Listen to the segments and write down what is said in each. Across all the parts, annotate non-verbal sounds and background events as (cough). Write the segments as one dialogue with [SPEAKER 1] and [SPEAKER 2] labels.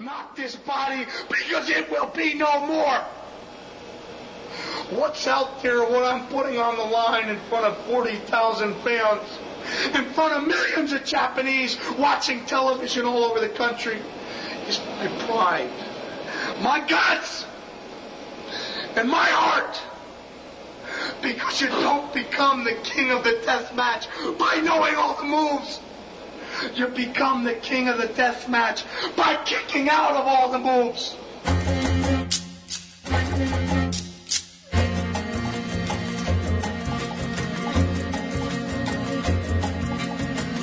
[SPEAKER 1] Not this body, because it will be no more. What's out there what I'm putting on the line in front of 40,000 fans, in front of millions of Japanese watching television all over the country, is my pride, my guts, and my heart. Because you don't become the king of the death match by knowing all the moves. You become the king of the death match by kicking out of all the moves.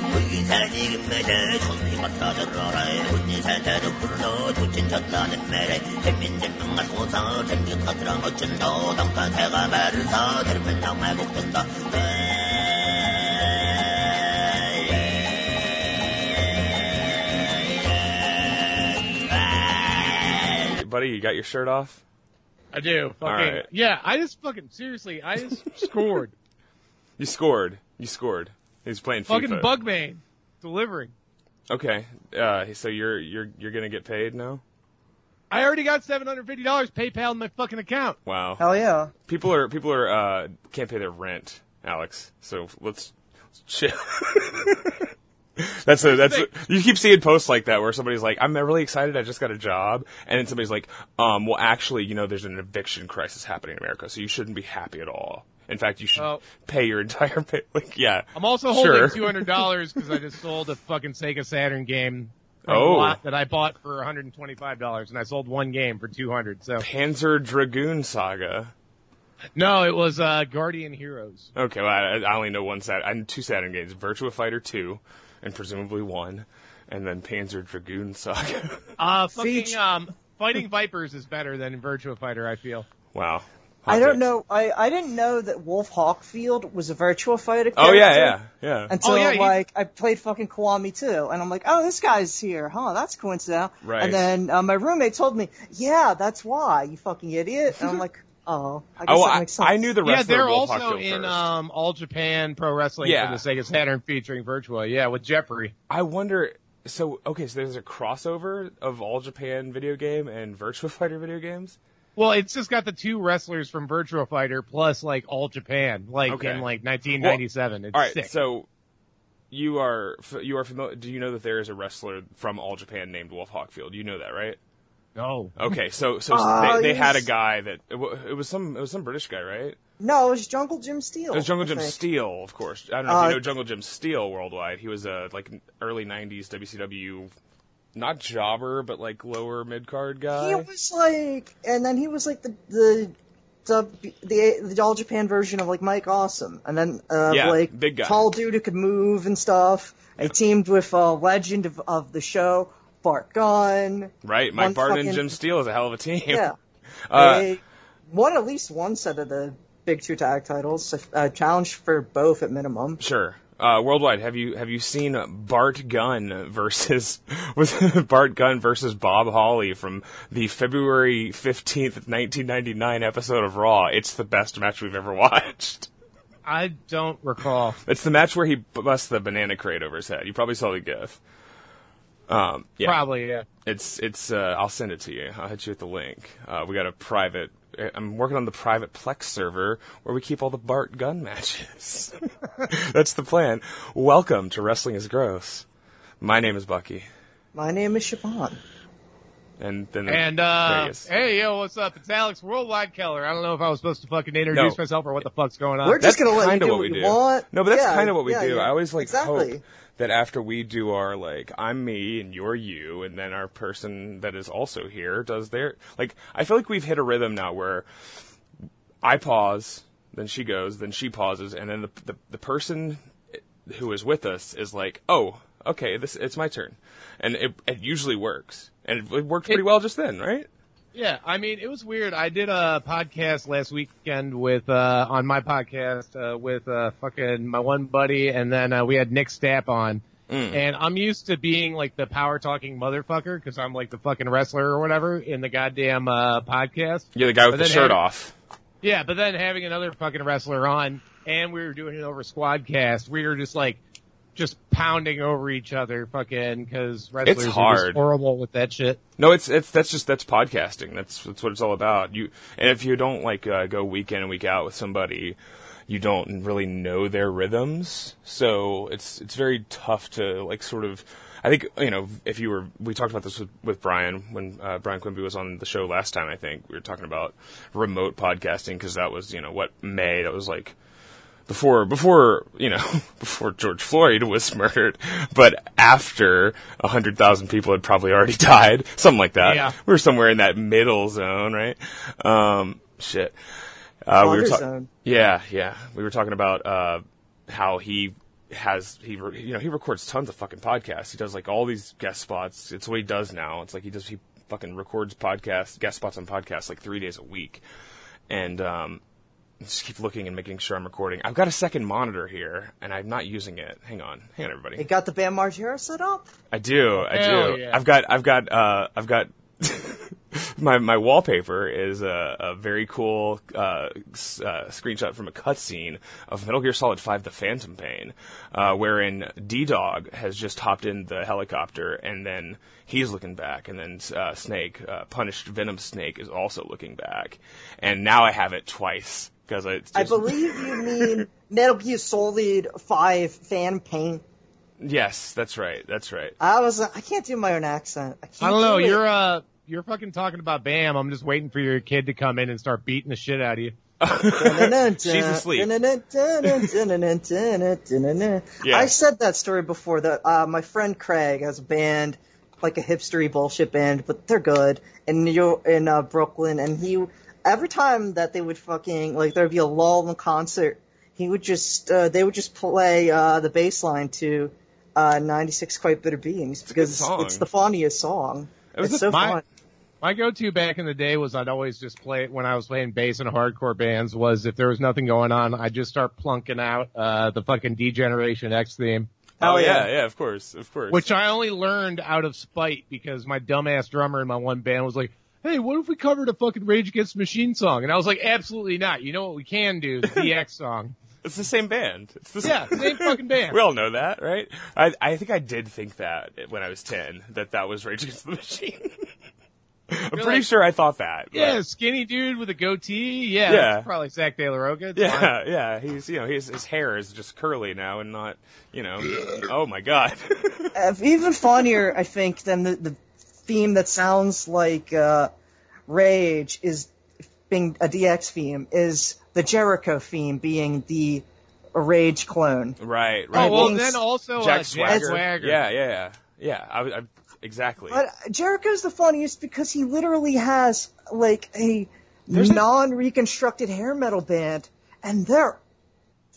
[SPEAKER 2] 군기산이 금메달 선비마다 들어라 군기산대로 불러 도친쳤다는 매래 대민대명가 소상을 생겼다더라 어쩐다 당간 새가 배를 사 들면 장말 복된다
[SPEAKER 3] Buddy, you got your shirt off?
[SPEAKER 4] I do. Fucking,
[SPEAKER 3] right.
[SPEAKER 4] Yeah, I just fucking seriously,
[SPEAKER 3] (laughs)
[SPEAKER 4] I just scored.
[SPEAKER 3] You scored. You scored. He's playing
[SPEAKER 4] fucking
[SPEAKER 3] FIFA.
[SPEAKER 4] Bugman delivering.
[SPEAKER 3] Okay. Uh, so you're you're you're gonna get paid now?
[SPEAKER 4] I already got seven hundred fifty dollars PayPal in my fucking account.
[SPEAKER 3] Wow.
[SPEAKER 5] Hell yeah.
[SPEAKER 3] People are people are uh, can't pay their rent, Alex. So let's, let's chill. (laughs) that's a that's a, you keep seeing posts like that where somebody's like, "I'm really excited, I just got a job," and then somebody's like, "Um, well, actually, you know, there's an eviction crisis happening in America, so you shouldn't be happy at all. In fact, you should
[SPEAKER 4] Oh.
[SPEAKER 3] pay your entire (laughs) pay." Like, yeah,
[SPEAKER 4] I'm also holding
[SPEAKER 3] Sure.
[SPEAKER 4] two hundred dollars because I just sold a fucking Sega Saturn game. from
[SPEAKER 3] Oh.
[SPEAKER 4] a lot that I bought for one hundred and twenty-five dollars, and I sold one game for two hundred. So
[SPEAKER 3] Panzer Dragoon Saga.
[SPEAKER 4] no, it was uh, Guardian Heroes.
[SPEAKER 3] Okay, well, I, I only know one Saturn. I know two Saturn games: Virtua Fighter Two, and presumably one, and then Panzer Dragoon Saga. (laughs)
[SPEAKER 4] Uh, fucking
[SPEAKER 5] Siege.
[SPEAKER 4] um, fighting Vipers is better than Virtua Fighter. I feel.
[SPEAKER 3] wow. Hot
[SPEAKER 5] I don't
[SPEAKER 3] takes.
[SPEAKER 5] know. I, I didn't know that Wolf Hawkfield was a virtual fighter. Character.
[SPEAKER 3] Oh yeah, yeah, yeah.
[SPEAKER 5] Until
[SPEAKER 4] Oh, yeah, he-
[SPEAKER 5] like I played fucking Kiwami too, and I'm like, oh, this guy's here, huh? That's coincidental.
[SPEAKER 3] Right.
[SPEAKER 5] And then uh, my roommate told me, yeah, that's why you fucking idiot.
[SPEAKER 3] (laughs)
[SPEAKER 5] And I'm like, oh, I guess
[SPEAKER 3] oh,
[SPEAKER 5] that
[SPEAKER 3] I,
[SPEAKER 5] makes sense.
[SPEAKER 3] I knew the
[SPEAKER 4] Yeah,
[SPEAKER 3] wrestler
[SPEAKER 4] they're
[SPEAKER 3] Wolf
[SPEAKER 4] also
[SPEAKER 3] Hawkfield
[SPEAKER 4] in
[SPEAKER 3] first.
[SPEAKER 4] um, All Japan Pro Wrestling
[SPEAKER 3] Yeah.
[SPEAKER 4] for the Sega Saturn featuring Virtua. Yeah, with Jeopardy.
[SPEAKER 3] I wonder. So okay, so there's a crossover of all Japan video game and Virtua (laughs) Fighter video games.
[SPEAKER 4] Well, it's just got the two wrestlers from Virtua Fighter plus like All Japan, like
[SPEAKER 3] Okay.
[SPEAKER 4] in like 1997. it's
[SPEAKER 3] All right,
[SPEAKER 4] sick.
[SPEAKER 3] so you are f- you are familiar. Do you know that there is a wrestler from All Japan named Wolf Hawkfield? You know that, right?
[SPEAKER 4] no,
[SPEAKER 3] Okay, so so
[SPEAKER 5] Ah,
[SPEAKER 3] they, they had a
[SPEAKER 5] yes.
[SPEAKER 3] guy that it wa- it was some it was some British guy, right?
[SPEAKER 5] No, it was Jungle Jim Steel.
[SPEAKER 3] It was Jungle
[SPEAKER 5] I
[SPEAKER 3] Jim
[SPEAKER 5] think.
[SPEAKER 3] Steel, of course. I don't know if
[SPEAKER 5] Uh,
[SPEAKER 3] you know Jungle Jim Steel worldwide. He was a like early '90s WCW, not jobber, but like lower mid card guy.
[SPEAKER 5] He was like, and then he was like the the the the, the All Japan version of like Mike Awesome, and then uh,
[SPEAKER 3] Yeah,
[SPEAKER 5] like
[SPEAKER 3] big guy.
[SPEAKER 5] tall dude who could move and stuff. I teamed with a legend of, of the show, Bart Gunn.
[SPEAKER 3] Right, Mike
[SPEAKER 5] One
[SPEAKER 3] Barton and
[SPEAKER 5] fucking-
[SPEAKER 3] Jim Steele is a hell of a team.
[SPEAKER 5] Yeah,
[SPEAKER 3] (laughs) Uh,
[SPEAKER 5] they won at least one set of the big two tag titles. Uh, challenge for both at minimum.
[SPEAKER 3] sure. Uh, worldwide, have you have you seen Bart Gunn versus (laughs) was Bart Gunn versus Bob Hawley from the February fifteenth, nineteen ninety nine episode of Raw? It's the best match we've ever (laughs) watched.
[SPEAKER 4] I don't recall.
[SPEAKER 3] It's the match where he busts the banana crate over his head. You probably saw the gif. Um, (laughs) yeah,
[SPEAKER 4] Probably yeah.
[SPEAKER 3] it's it's. Uh, I'll send it to you. I'll hit you with the link. Uh, we got a private. uh, I'm working on the private Plex server where we keep all the Bart Gun matches. (laughs) That's the plan. Welcome to Wrestling is Gross. My name is Bucky,
[SPEAKER 5] My name is Siobhan.
[SPEAKER 3] and then
[SPEAKER 4] And
[SPEAKER 3] there he
[SPEAKER 4] uh,
[SPEAKER 3] is.
[SPEAKER 4] hey yo, what's up? It's Alex Worldwide Keller. I don't know if I was supposed to fucking introduce
[SPEAKER 3] No.
[SPEAKER 4] myself or what the fuck's going on.
[SPEAKER 5] We're just
[SPEAKER 3] that's
[SPEAKER 5] gonna let you
[SPEAKER 3] kinda
[SPEAKER 5] do
[SPEAKER 3] what
[SPEAKER 5] what
[SPEAKER 3] we
[SPEAKER 5] you
[SPEAKER 3] do.
[SPEAKER 5] want.
[SPEAKER 3] No, but that's
[SPEAKER 5] Yeah,
[SPEAKER 3] kind of what we
[SPEAKER 5] yeah,
[SPEAKER 3] do.
[SPEAKER 5] yeah.
[SPEAKER 3] I always like
[SPEAKER 5] Exactly.
[SPEAKER 3] hope that after we do our like I'm me and you're you, and then our person that is also here does their like. I feel like we've hit a rhythm now where I pause, then she goes, then she pauses, and then the the, the person who is with us is like, oh, okay, this it's my turn, and it it usually works, and it, it worked pretty
[SPEAKER 4] It-
[SPEAKER 3] well just then, right?
[SPEAKER 4] Yeah, I mean, it was weird. I did a podcast last weekend with, uh, on my podcast, uh, with, uh, fucking my one buddy and then, uh, we had Nick Stapp on.
[SPEAKER 3] Mm.
[SPEAKER 4] And I'm used to being like the power talking motherfucker because I'm like the fucking wrestler or whatever in the goddamn, uh, podcast.
[SPEAKER 3] You're the guy with
[SPEAKER 4] But
[SPEAKER 3] the
[SPEAKER 4] then
[SPEAKER 3] shirt
[SPEAKER 4] Harry-
[SPEAKER 3] off.
[SPEAKER 4] Yeah, but then having another fucking wrestler on and we were doing it over Squadcast, we were just like, just pounding over each other, fucking, because wrestlers are
[SPEAKER 3] hard.
[SPEAKER 4] just horrible with that shit.
[SPEAKER 3] No, it's it's that's just that's podcasting. That's that's what it's all about. You and if you don't like uh, go week in and week out with somebody, you don't really know their rhythms. So it's it's very tough to like sort of. I think you know if you were we talked about this with, with Brian when uh, Brian Quimby was on the show last time. I think we were talking about remote podcasting because that was you know what May that was like before before you know (laughs) before George Floyd was (laughs) murdered, but after a hundred thousand people had probably already (laughs) died, something like that.
[SPEAKER 4] Yeah.
[SPEAKER 3] We were somewhere in that middle zone, right? Um, shit. Uh, we were
[SPEAKER 5] Water
[SPEAKER 3] talk-
[SPEAKER 5] zone.
[SPEAKER 3] Yeah, yeah. We were talking about uh, how he has he re- you know he records tons of fucking podcasts. He does like all these guest spots. It's what he does now. It's like he does he fucking records podcasts guest spots on podcasts like three days a week, and um, just keep looking and making sure I'm recording. I've got a second monitor here, and I'm not using it. Hang on, hang on,
[SPEAKER 5] It
[SPEAKER 3] everybody.
[SPEAKER 5] got the Bam Margera set up.
[SPEAKER 3] I do, I
[SPEAKER 4] Hell
[SPEAKER 3] do.
[SPEAKER 4] yeah.
[SPEAKER 3] I've got, I've got, uh, I've got. (laughs) my my wallpaper is a, a very cool uh, s- uh, screenshot from a cutscene of Metal Gear Solid Five: The Phantom Pain, uh, wherein D Dog has just hopped in the helicopter, and then he's looking back, and then uh, Snake, uh, punished Venom Snake, is also looking back, and now I have it twice because I.
[SPEAKER 5] I believe you mean Metal Gear Solid Five fan paint.
[SPEAKER 3] (laughs) Yes, that's right. That's right.
[SPEAKER 5] I was I can't do my own accent. I, can't
[SPEAKER 4] I don't know.
[SPEAKER 5] do it.
[SPEAKER 4] You're uh, you're fucking talking about Bam. I'm just waiting for your kid to come in and start beating the shit out of you.
[SPEAKER 3] She's
[SPEAKER 5] (laughs)
[SPEAKER 3] asleep. Yeah.
[SPEAKER 5] I said that story before that uh, my friend Craig has a band, like a hipstery bullshit band, but they're good in New York, in uh, Brooklyn, and he every time that they would fucking like there'd be a lull in the concert, he would just uh, they would just play uh, the bass line to uh, 96 Quite Bitter Beings
[SPEAKER 3] good
[SPEAKER 5] because
[SPEAKER 3] song.
[SPEAKER 5] it's the funniest song.
[SPEAKER 3] was
[SPEAKER 5] it's
[SPEAKER 3] a-
[SPEAKER 5] so
[SPEAKER 4] my-
[SPEAKER 5] fun.
[SPEAKER 4] My go-to back in the day was I'd always just play when I was playing bass in hardcore bands was if there was nothing going on, I'd just start plunking out uh the fucking Degeneration X theme,
[SPEAKER 3] Oh,
[SPEAKER 5] Oh,
[SPEAKER 3] yeah,
[SPEAKER 5] yeah.
[SPEAKER 3] yeah, of course, of course.
[SPEAKER 4] which I only learned out of spite because my dumbass drummer in my one band was like, "Hey, what if we covered a fucking Rage Against the Machine song?" And I was like, "Absolutely not. You know what we can do? The DX song.
[SPEAKER 3] it's the same band. It's the same.
[SPEAKER 4] (laughs) Yeah, same fucking
[SPEAKER 3] (laughs)
[SPEAKER 4] band."
[SPEAKER 3] we all know that, right? I I think I did think that when I was ten that that was Rage Against the Machine. (laughs) I'm pretty
[SPEAKER 4] like-
[SPEAKER 3] sure I thought that. but-
[SPEAKER 4] yeah, skinny dude with a goatee.
[SPEAKER 3] Yeah.
[SPEAKER 4] Yeah, that's probably Zach De La Roca. It's fine.
[SPEAKER 3] (laughs) Yeah, yeah. He's you know his his hair is just curly now and not you know. oh my god. (laughs)
[SPEAKER 5] Uh, even funnier, I think, than the, the theme that sounds like uh, Rage is being a DX theme is the Jericho theme being the Rage clone.
[SPEAKER 3] right, right. (laughs)
[SPEAKER 4] Oh well,
[SPEAKER 5] Thanks.
[SPEAKER 4] then also uh,
[SPEAKER 3] Jack
[SPEAKER 4] Jack
[SPEAKER 3] Swagger.
[SPEAKER 4] Swagger.
[SPEAKER 3] Yeah, yeah, yeah. Yeah, I, I, exactly.
[SPEAKER 5] But Jericho's the funniest because he literally has like a non-reconstructed hair metal band, and they're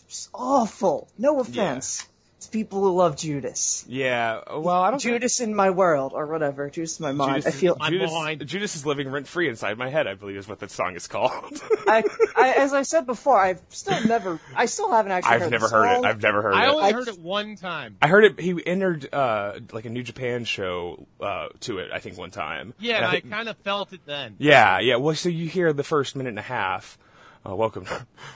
[SPEAKER 5] just awful. No offense to people who love Judas.
[SPEAKER 3] Yeah. Well, I don't. think-
[SPEAKER 5] Judas in my world, or whatever. Judas in my mind.
[SPEAKER 3] Judas,
[SPEAKER 5] I feel
[SPEAKER 4] I'm
[SPEAKER 3] Judas,
[SPEAKER 4] blind.
[SPEAKER 3] Judas is living rent free inside my head. I believe is what that song is called. (laughs)
[SPEAKER 5] I, I, as I said before, I've still never, I still haven't actually.
[SPEAKER 3] I've
[SPEAKER 5] heard
[SPEAKER 3] never
[SPEAKER 5] the
[SPEAKER 3] heard it.
[SPEAKER 5] song.
[SPEAKER 3] I've never heard
[SPEAKER 4] I
[SPEAKER 3] it.
[SPEAKER 4] only
[SPEAKER 5] I-
[SPEAKER 4] heard it one time.
[SPEAKER 3] I heard it. He entered uh, like a New Japan show uh, to it. I think one time. And
[SPEAKER 4] Yeah, and
[SPEAKER 3] I
[SPEAKER 4] I
[SPEAKER 3] think-
[SPEAKER 4] kind of felt it then.
[SPEAKER 3] yeah, yeah. Well, so you hear the first minute and a half. Uh, welcome,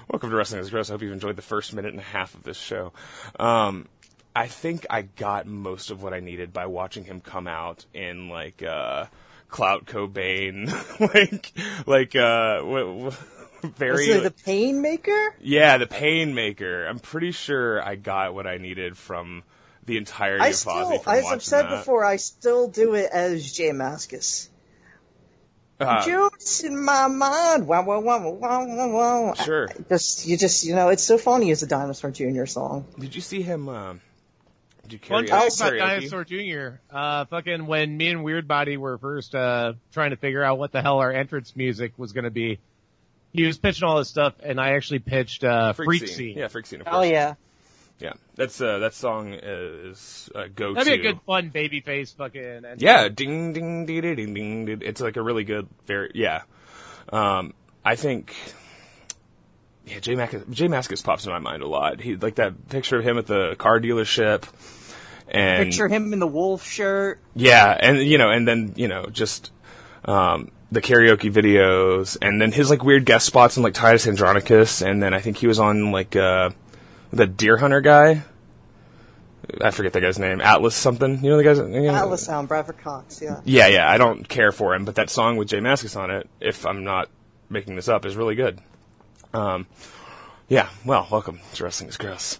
[SPEAKER 3] welcome to (laughs) Wrestling is Gross. I hope you've enjoyed the first minute and a half of this show. Um, I think I got most of what I needed by watching him come out in like uh, Clout Cobain, (laughs) like like uh, w- w-
[SPEAKER 5] Is
[SPEAKER 3] (laughs) very
[SPEAKER 5] it the Pain Maker?
[SPEAKER 3] yeah, the Pain Maker. I'm pretty sure I got what I needed from the entirety
[SPEAKER 5] I
[SPEAKER 3] of Fozzy
[SPEAKER 5] still,
[SPEAKER 3] from
[SPEAKER 5] as
[SPEAKER 3] watching
[SPEAKER 5] I've said
[SPEAKER 3] that.
[SPEAKER 5] before, I still do it as Jay Maskus.
[SPEAKER 3] Uh,
[SPEAKER 5] Judas in my mind, wow, wow, wow, wow, wow, wow.
[SPEAKER 3] Sure.
[SPEAKER 5] I- Just, you just, you know, it's so funny as a Dinosaur Jr. song.
[SPEAKER 3] Did you see him? Um, did you
[SPEAKER 4] One
[SPEAKER 3] carry
[SPEAKER 4] time
[SPEAKER 5] out
[SPEAKER 4] about
[SPEAKER 3] karaoke?
[SPEAKER 4] Dinosaur Jr. Uh, fucking when me and Weird Body were first uh, trying to figure out what the hell our entrance music was going to be, he was pitching all this stuff, and I actually pitched uh, Freak, Scene.
[SPEAKER 3] Yeah, freak scene. Of
[SPEAKER 5] Oh
[SPEAKER 3] course.
[SPEAKER 5] yeah.
[SPEAKER 3] yeah. That's uh, that song is uh, go
[SPEAKER 4] That'd be
[SPEAKER 3] to.
[SPEAKER 4] a good fun babyface fucking. entrance.
[SPEAKER 3] Yeah, ding ding ding ding ding ding. ding. It's like a really good, very yeah. Um, I think yeah, Jay Mac Jay Maskus pops in my mind a lot. He like that picture of him at the car dealership, and
[SPEAKER 5] Picture him in the wolf shirt.
[SPEAKER 3] Yeah, and you know, and then you know, just um, the karaoke videos, and then his like weird guest spots on like Titus Andronicus, and then I think he was on like uh, the Deer Hunter guy. I forget that guy's name. Atlas something. You know the guy's you know-
[SPEAKER 5] Atlas Sound, Bradford Cox, yeah.
[SPEAKER 3] Yeah, yeah. I don't care for him, but that song with Jay Mascis on it, if I'm not making this up, is really good. Um, yeah. Well, welcome to Wrestling is Gross.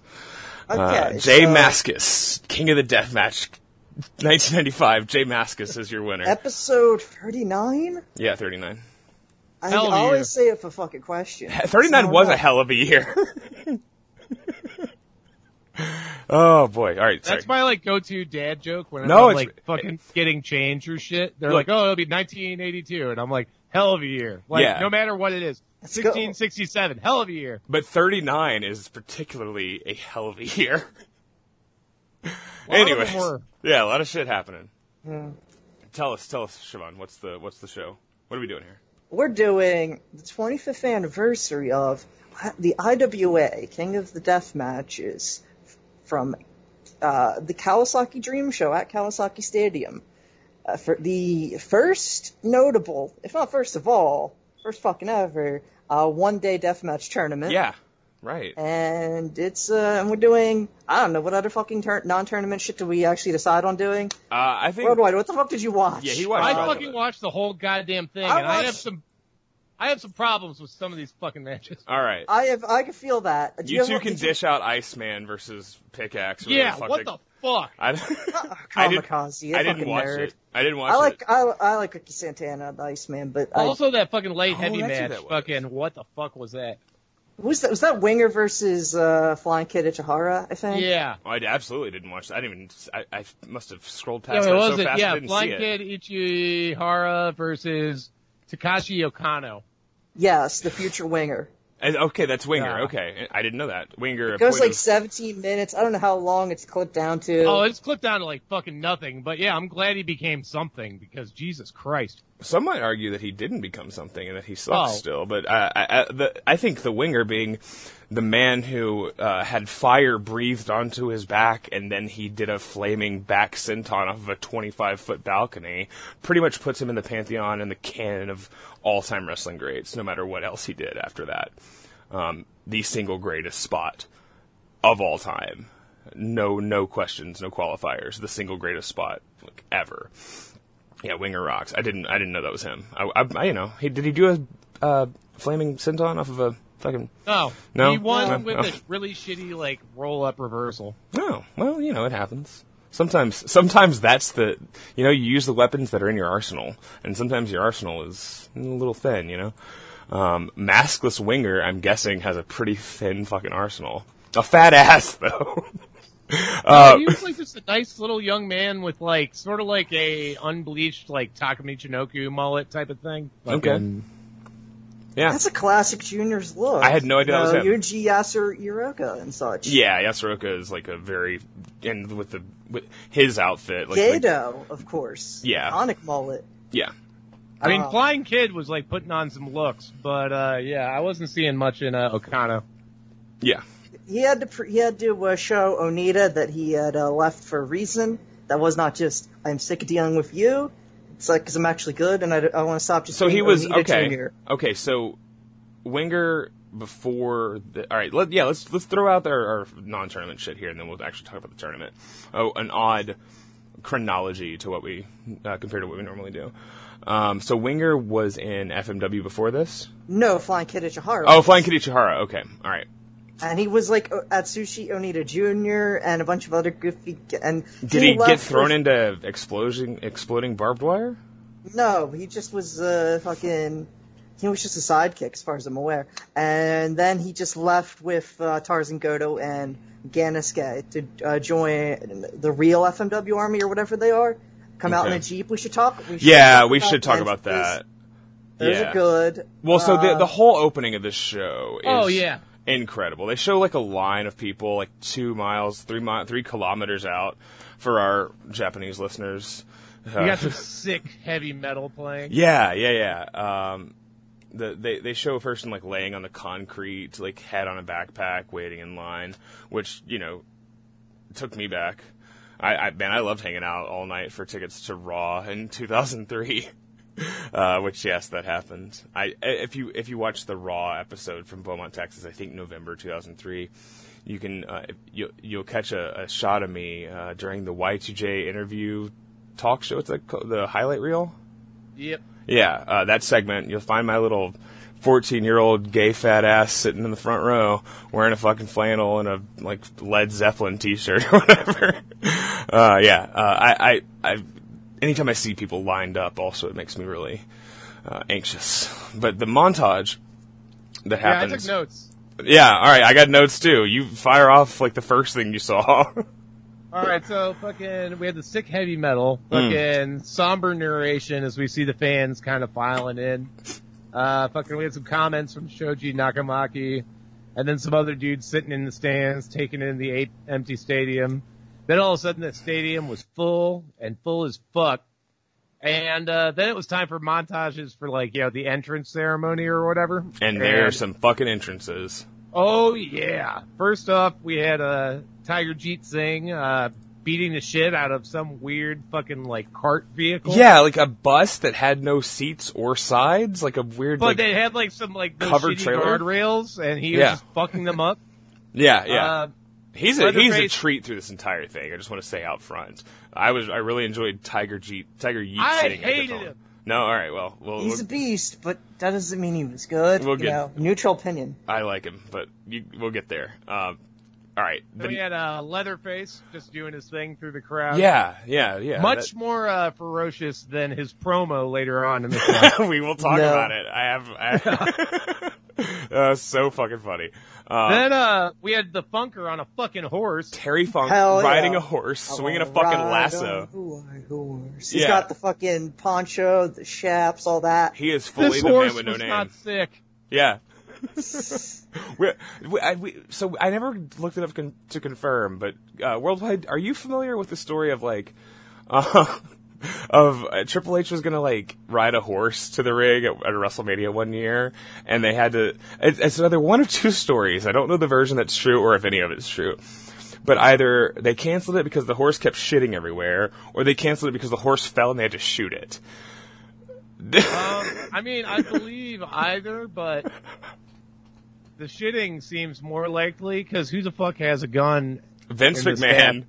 [SPEAKER 3] Uh,
[SPEAKER 5] Okay,
[SPEAKER 3] Jay
[SPEAKER 5] so
[SPEAKER 3] Mascis, King of the Death Match, 1995. Jay Mascis is your winner.
[SPEAKER 5] Episode 39?
[SPEAKER 3] yeah, (laughs) 39.
[SPEAKER 5] I
[SPEAKER 4] Hell of a year.
[SPEAKER 5] always say it for fucking question.
[SPEAKER 3] 39
[SPEAKER 5] So
[SPEAKER 3] was
[SPEAKER 5] no.
[SPEAKER 3] a hell of a year. (laughs) oh boy. All right. Sorry.
[SPEAKER 4] That's my like go-to dad joke when
[SPEAKER 3] No,
[SPEAKER 4] I'm
[SPEAKER 3] it's-
[SPEAKER 4] like fucking getting change or shit. They're
[SPEAKER 3] Look.
[SPEAKER 4] like, "Oh, it'll be 1982," and I'm like, "Hell of a year!" Like,
[SPEAKER 3] Yeah.
[SPEAKER 4] no matter what it is,
[SPEAKER 5] Let's go.
[SPEAKER 4] 1667, hell of a year.
[SPEAKER 3] but 39 is particularly a hell of a year. (laughs)
[SPEAKER 4] A lot of
[SPEAKER 3] Anyways.
[SPEAKER 4] them were-
[SPEAKER 3] Yeah, a lot of shit happening. Tell us, tell us, Siobhan, what's the what's the show? What are we doing here?
[SPEAKER 5] We're doing the 25th anniversary of the IWA, King of the Death Matches, from uh, the Kawasaki Dream Show at Kawasaki Stadium. Uh, for the first notable, if not first of all, first fucking ever, uh, one day deathmatch tournament.
[SPEAKER 3] Yeah, right.
[SPEAKER 5] Uh, and it's uh, and we're doing I don't know what other fucking tur- non-tournament shit do we actually decide on doing?
[SPEAKER 3] Uh, I think.
[SPEAKER 5] Worldwide, what the fuck did you watch?
[SPEAKER 3] Yeah, he watched.
[SPEAKER 4] I
[SPEAKER 3] all of
[SPEAKER 4] fucking
[SPEAKER 3] it.
[SPEAKER 4] watched the whole goddamn thing,
[SPEAKER 5] I
[SPEAKER 4] and I
[SPEAKER 5] watched-
[SPEAKER 4] have some, I have some problems with some of these
[SPEAKER 3] (laughs)
[SPEAKER 4] fucking matches.
[SPEAKER 3] All right.
[SPEAKER 5] I have I can feel that. Do
[SPEAKER 3] You
[SPEAKER 5] have-
[SPEAKER 3] two can
[SPEAKER 5] did Uh, you-
[SPEAKER 3] dish out Iceman versus Pickaxe. or
[SPEAKER 4] yeah,
[SPEAKER 3] whatever
[SPEAKER 4] what
[SPEAKER 3] fuck
[SPEAKER 4] the fuck?
[SPEAKER 3] they- (laughs) I, I didn't-
[SPEAKER 5] Kamikaze, you
[SPEAKER 3] I didn't
[SPEAKER 5] fucking
[SPEAKER 3] watch
[SPEAKER 5] nerd.
[SPEAKER 3] it. I didn't watch
[SPEAKER 5] I like
[SPEAKER 3] it.
[SPEAKER 5] I, I like Ricky Santana, the Iceman, but I,
[SPEAKER 4] also, that fucking late heavy
[SPEAKER 3] Oh, that's who
[SPEAKER 4] match.
[SPEAKER 3] that was.
[SPEAKER 4] Fucking what the fuck was that?
[SPEAKER 5] was that was that Winger versus uh, Flying Kid Ichihara? I think.
[SPEAKER 4] Yeah.
[SPEAKER 3] Oh, I absolutely didn't watch it. I didn't even. I, I must have scrolled
[SPEAKER 4] Yeah,
[SPEAKER 3] past
[SPEAKER 4] it
[SPEAKER 3] that
[SPEAKER 4] was
[SPEAKER 3] so
[SPEAKER 4] it.
[SPEAKER 3] fast I
[SPEAKER 4] Yeah,
[SPEAKER 3] didn't see
[SPEAKER 4] Blind
[SPEAKER 3] it.
[SPEAKER 4] Kid Ichihara versus Takashi Okano.
[SPEAKER 5] Yes, the future Winger.
[SPEAKER 3] And- okay, that's Winger.
[SPEAKER 4] Yeah.
[SPEAKER 3] Okay, I didn't know that. Winger. a
[SPEAKER 5] It goes
[SPEAKER 3] point
[SPEAKER 5] like
[SPEAKER 3] of-
[SPEAKER 5] 17 minutes. I don't know how long it's clipped down to.
[SPEAKER 4] Oh, it's clipped down to like fucking nothing. But yeah, I'm glad he became something because Jesus Christ.
[SPEAKER 3] some might argue that he didn't become something and that he sucks
[SPEAKER 4] Oh.
[SPEAKER 3] still. But uh, I, I, the, I think the winger being the man who uh, had fire breathed onto his back and then he did a flaming back senton off of a 25 foot balcony pretty much puts him in the pantheon and the canon of all time wrestling greats, no matter what else he did after that. Um, the single greatest spot of all time. No, no questions, no qualifiers. The single greatest spot like, ever. Yeah, Winger rocks. I didn't. I didn't know that was him. I, I, I you know, he, did he do a uh, flaming senton off of a fucking?
[SPEAKER 4] No,
[SPEAKER 3] No?
[SPEAKER 4] Oh, he won
[SPEAKER 3] No.
[SPEAKER 4] with
[SPEAKER 3] No.
[SPEAKER 4] this really shitty like roll up reversal.
[SPEAKER 3] Oh, well, you know, it happens. Sometimes, sometimes that's the. You know, you use the weapons that are in your arsenal, and sometimes your arsenal is a little thin. You know, um, maskless Winger, I'm guessing, has a pretty thin fucking arsenal. A fat ass (laughs)
[SPEAKER 5] (laughs)
[SPEAKER 3] though. Oh. Uh,
[SPEAKER 4] he was like just a nice little young man with like sort of like a unbleached like Takumi Chinoku mullet type of thing. Fucking-
[SPEAKER 3] Yeah.
[SPEAKER 5] That's a classic juniors look.
[SPEAKER 3] I had no idea that was
[SPEAKER 5] you
[SPEAKER 3] him.
[SPEAKER 5] know, Yuji Yasur Yuroka and such.
[SPEAKER 3] Yeah, Yasuroka is like a very and with the with his outfit like, like
[SPEAKER 5] Gato, of course.
[SPEAKER 3] Yeah.
[SPEAKER 5] Iconic mullet.
[SPEAKER 3] yeah.
[SPEAKER 4] I mean,
[SPEAKER 5] Oh.
[SPEAKER 4] Flying Kid was like putting on some looks, but uh yeah, I wasn't seeing much in uh, Okano.
[SPEAKER 3] Yeah.
[SPEAKER 5] He had to pr- he had to uh, show Onita that he had uh, left for a reason. That was not just I'm sick of dealing with you. It's like because I'm actually good and I, want to stop just.
[SPEAKER 3] So he
[SPEAKER 5] being
[SPEAKER 3] was
[SPEAKER 5] Onita
[SPEAKER 3] okay.
[SPEAKER 5] Jr.
[SPEAKER 3] Okay, so Winger before the all right, let yeah, let's let's throw out our, our non-tournament shit here and then we'll actually talk about the tournament. Oh, an odd chronology to what we uh, compared to what we normally do. Um, so Winger was in FMW before this.
[SPEAKER 5] No, flying kid Ichihara.
[SPEAKER 3] Oh, Flying Kid Ichihara. Okay, all right.
[SPEAKER 5] and he was like o- Atsushi Onita Jr. and a bunch of other goofy. g- And
[SPEAKER 3] Did he, get
[SPEAKER 5] left
[SPEAKER 3] thrown
[SPEAKER 5] with-
[SPEAKER 3] into explosion, exploding barbed wire?
[SPEAKER 5] No, he just was uh, fucking. He was just a sidekick, as far as I'm aware. And then he just left with uh, Tarzan Goto and Ganiske to uh, join the real FMW army or whatever they are. Come out in
[SPEAKER 3] Okay.
[SPEAKER 5] a jeep. We should talk. We should
[SPEAKER 3] Yeah, we should talk about
[SPEAKER 5] them.
[SPEAKER 3] that.
[SPEAKER 5] Those
[SPEAKER 3] yeah.
[SPEAKER 5] are good.
[SPEAKER 3] Well, so the
[SPEAKER 5] Uh,
[SPEAKER 3] the whole opening of this show is
[SPEAKER 4] Oh, yeah.
[SPEAKER 3] incredible. They show like a line of people like 2 miles, 3 mi- 3 kilometers out for our Japanese listeners. Uh,
[SPEAKER 4] You got some sick heavy metal playing.
[SPEAKER 3] Yeah, yeah, yeah. Um, the, they they show a person like laying on the concrete, like head on a backpack, waiting in line, which you know took me back. I, I man, I loved hanging out all night for tickets to Raw in (laughs) 2003. Uh, which yes, that happened. I if you if you watch the Raw episode from Beaumont, Texas, I think November 2003, you can uh, you, you'll catch a, a shot of me uh, during the Y2J interview talk show. It's like co- the highlight reel.
[SPEAKER 4] Yep.
[SPEAKER 3] Yeah, uh, that segment. You'll find my little 14 year old gay fat ass sitting in the front row wearing a fucking flannel and a like Led Zeppelin t shirt or (laughs) whatever. Uh, yeah, uh, I, I, I, anytime I see people lined up, also it makes me really uh, anxious. But the montage that
[SPEAKER 4] Yeah, I
[SPEAKER 3] happens.
[SPEAKER 4] took notes.
[SPEAKER 3] Yeah, all right, I got notes too. You fire off like the first thing you saw. (laughs)
[SPEAKER 4] All right, so fucking, we had the sick heavy metal, fucking somber narration as we see the fans kind of filing in. Uh, fucking, we had some comments from Shoji Nakamaki, and then some other dudes sitting in the stands taking in the eight empty stadium. Then all of a sudden, the stadium was full and full as fuck. And uh, then it was time for montages for like you know the entrance ceremony or whatever.
[SPEAKER 3] and there are some fucking entrances.
[SPEAKER 4] Oh yeah! First off, we had uh, Tiger Jeet Singh uh, beating the shit out of some weird fucking like cart vehicle.
[SPEAKER 3] Yeah, like a bus that had no seats or sides, like a weird.
[SPEAKER 4] but
[SPEAKER 3] like,
[SPEAKER 4] they had like some like those
[SPEAKER 3] Covered
[SPEAKER 4] shitty
[SPEAKER 3] trailer?
[SPEAKER 4] guardrails, and he
[SPEAKER 3] Yeah.
[SPEAKER 4] was just fucking them up.
[SPEAKER 3] yeah, (laughs) yeah.
[SPEAKER 4] Uh,
[SPEAKER 3] He's a he's a
[SPEAKER 4] Leatherface-
[SPEAKER 3] treat through this entire thing. I just want to say out front, I was I really enjoyed Tiger Jeet Tiger Yeet.
[SPEAKER 4] I
[SPEAKER 3] sitting at the
[SPEAKER 4] hated
[SPEAKER 3] phone.
[SPEAKER 4] him.
[SPEAKER 3] No, all right, well, well,
[SPEAKER 5] He's
[SPEAKER 3] we'll-
[SPEAKER 5] a beast, but that doesn't mean he was good.
[SPEAKER 3] We'll
[SPEAKER 5] you
[SPEAKER 3] get-
[SPEAKER 5] know, neutral opinion.
[SPEAKER 3] I like him, but you, we'll get there. Um, all right,
[SPEAKER 4] then we
[SPEAKER 3] The-
[SPEAKER 4] had uh, Leatherface just doing his thing through the crowd.
[SPEAKER 3] yeah, yeah, yeah.
[SPEAKER 4] much more uh, ferocious than his promo later on in
[SPEAKER 3] (laughs)
[SPEAKER 4] the film.
[SPEAKER 3] that- we will talk
[SPEAKER 5] No.
[SPEAKER 3] about it. I have. I, (laughs) uh, so fucking funny. Uh,
[SPEAKER 4] then uh, we had the Funker on a fucking horse.
[SPEAKER 3] Terry Funk
[SPEAKER 5] Hell
[SPEAKER 3] riding
[SPEAKER 5] yeah.
[SPEAKER 3] a horse,
[SPEAKER 5] I
[SPEAKER 3] swinging a
[SPEAKER 5] wanna
[SPEAKER 3] fucking
[SPEAKER 5] ride on
[SPEAKER 3] lasso.
[SPEAKER 5] a white horse.
[SPEAKER 3] Yeah.
[SPEAKER 5] He's got the fucking poncho, the chaps, all that.
[SPEAKER 3] He is fully
[SPEAKER 4] this
[SPEAKER 3] the
[SPEAKER 4] horse
[SPEAKER 3] man with no
[SPEAKER 4] was
[SPEAKER 3] name.
[SPEAKER 4] not sick.
[SPEAKER 3] Yeah.
[SPEAKER 4] (laughs)
[SPEAKER 3] we we, I, we, so I never looked it up con- to confirm, but uh, worldwide, are you familiar with the story of like, (laughs) uh, of uh, Triple H was gonna like ride a horse to the ring at, at WrestleMania one year, and they had to. It's, it's another one of two stories. I don't know the version that's true or if any of it's true. But either they canceled it because the horse kept shitting everywhere, or they canceled it because the horse fell and they had to shoot it. (laughs)
[SPEAKER 4] Um, I mean, I believe either, but the shitting seems more likely because who the fuck has a gun?
[SPEAKER 3] Vince
[SPEAKER 4] In this
[SPEAKER 3] McMahon.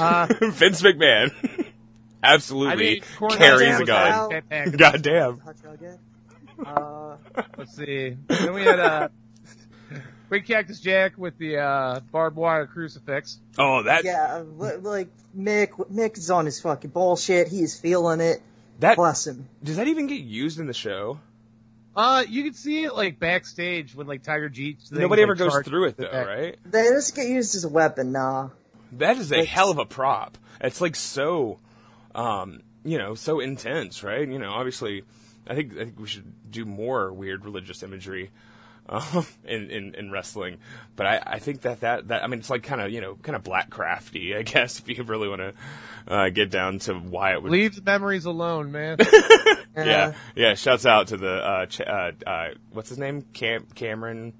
[SPEAKER 4] Uh,
[SPEAKER 3] (laughs) Vince McMahon
[SPEAKER 4] I mean,
[SPEAKER 3] absolutely (laughs)
[SPEAKER 4] Cornell
[SPEAKER 3] carries
[SPEAKER 5] Jones
[SPEAKER 3] a
[SPEAKER 4] was
[SPEAKER 3] gun.
[SPEAKER 5] out.
[SPEAKER 4] a backpack.
[SPEAKER 3] God damn.
[SPEAKER 5] Hot dog, yeah. Uh,
[SPEAKER 4] Let's see. Then we had uh, Big Cactus Jack with the uh, barbed wire crucifix.
[SPEAKER 3] Oh, that
[SPEAKER 5] yeah, li- like Mick. Mick is on his fucking bullshit. He is feeling it.
[SPEAKER 3] that
[SPEAKER 5] Bless him.
[SPEAKER 3] does that even get used in the show?
[SPEAKER 4] Uh, you can see it like backstage when like Tiger Jeets.
[SPEAKER 3] Nobody ever goes through it though, right?
[SPEAKER 5] They doesn't get used as a weapon, nah.
[SPEAKER 3] That is a hell of a prop. It's like so, um, you know, so intense, right? You know, obviously, I think I think we should do more weird religious imagery. (laughs) Um, in, in, in wrestling, but I, I think that, that that I mean it's like kind of you know kind of black crafty I guess (laughs) if you really want to uh, get down to why it would
[SPEAKER 4] Leave the memories
[SPEAKER 3] (laughs)
[SPEAKER 4] alone, man.
[SPEAKER 5] Uh,
[SPEAKER 3] Yeah, yeah. Shouts out to the uh, ch- uh, uh, what's his name, Cam- Cameron.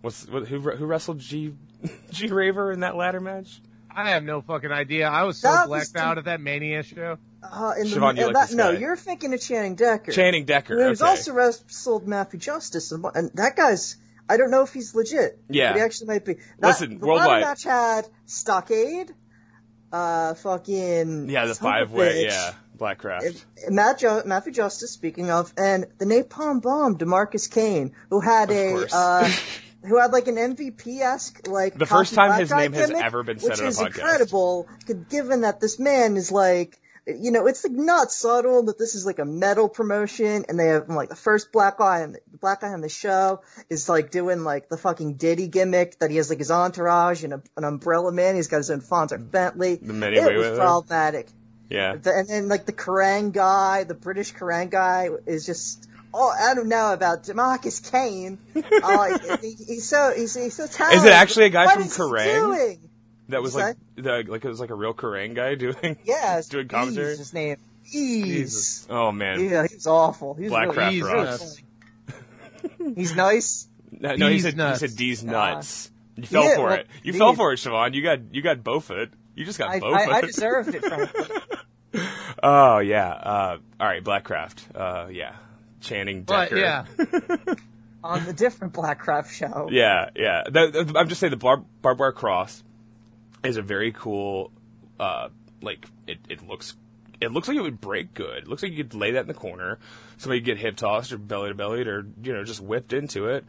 [SPEAKER 3] What's what, who who wrestled G (laughs) G Raver in that ladder match?
[SPEAKER 4] I have no fucking idea. I was so
[SPEAKER 5] That was
[SPEAKER 4] blacked
[SPEAKER 5] the-
[SPEAKER 4] out at that Mania show.
[SPEAKER 5] Uh, in the,
[SPEAKER 3] Siobhan, you
[SPEAKER 5] in
[SPEAKER 3] like
[SPEAKER 5] that,
[SPEAKER 3] this
[SPEAKER 5] no,
[SPEAKER 3] guy.
[SPEAKER 5] you're thinking of Channing Decker.
[SPEAKER 3] Channing Decker.
[SPEAKER 5] Who's
[SPEAKER 3] okay.
[SPEAKER 5] also wrestled Matthew Justice, and, and that guy's. I don't know if he's legit.
[SPEAKER 3] Yeah.
[SPEAKER 5] but he actually might be. That,
[SPEAKER 3] Listen,
[SPEAKER 5] the
[SPEAKER 3] worldwide-
[SPEAKER 5] ladder match had Stockade, uh, fucking
[SPEAKER 3] yeah, the
[SPEAKER 5] son of a
[SPEAKER 3] five way.
[SPEAKER 5] bitch,
[SPEAKER 3] Yeah, Blackcraft.
[SPEAKER 5] Matt Ju- Matthew Justice, speaking of, and the napalm bomb Demarcus Kane, who had
[SPEAKER 3] Of
[SPEAKER 5] a
[SPEAKER 3] course. (laughs)
[SPEAKER 5] uh, who had like an MVP esque like
[SPEAKER 3] The first
[SPEAKER 5] cocky
[SPEAKER 3] time
[SPEAKER 5] black
[SPEAKER 3] his
[SPEAKER 5] guy
[SPEAKER 3] name has
[SPEAKER 5] gimmick,
[SPEAKER 3] ever been said
[SPEAKER 5] which
[SPEAKER 3] on a
[SPEAKER 5] is
[SPEAKER 3] podcast.
[SPEAKER 5] incredible, c- given that this man is like. You know, it's like not subtle that this is like a metal promotion, and they have like the first black guy on the the black guy on the show is like doing like the fucking Diddy gimmick that he has like his entourage and a, an umbrella man. He's got his own Fonzer Bentley.
[SPEAKER 3] The many
[SPEAKER 5] it
[SPEAKER 3] way
[SPEAKER 5] was
[SPEAKER 3] with it.
[SPEAKER 5] problematic.
[SPEAKER 3] Yeah,
[SPEAKER 5] The, and then like the Kerrang guy, the British Kerrang guy is just. Oh, I don't know about Demarcus Kane. Oh,
[SPEAKER 3] (laughs)
[SPEAKER 5] he, he's so he's, he's so talented.
[SPEAKER 3] actually a guy
[SPEAKER 5] What
[SPEAKER 3] from
[SPEAKER 5] is
[SPEAKER 3] Kerrang?
[SPEAKER 5] He doing?
[SPEAKER 3] that was like the like it was like a real Kerrang guy (laughs) doing.
[SPEAKER 5] Yeah, it's
[SPEAKER 3] doing commentary.
[SPEAKER 5] Ease, his name. Ease.
[SPEAKER 4] Jesus.
[SPEAKER 3] Oh man,
[SPEAKER 5] Yeah, he's awful. He's
[SPEAKER 3] Black
[SPEAKER 5] really,
[SPEAKER 3] Craft rocks.
[SPEAKER 5] he's,
[SPEAKER 3] (laughs)
[SPEAKER 5] he's nice.
[SPEAKER 3] no, no, he
[SPEAKER 4] D's
[SPEAKER 3] said
[SPEAKER 4] nuts.
[SPEAKER 3] he said D's nuts. You fell
[SPEAKER 5] Yeah,
[SPEAKER 3] for
[SPEAKER 5] well,
[SPEAKER 3] it. You fell
[SPEAKER 5] D's-
[SPEAKER 3] for it, Siobhan. You got you got Bofut. You just got
[SPEAKER 5] I,
[SPEAKER 3] Bofut.
[SPEAKER 5] I, I deserved it. Frankly.
[SPEAKER 3] (laughs) Oh yeah. Uh, all right, Blackcraft. Uh, yeah, Channing
[SPEAKER 4] But
[SPEAKER 3] Decker.
[SPEAKER 4] yeah.
[SPEAKER 5] on the different Black Crab show.
[SPEAKER 3] (laughs) Yeah, yeah. The, the- I'm just saying the barb, barbed wire cross is a very cool. Uh, like it, it looks. It looks like it would break good. It looks like you could lay that in the corner. Somebody could get hip tossed or belly to belly or you know just whipped into it.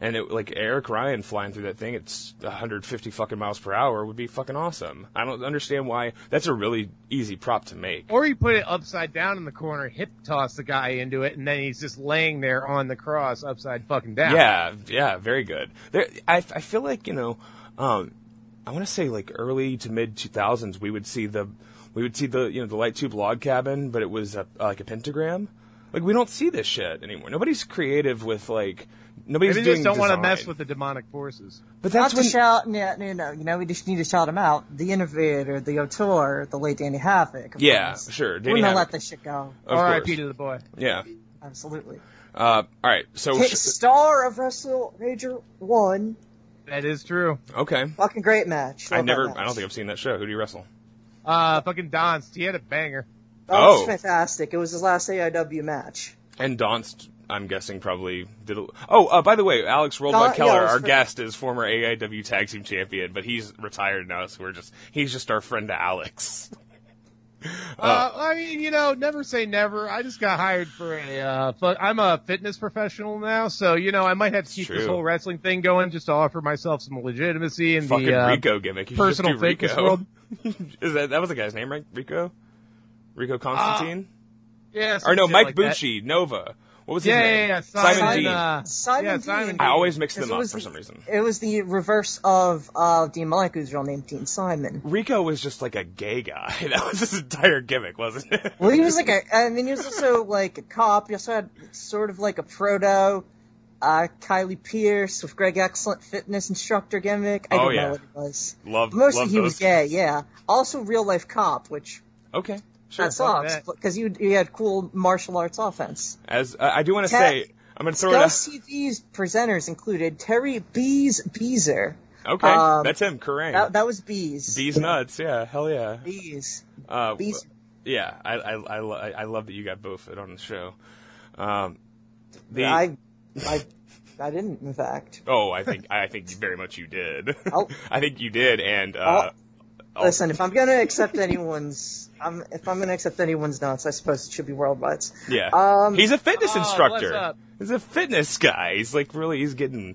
[SPEAKER 3] And it like Eric Ryan flying through that thing, it's 150 fucking miles per hour would be fucking awesome. I don't understand why that's a really easy prop to make.
[SPEAKER 4] Or he put it upside down in the corner, hip toss the guy into it, and then he's just laying there on the cross upside fucking down.
[SPEAKER 3] Yeah, yeah, very good. There, I, I feel like you know, um, I want to say like early to mid two thousands, we would see the we would see the you know the light tube log cabin, but it was a, like a pentagram. Like we don't see this shit anymore. Nobody's creative with like nobody's
[SPEAKER 4] Maybe they
[SPEAKER 3] doing.
[SPEAKER 4] just don't want to
[SPEAKER 3] design.
[SPEAKER 4] mess with the demonic forces.
[SPEAKER 3] But
[SPEAKER 5] Not
[SPEAKER 3] that's
[SPEAKER 5] to
[SPEAKER 3] when
[SPEAKER 5] shout, no, no, no, you know, we just need to shout him out. The innovator, the auteur, the late Danny Havoc. of
[SPEAKER 3] yeah,
[SPEAKER 5] course.
[SPEAKER 3] sure.
[SPEAKER 5] We're
[SPEAKER 3] Danny
[SPEAKER 5] gonna
[SPEAKER 3] Havoc,
[SPEAKER 5] let this shit go.
[SPEAKER 3] of
[SPEAKER 4] R.I.P.
[SPEAKER 3] course.
[SPEAKER 4] to the boy.
[SPEAKER 3] Yeah.
[SPEAKER 5] Absolutely.
[SPEAKER 3] Uh, all right. So
[SPEAKER 5] Hit star of Wrestle Rager 1.
[SPEAKER 4] That is true.
[SPEAKER 3] okay.
[SPEAKER 5] Fucking great match.
[SPEAKER 3] I
[SPEAKER 5] Love that
[SPEAKER 3] never.
[SPEAKER 5] match.
[SPEAKER 3] I don't think I've seen that show. Who do you wrestle?
[SPEAKER 4] Uh, fucking Donst. He had a banger.
[SPEAKER 5] Oh, it was
[SPEAKER 3] Oh.
[SPEAKER 5] fantastic. It was his last AIW match.
[SPEAKER 3] And Donst, I'm guessing, probably did. A, oh, uh, by the way, Alex
[SPEAKER 5] Don-
[SPEAKER 3] Rollback
[SPEAKER 5] yeah,
[SPEAKER 3] Keller,
[SPEAKER 5] I was
[SPEAKER 3] our
[SPEAKER 5] for-
[SPEAKER 3] guest, is former AIW Tag Team Champion, but he's retired now, so we're just he's just our friend to Alex. Oh.
[SPEAKER 4] Uh, I mean, you know, never say never. I just got hired for a, uh, fuck, I'm a fitness professional now, so, you know, I might have to keep this
[SPEAKER 3] true.
[SPEAKER 4] whole wrestling thing going just to offer myself some legitimacy in
[SPEAKER 3] Fucking
[SPEAKER 4] the, uh,
[SPEAKER 3] Rico gimmick. You should
[SPEAKER 4] personal
[SPEAKER 3] just do
[SPEAKER 4] fitness
[SPEAKER 3] Rico.
[SPEAKER 4] world.
[SPEAKER 3] (laughs) is that that was the guy's name, right? Rico, Rico Constantine,
[SPEAKER 4] yeah,
[SPEAKER 3] or no, Mike
[SPEAKER 4] something Ah, like that.
[SPEAKER 3] Bucci, Nova. What was his
[SPEAKER 4] Yeah, yeah,
[SPEAKER 3] name?
[SPEAKER 4] yeah, yeah,
[SPEAKER 3] Simon,
[SPEAKER 4] Simon,
[SPEAKER 3] Dean.
[SPEAKER 4] uh,
[SPEAKER 5] Simon
[SPEAKER 4] yeah,
[SPEAKER 5] Dean.
[SPEAKER 4] Simon
[SPEAKER 3] I always mix
[SPEAKER 5] Because
[SPEAKER 3] them
[SPEAKER 5] it
[SPEAKER 3] up
[SPEAKER 5] was
[SPEAKER 3] for
[SPEAKER 5] the-
[SPEAKER 3] some reason.
[SPEAKER 5] It was the reverse of uh, Dean Malik, whose real name Dean Simon.
[SPEAKER 3] Rico was just like a gay guy. (laughs) That was his entire gimmick, wasn't it? (laughs)
[SPEAKER 5] Well, he was like a. I mean, he was also like a cop. He also had sort of like a proto uh, Kylie Pierce with Greg Excellent fitness instructor gimmick. I
[SPEAKER 3] Oh,
[SPEAKER 5] don't
[SPEAKER 3] yeah.
[SPEAKER 5] know what it was.
[SPEAKER 3] Love,
[SPEAKER 5] Mostly
[SPEAKER 3] love
[SPEAKER 5] he
[SPEAKER 3] those.
[SPEAKER 5] was gay. Yeah. Also, real life cop, which
[SPEAKER 3] Okay, sure.
[SPEAKER 5] that sucks
[SPEAKER 4] that.
[SPEAKER 5] because he, he had cool martial arts offense.
[SPEAKER 3] As uh, I do want to
[SPEAKER 5] Cat-
[SPEAKER 3] say, I'm going to throw it. out-
[SPEAKER 5] Gus TV's presenters included Terry Bees Beezer.
[SPEAKER 3] Okay,
[SPEAKER 5] Um,
[SPEAKER 3] that's him, Kerrang.
[SPEAKER 5] That, that was Bees.
[SPEAKER 3] Bees nuts, yeah, hell yeah.
[SPEAKER 5] Bees.
[SPEAKER 3] Uh,
[SPEAKER 5] Bees.
[SPEAKER 3] yeah, I, I, I, lo- I love that you got Bofit on the show. Um, the
[SPEAKER 5] I, I, I didn't, in fact.
[SPEAKER 3] oh, I think I think very much you did. (laughs)
[SPEAKER 5] Oh.
[SPEAKER 3] I think you did, and uh, oh,
[SPEAKER 5] Listen, if I'm gonna accept anyone's, I'm, if I'm gonna accept anyone's notes, I suppose it should be worldwide.
[SPEAKER 3] yeah,
[SPEAKER 5] um,
[SPEAKER 3] he's a fitness
[SPEAKER 4] Oh,
[SPEAKER 3] instructor.
[SPEAKER 4] what's up?
[SPEAKER 3] He's a fitness guy. He's like really, he's getting.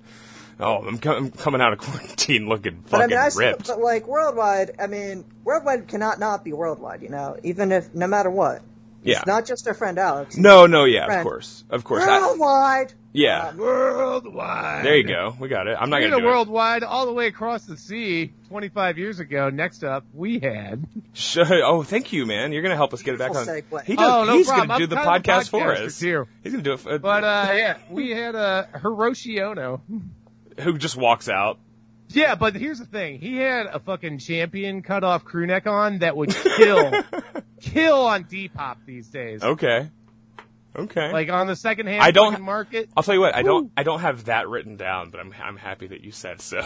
[SPEAKER 3] Oh, I'm, com- I'm coming out of (laughs) quarantine looking fucking
[SPEAKER 5] But I mean, I still,
[SPEAKER 3] ripped.
[SPEAKER 5] but like worldwide, I mean, worldwide cannot not be worldwide, you know, even if no matter what.
[SPEAKER 3] yeah.
[SPEAKER 5] It's not just our friend Alex.
[SPEAKER 3] no, no, yeah, of
[SPEAKER 5] Friend.
[SPEAKER 3] course, of course. I,
[SPEAKER 5] Worldwide.
[SPEAKER 3] yeah,
[SPEAKER 4] Worldwide.
[SPEAKER 3] there you go. We got it. I'm not
[SPEAKER 4] Speaking
[SPEAKER 3] gonna
[SPEAKER 4] of
[SPEAKER 3] do it.
[SPEAKER 4] worldwide, all the way across the sea, 25 years ago, next up, we had.
[SPEAKER 3] Sh- Oh, thank you, man. You're gonna help us get it back on.
[SPEAKER 5] Beautiful segue.
[SPEAKER 3] He does.
[SPEAKER 4] Oh, no
[SPEAKER 3] he's
[SPEAKER 4] problem.
[SPEAKER 3] gonna do
[SPEAKER 4] I'm
[SPEAKER 3] the
[SPEAKER 4] kind of a
[SPEAKER 3] podcast for
[SPEAKER 4] podcaster,
[SPEAKER 3] us.
[SPEAKER 4] too.
[SPEAKER 3] He's gonna do it. For,
[SPEAKER 4] But, uh,
[SPEAKER 3] (laughs)
[SPEAKER 4] yeah, we had, uh, Hiroshi Ono.
[SPEAKER 3] who just walks out?
[SPEAKER 4] Yeah, but here's the thing. He had a fucking champion cut off crew neck on that would
[SPEAKER 3] (laughs)
[SPEAKER 4] kill, kill on Depop these days.
[SPEAKER 3] Okay. Okay.
[SPEAKER 4] Like on the second hand
[SPEAKER 3] I don't-
[SPEAKER 4] market.
[SPEAKER 3] I'll tell you what. I don't. I don't have that written down, but I'm. I'm happy that you said so. (laughs)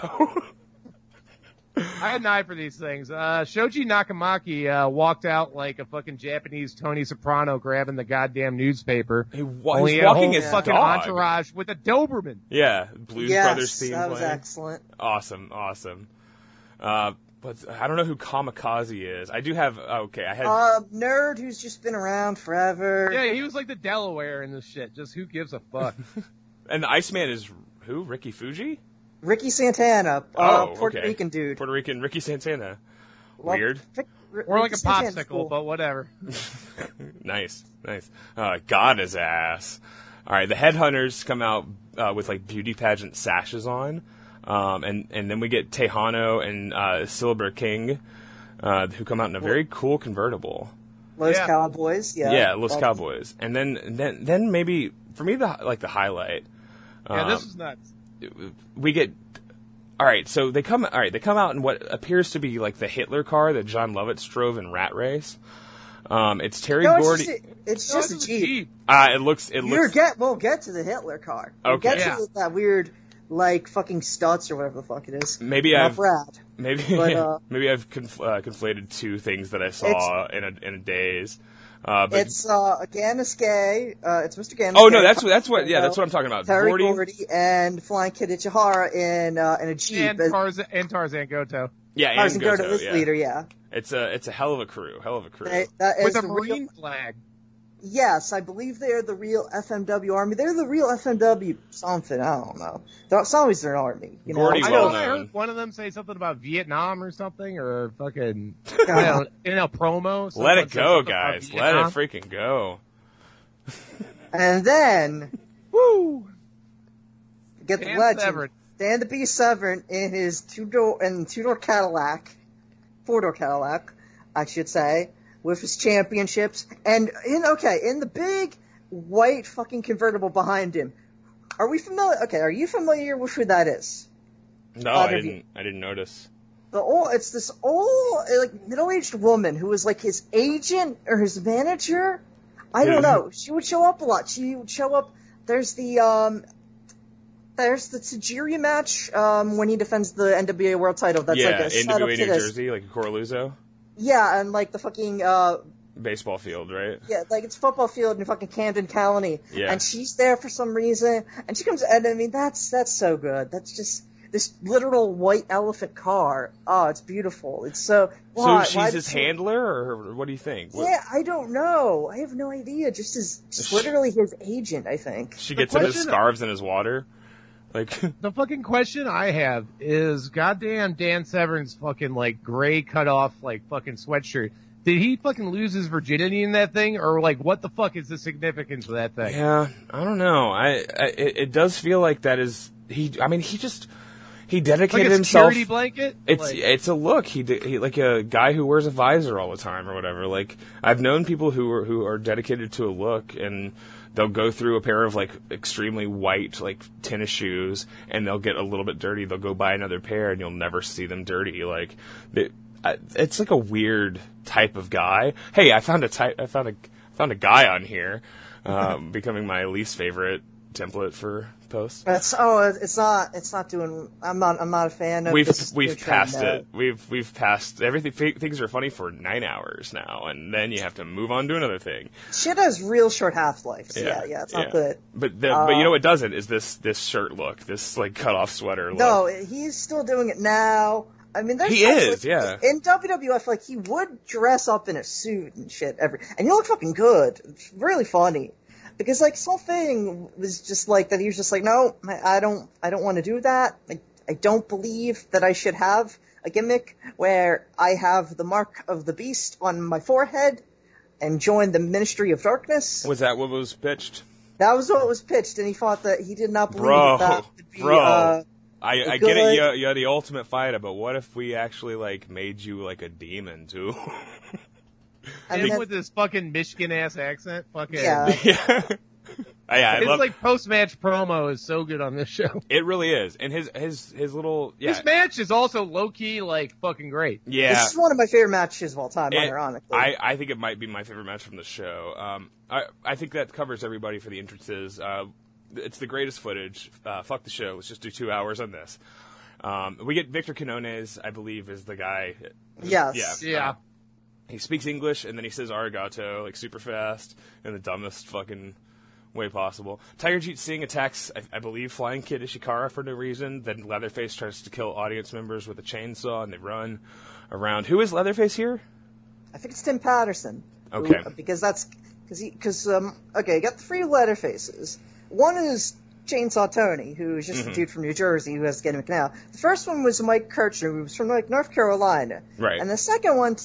[SPEAKER 4] I had an eye for these things. Uh, Shoji Nakamaki, uh, walked out like a fucking Japanese Tony Soprano grabbing the goddamn newspaper.
[SPEAKER 3] he wa-
[SPEAKER 4] Only
[SPEAKER 3] he's
[SPEAKER 4] had a
[SPEAKER 3] walking
[SPEAKER 4] Oh, whole
[SPEAKER 3] his
[SPEAKER 4] fucking
[SPEAKER 3] dog.
[SPEAKER 4] entourage with a Doberman.
[SPEAKER 3] Yeah. Blues
[SPEAKER 5] yes,
[SPEAKER 3] Brothers theme
[SPEAKER 5] that was
[SPEAKER 3] playing.
[SPEAKER 5] excellent.
[SPEAKER 3] Awesome. Awesome. Uh, but I don't know who Kamikaze is. I do have. oh, Okay. I had.
[SPEAKER 5] Uh, nerd who's just been around forever.
[SPEAKER 4] Yeah, he was like the Delaware in this shit. Just who gives a
[SPEAKER 5] (laughs)
[SPEAKER 4] fuck?
[SPEAKER 3] and the Iceman is who? Ricky Fuji.
[SPEAKER 5] Ricky Santana, uh,
[SPEAKER 3] Oh,
[SPEAKER 5] Puerto
[SPEAKER 3] okay.
[SPEAKER 5] Rican dude.
[SPEAKER 3] Puerto Rican Ricky Santana.
[SPEAKER 5] Love-
[SPEAKER 3] Weird.
[SPEAKER 5] Rick- Rick-
[SPEAKER 4] Or like a
[SPEAKER 5] Ricky Santana's
[SPEAKER 4] popsicle,
[SPEAKER 5] cool.
[SPEAKER 4] but whatever.
[SPEAKER 3] Nice, nice. Uh, God his ass. All right, the headhunters come out uh, with like beauty pageant sashes on, um, and and then we get Tejano and uh, Silver King, uh, who come out in a very cool convertible.
[SPEAKER 5] Los
[SPEAKER 4] Yeah.
[SPEAKER 5] Cowboys, yeah. Um,
[SPEAKER 3] Yeah, Los
[SPEAKER 5] Love-
[SPEAKER 3] Cowboys, and then then then maybe for me the like the highlight
[SPEAKER 4] Yeah,
[SPEAKER 3] Um,
[SPEAKER 4] this was nuts.
[SPEAKER 3] we get. All right, so they come. All right, they come out in what appears to be like the Hitler car that John Lovitz drove in Rat Race. Um, it's Terry
[SPEAKER 5] No, it's
[SPEAKER 3] Gordy.
[SPEAKER 5] just, it's
[SPEAKER 4] No,
[SPEAKER 5] just
[SPEAKER 4] this
[SPEAKER 5] a
[SPEAKER 4] was
[SPEAKER 5] Jeep.
[SPEAKER 3] uh, it looks. It
[SPEAKER 5] You're
[SPEAKER 3] looks.
[SPEAKER 5] get, we'll get to the Hitler car. We'll
[SPEAKER 3] Okay.
[SPEAKER 5] get
[SPEAKER 4] Yeah.
[SPEAKER 5] to that weird, like, fucking Stutz or whatever the fuck it is.
[SPEAKER 3] Maybe
[SPEAKER 5] Not
[SPEAKER 3] I've
[SPEAKER 5] Brad.
[SPEAKER 3] (laughs) Maybe
[SPEAKER 5] (laughs) But, uh,
[SPEAKER 3] maybe I've conf- uh, conflated two things that I saw in a in a daze. Uh, but
[SPEAKER 5] it's uh, Gan is gay. Uh, it's Mr. Gan. is
[SPEAKER 3] oh no,
[SPEAKER 5] gay.
[SPEAKER 3] that's that's what yeah, that's what I'm talking about.
[SPEAKER 5] Terry
[SPEAKER 3] Gordy,
[SPEAKER 5] Gordy, and Flying Kid Ichihara in uh, in a jeep.
[SPEAKER 4] and,
[SPEAKER 5] as
[SPEAKER 4] Tarzan, and Tarzan Goto.
[SPEAKER 3] yeah, and
[SPEAKER 5] Tarzan
[SPEAKER 3] Goto,
[SPEAKER 5] Goto is
[SPEAKER 3] yeah.
[SPEAKER 5] leader. Yeah,
[SPEAKER 3] It's a it's a hell of a crew, hell of a crew.
[SPEAKER 5] They- that is
[SPEAKER 4] With a
[SPEAKER 5] the real-
[SPEAKER 4] marine flag.
[SPEAKER 5] Yes, I believe they are the real FMW army. They're the real FMW something. I don't know. They're, it's always their army. You know?
[SPEAKER 3] Gordy
[SPEAKER 4] I
[SPEAKER 5] I
[SPEAKER 3] well
[SPEAKER 4] know
[SPEAKER 5] don't-
[SPEAKER 4] I
[SPEAKER 3] known.
[SPEAKER 4] heard one of them say something about Vietnam or something, or
[SPEAKER 5] (laughs)
[SPEAKER 4] fucking I don't, in a promo. someone
[SPEAKER 3] Let it
[SPEAKER 4] said
[SPEAKER 3] go,
[SPEAKER 4] something about
[SPEAKER 3] guys. Let it
[SPEAKER 4] Vietnam.
[SPEAKER 3] freaking go.
[SPEAKER 5] And then
[SPEAKER 4] Woo!
[SPEAKER 5] get the
[SPEAKER 4] Dan
[SPEAKER 5] legend.
[SPEAKER 4] Severn.
[SPEAKER 5] Dan the B Severn in his two door in two door Cadillac, four door Cadillac, I should say, with his championships and in okay in the big white fucking convertible behind him. Are we familiar? Okay, are you familiar with who that is?
[SPEAKER 3] No,
[SPEAKER 5] Out
[SPEAKER 3] I
[SPEAKER 5] of you.
[SPEAKER 3] didn't. I didn't notice.
[SPEAKER 5] the old it's this old like middle aged woman who was like his agent or his manager. I don't
[SPEAKER 3] Yeah.
[SPEAKER 5] know. She would show up a lot. She would show up. There's the um, there's the Tajiri match um when he defends the NWA World Title. That's
[SPEAKER 3] yeah,
[SPEAKER 5] like a
[SPEAKER 3] NWA
[SPEAKER 5] setup
[SPEAKER 3] New
[SPEAKER 5] to this.
[SPEAKER 3] Jersey, like Coraluzzo
[SPEAKER 5] Yeah, and like the fucking uh,
[SPEAKER 3] baseball field, right?
[SPEAKER 5] yeah, like it's football field in fucking Camden County.
[SPEAKER 3] Yeah.
[SPEAKER 5] And she's there for some reason, and she comes. And I mean, that's that's so good. That's just. This literal white elephant car. Oh, it's beautiful. It's so. why-
[SPEAKER 3] so
[SPEAKER 5] why
[SPEAKER 3] she's
[SPEAKER 5] did
[SPEAKER 3] his
[SPEAKER 5] she-
[SPEAKER 3] handler, or what do you think? What-
[SPEAKER 5] Yeah, I don't know. I have no idea. Just his, just literally his agent, I think.
[SPEAKER 3] She gets in his
[SPEAKER 4] question-
[SPEAKER 3] scarves and his water. Like, (laughs)
[SPEAKER 4] The fucking question I have is, goddamn Dan Severn's fucking like gray cut off like fucking sweatshirt. Did he fucking lose his virginity in that thing, or like what the fuck is the significance of that thing?
[SPEAKER 3] yeah, I don't know. I, I it, it does feel like that is he. I mean, he just he
[SPEAKER 4] like
[SPEAKER 3] dedicated
[SPEAKER 4] a
[SPEAKER 3] himself.
[SPEAKER 4] security blanket.
[SPEAKER 3] It's
[SPEAKER 4] Like,
[SPEAKER 3] it's a look. He, d- he like a guy who wears a visor all the time or whatever. Like I've known people who are who are dedicated to a look and they'll go through a pair of like extremely white like tennis shoes and they'll get a little bit dirty. They'll go buy another pair and you'll never see them dirty. Like they, I, it's like a weird type of guy. Hey, I found a type. I found a found a guy on here, um, becoming my least favorite template for posts.
[SPEAKER 5] That's oh, it's not, it's not doing. I'm not, I'm not a fan of.
[SPEAKER 3] we've
[SPEAKER 5] this new
[SPEAKER 3] we've
[SPEAKER 5] trend,
[SPEAKER 3] passed
[SPEAKER 5] though.
[SPEAKER 3] it. We've we've passed everything. F- things are funny for nine hours now, and then you have to move on to another thing.
[SPEAKER 5] Shit has real short half lives. Yeah, yeah, it's not
[SPEAKER 3] yeah.
[SPEAKER 5] good. Um,
[SPEAKER 3] But the, but you know what doesn't is this this shirt look, this like cut off sweater look.
[SPEAKER 5] No, he's still doing it now. I mean, there's
[SPEAKER 3] He
[SPEAKER 5] times,
[SPEAKER 3] is,
[SPEAKER 5] like,
[SPEAKER 3] yeah.
[SPEAKER 5] In WWF, like he would dress up in a suit and shit every, and you look fucking good. It's really funny because like this whole thing was just like that. He was just like, no, I, I don't, I don't want to do that. Like, I don't believe that I should have a gimmick where I have the mark of the beast on my forehead and join the Ministry of Darkness.
[SPEAKER 3] Was that what was pitched,
[SPEAKER 5] That was what was pitched, and he thought that he did not believe
[SPEAKER 3] bro?
[SPEAKER 5] that that would be.
[SPEAKER 3] bro,
[SPEAKER 5] Uh,
[SPEAKER 3] I, I
[SPEAKER 5] a
[SPEAKER 3] get it.
[SPEAKER 5] good-
[SPEAKER 3] You're, you're the ultimate fighter, but what if we actually like made you like a demon
[SPEAKER 5] (laughs)
[SPEAKER 3] too?
[SPEAKER 5] I mean,
[SPEAKER 4] him
[SPEAKER 5] that-
[SPEAKER 4] with his fucking Michigan ass accent. Fucking.
[SPEAKER 5] yeah.
[SPEAKER 3] yeah, (laughs) I
[SPEAKER 4] It's
[SPEAKER 3] love
[SPEAKER 4] like post match promo is so good on this show.
[SPEAKER 3] it. Really is, and his his his little yeah
[SPEAKER 4] This match is also low key like fucking great.
[SPEAKER 3] yeah.
[SPEAKER 5] This is one of my favorite matches of all time,
[SPEAKER 3] And
[SPEAKER 5] ironically.
[SPEAKER 3] I, I think it might be my favorite match from the show. Um, I, I think that covers everybody for the entrances. Uh, it's the greatest footage. Uh, fuck the show. Let's just do two hours on this. Um, we get Victor Canones, I believe, is the guy.
[SPEAKER 5] yes.
[SPEAKER 3] Yeah.
[SPEAKER 4] Yeah.
[SPEAKER 3] He speaks English and then he says arigato, like super fast in the dumbest fucking way possible. Tiger Jeet Singh attacks, I, I believe, Flying Kid Ishikara for no reason. Then Leatherface tries to kill audience members with a chainsaw and they run around. Who is Leatherface here?
[SPEAKER 5] I think it's Tim Patterson. who-
[SPEAKER 3] Okay.
[SPEAKER 5] because that's because he because um okay, you got the three letter faces. One is Chainsaw Tony, who is just
[SPEAKER 3] Mm-hmm.
[SPEAKER 5] a dude from New Jersey who has to get him now. The first one was Mike Kirchner, who was from like North Carolina.
[SPEAKER 3] Right.
[SPEAKER 5] And the second one,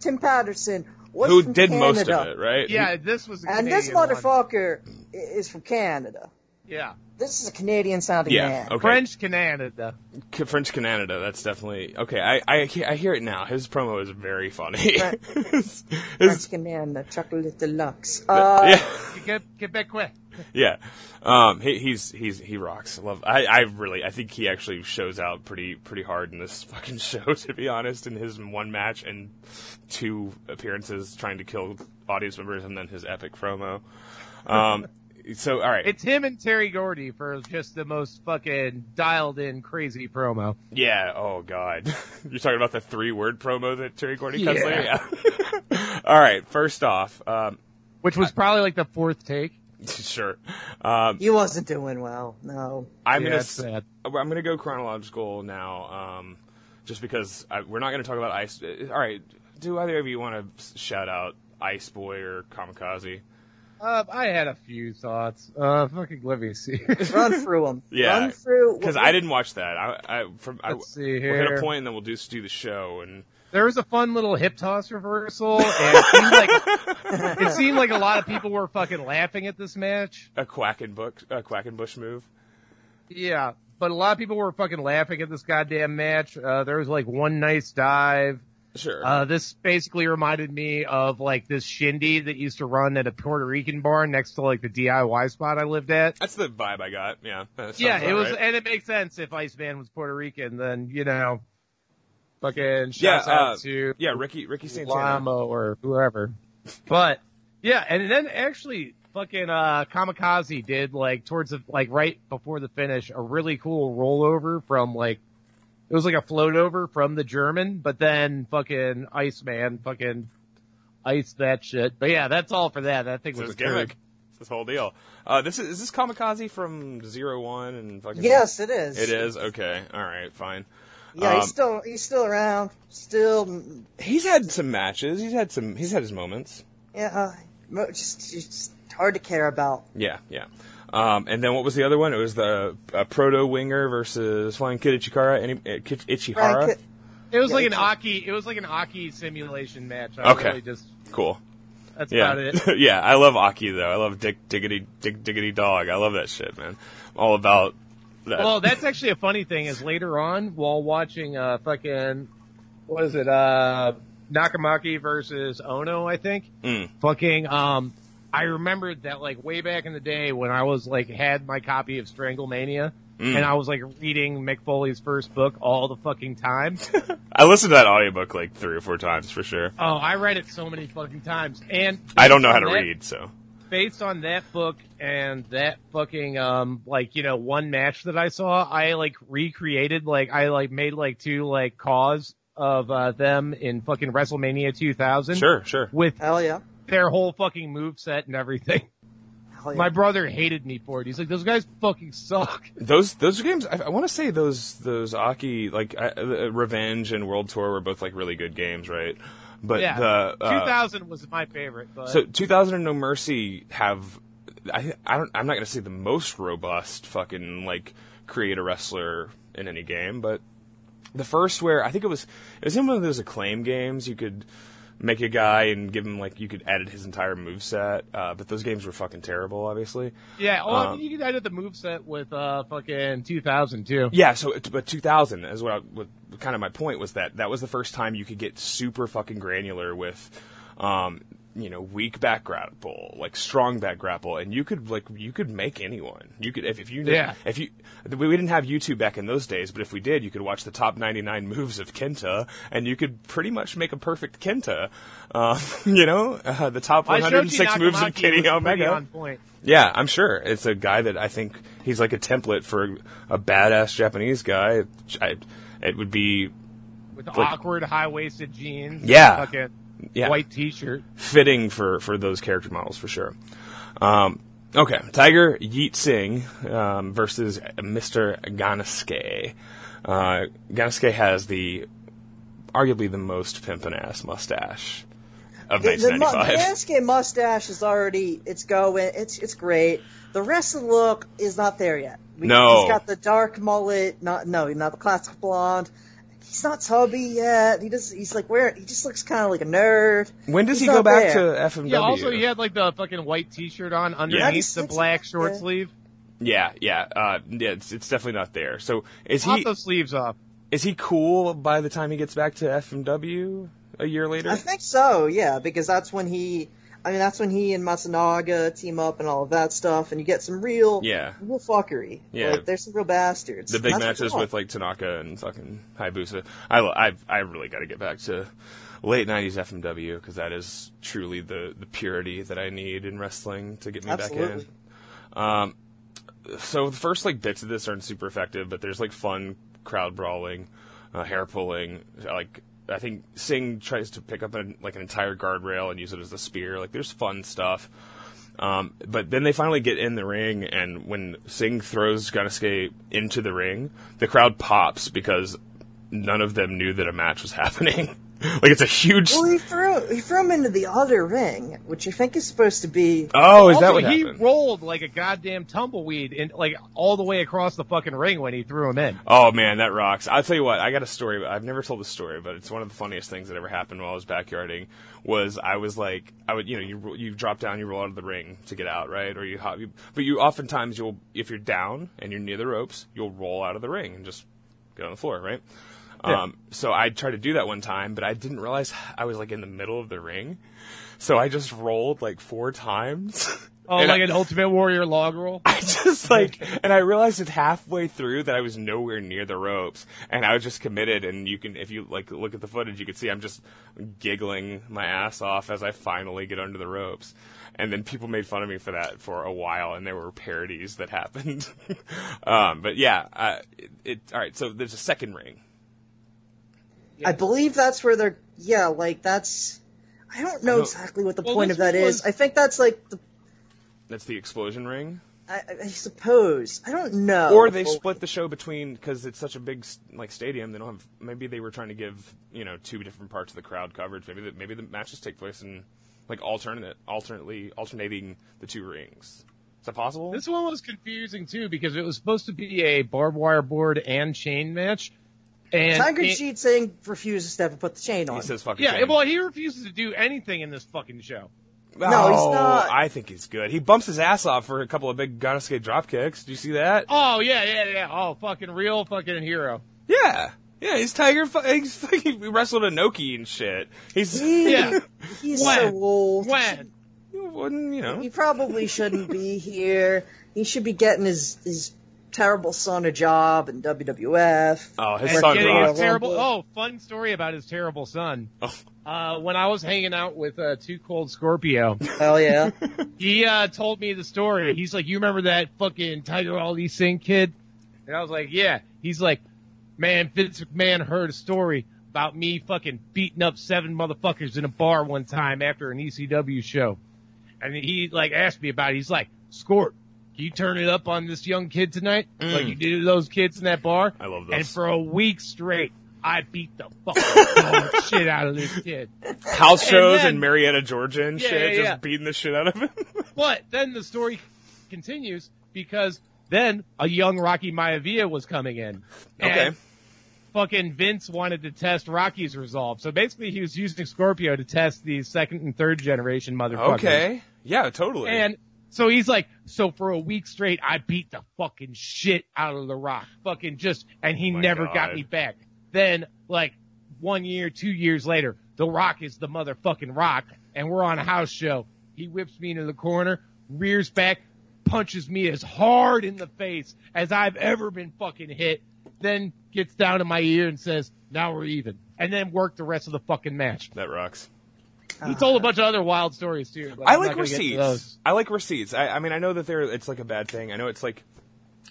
[SPEAKER 5] Tim Patterson, was
[SPEAKER 3] Who
[SPEAKER 5] from
[SPEAKER 3] did
[SPEAKER 5] Canada.
[SPEAKER 3] most of it, right?
[SPEAKER 4] Yeah, this was. A
[SPEAKER 5] And
[SPEAKER 4] Canadian
[SPEAKER 5] this motherfucker i is from Canada.
[SPEAKER 4] One. Yeah.
[SPEAKER 5] This is a Canadian sounding
[SPEAKER 3] Yeah,
[SPEAKER 5] man.
[SPEAKER 3] okay.
[SPEAKER 4] French Canada.
[SPEAKER 3] Ca- French Canada. That's definitely okay. I, I he- I hear it now. His promo is very funny.
[SPEAKER 5] Right.
[SPEAKER 3] (laughs) His- his-
[SPEAKER 5] Mexican man, the chocolate deluxe. Uh,
[SPEAKER 3] yeah,
[SPEAKER 4] Get, get back quick.
[SPEAKER 3] yeah. Um, he, he's he's he rocks. I Love. I, I really I think he actually shows out pretty pretty hard in this (laughs) fucking show. To be honest, in his one match and two appearances trying to kill audience members, and then his epic promo. Um, so all right.
[SPEAKER 4] It's him and Terry Gordy for just the most fucking dialed in crazy promo.
[SPEAKER 3] (laughs) Yeah. Oh God. You're talking about the three word promo that Terry Gordy cuts
[SPEAKER 4] Yeah.
[SPEAKER 3] later. Yeah. (laughs) All right. First off, um,
[SPEAKER 4] which was probably like the fourth take.
[SPEAKER 3] (laughs) sure. Um,
[SPEAKER 5] You wasn't doing well. No.
[SPEAKER 3] I'm
[SPEAKER 4] Yeah,
[SPEAKER 3] gonna
[SPEAKER 4] it's
[SPEAKER 3] s-
[SPEAKER 4] sad.
[SPEAKER 3] I'm gonna go chronological now, um, just because I, we're not gonna talk about Ice. uh, All right, do either of you want to shout out Ice Boy or Kamikaze?
[SPEAKER 4] Uh, I had a few thoughts. Uh, fucking let me see.
[SPEAKER 3] (laughs)
[SPEAKER 5] Run through them.
[SPEAKER 3] Yeah,
[SPEAKER 5] Run through.
[SPEAKER 3] Because I didn't watch that. I, I from I,
[SPEAKER 4] Let's see
[SPEAKER 3] we'll hit a
[SPEAKER 4] here.
[SPEAKER 3] point and then we'll do do the show and
[SPEAKER 4] (laughs) there was a fun little hip toss reversal, and it seemed like it seemed like a lot of people were fucking laughing at this match.
[SPEAKER 3] a Quackenbush a Quackenbush move.
[SPEAKER 4] Yeah, but a lot of people were fucking laughing at this goddamn match. Uh, there was like one nice dive.
[SPEAKER 3] Sure.
[SPEAKER 4] Uh, this basically reminded me of like this shindy that used to run at a Puerto Rican barn next to like the DIY spot I lived at.
[SPEAKER 3] That's the vibe I got. Yeah. that sounds
[SPEAKER 4] Yeah, it
[SPEAKER 3] about
[SPEAKER 4] was,
[SPEAKER 3] right.
[SPEAKER 4] and it makes sense if Iceman was Puerto Rican, then you know, fucking
[SPEAKER 3] Yeah.
[SPEAKER 4] shouts
[SPEAKER 3] Uh,
[SPEAKER 4] out to
[SPEAKER 3] yeah. Ricky Ricky Santana.
[SPEAKER 4] Lamo or whoever. But yeah, and then actually, fucking uh, Kamikaze did like towards the like right before the finish a really cool rollover from like it was like a float over from the German, but then fucking Iceman fucking iced that shit. But yeah, that's all for that. That thing
[SPEAKER 3] It's
[SPEAKER 4] was
[SPEAKER 3] his
[SPEAKER 4] a turd.
[SPEAKER 3] gimmick. It's This whole deal. Uh, this is, is this Kamikaze from Zero One and fucking
[SPEAKER 5] Yes, it is.
[SPEAKER 3] It is okay. All right, fine.
[SPEAKER 5] Yeah,
[SPEAKER 3] Um,
[SPEAKER 5] he's still he's still around. Still,
[SPEAKER 3] He's had some matches. He's had some. He's had his moments.
[SPEAKER 5] yeah. uh, mo- Just, just hard to care about.
[SPEAKER 3] Yeah, yeah. Um, and then what was the other one? It was the uh, Proto Winger versus Flying Kid Ichikara. Any, uh, Kid Ichihara.
[SPEAKER 5] Frank-
[SPEAKER 4] It was
[SPEAKER 5] Yeah,
[SPEAKER 4] like an
[SPEAKER 5] it's-
[SPEAKER 4] Aki. It was like an Aki simulation match. I
[SPEAKER 3] Okay.
[SPEAKER 4] really just
[SPEAKER 3] Cool.
[SPEAKER 4] that's
[SPEAKER 3] Yeah, (laughs)
[SPEAKER 4] about it.
[SPEAKER 3] yeah. I love Aki though. I love Dick Diggity Dick Diggity Dog. I love that shit, man. I'm all about that.
[SPEAKER 4] Well, that's actually a funny thing is later on while watching uh fucking what is it uh Nakamaki versus Ono, I think.
[SPEAKER 3] Mm.
[SPEAKER 4] Fucking um I remembered that like way back in the day when I was like had my copy of Stranglemania
[SPEAKER 3] Mm.
[SPEAKER 4] and I was like reading Mick Foley's first book all the fucking time.
[SPEAKER 3] (laughs) I listened to that audiobook like three or four times for sure.
[SPEAKER 4] oh, I read it so many fucking times. And
[SPEAKER 3] I don't know how to
[SPEAKER 4] that-
[SPEAKER 3] read, so
[SPEAKER 4] based on that book and that fucking um like you know one match that I saw, I like recreated like I like made like two like cause of uh, them in fucking WrestleMania 2000
[SPEAKER 3] sure, sure.
[SPEAKER 4] with
[SPEAKER 5] Hell yeah.
[SPEAKER 4] their whole fucking move set and everything.
[SPEAKER 5] Hell yeah.
[SPEAKER 4] My brother hated me for it. He's like, those guys fucking suck.
[SPEAKER 3] Those those games, I, I want to say those those Aki like I, uh, Revenge and World Tour were both like really good games, right? But
[SPEAKER 4] Yeah,
[SPEAKER 3] the uh,
[SPEAKER 4] 2000 was my favorite, but
[SPEAKER 3] So 2000 and No Mercy have I I don't I'm not going to say the most robust fucking like create a wrestler in any game, but the first where I think it was it was in one of those acclaim games you could make a guy and give him like you could edit his entire moveset, uh, but those games were fucking terrible, obviously.
[SPEAKER 4] yeah, oh, I
[SPEAKER 3] um,
[SPEAKER 4] mean, you could edit the move set with uh fucking 2000 too.
[SPEAKER 3] Yeah, so it- but 2000 is what, I, what kind of my point was that that was the first time you could get super fucking granular with, um, you know, weak back grapple, like strong back grapple, and you could like you could make anyone. You could if, if you did,
[SPEAKER 4] Yeah.
[SPEAKER 3] if you we we didn't have YouTube back in those days, but if we did, you could watch the top 99 moves of Kenta, and you could pretty much make a perfect Kenta. Uh, (laughs) you know, uh, the top
[SPEAKER 4] My
[SPEAKER 3] 106
[SPEAKER 4] Shoji
[SPEAKER 3] moves
[SPEAKER 4] Nakamaki
[SPEAKER 3] of Kenny
[SPEAKER 4] was pretty
[SPEAKER 3] Omega.
[SPEAKER 4] on point.
[SPEAKER 3] Yeah, I'm sure. It's a guy that I think he's like a template for a badass Japanese guy. I, it would be
[SPEAKER 4] with
[SPEAKER 3] like-
[SPEAKER 4] awkward high waisted jeans.
[SPEAKER 3] Yeah.
[SPEAKER 4] and fucking
[SPEAKER 3] Yeah.
[SPEAKER 4] white t shirt.
[SPEAKER 3] fitting for, for those character models for sure. Um, okay, Tiger Yeet Singh um, versus Mr. Ganesuke. Uh, Ganesuke has the arguably the most pimpin' ass mustache of
[SPEAKER 5] The, the, mu- the
[SPEAKER 3] 1995.
[SPEAKER 5] Manscaped mustache is already it's going. It's it's great. The rest of the look is not there yet. We,
[SPEAKER 3] No.
[SPEAKER 5] he's got the dark mullet. Not no, not the classic blonde. He's not tubby yet. He does. He's like wearing. He just looks kind of like a nerd.
[SPEAKER 3] when does
[SPEAKER 5] He's
[SPEAKER 3] he go
[SPEAKER 5] not
[SPEAKER 3] back
[SPEAKER 5] there.
[SPEAKER 3] to FMW?
[SPEAKER 4] Yeah, also he had like the fucking white t shirt on underneath
[SPEAKER 5] Yeah.
[SPEAKER 4] the black short
[SPEAKER 5] Yeah.
[SPEAKER 4] sleeve.
[SPEAKER 3] yeah, yeah, uh, yeah. It's, it's definitely not there. So is
[SPEAKER 4] Pop
[SPEAKER 3] he?
[SPEAKER 4] those sleeves off.
[SPEAKER 3] Is he cool by the time he gets back to FMW a year
[SPEAKER 5] I
[SPEAKER 3] later?
[SPEAKER 5] think so. Yeah, because that's when he. I mean, that's when he and Matsunaga team up and all of that stuff, and you get some real
[SPEAKER 3] Yeah.
[SPEAKER 5] real fuckery.
[SPEAKER 3] Yeah.
[SPEAKER 5] like, there's some real bastards.
[SPEAKER 3] The big
[SPEAKER 5] That's
[SPEAKER 3] matches
[SPEAKER 5] cool.
[SPEAKER 3] with like Tanaka and fucking Hayabusa. I I I really got to get back to late '90s FMW because that is truly the the purity that I need in wrestling to get me back
[SPEAKER 5] Absolutely.
[SPEAKER 3] in. Um, so the first like bits of this aren't super effective, but there's like fun crowd brawling, uh, hair pulling, like I think Singh tries to pick up an, like an entire guardrail and use it as a spear. Like there's fun stuff. Um, but then they finally get in the ring, and when Singh throws Ganesuke into the ring, the crowd pops because none of them knew that a match was (laughs) happening. like it's a huge.
[SPEAKER 5] Well, he threw he threw him into the other ring, which I think is supposed to be.
[SPEAKER 3] Oh, is that
[SPEAKER 4] Also,
[SPEAKER 3] what
[SPEAKER 4] he
[SPEAKER 3] happened?
[SPEAKER 4] rolled like a goddamn tumbleweed and like all the way across the fucking ring when he threw him in.
[SPEAKER 3] Oh man, that rocks. I'll tell you what, I got a story, but I've never told the story, but it's one of the funniest things that ever happened while I was backyarding was I was like, I would, you know, you, ro- you drop down, you roll out of the ring to get out, right? Or you hop, you, but you oftentimes you'll, if you're down and you're near the ropes, you'll roll out of the ring and just get on the floor, right? Um, so I tried to do that one time, but I didn't realize I was like in the middle of the ring. So I just rolled like four times. (laughs)
[SPEAKER 4] Oh,
[SPEAKER 3] And I-
[SPEAKER 4] like an Ultimate Warrior log roll.
[SPEAKER 3] (laughs) I just like, and I realized it halfway through that I was nowhere near the ropes, and I was just committed. And you can, if you like, look at the footage, you can see I'm just giggling my ass off as I finally get under the ropes. And then people made fun of me for that for a while, and there were parodies that happened. (laughs) um, but yeah, uh, it, it. All right, so there's a second ring.
[SPEAKER 5] I believe that's where they're. Yeah, like that's. I don't know
[SPEAKER 3] No.
[SPEAKER 5] exactly what the
[SPEAKER 4] Well,
[SPEAKER 5] point
[SPEAKER 4] this
[SPEAKER 5] of that
[SPEAKER 4] one
[SPEAKER 5] is.
[SPEAKER 4] was-
[SPEAKER 5] I think that's like the.
[SPEAKER 3] That's the explosion ring.
[SPEAKER 5] I, I suppose I don't know.
[SPEAKER 4] Oh,
[SPEAKER 3] or they
[SPEAKER 5] Well,
[SPEAKER 3] split the show between because it's such a big s- like stadium. They don't have maybe they were trying to give you know two different parts of the crowd coverage. Maybe the, maybe the matches take place in like alternate alternately alternating the two rings. Is that possible?
[SPEAKER 4] (laughs) This one was confusing too because it was supposed to be a barbed wire board and chain match. And
[SPEAKER 5] Tiger
[SPEAKER 4] it-
[SPEAKER 5] Jeet Singh refuses to ever put the chain on.
[SPEAKER 3] he says fucking
[SPEAKER 4] yeah,
[SPEAKER 3] shame.
[SPEAKER 4] well, he refuses to do anything in this fucking show.
[SPEAKER 5] No, he's
[SPEAKER 3] Oh,
[SPEAKER 5] not.
[SPEAKER 3] I think he's good. He bumps his ass off for a couple of big Ganesuke drop kicks. Do you see that?
[SPEAKER 4] Oh yeah, yeah, yeah. Oh, fucking real fucking hero.
[SPEAKER 3] Yeah, yeah. He's Tiger. fu- He's fucking he wrestled Inoki and shit.
[SPEAKER 4] (laughs)
[SPEAKER 3] He's
[SPEAKER 5] He-
[SPEAKER 4] Yeah.
[SPEAKER 5] He's
[SPEAKER 4] When?
[SPEAKER 5] so old.
[SPEAKER 4] When?
[SPEAKER 3] wouldn't you know?
[SPEAKER 5] He probably shouldn't be here. He should be getting his his terrible son a job in WWF.
[SPEAKER 3] Oh, his
[SPEAKER 4] And
[SPEAKER 3] son
[SPEAKER 4] getting
[SPEAKER 3] rocks.
[SPEAKER 4] his terrible. Oh, fun story about his terrible son.
[SPEAKER 3] Oh.
[SPEAKER 4] Uh, when I was hanging out with uh, Too Cold Scorpio,
[SPEAKER 5] Hell
[SPEAKER 4] (laughs)
[SPEAKER 5] yeah.
[SPEAKER 4] he uh, told me the story. He's like, "You remember that fucking Tiger Ali Singh kid?" And I was like, "Yeah." He's like, "Man, Vince McMahon heard a story about me fucking beating up seven motherfuckers in a bar one time after an ECW show." And he like asked me about it. He's like, "Squirt, can you turn it up on this young kid tonight? Like you did to those kids in that bar?"
[SPEAKER 3] Mm. I love
[SPEAKER 4] And
[SPEAKER 3] those.
[SPEAKER 4] for a week straight, I beat the
[SPEAKER 3] (laughs)
[SPEAKER 4] fucking dog shit out of this kid.
[SPEAKER 3] house shows
[SPEAKER 4] then-
[SPEAKER 3] in Marietta, Georgia, and
[SPEAKER 4] Yeah,
[SPEAKER 3] shit,
[SPEAKER 4] yeah, yeah.
[SPEAKER 3] just beating the shit out of him. (laughs)
[SPEAKER 4] But then the story continues because then a young Rocky Maivia was coming in.
[SPEAKER 3] Okay.
[SPEAKER 4] And fucking Vince wanted to test Rocky's resolve. So basically he was using Scorpio to test these second and third generation motherfuckers.
[SPEAKER 3] okay. Yeah, totally.
[SPEAKER 4] And so he's like, so for a week straight, I beat the fucking shit out of The Rock. Fucking just, and he
[SPEAKER 3] Oh my
[SPEAKER 4] never
[SPEAKER 3] God.
[SPEAKER 4] got me back. Then, like, one year, two years later, The Rock is the motherfucking Rock, and we're on a house show. He whips me into the corner, rears back, punches me as hard in the face as I've ever been fucking hit, then gets down to my ear and says, now we're even. And then worked the rest of the fucking match.
[SPEAKER 3] that rocks.
[SPEAKER 4] He told a bunch of other wild stories too. but
[SPEAKER 3] I
[SPEAKER 4] I'm not
[SPEAKER 3] like
[SPEAKER 4] gonna get to
[SPEAKER 3] receipts.
[SPEAKER 4] those.
[SPEAKER 3] I like receipts. I, I mean, I know that they're, it's like a bad thing. I know it's like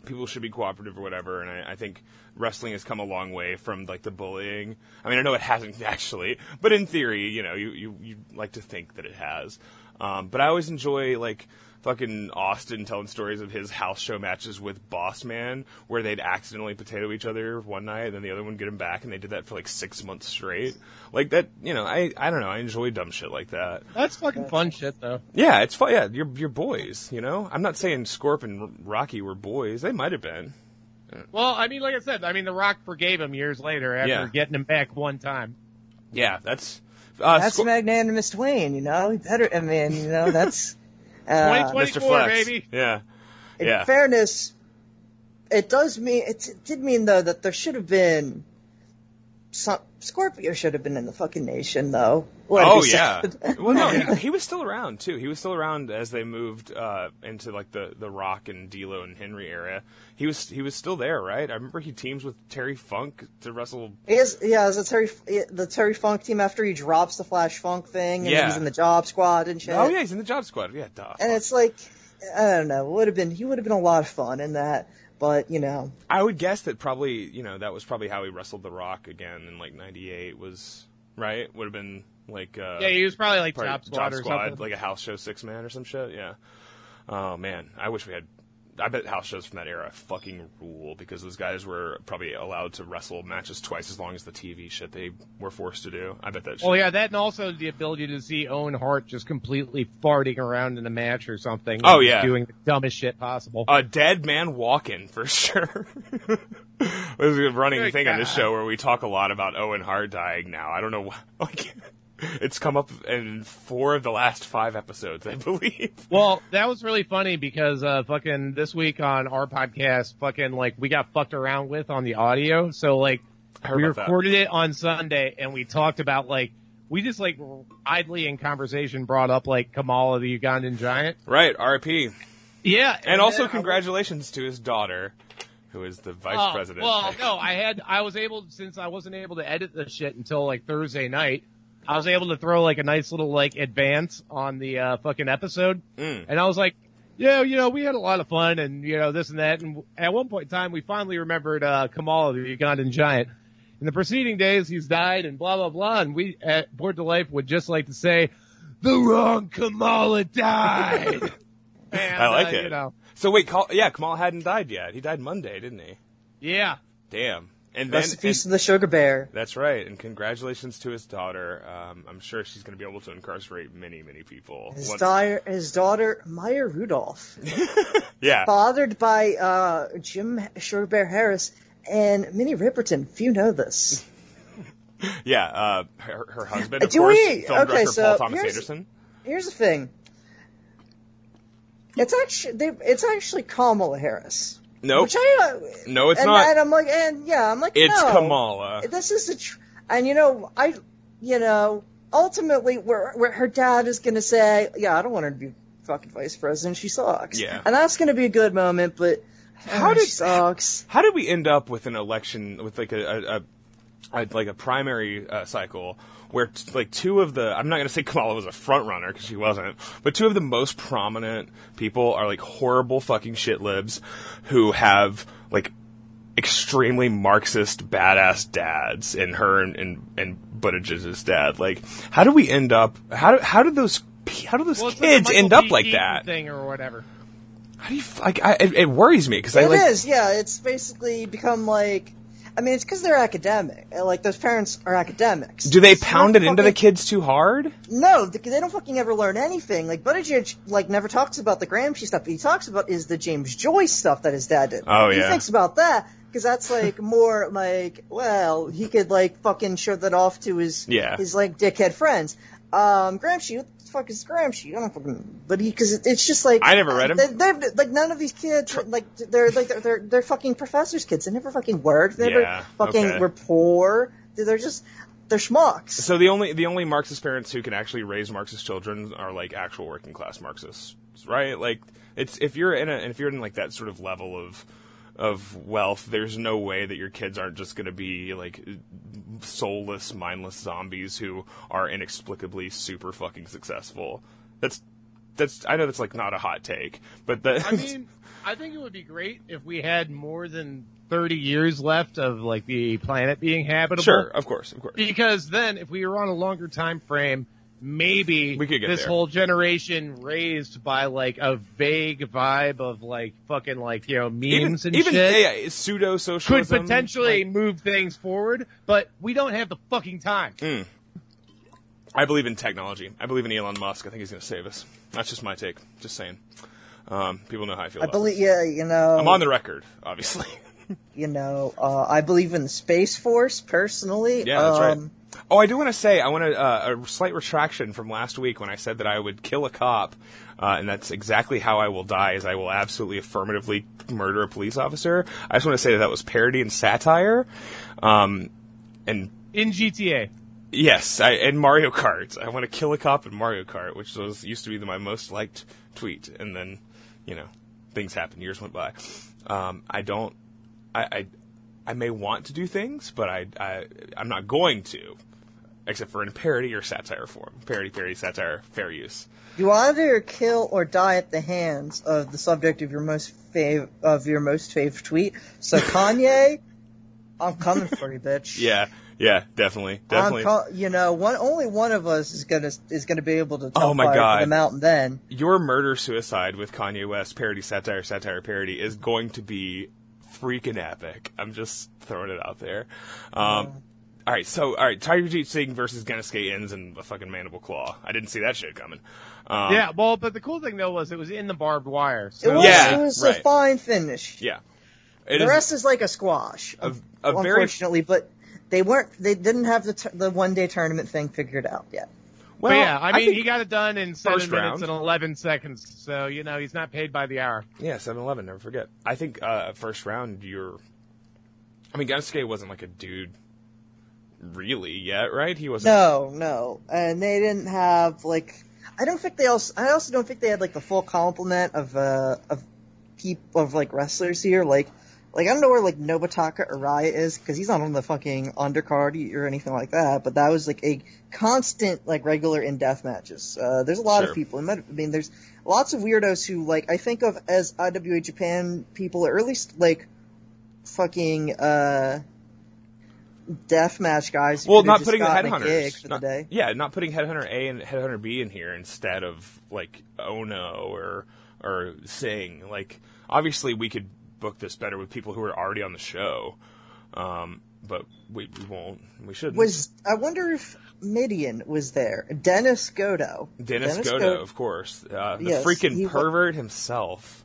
[SPEAKER 3] people should be cooperative or whatever, and I, I think wrestling has come a long way from like the bullying. I mean, I know it hasn't (laughs) actually, but in theory, you know, you you, you like to think that it has. Um, but I always enjoy like fucking Austin telling stories of his house show matches with Boss Man, where they'd accidentally potato each other one night, and then the other one get him back, and they did that for like six months straight. Like that, you know, I I don't know, I enjoy dumb shit like that.
[SPEAKER 4] That's fucking fun shit, though.
[SPEAKER 3] Yeah, it's fun. Yeah, you're, you're boys, you know? I'm not saying Scorp and R- Rocky were boys. They might have been.
[SPEAKER 4] Well, I mean, like I said, I mean, The Rock forgave him years later after
[SPEAKER 3] Yeah.
[SPEAKER 4] getting him back one time.
[SPEAKER 3] Yeah, that's. Uh,
[SPEAKER 5] That's
[SPEAKER 3] Scor-
[SPEAKER 5] magnanimous Dwayne, you know? He better, I mean, you
[SPEAKER 4] (laughs)
[SPEAKER 5] know, that's.
[SPEAKER 4] 2020
[SPEAKER 5] Uh,
[SPEAKER 3] Mr.
[SPEAKER 4] 24,
[SPEAKER 3] Flex.
[SPEAKER 4] baby.
[SPEAKER 3] Yeah.
[SPEAKER 5] in
[SPEAKER 3] Yeah.
[SPEAKER 5] fairness, it does mean, it, it did mean, though, that there should have been. Some, Scorpio should have been in the fucking nation, though. Like
[SPEAKER 3] oh,
[SPEAKER 5] I
[SPEAKER 3] yeah.
[SPEAKER 5] said.
[SPEAKER 3] well, no, he,
[SPEAKER 5] (laughs)
[SPEAKER 3] he was still around, too. He was still around as they moved uh, into, like, the, the Rock and D'Lo and Henry era. He was he was still there, right? I remember he teams with Terry Funk to wrestle.
[SPEAKER 5] He is, yeah, it's the Terry, the Terry Funk team after he drops the Flash Funk thing, and
[SPEAKER 3] Yeah.
[SPEAKER 5] he's in the Job Squad and shit.
[SPEAKER 3] Oh, yeah, he's in the Job Squad. Yeah, duh.
[SPEAKER 5] And it's like, I don't know, would have been he would have been a lot of fun in that, but you know,
[SPEAKER 3] I would guess that probably, you know, that was probably how he wrestled The Rock again in, like, 98 was right? Would have been like uh,
[SPEAKER 4] Yeah, he was probably like
[SPEAKER 3] part of
[SPEAKER 4] top squad, or something.
[SPEAKER 3] like a house show six man or some shit. Yeah. Oh man, I wish we had. I bet house shows from that era fucking rule because those guys were probably allowed to wrestle matches twice as long as the TV shit they were forced to do. I bet that. Shit.
[SPEAKER 4] Well, yeah, that and also the ability to see Owen Hart just completely farting around in a match or something.
[SPEAKER 3] Oh,
[SPEAKER 4] and
[SPEAKER 3] yeah. Oh,
[SPEAKER 4] doing the dumbest shit possible.
[SPEAKER 3] A dead man walking for (laughs) sure. this is a running
[SPEAKER 4] Good
[SPEAKER 3] thing on this
[SPEAKER 4] God.
[SPEAKER 3] show where we talk a lot about Owen Hart dying now. I don't know why. (laughs) Like, it's come up in four of the last five episodes, I (laughs) believe.
[SPEAKER 4] well, that was really funny because uh, fucking this week on our podcast, fucking like we got fucked around with on the audio. So like
[SPEAKER 3] I heard
[SPEAKER 4] we
[SPEAKER 3] about that.
[SPEAKER 4] recorded it on Sunday and we talked about like we just like idly in conversation brought up like Kamala the Ugandan giant.
[SPEAKER 3] Right, RP.
[SPEAKER 4] Yeah,
[SPEAKER 3] And also
[SPEAKER 4] then I-
[SPEAKER 3] congratulations to his daughter, who is the vice
[SPEAKER 4] Oh,
[SPEAKER 3] president.
[SPEAKER 4] Well, no, I had I was able since I wasn't able to edit the shit until like Thursday night. I was able to throw like a nice little like advance on the uh, fucking episode,
[SPEAKER 3] Mm.
[SPEAKER 4] and I was like, yeah, you know, we had a lot of fun, and you know this and that. And at one point in time, we finally remembered uh, Kamala, the Ugandan giant. In the preceding days, he's died, and blah blah blah. And we at Board to Life would just like to say, the wrong Kamala died.
[SPEAKER 3] (laughs)
[SPEAKER 4] And,
[SPEAKER 3] I like
[SPEAKER 4] uh,
[SPEAKER 3] it.
[SPEAKER 4] You know,
[SPEAKER 3] So wait, Kal- yeah, Kamal hadn't died yet. He died Monday, didn't he?
[SPEAKER 4] yeah.
[SPEAKER 3] Damn. And then
[SPEAKER 5] Rest in peace
[SPEAKER 3] and-
[SPEAKER 5] to the sugar bear.
[SPEAKER 3] that's right. And congratulations to his daughter. Um, I'm sure she's going to be able to incarcerate many, many people.
[SPEAKER 5] His,
[SPEAKER 3] once-
[SPEAKER 5] daughter, his daughter, Maya Rudolph,
[SPEAKER 3] yeah.
[SPEAKER 5] fathered by uh, Jim Sugar Bear Harris and Minnie Riperton. If you
[SPEAKER 3] (laughs)
[SPEAKER 5] know this,
[SPEAKER 3] Yeah, uh, her, her husband, of
[SPEAKER 5] Do
[SPEAKER 3] course,
[SPEAKER 5] we-
[SPEAKER 3] film
[SPEAKER 5] okay,
[SPEAKER 3] director
[SPEAKER 5] so
[SPEAKER 3] Paul Thomas
[SPEAKER 5] here's-
[SPEAKER 3] Anderson.
[SPEAKER 5] here's the thing. It's actually they, it's actually Kamala Harris.
[SPEAKER 3] Nope.
[SPEAKER 5] Which I, uh,
[SPEAKER 3] No, it's
[SPEAKER 5] and,
[SPEAKER 3] not.
[SPEAKER 5] And I'm like, and yeah, I'm like,
[SPEAKER 3] it's
[SPEAKER 5] no.
[SPEAKER 3] Kamala.
[SPEAKER 5] This is the, tr- and you know, I, you know, ultimately, where where her dad is gonna say, yeah, I don't want her to be fucking vice president. She sucks.
[SPEAKER 3] Yeah. Oh,
[SPEAKER 5] And that's gonna be a good moment, but how she
[SPEAKER 3] did-
[SPEAKER 5] sucks?
[SPEAKER 3] How did we end up with an election with like a, a, a a- like a primary uh, cycle where t- like two of the I'm not going to say (laughs) Kamala was a front runner because she wasn't, but two of the most prominent people are like horrible fucking shit libs who have like extremely Marxist badass dads and her and and, and Buttigieg's dad. Like, how do we end up? How do, how did those pe- how do those
[SPEAKER 4] Well, it's like a
[SPEAKER 3] kids
[SPEAKER 4] Michael
[SPEAKER 3] end up
[SPEAKER 4] B.
[SPEAKER 3] like
[SPEAKER 4] Keaton
[SPEAKER 3] that?
[SPEAKER 4] thing or whatever.
[SPEAKER 3] How do you f- like? I, it, it worries me because I
[SPEAKER 5] It is,
[SPEAKER 3] like
[SPEAKER 5] yeah. It's basically become like, I mean, it's because they're academic. uh, Like those parents are academics.
[SPEAKER 3] Do they
[SPEAKER 5] It's not
[SPEAKER 3] pound it into the
[SPEAKER 5] fucking-
[SPEAKER 3] kids too hard?
[SPEAKER 5] No, because they don't fucking ever learn anything. Like Buttigieg, like never talks about the Gramsci stuff. He talks about is the James Joyce stuff that his dad did.
[SPEAKER 3] Oh,
[SPEAKER 5] he
[SPEAKER 3] yeah.
[SPEAKER 5] thinks about that because that's like more like well, he could like fucking show that off to his
[SPEAKER 3] Yeah.
[SPEAKER 5] his like dickhead friends. Um, Gramsci, what the fuck is Gramsci? I don't fucking. But he because it, it's just like
[SPEAKER 3] I never read him.
[SPEAKER 5] They, they've- like none of these kids like they're like they're they're, they're fucking professors' kids. They never fucking worked. They
[SPEAKER 3] Yeah,
[SPEAKER 5] never fucking
[SPEAKER 3] okay.
[SPEAKER 5] were poor. They're just they're schmucks.
[SPEAKER 3] So the only the only Marxist parents who can actually raise Marxist children are like actual working class Marxists, right? Like it's if you're in a if you're in like that sort of level of of wealth, there's no way that your kids aren't just going to be like soulless, mindless zombies who are inexplicably super fucking successful. That's that's I know that's like not a hot take, but that
[SPEAKER 4] I mean, I think it would be great if we had more than 30 years left of like the planet being
[SPEAKER 3] (laughs)
[SPEAKER 4] habitable.
[SPEAKER 3] sure, of course, of course.
[SPEAKER 4] Because then if we were on a longer time frame, maybe
[SPEAKER 3] We could get
[SPEAKER 4] this
[SPEAKER 3] there.
[SPEAKER 4] whole generation raised by like a vague vibe of like fucking like, you know, memes and
[SPEAKER 3] even
[SPEAKER 4] shit
[SPEAKER 3] yeah, yeah, pseudo
[SPEAKER 4] could
[SPEAKER 3] socialism
[SPEAKER 4] potentially move things forward, but we don't have the fucking time.
[SPEAKER 3] Hmm. I believe in technology. I believe in Elon Musk. I think he's going to save us. That's just my take. Just saying. Um, people know how I feel.
[SPEAKER 5] I
[SPEAKER 3] about
[SPEAKER 5] believe,
[SPEAKER 3] this.
[SPEAKER 5] yeah, you know.
[SPEAKER 3] I'm on the record, obviously. (laughs)
[SPEAKER 5] you know, uh, I believe in the Space Force personally.
[SPEAKER 3] yeah, that's
[SPEAKER 5] Um,
[SPEAKER 3] right. Oh, I do want to say I want to, uh, a slight retraction from last week when I said that I would kill a cop, uh, and that's exactly how I will die. Is I will absolutely affirmatively murder a police officer. I just want to say that that was parody and satire, um, and
[SPEAKER 4] In GTA.
[SPEAKER 3] Yes, I, and Mario Kart. I want to kill a cop in Mario Kart, which was used to be my most liked tweet. And then, you know, things happened. Years went by. Um, I don't. I, I I may want to do things, but I I I'm not going to, except for in parody or satire form. Parody, parody, satire, fair use.
[SPEAKER 5] You either kill or die at the hands
[SPEAKER 3] (laughs)
[SPEAKER 5] of the subject of your most fav- of your most fav tweet. So Kanye, I'm coming for you, bitch.
[SPEAKER 3] Yeah, yeah, definitely, definitely.
[SPEAKER 5] I'm co- you know, one only one of us is gonna is gonna be able to.
[SPEAKER 3] Oh my
[SPEAKER 5] fire
[SPEAKER 3] God.
[SPEAKER 5] The mountain then.
[SPEAKER 3] Your murder suicide with Kanye West parody satire satire parody is going to be freaking epic. I'm just throwing it out there. Um, all right, so all right, Tigerjeet Singh versus Genesuke ends in a fucking mandible claw. I didn't see that shit coming. Um,
[SPEAKER 4] yeah, well, but the cool thing though was it was in the barbed wire.
[SPEAKER 5] It
[SPEAKER 4] So
[SPEAKER 5] was,
[SPEAKER 3] Yeah,
[SPEAKER 5] it was
[SPEAKER 3] right.
[SPEAKER 5] a fine finish.
[SPEAKER 3] yeah. It
[SPEAKER 5] the
[SPEAKER 3] is-
[SPEAKER 5] rest is like a squash,
[SPEAKER 3] A-
[SPEAKER 5] un-
[SPEAKER 3] a very-
[SPEAKER 5] unfortunately. But they weren't. They didn't have the t- the one day tournament thing figured out yet.
[SPEAKER 3] well,
[SPEAKER 4] but yeah, I mean,
[SPEAKER 3] think-
[SPEAKER 4] he got it done in seven
[SPEAKER 3] First round.
[SPEAKER 4] minutes and eleven seconds. So you know, he's not paid by the hour.
[SPEAKER 3] Yeah, 7 Eleven, never forget. I think uh, first round, you're. I mean, Ganosuke wasn't like a dude really yet, right? He wasn't.
[SPEAKER 5] No, no, and they didn't have like. I don't think they also. I also don't think they had like the full complement of uh of peop of like wrestlers here. Like, like I don't know where like Nobutaka Araya is because he's not on the fucking undercard or anything like that. But that was like a constant like regular in death matches. Uh, there's a lot
[SPEAKER 3] Sure.
[SPEAKER 5] of people. I mean, there's lots of weirdos who like I think of as IWA Japan people or at least like fucking uh deathmatch guys. who
[SPEAKER 3] Well,
[SPEAKER 5] could've
[SPEAKER 3] not
[SPEAKER 5] just
[SPEAKER 3] putting the
[SPEAKER 5] gotten a gig
[SPEAKER 3] headhunters.
[SPEAKER 5] for
[SPEAKER 3] Not-
[SPEAKER 5] the day.
[SPEAKER 3] Yeah, not putting headhunter A and headhunter B in here instead of like Ono or or Singh. Like, obviously, we could book this better with people who are already on the show, um, but we, we won't. We shouldn't.
[SPEAKER 5] was I wonder if Midian was there. Dennis Godo.
[SPEAKER 3] Dennis, Godo, of course, uh, the
[SPEAKER 5] Yes, he
[SPEAKER 3] freaking
[SPEAKER 5] wa-
[SPEAKER 3] pervert himself.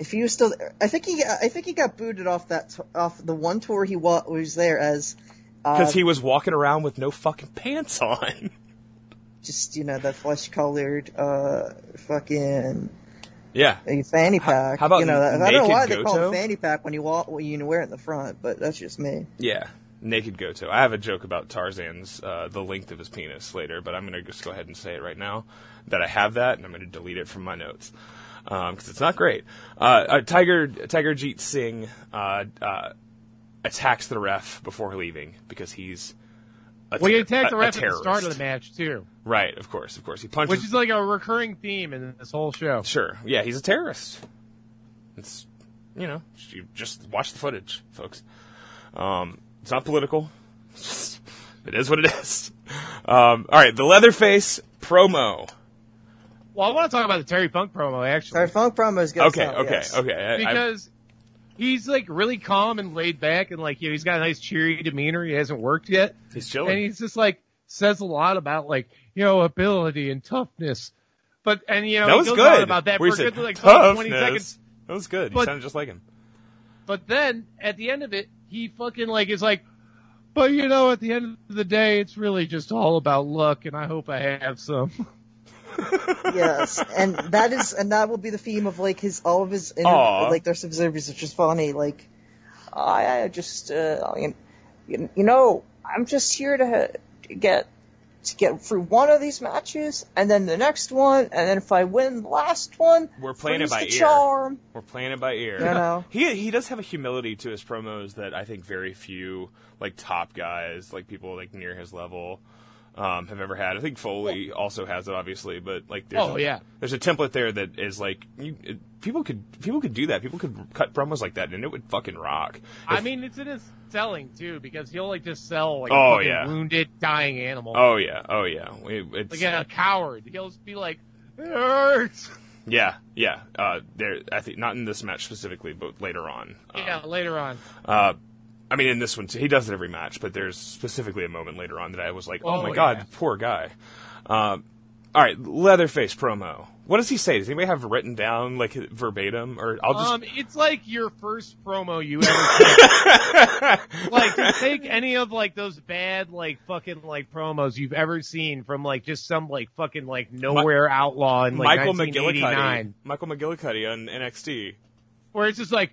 [SPEAKER 5] If he was still there, I think he I think he got booted off that t- off the one tour he wa- was there as Uh,
[SPEAKER 3] Because he was walking around with no fucking pants on. (laughs)
[SPEAKER 5] just you know the flesh colored uh fucking
[SPEAKER 3] yeah.
[SPEAKER 5] uh, fanny pack.
[SPEAKER 3] how about
[SPEAKER 5] you know that- I don't
[SPEAKER 3] naked
[SPEAKER 5] know why they call
[SPEAKER 3] Goto?
[SPEAKER 5] it fanny pack when you walk when you wear it in the front, but that's just me.
[SPEAKER 3] Yeah. Naked Goto. I have a joke about Tarzan's, uh, the length of his penis later, but I'm going to just go ahead and say it right now that I have that, and I'm going to delete it from my notes. Because it's not great. Uh, uh, Tiger, Tiger Jeet Singh uh, uh, attacks the ref before leaving because he's a,
[SPEAKER 4] Well, you
[SPEAKER 3] ter-
[SPEAKER 4] attacked
[SPEAKER 3] a- a
[SPEAKER 4] the ref at the start of
[SPEAKER 3] terrorist.
[SPEAKER 4] the match too,
[SPEAKER 3] Right, of course, of course. He punches.
[SPEAKER 4] which is like a recurring theme in this whole show.
[SPEAKER 3] Sure. Yeah, he's a terrorist. It's you know, you just watch the footage, folks. Um, it's not political. (laughs) It's just- It is what it is. Um, all right, the Leatherface promo.
[SPEAKER 4] Well, I want to talk about the Terry Funk promo actually.
[SPEAKER 5] Our funk promos good.
[SPEAKER 3] Okay, okay, okay. I- I-
[SPEAKER 4] because he's like really calm and laid back and like you know, he's got a nice cheery demeanor. He hasn't worked yet,
[SPEAKER 3] he's
[SPEAKER 4] and
[SPEAKER 3] chilling.
[SPEAKER 4] he's just like says a lot about like you know ability and toughness. But and you know
[SPEAKER 3] That
[SPEAKER 4] he
[SPEAKER 3] was
[SPEAKER 4] goes
[SPEAKER 3] good.
[SPEAKER 4] on about that
[SPEAKER 3] Where
[SPEAKER 4] for
[SPEAKER 3] he
[SPEAKER 4] a
[SPEAKER 3] said,
[SPEAKER 4] good like twenty
[SPEAKER 3] "Toughness."
[SPEAKER 4] seconds.
[SPEAKER 3] That was good. You
[SPEAKER 4] But-
[SPEAKER 3] sounded just like him.
[SPEAKER 4] But then at the end of it, he fucking like is like. But you know, at the end of the day, it's really just all about luck, and I hope I have some.
[SPEAKER 5] yes, and that is, and that will be the theme of like his all of his inter-
[SPEAKER 3] Aw.
[SPEAKER 5] like their subservience, which is funny. Like, I, I just, uh, I mean, you, you know, I'm just here to, to get to get through one of these matches, and then the next one, and then if I win the last one,
[SPEAKER 3] We're playing it
[SPEAKER 5] three's
[SPEAKER 3] by
[SPEAKER 5] the
[SPEAKER 3] ear.
[SPEAKER 5] charm.
[SPEAKER 3] We're playing it by ear.
[SPEAKER 5] You know.
[SPEAKER 3] (laughs) He he does have a humility to his promos that I think very few like top guys, like people like near his level, um, have ever had. I think Foley also has it, obviously, but like there's
[SPEAKER 4] Oh,
[SPEAKER 3] a,
[SPEAKER 4] yeah.
[SPEAKER 3] there's a template there that is like you, it, people could people could do that. People could cut promos like that, and it would fucking rock.
[SPEAKER 4] (laughs) I
[SPEAKER 3] If-
[SPEAKER 4] mean, it's in his selling too, because he'll like just sell like
[SPEAKER 3] Oh,
[SPEAKER 4] a fucking
[SPEAKER 3] yeah.
[SPEAKER 4] wounded, dying animal.
[SPEAKER 3] oh yeah, oh yeah, It- it's-
[SPEAKER 4] like a coward. He'll just be like, it hurts.
[SPEAKER 3] yeah, yeah. Uh, there, I think not in this match specifically, but later on. Um,
[SPEAKER 4] yeah, later on.
[SPEAKER 3] Uh, I mean, in this one, too, he does it every match, but there's specifically a moment later on that I was like, oh,
[SPEAKER 4] Oh,
[SPEAKER 3] my
[SPEAKER 4] yeah.
[SPEAKER 3] god, poor guy. Um, all right, Leatherface promo. What does he say? Does anybody have it written down, like, verbatim? Or I'll just.
[SPEAKER 4] Um, it's like your first promo you ever
[SPEAKER 3] (laughs)
[SPEAKER 4] seen. like, just take any of like those bad like fucking like promos you've ever seen from like just some like fucking like nowhere outlaw in like
[SPEAKER 3] Michael
[SPEAKER 4] 1989,
[SPEAKER 3] McGillicuddy. Michael McGillicuddy on NXT.
[SPEAKER 4] where it's just like.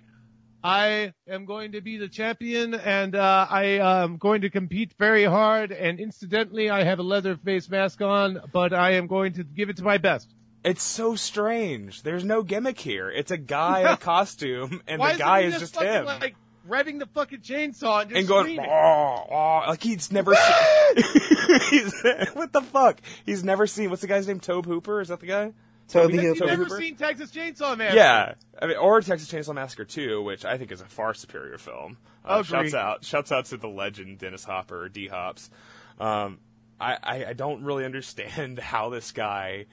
[SPEAKER 4] I am going to be the champion and, uh, I am going to compete very hard and incidentally I have a leather face mask on, but I am going to give it to my best.
[SPEAKER 3] It's so strange. There's no gimmick here. It's a guy in a costume, and
[SPEAKER 4] Why
[SPEAKER 3] the guy
[SPEAKER 4] isn't he
[SPEAKER 3] is
[SPEAKER 4] just
[SPEAKER 3] just
[SPEAKER 4] fucking,
[SPEAKER 3] him.
[SPEAKER 4] Like revving the fucking chainsaw and just
[SPEAKER 3] and going,
[SPEAKER 4] screaming?
[SPEAKER 3] oh, oh, like he's never (laughs) seen. he's, what the fuck? He's never seen. What's the guy's name? Tobe Hooper? Is that the guy?
[SPEAKER 5] So
[SPEAKER 3] we-
[SPEAKER 5] the
[SPEAKER 3] so
[SPEAKER 4] You've never
[SPEAKER 3] Uber?
[SPEAKER 4] seen Texas Chainsaw Massacre.
[SPEAKER 3] Yeah, I mean, or Texas Chainsaw Massacre 2, which I think is a far superior film. Uh,
[SPEAKER 4] Agreed.
[SPEAKER 3] shouts out, shouts out to the legend Dennis Hopper, D Hops. Um, I, I I don't really understand (laughs) how this guy,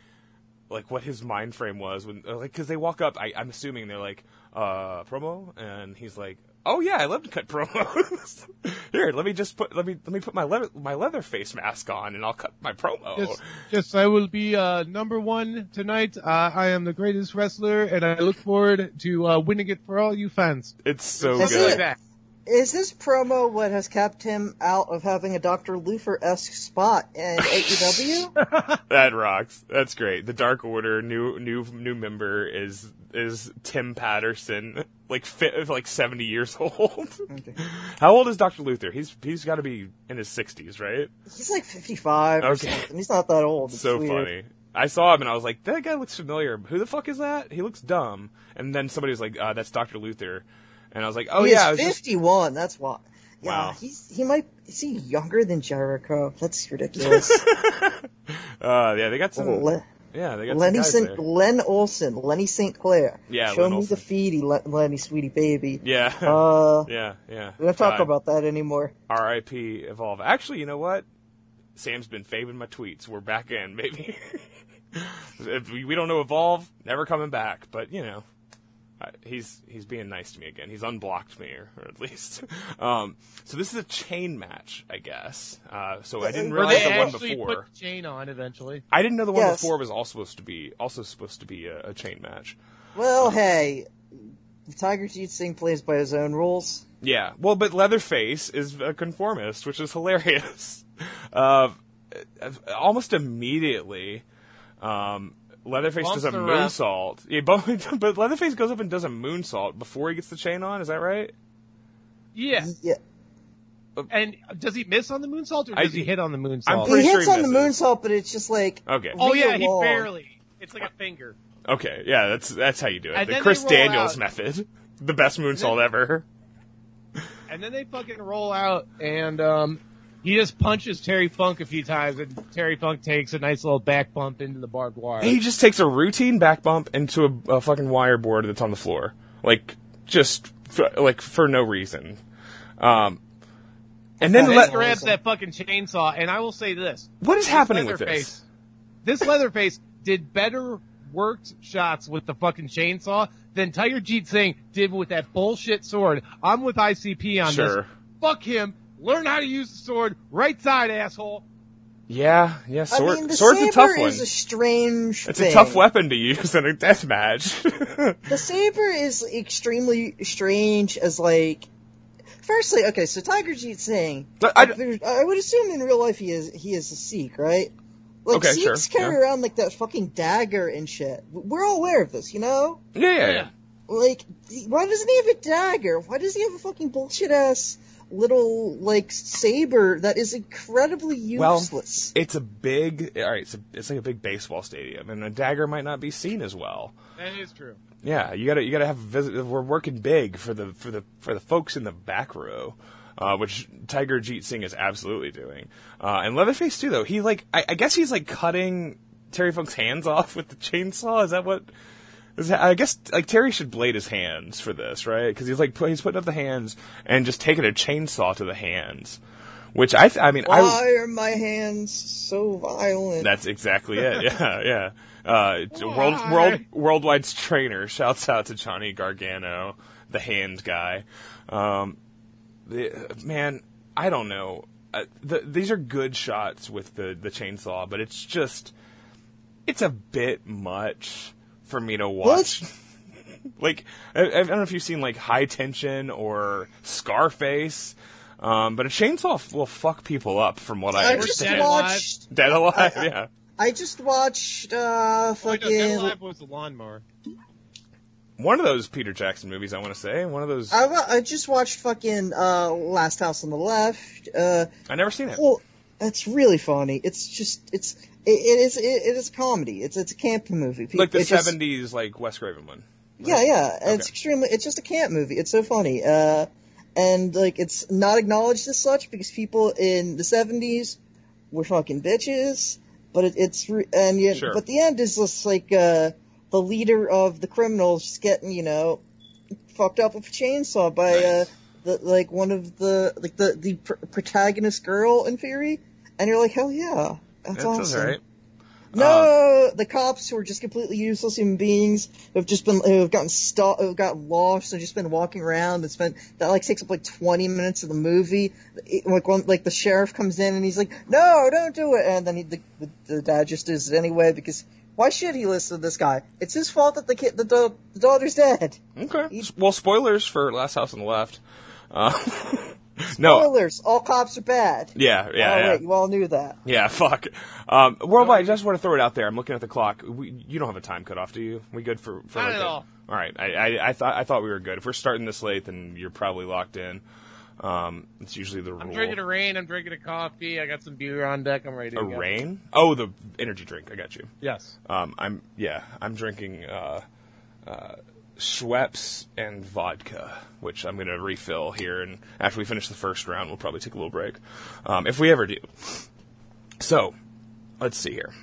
[SPEAKER 3] like, what his mind frame was when, uh, like, because they walk up. I, I'm assuming they're like, uh, promo, and he's like. Oh yeah, I love to cut (laughs) promos. Here, let me just put let me let me put my leather my leather face mask on, and I'll cut my promo.
[SPEAKER 4] Yes, yes, I will be uh, number one tonight. Uh, I am the greatest wrestler, and I look forward to uh, winning it for all you fans.
[SPEAKER 3] It's so
[SPEAKER 5] That's
[SPEAKER 3] good.
[SPEAKER 5] it. Is this promo what has kept him out of having a Dr. Luther esque spot in
[SPEAKER 3] (laughs)
[SPEAKER 5] E AEW?
[SPEAKER 3] That rocks. That's great. The Dark Order new new new member is is Tim Patterson, like fit, like seventy years (laughs) old. How old is Doctor Luther? He's he's got to be in his sixties, right?
[SPEAKER 5] He's like 55 or
[SPEAKER 3] Okay.
[SPEAKER 5] something. He's not that old. It's
[SPEAKER 3] so
[SPEAKER 5] weird.
[SPEAKER 3] funny. I saw him and I was like, that guy looks familiar. Who the fuck is that? He looks dumb. And then somebody was like, uh, that's Doctor Luther. And I was like, oh
[SPEAKER 5] He
[SPEAKER 3] yeah, I was
[SPEAKER 5] is
[SPEAKER 3] just-
[SPEAKER 5] 51. That's why. Yeah,
[SPEAKER 3] Wow.
[SPEAKER 5] he's he might is he younger than Jericho? That's
[SPEAKER 3] (laughs)
[SPEAKER 5] ridiculous.
[SPEAKER 3] uh, yeah, they got some.
[SPEAKER 5] Le-
[SPEAKER 3] yeah, they got some
[SPEAKER 5] Lenny
[SPEAKER 3] guys
[SPEAKER 5] St-
[SPEAKER 3] there.
[SPEAKER 5] Len Olson, Lenny St. Clair.
[SPEAKER 3] Yeah,
[SPEAKER 5] show
[SPEAKER 3] Len
[SPEAKER 5] me
[SPEAKER 3] Olsen.
[SPEAKER 5] the feedy, Le- Lenny Sweetie Baby.
[SPEAKER 3] Yeah.
[SPEAKER 5] Uh,
[SPEAKER 3] yeah, yeah.
[SPEAKER 5] we don't talk
[SPEAKER 3] God.
[SPEAKER 5] about that anymore.
[SPEAKER 3] RIP Evolve. Actually, you know what? Sam's been faving my tweets. We're back in, baby. (laughs) if we, we don't know Evolve, never coming back. But you know, I, he's he's being nice to me again. He's unblocked me, or, at least. (laughs) Um, so this is a chain match, I guess. Uh, so I didn't
[SPEAKER 5] Were
[SPEAKER 3] realize
[SPEAKER 5] they
[SPEAKER 3] the one
[SPEAKER 4] actually
[SPEAKER 3] before.
[SPEAKER 4] put chain on eventually.
[SPEAKER 3] I didn't know the one
[SPEAKER 5] Yes.
[SPEAKER 3] before was also supposed to be also supposed to be a, a chain match.
[SPEAKER 5] Well, hey, Tiger Jeet Singh plays by his own rules.
[SPEAKER 3] Yeah. Well, but Leatherface is a conformist, which is hilarious. (laughs) Uh, almost immediately, um, Leatherface
[SPEAKER 4] Bumps
[SPEAKER 3] does a
[SPEAKER 4] the ref.
[SPEAKER 3] moonsault. Yeah, (laughs) but, but Leatherface goes up and does a moonsault before he gets the chain on. Is that right?
[SPEAKER 4] Yeah.
[SPEAKER 5] Yeah.
[SPEAKER 4] Mm-hmm. And does he miss on the moonsault or
[SPEAKER 3] I-
[SPEAKER 4] does he hit on the moonsault?
[SPEAKER 3] I'm
[SPEAKER 5] He
[SPEAKER 3] pretty sure
[SPEAKER 5] hits
[SPEAKER 3] he
[SPEAKER 5] on the
[SPEAKER 3] misses.
[SPEAKER 5] moonsault, but it's just like
[SPEAKER 3] Okay.
[SPEAKER 4] oh yeah, he
[SPEAKER 5] Real long.
[SPEAKER 4] barely. It's like a finger.
[SPEAKER 3] Okay. Yeah, that's that's how you do it.
[SPEAKER 4] And
[SPEAKER 3] The
[SPEAKER 4] then
[SPEAKER 3] Chris
[SPEAKER 4] they roll
[SPEAKER 3] Daniels
[SPEAKER 4] out.
[SPEAKER 3] method, the best moonsault ever.
[SPEAKER 4] And then they fucking roll out and um he just punches Terry Funk a few times and Terry Funk takes a nice little back bump into the barbed wire.
[SPEAKER 3] He just takes a routine back bump into a, a fucking wire board that's on the floor, like just f- like for no reason. Um, and then
[SPEAKER 4] He
[SPEAKER 5] That is
[SPEAKER 3] let,
[SPEAKER 5] great.
[SPEAKER 4] grabs that fucking chainsaw and I will say this.
[SPEAKER 3] what is happening with
[SPEAKER 4] Leatherface-
[SPEAKER 3] this?
[SPEAKER 4] This Leatherface did better worked shots with the fucking chainsaw than Tiger Jeet Singh did with that bullshit sword. I'm with ICP on
[SPEAKER 3] Sure.
[SPEAKER 4] this. Fuck him. Learn how to use the sword. Right side, asshole.
[SPEAKER 3] Yeah, yeah. Sword,
[SPEAKER 5] I mean, the
[SPEAKER 3] sword's
[SPEAKER 5] saber
[SPEAKER 3] a tough one.
[SPEAKER 5] is a strange.
[SPEAKER 3] it's
[SPEAKER 5] thing.
[SPEAKER 3] a tough weapon to (laughs) use in a death match.
[SPEAKER 5] The saber is extremely strange. As like, firstly, okay, so Tiger Jeet Singh.
[SPEAKER 3] But
[SPEAKER 5] I,
[SPEAKER 3] I-
[SPEAKER 5] would assume in real life he is he is a Sikh, right? Like
[SPEAKER 3] Okay, sure,
[SPEAKER 5] Sikhs carry
[SPEAKER 3] yeah.
[SPEAKER 5] around like that fucking dagger and shit. We're all aware of this, you know.
[SPEAKER 3] (laughs) yeah, yeah, yeah.
[SPEAKER 5] Like, why doesn't he have a dagger? Why does he have a fucking bullshit ass little like saber that is incredibly
[SPEAKER 3] (laughs) Well,
[SPEAKER 5] useless?
[SPEAKER 3] it's a big. All right, it's, a, it's like a big baseball stadium, and a dagger might not be seen as well.
[SPEAKER 4] That is true.
[SPEAKER 3] Yeah, you gotta you gotta have visit. We're working big for the for the for the folks in the back row, uh, which Tiger Jeet Singh is absolutely doing, uh, and Leatherface too. Though he like I, I guess he's like cutting Terry Funk's hands (laughs) off with the chainsaw. Is that what? Is that, I guess like Terry should blade his hands for this, right? Because he's like put, he's putting up the hands and just taking a chainsaw to the hands, which I th- I mean I.
[SPEAKER 5] Why are my hands so
[SPEAKER 3] (laughs)
[SPEAKER 5] violent?
[SPEAKER 3] That's exactly it. Yeah, yeah. Uh, world,
[SPEAKER 4] Why?
[SPEAKER 3] world, worldwide's trainer shouts out to Johnny Gargano, the hand guy. Um, the, man, I don't know. Uh, the, these are good shots with the the chainsaw, but it's just it's a bit much for me to watch. like I, I don't know if you've seen like High Tension or Scarface, um, but a chainsaw f- will fuck people up, from what I
[SPEAKER 5] I
[SPEAKER 4] We're
[SPEAKER 5] just
[SPEAKER 3] understand.
[SPEAKER 4] dead
[SPEAKER 5] watched.
[SPEAKER 3] Dead alive, yeah.
[SPEAKER 5] I just watched uh
[SPEAKER 4] Wait, no, Dead
[SPEAKER 5] fucking.
[SPEAKER 4] Alive was the lawnmower.
[SPEAKER 3] One of those Peter Jackson movies, I want to say. One of those.
[SPEAKER 5] I, wa- I just watched fucking uh Last House on the Left. Uh,
[SPEAKER 3] I never seen it.
[SPEAKER 5] well, that's really funny. It's just it's it, it is it, it is comedy. It's it's a camp movie. Pe-
[SPEAKER 3] Like the
[SPEAKER 5] it just-
[SPEAKER 3] '70s, like Wes Craven one.
[SPEAKER 5] Yeah, yeah. It's
[SPEAKER 3] Okay.
[SPEAKER 5] extremely. It's just a camp movie. It's so funny. Uh, and like it's not acknowledged as such because people in the '70s were fucking bitches. But it, it's re- and yet,
[SPEAKER 3] Sure.
[SPEAKER 5] but the end is just like uh, the leader of the criminals just getting you know fucked up with a chainsaw by uh,
[SPEAKER 3] Nice.
[SPEAKER 5] the, like one of the like the the pr- protagonist girl in Fury, and you're like hell yeah, that's,
[SPEAKER 3] That sounds
[SPEAKER 5] awesome.
[SPEAKER 3] right. Um,
[SPEAKER 5] No, the cops who are just completely useless human beings who have just been who have gotten stu- who have gotten lost and just been walking around and spent that like takes up like twenty minutes of the movie. It- like one like the sheriff comes in and he's like, "No, don't do it," and then he, the, the the dad just does it anyway because why should he listen to this guy? It's his fault that the kid the, da- the daughter's dead.
[SPEAKER 3] Okay. S- Well, spoilers for Last House on the Left. Uh, (laughs) no.
[SPEAKER 5] Spoilers: all cops are bad.
[SPEAKER 3] Oh. Yeah, yeah,
[SPEAKER 5] oh
[SPEAKER 3] yeah.
[SPEAKER 5] wait, you all knew that.
[SPEAKER 3] Yeah, fuck. Um, worldwide, I just want to throw it out there. I'm looking at the clock. We, you don't have a time cutoff, do you? We good for? for
[SPEAKER 4] Not
[SPEAKER 3] like
[SPEAKER 4] at
[SPEAKER 3] a-
[SPEAKER 4] all.
[SPEAKER 3] All right. I, I, I thought I thought we were good. If we're starting this late, then you're probably locked in. Um, it's usually the rule.
[SPEAKER 4] I'm drinking a rain. I'm drinking a coffee. I got some beer on deck. I'm ready to
[SPEAKER 3] A
[SPEAKER 4] go.
[SPEAKER 3] rain? Oh, the energy drink. I got you.
[SPEAKER 4] Yes.
[SPEAKER 3] Um, I'm yeah. I'm drinking uh, uh, Schweppes and vodka, which I'm gonna refill here. And after we finish the first round, we'll probably take a little break, um, if we ever do. So, let's see here.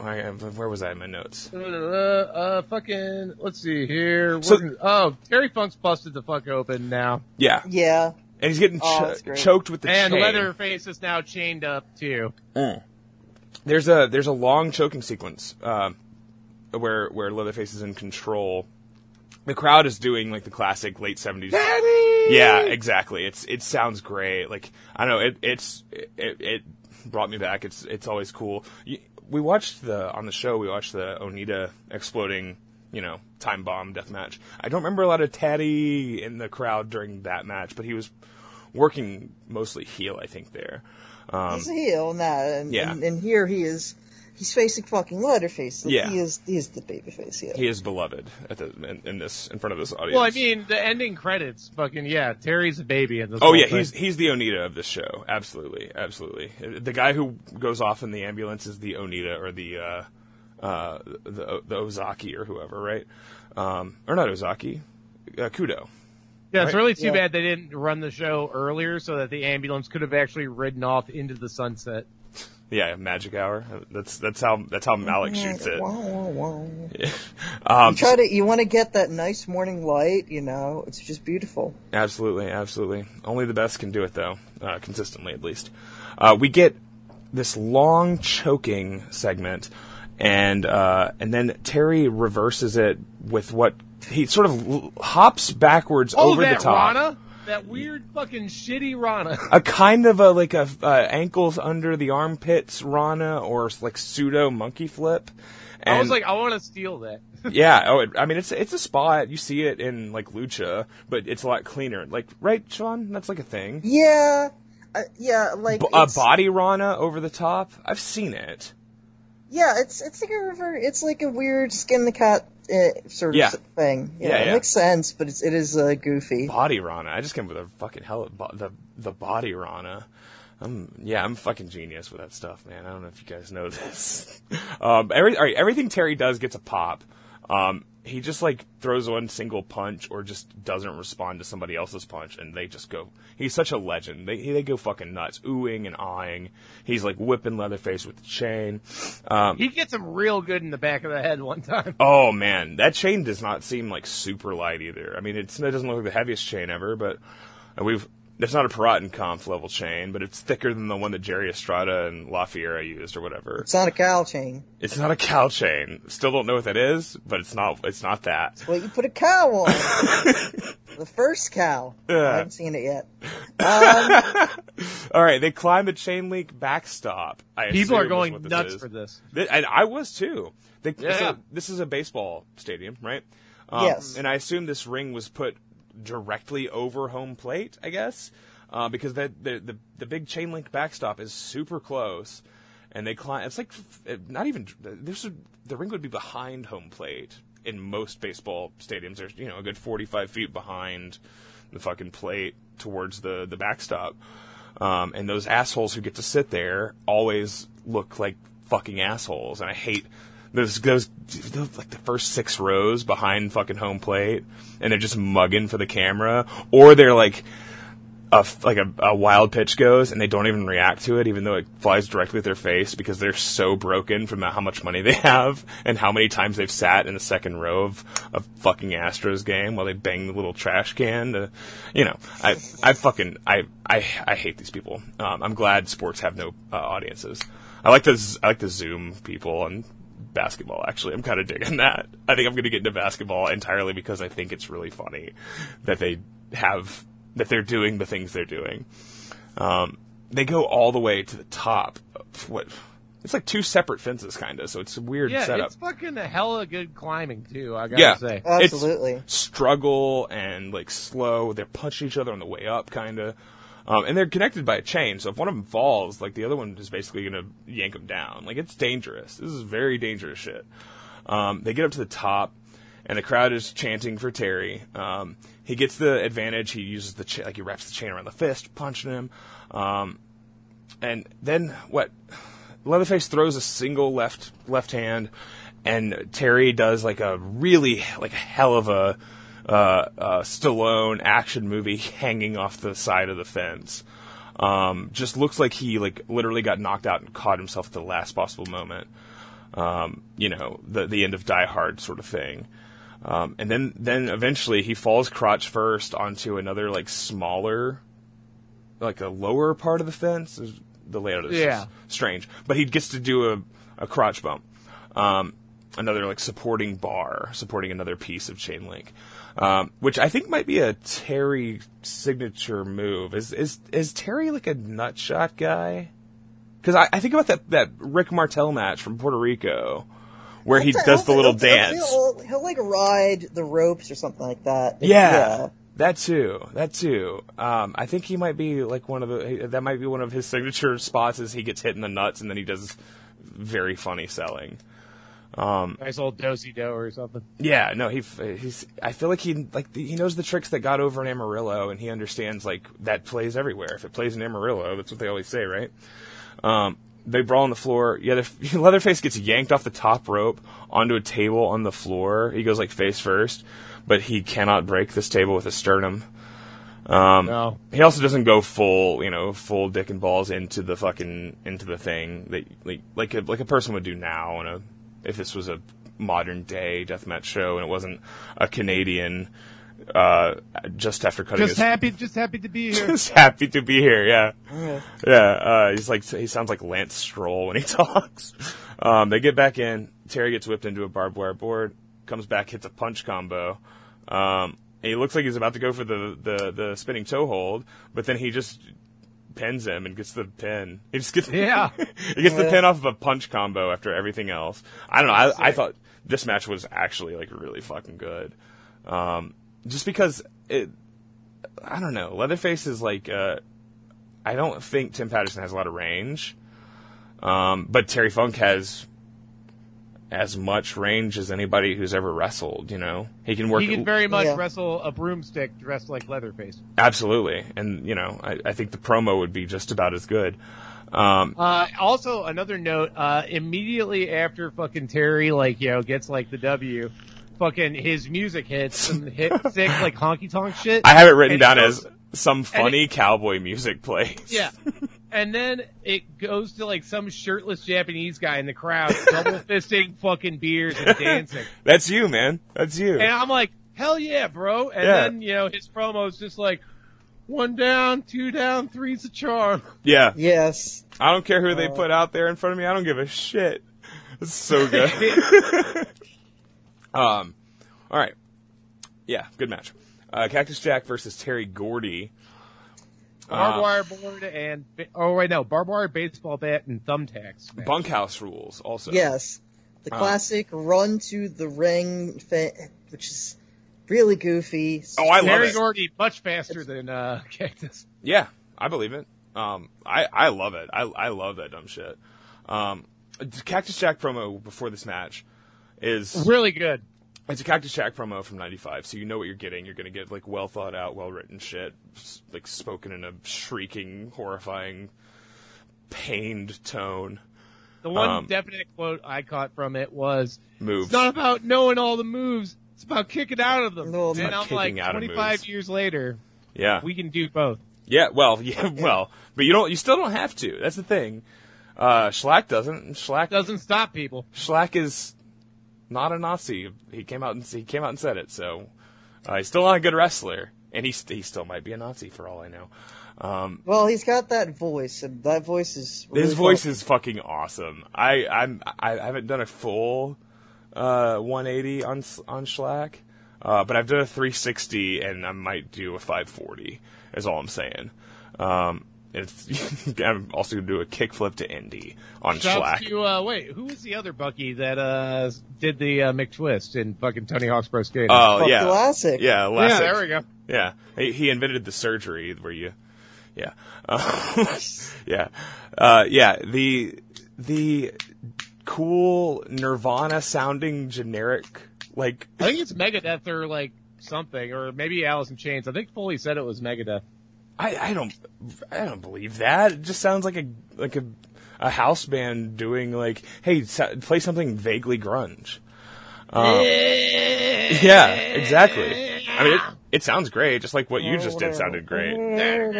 [SPEAKER 3] I have, where was I in my notes?
[SPEAKER 4] Uh, uh, fucking. Let's see here.
[SPEAKER 3] So-
[SPEAKER 4] We're gonna- oh, Terry Funk's busted the fuck open now,
[SPEAKER 3] Yeah,
[SPEAKER 5] Yeah,
[SPEAKER 3] and he's getting
[SPEAKER 5] Oh,
[SPEAKER 3] cho-
[SPEAKER 5] that's great.
[SPEAKER 3] choked with the
[SPEAKER 4] and
[SPEAKER 3] chain.
[SPEAKER 4] Leatherface is now chained up too.
[SPEAKER 3] There's a there's a long choking sequence um, where where Leatherface is in control. The crowd is doing like the classic late seventies. Yeah, exactly. It's it sounds great. Like I don't know. It it's it, it brought me back. It's it's always cool. You- We watched the on the show. We watched the Onita exploding. You know, time bomb death match. I don't remember a lot of Taddy in the crowd during that match, but he was working mostly heel. I think there. Um,
[SPEAKER 5] he's a heel and that, and,
[SPEAKER 3] Yeah.
[SPEAKER 5] and, and here he is. He's facing fucking Leatherface. Like,
[SPEAKER 3] Yeah.
[SPEAKER 5] he is he is the babyface heel.
[SPEAKER 3] he is beloved at the, in, in this in front of this audience.
[SPEAKER 4] Well, I mean, the ending credits, fucking yeah. Terry's a baby in this.
[SPEAKER 3] oh
[SPEAKER 4] whole
[SPEAKER 3] yeah,
[SPEAKER 4] thing.
[SPEAKER 3] he's he's the Onita of this show. Absolutely, absolutely. The guy who goes off in the ambulance is the Onita or the uh, uh, the the Ozaki or whoever, right? Um, or not Ozaki, uh, Kudo.
[SPEAKER 4] Yeah, it's
[SPEAKER 3] Right.
[SPEAKER 4] really too
[SPEAKER 5] Yeah.
[SPEAKER 4] bad they didn't run the show earlier so that the ambulance could have actually ridden off into the sunset.
[SPEAKER 3] Yeah, Magic Hour. That's that's how that's how Malik shoots it.
[SPEAKER 5] Wow, wow, wow.
[SPEAKER 3] (laughs) Um,
[SPEAKER 5] Try to you want to get that nice morning light, you know. It's just beautiful.
[SPEAKER 3] Absolutely, absolutely. Only the best can do it, though, uh, consistently at least. Uh, we get this long choking segment, and uh, and then Terry reverses it with what he sort of l- hops backwards
[SPEAKER 4] Oh,
[SPEAKER 3] over
[SPEAKER 4] that
[SPEAKER 3] the top.
[SPEAKER 4] Rana? That weird fucking shitty Rana. (laughs)
[SPEAKER 3] A kind of a like a uh, ankles under the armpits Rana or like pseudo monkey flip. And
[SPEAKER 4] I was like, (laughs) I want to steal that.
[SPEAKER 3] yeah, oh, it, I mean, it's it's a spot. You see it in like lucha, but it's a lot cleaner. Like, right, Sean? That's like a thing.
[SPEAKER 5] Yeah, uh, yeah, like
[SPEAKER 3] B- a
[SPEAKER 5] it's-
[SPEAKER 3] body rana over the top. I've seen it.
[SPEAKER 5] Yeah, it's it's like a river. It's like a weird skin the cat uh, sort
[SPEAKER 3] Yeah.
[SPEAKER 5] of thing.
[SPEAKER 3] Yeah,
[SPEAKER 5] You know,
[SPEAKER 3] yeah.
[SPEAKER 5] It makes sense, but it's, it is uh, goofy.
[SPEAKER 3] Body rana. I just came with a fucking hell of bo- the the body rana. I'm yeah, I'm a fucking genius with that stuff, man. I don't know if you guys know this. um, every all right, everything Terry does gets a pop. Um, he just like throws one single punch or just doesn't respond to somebody else's punch, and they just go. He's such a legend. They they go fucking nuts, oohing and eyeing. He's like whipping Leatherface with the chain. Um,
[SPEAKER 4] He gets him real good in the back of the head one time.
[SPEAKER 3] Oh man, that chain does not seem like super light either. I mean, it's, it doesn't look like the heaviest chain ever, but and we've that's not a Piratin Conf level chain, but it's thicker than the one that Jerry Estrada and La Fiera used or whatever.
[SPEAKER 5] It's not a cow chain.
[SPEAKER 3] It's not a cow chain. Still don't know what that is, but it's not it's not that.
[SPEAKER 5] Well, you put a cow
[SPEAKER 3] (laughs)
[SPEAKER 5] on the first cow. I haven't seen it yet.
[SPEAKER 3] All right, they climb the chain link backstop. I assume
[SPEAKER 4] People are
[SPEAKER 3] is
[SPEAKER 4] going
[SPEAKER 3] what this
[SPEAKER 4] nuts
[SPEAKER 3] is.
[SPEAKER 4] for this.
[SPEAKER 3] Th- and I was too. They,
[SPEAKER 4] Yeah.
[SPEAKER 3] so this is a baseball stadium, right? Um,
[SPEAKER 5] Yes.
[SPEAKER 3] And I assume this ring was put directly over home plate, I guess, uh, because that the, the the big chain link backstop is super close, and they climb. It's like f- not even there's a, the ring would be behind home plate in most baseball stadiums. There's you know a good 45 feet behind the fucking plate towards the the backstop. Um, and those assholes who get to sit there always look like fucking assholes, and I hate those those, those like the first six rows behind fucking home plate, and they're just mugging for the camera, or they're like a f- like a, a wild pitch goes and they don't even react to it, even though it flies directly at their face because they're so broken from how much money they (laughs) have and how many times they've sat in the second row of a fucking Astros game while they bang the little trash can. To, you know, I I fucking I I I hate these people. Um, I'm glad sports have no uh, audiences. I like the z- I like the Zoom people and basketball actually i'm kind of digging that i think i'm going to get into basketball entirely because i think it's really funny that they have that they're doing the things they're doing um, they go all the way to the top of what it's like two separate fences kind of so it's a (laughs) weird
[SPEAKER 4] Yeah,
[SPEAKER 3] setup
[SPEAKER 4] it's fucking a hella good climbing too. I gotta
[SPEAKER 3] yeah
[SPEAKER 4] say.
[SPEAKER 3] It's
[SPEAKER 5] Absolutely.
[SPEAKER 3] struggle and like slow they're punching each other on the way up kind of um, and they're connected by a chain so if one of them falls like the other one is basically going to yank them down like it's dangerous this is very dangerous shit Um, they get up to the top, and the crowd is chanting for Terry. Um, he gets the advantage. He uses the cha- like he wraps the chain around the fist, punching him. Um, and then what? Leatherface throws a single left left hand, and Terry does like a really like a hell of a uh, uh, Stallone action movie, (laughs) hanging off the side of the fence. Um, just looks like he like literally got knocked out and caught himself at the last possible moment um, you know, the the end of Die Hard sort of thing. Um, and then then eventually he falls crotch first onto another like smaller, like a lower part of the fence. Is- The layout is
[SPEAKER 4] Yeah.
[SPEAKER 3] strange, but he gets to do a a crotch bump, um, another like supporting bar, supporting another piece of chain link. Um, which I think might be a Terry signature move. Is is is Terry like a nutshot guy? Because I, I think about that, that Rick Martel match from Puerto Rico, where he does the little dance.
[SPEAKER 5] He'll, he'll, like ride the ropes or something like that.
[SPEAKER 3] Yeah, that too. That too. Um, I think he might be like one of the that might be one of his signature spots is he gets hit in the nuts and then he does very funny selling.
[SPEAKER 4] Nice old dosey do or something.
[SPEAKER 3] Yeah, no, he he's. I feel like he like the, he knows the tricks that got over in Amarillo, and he understands like that plays everywhere. If it plays in Amarillo, that's what they always say, right? Um, they brawl on (laughs) the floor. Yeah, their- Leatherface gets yanked off the top rope onto a table on the floor. He goes like face first, but he cannot break this table with a sternum. Um,
[SPEAKER 4] No.
[SPEAKER 3] He also doesn't go full, you know, full dick and balls into the fucking into the thing that like like a, like a person would do now on a if this was a modern day deathmatch show and it wasn't a Canadian uh just after cutting
[SPEAKER 4] Just
[SPEAKER 3] his
[SPEAKER 4] happy, just happy to be
[SPEAKER 3] (laughs)
[SPEAKER 4] here.
[SPEAKER 3] just happy to be here. Yeah, yeah. Uh, he's like he sounds like Lance Stroll when he (laughs) talks. Um, they get back in. Terry gets whipped into a barbed wire board. Comes back, hits a punch combo. Um, and he looks like he's about to go for the the, the spinning toe hold, but then he just pins him and gets the pin. He just gets (laughs)
[SPEAKER 4] Yeah.
[SPEAKER 3] he gets the
[SPEAKER 5] Yeah.
[SPEAKER 3] pin off of a punch combo after everything else. I don't know. I, I thought this match was actually like really fucking good, um, just because it. I don't know. Leatherface is like. Uh, I don't think Tim Patterson has a lot of range, um, but Terry Funk has as much range as anybody who's ever wrestled. You know, he can work.
[SPEAKER 4] He could very much
[SPEAKER 5] Yeah.
[SPEAKER 4] wrestle a broomstick dressed like Leatherface.
[SPEAKER 3] absolutely, and you know, I, I think the promo would be just about as good. Um,
[SPEAKER 4] Uh, also, another note: uh, immediately after fucking Terry, like you know, gets like the W, fucking his music hits some hit sick like honky tonk shit.
[SPEAKER 3] I have it written
[SPEAKER 4] And
[SPEAKER 3] down
[SPEAKER 4] so-
[SPEAKER 3] as some funny cowboy music (laughs) plays.
[SPEAKER 4] (laughs) yeah. And then it goes to like some shirtless Japanese guy in the crowd, double fisting fucking beers and dancing.
[SPEAKER 3] That's you, man. That's you.
[SPEAKER 4] And I'm like, hell yeah, bro. And
[SPEAKER 3] Yeah.
[SPEAKER 4] then, you know, his promo's just like, one down, two down, three's a charm. (laughs)
[SPEAKER 3] yeah.
[SPEAKER 5] Yes.
[SPEAKER 3] I don't care who they
[SPEAKER 4] Oh.
[SPEAKER 3] put out there in front of me. I don't give a shit. It's
[SPEAKER 4] (laughs)
[SPEAKER 3] so good. um, all right. Yeah, good match. Uh, Cactus Jack versus Terry Gordy. Ah.
[SPEAKER 4] Barbed wire board and, oh, wait, no, barbed wire baseball bat and thumbtacks. man.
[SPEAKER 3] Bunkhouse rules also.
[SPEAKER 5] Yes. The classic run to the ring, fa- which is really goofy.
[SPEAKER 3] Oh, I love
[SPEAKER 4] Terry
[SPEAKER 3] it.
[SPEAKER 4] Gordy, much faster than, uh, (laughs) Cactus.
[SPEAKER 3] Yeah, I believe it. Um, I, I love it. I, I love that dumb shit. Um, Cactus Jack promo before this match is
[SPEAKER 4] Really good.
[SPEAKER 3] It's a Cactus Jack promo from '95, so you know what you're getting. You're gonna get like well thought out, well written shit, s- like spoken in a shrieking, horrifying, pained tone.
[SPEAKER 4] The one
[SPEAKER 3] Um,
[SPEAKER 4] definite quote I caught from it was,
[SPEAKER 3] Moves.
[SPEAKER 4] It's not about knowing all the moves. It's about kicking out of them.
[SPEAKER 5] No, it's
[SPEAKER 4] and
[SPEAKER 5] about
[SPEAKER 4] I'm like,
[SPEAKER 3] kicking out of
[SPEAKER 4] 25
[SPEAKER 3] moves.
[SPEAKER 4] years later,
[SPEAKER 3] yeah,
[SPEAKER 4] we can do both.
[SPEAKER 3] Yeah, well, (laughs) yeah, well, but you don't. You still don't have to. That's the thing. Uh, Schlack doesn't. Schlack
[SPEAKER 4] Doesn't stop people.
[SPEAKER 3] Schlack is not a Nazi. He came out and he came out and said it. So uh, he's still not a good wrestler, and he st- he still might be a Nazi for all I know. Um,
[SPEAKER 5] Well, he's got that voice, and that voice is really
[SPEAKER 3] his voice
[SPEAKER 5] cool.
[SPEAKER 3] is fucking awesome. I I'm I I haven't done a full uh 180 on S- on Schlack, uh, but I've done a 360, and I might do a 540. Is all I'm saying. Um, it's, (laughs) I'm also gonna do a kickflip to Indy on Schlack.
[SPEAKER 4] Shouts to, uh, wait, who was the other Bucky that uh, did the uh, McTwist in fucking Tony Hawk's Pro Skater?
[SPEAKER 3] Oh
[SPEAKER 5] Fuck
[SPEAKER 3] yeah,
[SPEAKER 5] Lassick.
[SPEAKER 3] Yeah,
[SPEAKER 4] yeah,
[SPEAKER 3] Lassick.
[SPEAKER 4] there we go.
[SPEAKER 3] Yeah, he, he invented the surgery where you, yeah, (laughs) uh, yeah, uh, yeah. The the cool Nirvana sounding generic like
[SPEAKER 4] I think it's Megadeth or like something, or maybe Alice in Chains. I think Foley said it was Megadeth.
[SPEAKER 3] I, I don't I don't believe that. It just sounds like a like a a house band doing like hey sa- play something vaguely grunge. Um, yeah, exactly. I mean, it, it sounds great. Just like what you just did sounded great.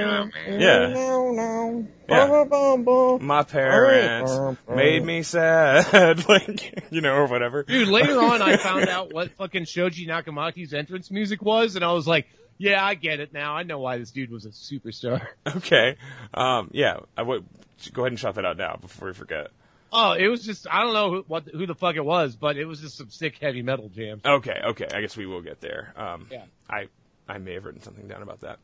[SPEAKER 3] Yeah.
[SPEAKER 5] No,
[SPEAKER 3] Yeah.
[SPEAKER 5] no.
[SPEAKER 3] my parents made me sad, (laughs) like you know, or whatever.
[SPEAKER 4] Dude, later on I found out what fucking Shoji Nakamaki's entrance music was, and I was like, yeah, I get it now. I know why this dude was a
[SPEAKER 3] (laughs)
[SPEAKER 4] superstar.
[SPEAKER 3] Okay, um, yeah, I would go ahead and shout that out now before we forget.
[SPEAKER 4] Oh, it was just, I don't know who, what, who the fuck it was, but it was just some sick heavy metal jam.
[SPEAKER 3] Okay, okay, I guess we will get there. Um,
[SPEAKER 4] Yeah.
[SPEAKER 3] I I may have written something down about that.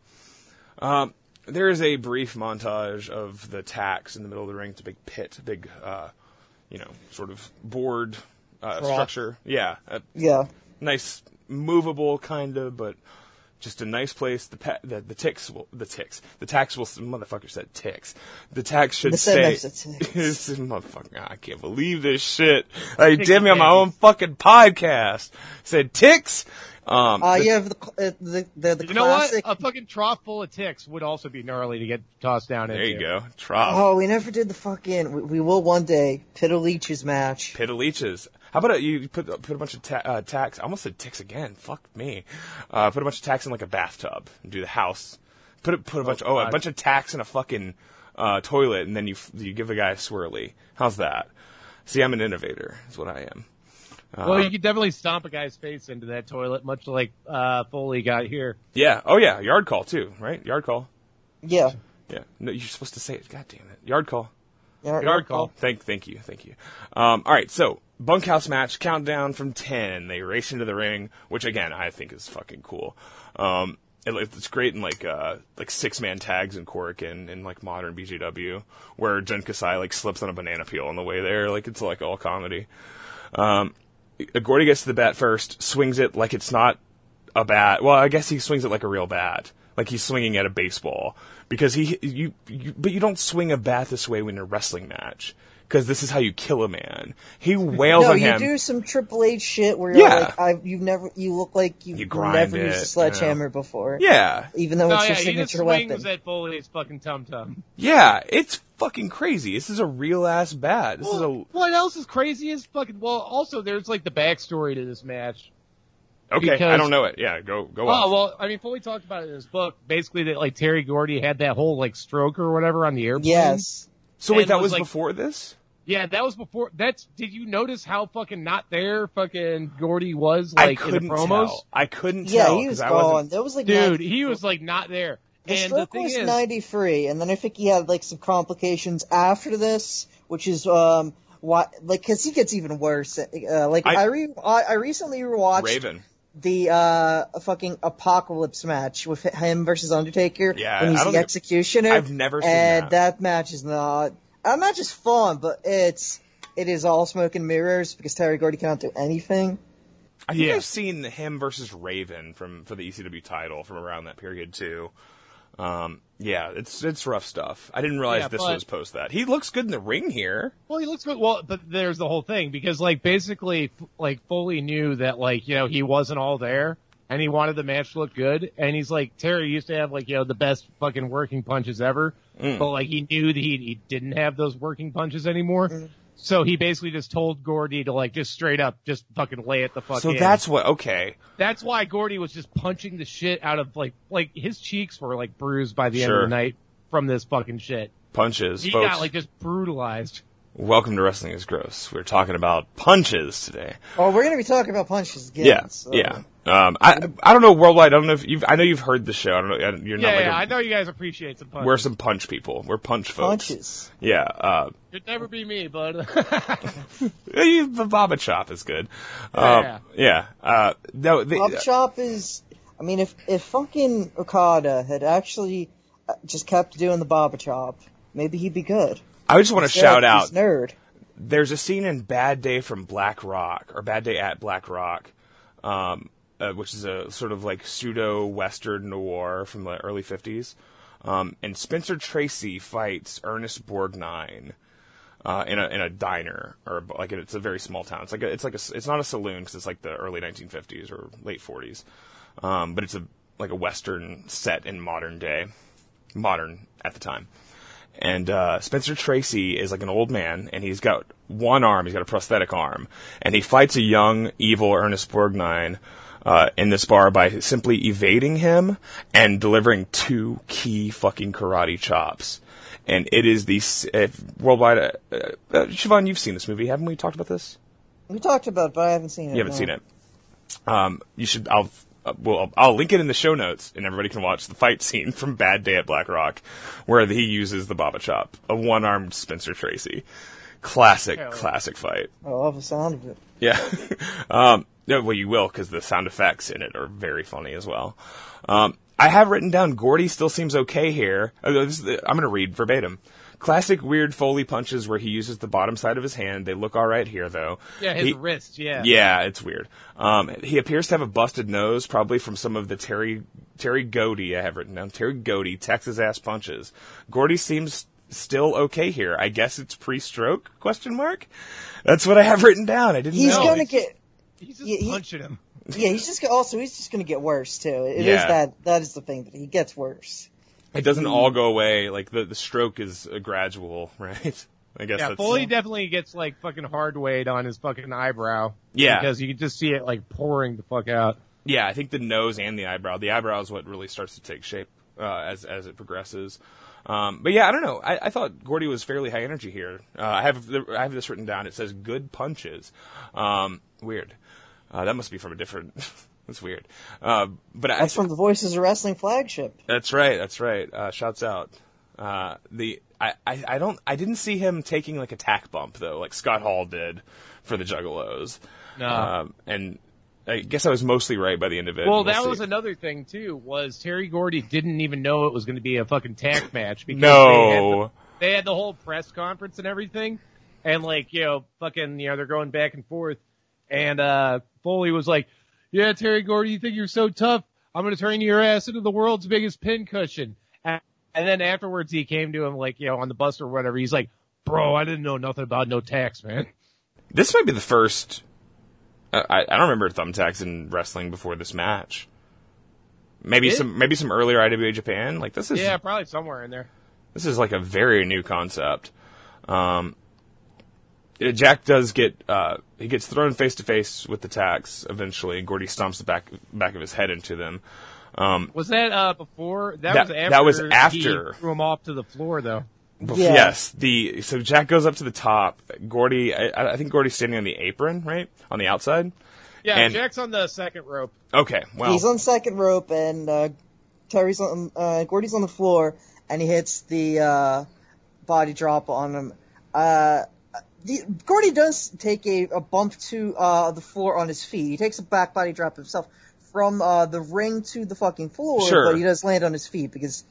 [SPEAKER 3] Um, there is a brief montage of the tacks in the middle of the ring. It's a big pit, big, uh, you know, sort of board uh,
[SPEAKER 4] Trough.
[SPEAKER 3] structure. Yeah, a
[SPEAKER 5] Yeah.
[SPEAKER 3] nice movable kind of, but just a nice place. The pa- the, the ticks will the ticks the tax will motherfucker said ticks. The tax should
[SPEAKER 5] The
[SPEAKER 3] stay.
[SPEAKER 5] sentence said
[SPEAKER 3] (laughs)
[SPEAKER 5] ticks.
[SPEAKER 3] This is- motherfucker, I can't believe this shit. They did me on my
[SPEAKER 4] tacks.
[SPEAKER 3] own fucking podcast. Said ticks. Um,
[SPEAKER 5] Uh,
[SPEAKER 3] the-
[SPEAKER 5] you have the cl- uh, the the, the
[SPEAKER 4] You know what? Um,
[SPEAKER 5] classic.
[SPEAKER 4] A fucking trough full of ticks would also be gnarly to get tossed down
[SPEAKER 3] There
[SPEAKER 4] into.
[SPEAKER 3] you go. Trough.
[SPEAKER 5] Oh, we never did the fucking. We, we will one day. Pitalich's match.
[SPEAKER 3] Pit of leeches. How about a, you put put a bunch of ta- uh, tacks? I almost said ticks again. Fuck me. Uh, put a bunch of tacks in like a bathtub and do the house. Put a, put a bunch oh a
[SPEAKER 4] God.
[SPEAKER 3] bunch of tacks in a fucking uh, toilet and then you f- you give the guy a swirly. How's that? See, I'm an innovator. Is what I am. Uh-huh.
[SPEAKER 4] Well, you could definitely stomp a guy's face into that toilet, much like uh, Foley got here.
[SPEAKER 3] Yeah. Oh yeah. Yard call too. Right. Yard call.
[SPEAKER 5] Yeah.
[SPEAKER 3] Yeah. No, you're supposed to say it. God damn it. Yard call.
[SPEAKER 5] Yard,
[SPEAKER 3] Thank, thank you, thank you. Um, all right, so bunkhouse match countdown from ten. They race into the ring, which again I think is fucking cool. Um, it, like, it's great in like uh, like six man tags in Korakin in like modern BJW, where Jun Kasai like slips on a banana peel on the way there. Like it's like all comedy. Um, Gordy gets to the bat first, swings it like it's not a bat. Well, I guess he swings it like a real bat, like he's swinging at a baseball because he you, you but you don't swing a bat this way when in a wrestling match because this is how you kill a man. He wails
[SPEAKER 5] (laughs) No,
[SPEAKER 3] on
[SPEAKER 5] you
[SPEAKER 3] him.
[SPEAKER 5] do some Triple H shit where you're
[SPEAKER 3] Yeah.
[SPEAKER 5] like, I've, you've never, you look like you've
[SPEAKER 3] You grind
[SPEAKER 5] never
[SPEAKER 3] it,
[SPEAKER 5] used
[SPEAKER 3] you
[SPEAKER 5] a sledgehammer before.
[SPEAKER 3] yeah,
[SPEAKER 5] Even though
[SPEAKER 4] No,
[SPEAKER 5] it's
[SPEAKER 4] Oh, yeah,
[SPEAKER 5] Oh, your
[SPEAKER 4] he just
[SPEAKER 5] signature
[SPEAKER 4] swings
[SPEAKER 5] weapon.
[SPEAKER 4] at Foley's fucking tum tum.
[SPEAKER 3] yeah, it's fucking crazy. This is a real ass bat. This is
[SPEAKER 4] What else is crazy is fucking. Well, also there's like the backstory to this match.
[SPEAKER 3] a okay. I
[SPEAKER 4] because-
[SPEAKER 3] don't know it. Yeah, go go
[SPEAKER 4] Oh
[SPEAKER 3] off.
[SPEAKER 4] well, I mean, Foley talked about it in his book, basically that like Terry Gordy had that whole like stroke or whatever on the airplane.
[SPEAKER 5] Yes.
[SPEAKER 3] so wait,
[SPEAKER 4] and
[SPEAKER 3] that
[SPEAKER 4] was
[SPEAKER 3] was
[SPEAKER 4] like-
[SPEAKER 3] before this.
[SPEAKER 4] Yeah, that was before. That's. Did you notice how fucking not there fucking Gordy was like
[SPEAKER 3] I
[SPEAKER 4] in the
[SPEAKER 3] couldn't
[SPEAKER 4] promos?
[SPEAKER 3] tell. I couldn't
[SPEAKER 5] Yeah,
[SPEAKER 3] tell.
[SPEAKER 5] he was
[SPEAKER 3] 'cause I
[SPEAKER 5] gone.
[SPEAKER 3] wasn't-
[SPEAKER 5] That was like
[SPEAKER 4] Dude,
[SPEAKER 5] 90
[SPEAKER 4] he was like not there.
[SPEAKER 5] The
[SPEAKER 4] and the
[SPEAKER 5] stroke
[SPEAKER 4] thing
[SPEAKER 5] was
[SPEAKER 4] is,
[SPEAKER 5] 93, and then I think he had like some complications after this, which is um why like because he gets even worse. Uh, like
[SPEAKER 3] I-
[SPEAKER 5] I I, re- I I recently rewatched
[SPEAKER 3] Raven.
[SPEAKER 5] the uh fucking apocalypse match with him versus Undertaker
[SPEAKER 3] Yeah,
[SPEAKER 5] when
[SPEAKER 3] I
[SPEAKER 5] he's
[SPEAKER 3] don't
[SPEAKER 5] the
[SPEAKER 3] think-
[SPEAKER 5] executioner.
[SPEAKER 3] I've never seen
[SPEAKER 5] and
[SPEAKER 3] that.
[SPEAKER 5] match is not that match is fun, but it's it is all smoke and mirrors because Terry Gordy cannot do anything.
[SPEAKER 3] I think
[SPEAKER 4] Yeah.
[SPEAKER 3] I've seen him versus Raven from for the ECW title from around that period too. Um, yeah, it's it's rough stuff. I didn't realize
[SPEAKER 4] Yeah,
[SPEAKER 3] this
[SPEAKER 4] but-
[SPEAKER 3] was post that. He looks good in the ring here.
[SPEAKER 4] Well, he looks good. Well, but there's the whole thing because, like, basically, f- like Foley knew that, like, you know, he wasn't all there, and he wanted the match to look good. And he's like, Terry used to have like, you know, the best
[SPEAKER 3] Mm.
[SPEAKER 4] fucking working punches ever, but like, he knew that he, he didn't have those working punches anymore. So he basically just told Gordy to like just straight up, just fucking lay it the fuck.
[SPEAKER 3] So
[SPEAKER 4] in.
[SPEAKER 3] that's what. Okay.
[SPEAKER 4] that's why Gordy was just punching the shit out of like like his cheeks were like bruised by the end
[SPEAKER 3] Sure.
[SPEAKER 4] of the night from this fucking shit.
[SPEAKER 3] Punches,
[SPEAKER 4] He
[SPEAKER 3] folks.
[SPEAKER 4] got like just brutalized.
[SPEAKER 3] Welcome to Wrestling is Gross. We're talking about punches today.
[SPEAKER 5] Oh, we're gonna be talking about punches again.
[SPEAKER 3] Yeah,
[SPEAKER 5] so-
[SPEAKER 3] yeah. Um, I I don't know worldwide. I don't know if you've. I know you've heard the show. I don't know. You're not
[SPEAKER 4] Yeah,
[SPEAKER 3] like
[SPEAKER 4] yeah,
[SPEAKER 3] a-
[SPEAKER 4] I know you guys appreciate some punches.
[SPEAKER 3] we're some punch people. We're punch folks.
[SPEAKER 5] Punches.
[SPEAKER 3] Yeah. Uh,
[SPEAKER 4] It'd never be me, but (laughs)
[SPEAKER 3] eh, you- the Baba Chop is good. Um,
[SPEAKER 4] Yeah.
[SPEAKER 3] yeah. Uh, no. They,
[SPEAKER 5] Up Chop is. I mean, if if fucking Okada had actually uh, just kept doing the Baba Chop, maybe he'd be good.
[SPEAKER 3] I just want to
[SPEAKER 5] Instead,
[SPEAKER 3] shout out.
[SPEAKER 5] he's nerd.
[SPEAKER 3] there's a scene in Bad Day from Black Rock or Bad Day at Black Rock, um, uh, which is a sort of like pseudo Western noir from the early '50s, um, and Spencer Tracy fights Ernest Borgnine. Uh, in a in a diner or like it's a very small town. It's like a, it's like a s- it's not a saloon because it's like the early 1950s or late 40s, um, but it's a like a western set in modern day, modern at the time and uh, Spencer Tracy is like an old man, and he's got one arm. He's got a prosthetic arm, and he fights a young, evil Ernest Borgnine uh, in this bar by simply evading him and delivering two key fucking karate chops. And it is the s- if worldwide. Uh, uh, uh, Siobhan, you've seen this movie, haven't we? Talked about this?
[SPEAKER 5] We talked about, it, but I haven't seen it.
[SPEAKER 3] You haven't
[SPEAKER 5] no.
[SPEAKER 3] seen it. Um, you should. I'll. uh, Well, I'll link it in the show notes, and everybody can watch the fight (laughs) scene from Bad Day at Black Rock, where he uses the Baba Chop, a one-armed Spencer Tracy. Classic,
[SPEAKER 4] Hell yeah.
[SPEAKER 3] classic fight.
[SPEAKER 5] I love Oh, the sound of it.
[SPEAKER 3] Yeah. (laughs) um, no, well, you will because the sound effects in it are very funny as well. Um, I have written down Gordy still seems okay here. Uh, this is the- I'm going to read verbatim. Classic weird Foley punches where he uses the bottom side of his hand. They look all right here though.
[SPEAKER 4] yeah, his
[SPEAKER 3] He-
[SPEAKER 4] wrist, yeah.
[SPEAKER 3] yeah, it's weird. Um, he appears to have a busted nose, probably from some of the Terry Terry Godey I have written down. Terry Godey, Texas ass punches. Gordy seems still okay here. I guess it's pre-stroke? Question mark. That's what I have written down. I didn't
[SPEAKER 5] He's
[SPEAKER 3] know.
[SPEAKER 5] gonna
[SPEAKER 4] it's-
[SPEAKER 5] get.
[SPEAKER 4] He's just
[SPEAKER 5] Yeah, he-
[SPEAKER 4] punching him.
[SPEAKER 5] Yeah, he's just also he's just gonna get worse too. It is
[SPEAKER 3] Yeah.
[SPEAKER 5] that that is the thing that he gets worse.
[SPEAKER 3] It doesn't all go away. Like the the stroke is a gradual, (laughs) right? I guess
[SPEAKER 4] Yeah,
[SPEAKER 3] that's
[SPEAKER 4] Foley definitely gets like fucking hard weight on his fucking eyebrow.
[SPEAKER 3] Yeah.
[SPEAKER 4] Because you can just see it like pouring the fuck out.
[SPEAKER 3] yeah. I think the nose and the eyebrow. The eyebrow is what really starts to take shape uh, as as it progresses. Um, but yeah, I don't know. I, I thought Gordy was fairly high energy here. Uh, I have the, I have this written down. It says good punches. Um, weird. Uh, that must be from a different. (laughs) that's weird. Uh, but I,
[SPEAKER 5] That's from the Voices of Wrestling flagship.
[SPEAKER 3] That's right. That's right. Uh, shouts out. Uh, the I, I, I don't I didn't see him taking like a tack bump though, like Scott Hall did for the Juggalos.
[SPEAKER 4] No.
[SPEAKER 3] Um, and I guess I was mostly right by the end of it. We'll
[SPEAKER 4] Well, that
[SPEAKER 3] see.
[SPEAKER 4] was another thing too. Was Terry Gordy didn't even know it was going to be a fucking tack match because they, had the,
[SPEAKER 3] no.
[SPEAKER 4] they had the whole press conference and everything, and like you know, fucking you know, they're going back and forth, and uh Foley was like, "Yeah, Terry Gordy, you think you're so tough? I'm going to turn your ass into the world's biggest pincushion." And, and then afterwards, he came to him like you know on the bus or whatever. He's like, "Bro, I didn't know nothing about no tax, man."
[SPEAKER 3] This might be the first. I I I don't remember thumbtacks in wrestling before this match. Maybe
[SPEAKER 4] Did?
[SPEAKER 3] some maybe some earlier IWA Japan. Like this is
[SPEAKER 4] Yeah, probably somewhere in there.
[SPEAKER 3] This is like a very new concept. Um, yeah, Jack does get uh, he gets thrown face to face with the tax eventually, and Gordy stomps the back back of his head into them. Um,
[SPEAKER 4] Was that uh before? That,
[SPEAKER 3] That-
[SPEAKER 4] was after.
[SPEAKER 3] that was after.
[SPEAKER 4] he threw him off to the floor, though.
[SPEAKER 3] bef-
[SPEAKER 5] Yeah.
[SPEAKER 3] Yes, the so Jack goes up to the top. Gordy, I, I think Gordy's standing on the apron, right on the outside.
[SPEAKER 4] Yeah,
[SPEAKER 3] And-
[SPEAKER 4] Jack's on the second rope.
[SPEAKER 3] Okay, well,
[SPEAKER 5] He's on second rope and uh, Terry's on uh, Gordy's on the floor and he hits the uh, body drop on him. Uh, the, Gordy does take a, a bump to uh, the floor on his feet. He takes a back body drop himself from uh, the ring to the fucking floor,
[SPEAKER 3] Sure.
[SPEAKER 5] but he does land on his feet because.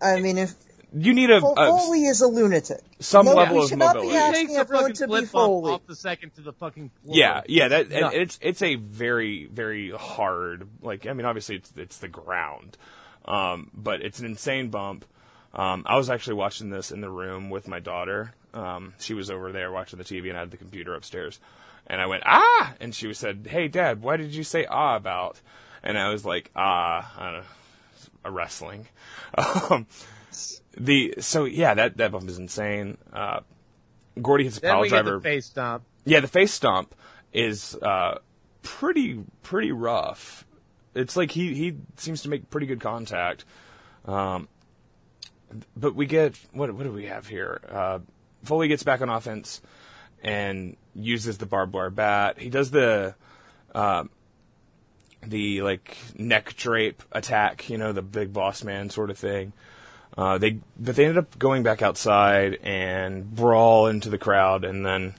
[SPEAKER 5] I mean, if
[SPEAKER 3] you need a, a
[SPEAKER 5] Foley is a lunatic,
[SPEAKER 3] Uh, some
[SPEAKER 5] no,
[SPEAKER 3] level
[SPEAKER 5] we
[SPEAKER 3] of
[SPEAKER 5] should not
[SPEAKER 3] mobility.
[SPEAKER 5] Be
[SPEAKER 4] He
[SPEAKER 5] asking
[SPEAKER 4] takes a
[SPEAKER 5] everyone
[SPEAKER 4] fucking
[SPEAKER 5] to
[SPEAKER 4] flip
[SPEAKER 5] be
[SPEAKER 4] bump
[SPEAKER 5] Foley.
[SPEAKER 4] off the second to the fucking floor.
[SPEAKER 3] Yeah, yeah, that and
[SPEAKER 4] nuts.
[SPEAKER 3] it's it's a very very hard like I mean obviously it's it's the ground, um, but it's an insane bump. Um, I was actually watching this in the room with my daughter. Um, she was over there watching the TV, and I had the computer upstairs, and I went ah, and she said, "Hey, Dad, why did you say ah about?" And I was like, ah, I don't know, a wrestling. (laughs) Um, the so yeah, that that bump is insane. Uh, Gordy hits a
[SPEAKER 4] Then
[SPEAKER 3] pile
[SPEAKER 4] we get
[SPEAKER 3] driver.
[SPEAKER 4] the face stomp.
[SPEAKER 3] Yeah, the face stomp is uh, pretty pretty rough. It's like he he seems to make pretty good contact, um, but we get what what do we have here? Uh, Foley gets back on offense and uses the barbed wire bat. He does the uh, the like neck drape attack, you know, the big boss man sort of thing. Uh, they but they ended up going back outside and brawl into the crowd, and then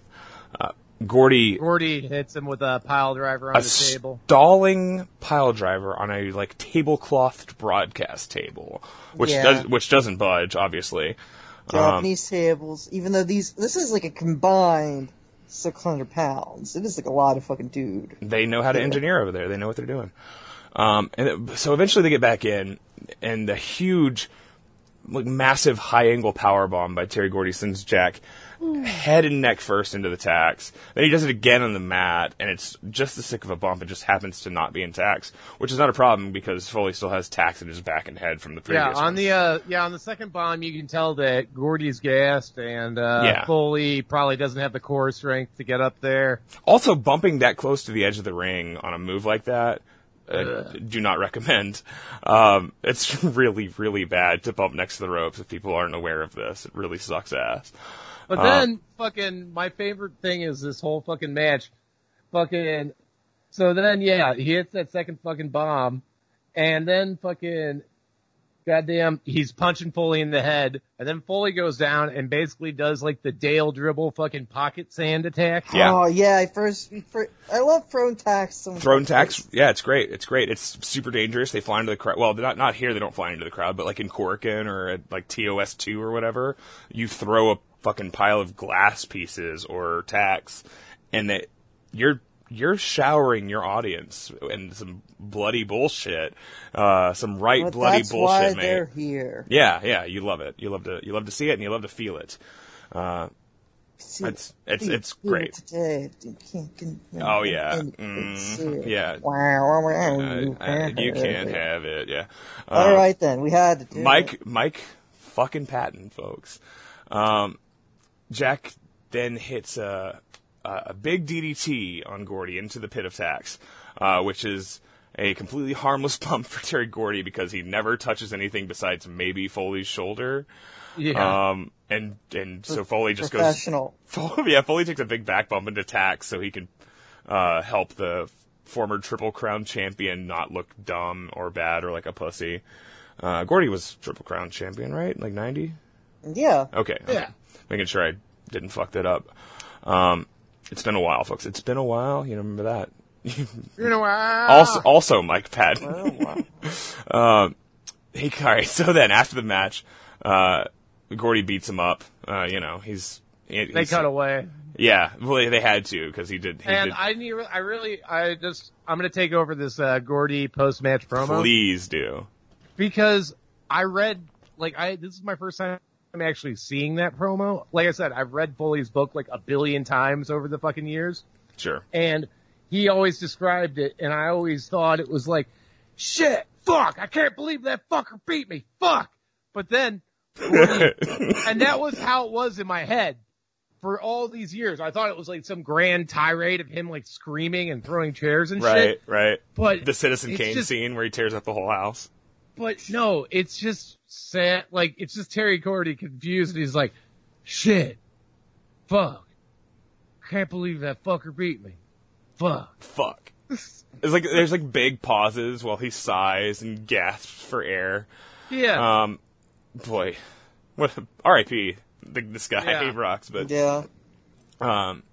[SPEAKER 3] uh, Gordy
[SPEAKER 4] Gordy hits him with a pile driver on
[SPEAKER 3] a
[SPEAKER 4] the table.
[SPEAKER 3] stalling pile driver on a like tableclothed broadcast table, which
[SPEAKER 5] Yeah.
[SPEAKER 3] does which doesn't budge obviously. Uh-huh.
[SPEAKER 5] Japanese tables, even though these this is like a combined six hundred pounds. It is like a lot of fucking dude.
[SPEAKER 3] They know how to engineer over there. They know what they're doing. Um, and it- so eventually they get back in, and the huge, like massive high angle power bomb by Terry Gordy sends Jack
[SPEAKER 4] Hmm.
[SPEAKER 3] head and neck first into the tax. Then he does it again on the mat, and it's just the sick of a bump. It just happens to not be in tax, which is not a problem because Foley still has tax in his back and head from the previous.
[SPEAKER 4] Yeah,
[SPEAKER 3] one.
[SPEAKER 4] on the uh, yeah on the second bomb, you can tell that Gordy's gassed and uh,
[SPEAKER 3] Yeah.
[SPEAKER 4] Foley probably doesn't have the core strength to get up there.
[SPEAKER 3] Also, bumping that close to the edge of the ring on a move like that, uh, do not recommend. Um, it's (laughs) really, really bad to bump next to the ropes if people aren't aware of this. It really sucks ass.
[SPEAKER 4] But
[SPEAKER 3] Uh,
[SPEAKER 4] then fucking my favorite thing is this whole fucking match. Fucking so then yeah, he hits that second fucking bomb and then fucking goddamn he's punching Foley in the head and then Foley goes down and basically does like the Dale dribble fucking pocket sand attack.
[SPEAKER 3] Yeah.
[SPEAKER 5] Oh yeah, I first fir- I love thrown tax. So much.
[SPEAKER 3] Throne tax, yeah, it's great. It's great. It's super dangerous. They fly into the crowd. Well, they're not not here. They don't fly into the crowd, but like in Corkin or at like TOS two or whatever, you throw a fucking pile of glass pieces or tax, and that you're you're showering your audience and some bloody bullshit, uh, some right
[SPEAKER 5] But
[SPEAKER 3] bloody
[SPEAKER 5] that's why
[SPEAKER 3] bullshit, mate.
[SPEAKER 5] they're here.
[SPEAKER 3] Yeah, yeah, you love it. You love to you love to see it and you love to feel it. Uh, It's- it's- it's
[SPEAKER 5] People
[SPEAKER 3] great.
[SPEAKER 5] Today, you can't con-
[SPEAKER 3] Oh, yeah.
[SPEAKER 5] and-
[SPEAKER 3] Mm,
[SPEAKER 5] it's, uh,
[SPEAKER 3] yeah.
[SPEAKER 5] Wow, wow, wow,
[SPEAKER 3] uh, uh, you can't
[SPEAKER 5] it.
[SPEAKER 3] have it. Yeah. Uh,
[SPEAKER 5] All right then, we had to do it.
[SPEAKER 3] Mike, Mike fucking Patton, folks. Um, Jack then hits a, a a big DDT on Gordy into the pit of tax, uh, which is a completely harmless (laughs) bump for Terry Gordy because he never touches anything besides maybe Foley's shoulder.
[SPEAKER 4] (laughs) Yeah.
[SPEAKER 3] Um, and, and so Foley just goes,
[SPEAKER 5] professional.
[SPEAKER 3] Foley, (laughs) yeah, Foley takes a big back bump into tax so he can uh, help the former Triple Crown champion not look dumb or bad or like a pussy. Uh, Gordy was Triple Crown champion, right? Like 90?
[SPEAKER 5] Yeah.
[SPEAKER 3] Okay. okay.
[SPEAKER 4] Yeah.
[SPEAKER 3] Making sure I didn't fuck that up. Um, it's been a while, folks. It's been a while. You remember that.
[SPEAKER 4] you know, ah.
[SPEAKER 3] Also, also Mike Patton. Um,
[SPEAKER 5] Oh, wow.
[SPEAKER 3] (laughs) He, all right. So then, after the match, uh, Gordy beats him up. Uh, you know, he's.
[SPEAKER 4] they cut away.
[SPEAKER 3] Yeah, well, they had to because he did. He
[SPEAKER 4] And
[SPEAKER 3] did
[SPEAKER 4] I need, I really, I just, I'm gonna take over this, uh, Gordy post-match promo.
[SPEAKER 3] please do.
[SPEAKER 4] because I read like I this is my first time I'm actually seeing that promo. Like I said, I've read Foley's book like a billion times over the fucking years,
[SPEAKER 3] Sure.
[SPEAKER 4] and he always described it, and I always thought it was like, shit, fuck, I can't believe that fucker beat me, fuck. But
[SPEAKER 3] (laughs)
[SPEAKER 4] then, and that was how it was in my head. For all these years, I thought it was like some grand tirade of him like screaming and throwing chairs and
[SPEAKER 3] Right,
[SPEAKER 4] shit.
[SPEAKER 3] right.
[SPEAKER 4] But
[SPEAKER 3] the Citizen
[SPEAKER 4] it's
[SPEAKER 3] Kane
[SPEAKER 4] just-
[SPEAKER 3] scene where he tears up the whole house.
[SPEAKER 4] But no, it's just sad. Like it's just Terry Gordy confused, and he's like, "Shit, fuck, can't believe that fucker beat me, fuck."
[SPEAKER 3] Fuck. It's like there's like big pauses while he sighs and gasps for air.
[SPEAKER 4] Yeah,
[SPEAKER 3] Um, boy, what? a- R.I.P. The, this guy
[SPEAKER 4] Yeah.
[SPEAKER 3] he (laughs) rocks, but
[SPEAKER 5] Yeah.
[SPEAKER 3] um,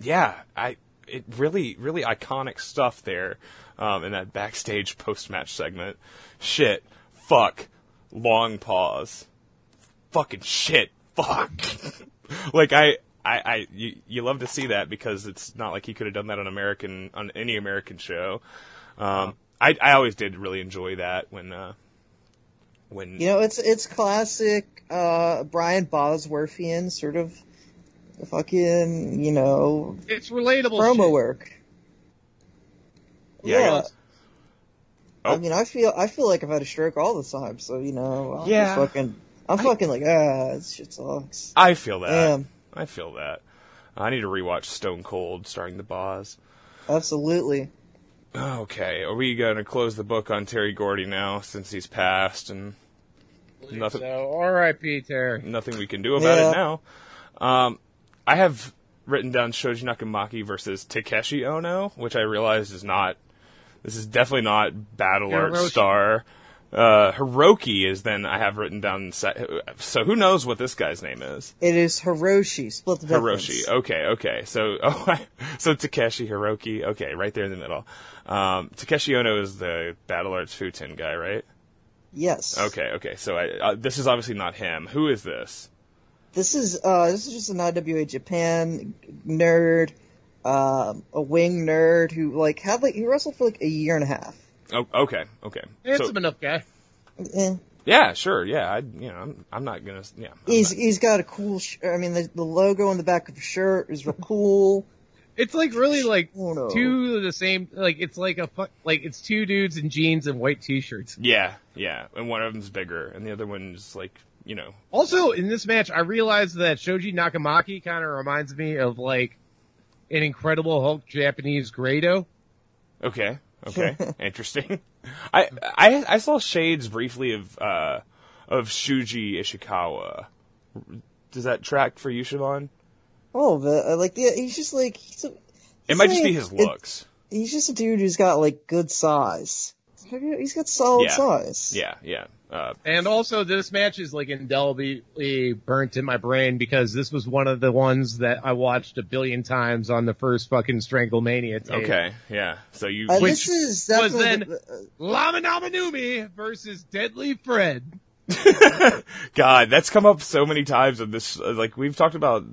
[SPEAKER 3] yeah, I it really really iconic stuff there um, in that backstage (laughs) post match segment. Shit, fuck, long pause, fucking shit, fuck. (laughs) like I. I, I you, you love to see that because it's not like he could have done that on American on any American show. Um, I I always did really enjoy that when uh, when
[SPEAKER 5] You know, it's it's classic uh, Brian Bosworthian sort of fucking, you know,
[SPEAKER 4] it's relatable.
[SPEAKER 5] promo
[SPEAKER 4] shit.
[SPEAKER 5] work.
[SPEAKER 3] Yeah, I Oh. got-
[SPEAKER 5] I mean, I feel I feel like I've had a stroke all the time, so you know, I'm
[SPEAKER 3] Yeah.
[SPEAKER 5] fucking I'm fucking like ah, this shit sucks.
[SPEAKER 3] I feel that.
[SPEAKER 5] Damn.
[SPEAKER 3] I feel that. I need to rewatch Stone Cold starring the Boz.
[SPEAKER 5] Absolutely.
[SPEAKER 3] Okay, are we going to close the book on Terry Gordy now since he's passed and nothing
[SPEAKER 4] So, R.I.P. Terry.
[SPEAKER 3] nothing we can do about
[SPEAKER 5] Yeah.
[SPEAKER 3] it now? Um, I have written down Shoji Nakamaki versus Takeshi Ono, which I realize is not. This is definitely not Battle Art
[SPEAKER 4] Hiroshi.
[SPEAKER 3] Star. Uh, Hiroki is then I have written down. se- So who knows what this guy's name is?
[SPEAKER 5] It is Hiroshi. Split the difference.
[SPEAKER 3] Hiroshi. oh. Okay, okay. So, (laughs) oh, so Takeshi Hiroki. Okay, right there in the middle. Um, Takeshi Ono is the Battle Arts Futen guy, right?
[SPEAKER 5] Yes.
[SPEAKER 3] Okay, okay. So I, uh, this is obviously not him. Who is this?
[SPEAKER 5] This is uh this is just an IWA Japan nerd, um, a wing nerd who like had like he wrestled for like a year and a half.
[SPEAKER 3] Oh, okay, okay.
[SPEAKER 4] Handsome
[SPEAKER 3] So,
[SPEAKER 4] enough guy.
[SPEAKER 5] Eh.
[SPEAKER 3] yeah, sure, yeah. I, you know, I'm, I'm not gonna. Yeah, I'm
[SPEAKER 5] He's
[SPEAKER 3] not-
[SPEAKER 5] he's got a cool. Sh- I mean, the, the logo on the back of his shirt is real cool.
[SPEAKER 4] It's like really like
[SPEAKER 5] Oh, no.
[SPEAKER 4] two of the same. Like it's like a fu- like it's two dudes in jeans and white t-shirts.
[SPEAKER 3] yeah, yeah. And one of them's bigger, and the other one's like, you know,
[SPEAKER 4] Also in this match, I realized that Shoji Nakamaki kind of reminds me of like an Incredible Hulk Japanese Grado.
[SPEAKER 3] Okay.
[SPEAKER 4] (laughs)
[SPEAKER 3] Okay. Interesting. I, I I saw shades briefly of uh of Shuji Ishikawa. Does that track for you, Siobhan?
[SPEAKER 5] All of it. I like the. He's just like he's a,
[SPEAKER 3] It might just be
[SPEAKER 5] like-
[SPEAKER 3] his
[SPEAKER 5] it-
[SPEAKER 3] looks.
[SPEAKER 5] he's just a dude who's got like good size. He's got solid
[SPEAKER 3] Yeah.
[SPEAKER 5] size.
[SPEAKER 3] Yeah, yeah. Uh,
[SPEAKER 4] And also, this match is like indelibly burnt in my brain because this was one of the ones that I watched a billion times on the first fucking Stranglemania tape.
[SPEAKER 3] okay, yeah. So you
[SPEAKER 5] Uh,
[SPEAKER 3] which
[SPEAKER 5] this is
[SPEAKER 4] was
[SPEAKER 5] definitely the-
[SPEAKER 4] Lama Namanumi versus Deadly Fred.
[SPEAKER 3] God, that's come up so many times in this uh, like we've talked about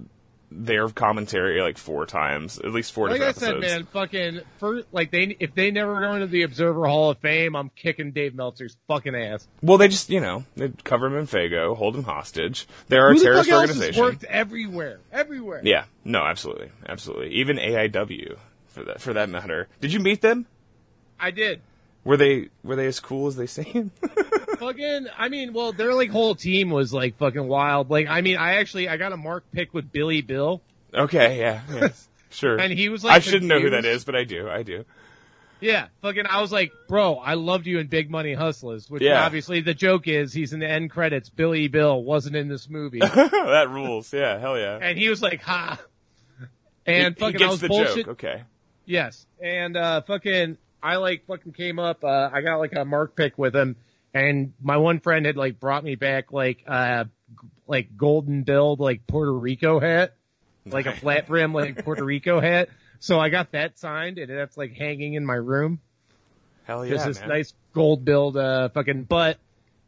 [SPEAKER 3] their commentary like four times, at least four
[SPEAKER 4] Like I
[SPEAKER 3] different
[SPEAKER 4] said,
[SPEAKER 3] episodes.
[SPEAKER 4] man, fucking for like they if they never go into the Observer Hall of Fame, I'm kicking Dave Meltzer's fucking ass.
[SPEAKER 3] Well, they just, you know, they cover him in Fago, hold him hostage. They're a
[SPEAKER 4] Who the
[SPEAKER 3] terrorist
[SPEAKER 4] fuck else has
[SPEAKER 3] organization.
[SPEAKER 4] worked everywhere, everywhere.
[SPEAKER 3] Yeah. No, absolutely. Absolutely. Even AIW for that for that matter. Did you meet them?
[SPEAKER 4] I did.
[SPEAKER 3] Were they were they as cool as they (laughs) seem?
[SPEAKER 4] Fucking, I mean, well, their like whole team was like fucking wild. Like, I mean, I actually I got a mark pick with Billy Bill.
[SPEAKER 3] okay, yeah. yeah. Sure.
[SPEAKER 4] And he was, like,
[SPEAKER 3] I shouldn't know who that
[SPEAKER 4] confused.
[SPEAKER 3] is, but I do. I do. (laughs)
[SPEAKER 4] Yeah, fucking. I was like, bro, I loved you in Big Money Hustlers, which
[SPEAKER 3] Yeah.
[SPEAKER 4] obviously the joke is he's in the end credits. Billy Bill wasn't in
[SPEAKER 3] (laughs)
[SPEAKER 4] this movie,
[SPEAKER 3] that rules. Yeah, hell yeah.
[SPEAKER 4] and he was like, ha.
[SPEAKER 3] He-
[SPEAKER 4] And
[SPEAKER 3] he,
[SPEAKER 4] fucking, I
[SPEAKER 3] gets
[SPEAKER 4] was
[SPEAKER 3] the
[SPEAKER 4] bullshit.
[SPEAKER 3] joke. Okay.
[SPEAKER 4] Yes, and uh, fucking, I like fucking came up. Uh, I got like a mark pick with him, and my one friend had like brought me back like uh, g- like golden billed like Puerto Rico hat, like a flat brim like Puerto Rico hat. So I got that signed, and that's like hanging in my room.
[SPEAKER 3] Hell yeah.
[SPEAKER 4] There's this
[SPEAKER 3] man.
[SPEAKER 4] nice gold build, uh, fucking butt.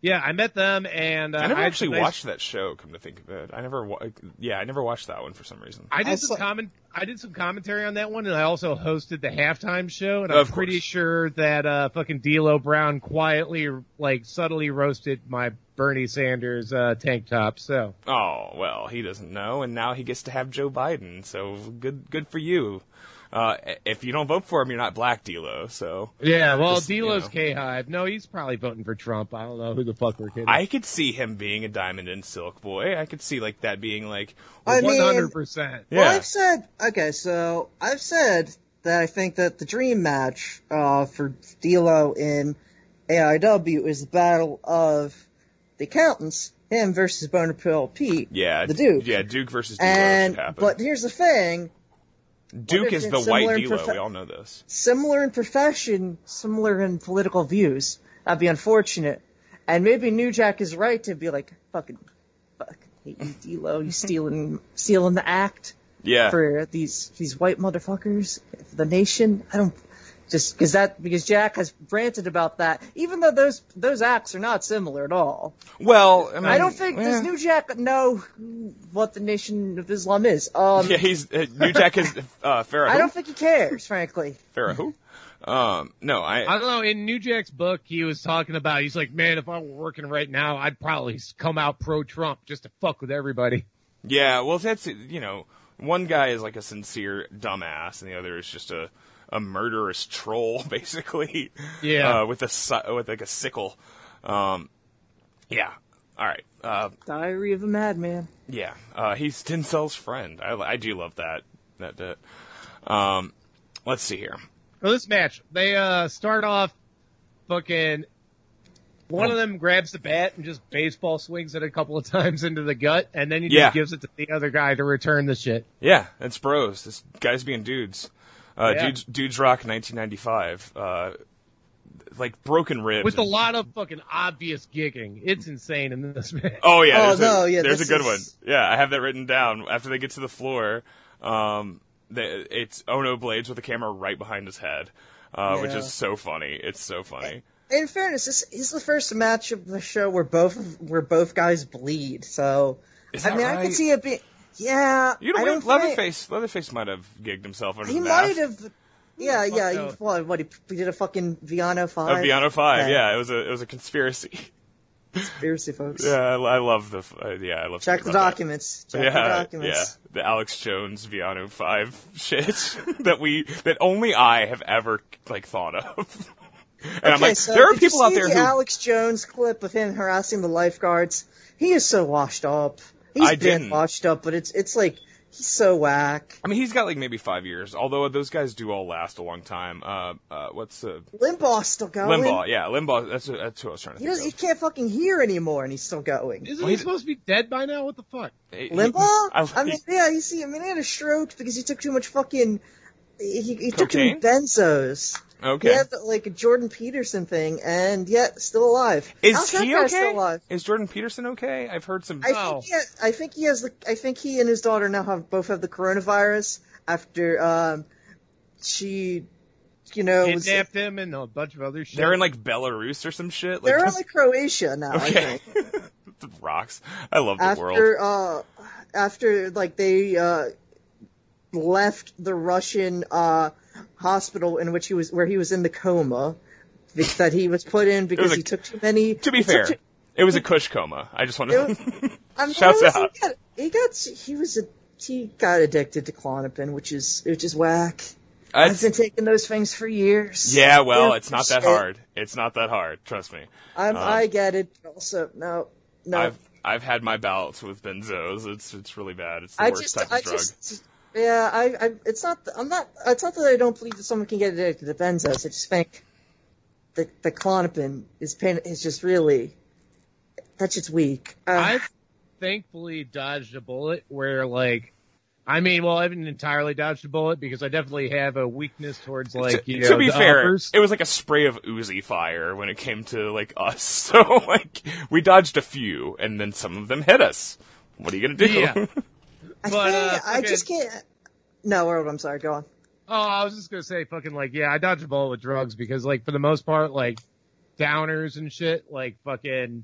[SPEAKER 4] Yeah, I met them and uh,
[SPEAKER 3] I never
[SPEAKER 4] had
[SPEAKER 3] actually
[SPEAKER 4] some nice-
[SPEAKER 3] watched that show. Come to think of it, I never. Wa- yeah, I never watched that one for some reason.
[SPEAKER 4] I did
[SPEAKER 5] I
[SPEAKER 4] some
[SPEAKER 5] saw-
[SPEAKER 4] comment. I did some commentary on that one, and I also hosted the halftime show. And
[SPEAKER 3] Of
[SPEAKER 4] I'm
[SPEAKER 3] course.
[SPEAKER 4] pretty sure that uh, fucking D'Lo Brown quietly, like, subtly roasted my Bernie Sanders uh, tank top. So
[SPEAKER 3] Oh well, he doesn't know, and now he gets to have Joe Biden. So good, good for you. Uh, if you don't vote for him, you're not black, D'Lo. So
[SPEAKER 4] yeah, well,
[SPEAKER 3] Just, you
[SPEAKER 4] D'Lo's
[SPEAKER 3] know.
[SPEAKER 4] K-Hive. No, he's probably voting for Trump. I don't know who the fuck we're kidding.
[SPEAKER 3] I could see him being a diamond and silk boy. I could see like that being like
[SPEAKER 5] I mean,
[SPEAKER 4] One hundred percent.
[SPEAKER 3] yeah.
[SPEAKER 5] Well, I've said okay, so I've said that I think that the dream match uh, for D'Lo in AIW is the battle of the accountants, him versus Bonaparte Pete,
[SPEAKER 3] yeah,
[SPEAKER 5] the Duke,
[SPEAKER 3] Yeah, Duke versus D'Lo
[SPEAKER 5] and
[SPEAKER 3] should happen.
[SPEAKER 5] but here's the thing:
[SPEAKER 3] Duke is
[SPEAKER 5] it's
[SPEAKER 3] the white
[SPEAKER 5] similar in
[SPEAKER 3] D'Lo.
[SPEAKER 5] profe-
[SPEAKER 3] we all know this.
[SPEAKER 5] similar in profession, similar in political views. That'd be unfortunate, and maybe New Jack is right to be like, "Fucking, fuck, hate you, D'Lo, you stealing, stealing the act."
[SPEAKER 3] Yeah,
[SPEAKER 5] for these these white motherfuckers, for the nation. I don't just because that because Jack has ranted about that, even though those those acts are not similar at all.
[SPEAKER 3] Well, I, mean,
[SPEAKER 5] I don't think
[SPEAKER 3] eh.
[SPEAKER 5] does New Jack know who- what the Nation of Islam is. Um,
[SPEAKER 3] (laughs) Yeah, he's uh, New Jack is uh, Farah.
[SPEAKER 5] I don't think he cares, frankly.
[SPEAKER 3] Farah who? Um, no,
[SPEAKER 4] I don't know. In New Jack's book, he was talking about. He's like, man, if I were working right now, I'd probably come out pro Trump just to fuck with everybody. (laughs)
[SPEAKER 3] Yeah, well, that's you know, one guy is like a sincere dumbass, and the other is just a a murderous troll, (laughs) basically.
[SPEAKER 4] Yeah.
[SPEAKER 3] uh, with a si- with like a sickle. Um, yeah, All right. Uh,
[SPEAKER 5] Diary of a Madman.
[SPEAKER 3] yeah. Uh, he's (laughs) Denzel's friend. I, I do love that. That. that um, let's see here.
[SPEAKER 4] So this match, they uh start off fucking one
[SPEAKER 3] Oh.
[SPEAKER 4] of them grabs the bat and just baseball swings it a couple of (laughs) times into the gut, and then he
[SPEAKER 3] Yeah.
[SPEAKER 4] just gives it to the other guy to return the shit.
[SPEAKER 3] Yeah, it's bros. This guys being dudes. Uh,
[SPEAKER 4] Yeah.
[SPEAKER 3] dudes, dudes rock 1995. Uh, like broken ribs.
[SPEAKER 4] With a
[SPEAKER 3] and-
[SPEAKER 4] lot of fucking obvious gigging. It's insane in this (laughs) match.
[SPEAKER 3] Oh yeah,
[SPEAKER 5] Oh,
[SPEAKER 3] there's,
[SPEAKER 5] no,
[SPEAKER 3] a,
[SPEAKER 5] yeah,
[SPEAKER 3] there's a
[SPEAKER 5] this
[SPEAKER 3] good
[SPEAKER 5] is-
[SPEAKER 3] one. Yeah, I have that written down. After they get to the floor, um, they, it's Ono Blades with the camera right behind his head, uh, which
[SPEAKER 5] Yeah.
[SPEAKER 3] is so funny. It's so funny.
[SPEAKER 5] In fairness, this is the first match of the show where both where both guys bleed. So
[SPEAKER 3] Is
[SPEAKER 5] I
[SPEAKER 3] that
[SPEAKER 5] mean, I
[SPEAKER 3] right?
[SPEAKER 5] could see it being. Yeah,
[SPEAKER 3] You know,
[SPEAKER 5] I
[SPEAKER 3] what?
[SPEAKER 5] don't think-
[SPEAKER 3] Leatherface, Leatherface might have gigged himself under
[SPEAKER 5] He
[SPEAKER 3] the mask.
[SPEAKER 5] might have. Yeah,
[SPEAKER 4] fuck
[SPEAKER 5] yeah. He,
[SPEAKER 4] knows?
[SPEAKER 5] well, what he, he did a fucking Viano
[SPEAKER 3] Of
[SPEAKER 5] five.
[SPEAKER 3] Viano Five,
[SPEAKER 5] Okay.
[SPEAKER 3] yeah, it was a it was a
[SPEAKER 5] (laughs)
[SPEAKER 3] conspiracy.
[SPEAKER 5] Conspiracy, folks.
[SPEAKER 3] Yeah, I, I love the f- uh, yeah, I love.
[SPEAKER 5] Check the
[SPEAKER 3] thinking about that.
[SPEAKER 5] documents. Check
[SPEAKER 3] yeah,
[SPEAKER 5] the documents.
[SPEAKER 3] yeah, the Alex Jones Viano Five shit (laughs) that we that only I have ever like thought of. (laughs) And I'm
[SPEAKER 5] Okay,
[SPEAKER 3] like,
[SPEAKER 5] so
[SPEAKER 3] there are
[SPEAKER 5] did you
[SPEAKER 3] people out
[SPEAKER 5] see
[SPEAKER 3] there
[SPEAKER 5] the
[SPEAKER 3] who
[SPEAKER 5] Alex Jones clip of him harassing the lifeguards. He is so washed up. He's
[SPEAKER 3] I
[SPEAKER 5] been
[SPEAKER 3] didn't.
[SPEAKER 5] washed up, but it's it's like he's so whack.
[SPEAKER 3] I mean, he's got like maybe five years. Although those guys do all last a long time. Uh, uh what's uh,
[SPEAKER 5] Limbaugh's still going.
[SPEAKER 3] Limbaugh? Yeah, Limbaugh. That's that's who I was trying to
[SPEAKER 5] He,
[SPEAKER 3] think
[SPEAKER 5] does, he can't fucking hear anymore, and he's still going.
[SPEAKER 4] Isn't
[SPEAKER 3] Well,
[SPEAKER 4] he
[SPEAKER 3] he's-
[SPEAKER 4] supposed to be dead by now? What the fuck?
[SPEAKER 3] of. He- he-
[SPEAKER 5] Limbaugh? I,
[SPEAKER 3] I,
[SPEAKER 5] mean, yeah, you see, I mean, he had a stroke because he took too much fucking. He, he he took too many
[SPEAKER 3] Cocaine?
[SPEAKER 5] benzos.
[SPEAKER 3] okay.
[SPEAKER 5] Yeah, He had the, like a Jordan Peterson thing, and yet still alive.
[SPEAKER 3] Is
[SPEAKER 5] How's that
[SPEAKER 3] he
[SPEAKER 5] guy
[SPEAKER 3] okay? Oh.
[SPEAKER 5] Still alive?
[SPEAKER 3] Is Jordan Peterson okay? I've heard some.
[SPEAKER 5] I
[SPEAKER 4] No.
[SPEAKER 5] think he has, I think he has the I think he and his daughter now have both have the coronavirus after um she you know was,
[SPEAKER 4] Kidnapped him and a bunch of other shit.
[SPEAKER 3] they're in like Belarus or some shit. Like, (laughs)
[SPEAKER 5] they're in like Croatia now I
[SPEAKER 3] okay.
[SPEAKER 5] think
[SPEAKER 3] (laughs) Rocks. I love the world.
[SPEAKER 5] after uh after like they uh left the Russian uh hospital in which he was where he was in the coma bec- that he was put in because
[SPEAKER 3] a-
[SPEAKER 5] he took too many
[SPEAKER 3] To be
[SPEAKER 5] he took
[SPEAKER 3] fair,
[SPEAKER 5] too-
[SPEAKER 3] it was a cush coma. I just want (laughs) to.
[SPEAKER 5] I mean,
[SPEAKER 3] Shouts
[SPEAKER 5] what was
[SPEAKER 3] out.
[SPEAKER 5] He got, he got he was a he got addicted to clonopin, which is which is whack. I've been taking those things for years.
[SPEAKER 3] yeah, well,
[SPEAKER 5] They're
[SPEAKER 3] it's not that
[SPEAKER 5] shit.
[SPEAKER 3] hard. It's not that hard. Trust me.
[SPEAKER 5] I'm, I get it. but Also, no, no.
[SPEAKER 3] I've I've had my bouts with benzos. It's it's really bad. It's the
[SPEAKER 5] I
[SPEAKER 3] worst
[SPEAKER 5] just,
[SPEAKER 3] type of
[SPEAKER 5] I
[SPEAKER 3] drug.
[SPEAKER 5] just, yeah. I, I, it's not. I'm not. It's not that I don't believe that someone can get addicted to benzos. I just think the the clonopin is pain is just really that shit's weak. Uh,
[SPEAKER 4] I thankfully dodged a bullet where like I mean, well, I haven't entirely dodged a bullet because I definitely have a weakness towards (laughs) like
[SPEAKER 3] to,
[SPEAKER 4] you
[SPEAKER 3] to
[SPEAKER 4] know,
[SPEAKER 3] be
[SPEAKER 4] the
[SPEAKER 3] fair,
[SPEAKER 4] uppers.
[SPEAKER 3] it was like a spray of oozy fire when it came to like us. (laughs) So like we dodged a few, and then some of them hit us. What are you gonna do? (laughs)
[SPEAKER 4] Yeah.
[SPEAKER 5] I,
[SPEAKER 4] but, uh,
[SPEAKER 5] think- I
[SPEAKER 4] fucking-
[SPEAKER 5] just can't. No, Harold, I'm sorry. Go on.
[SPEAKER 4] (laughs) Oh, I was just gonna say, fucking like, yeah, I dodge a bullet with drugs because, like, for the most part, like, downers and shit, like, fucking,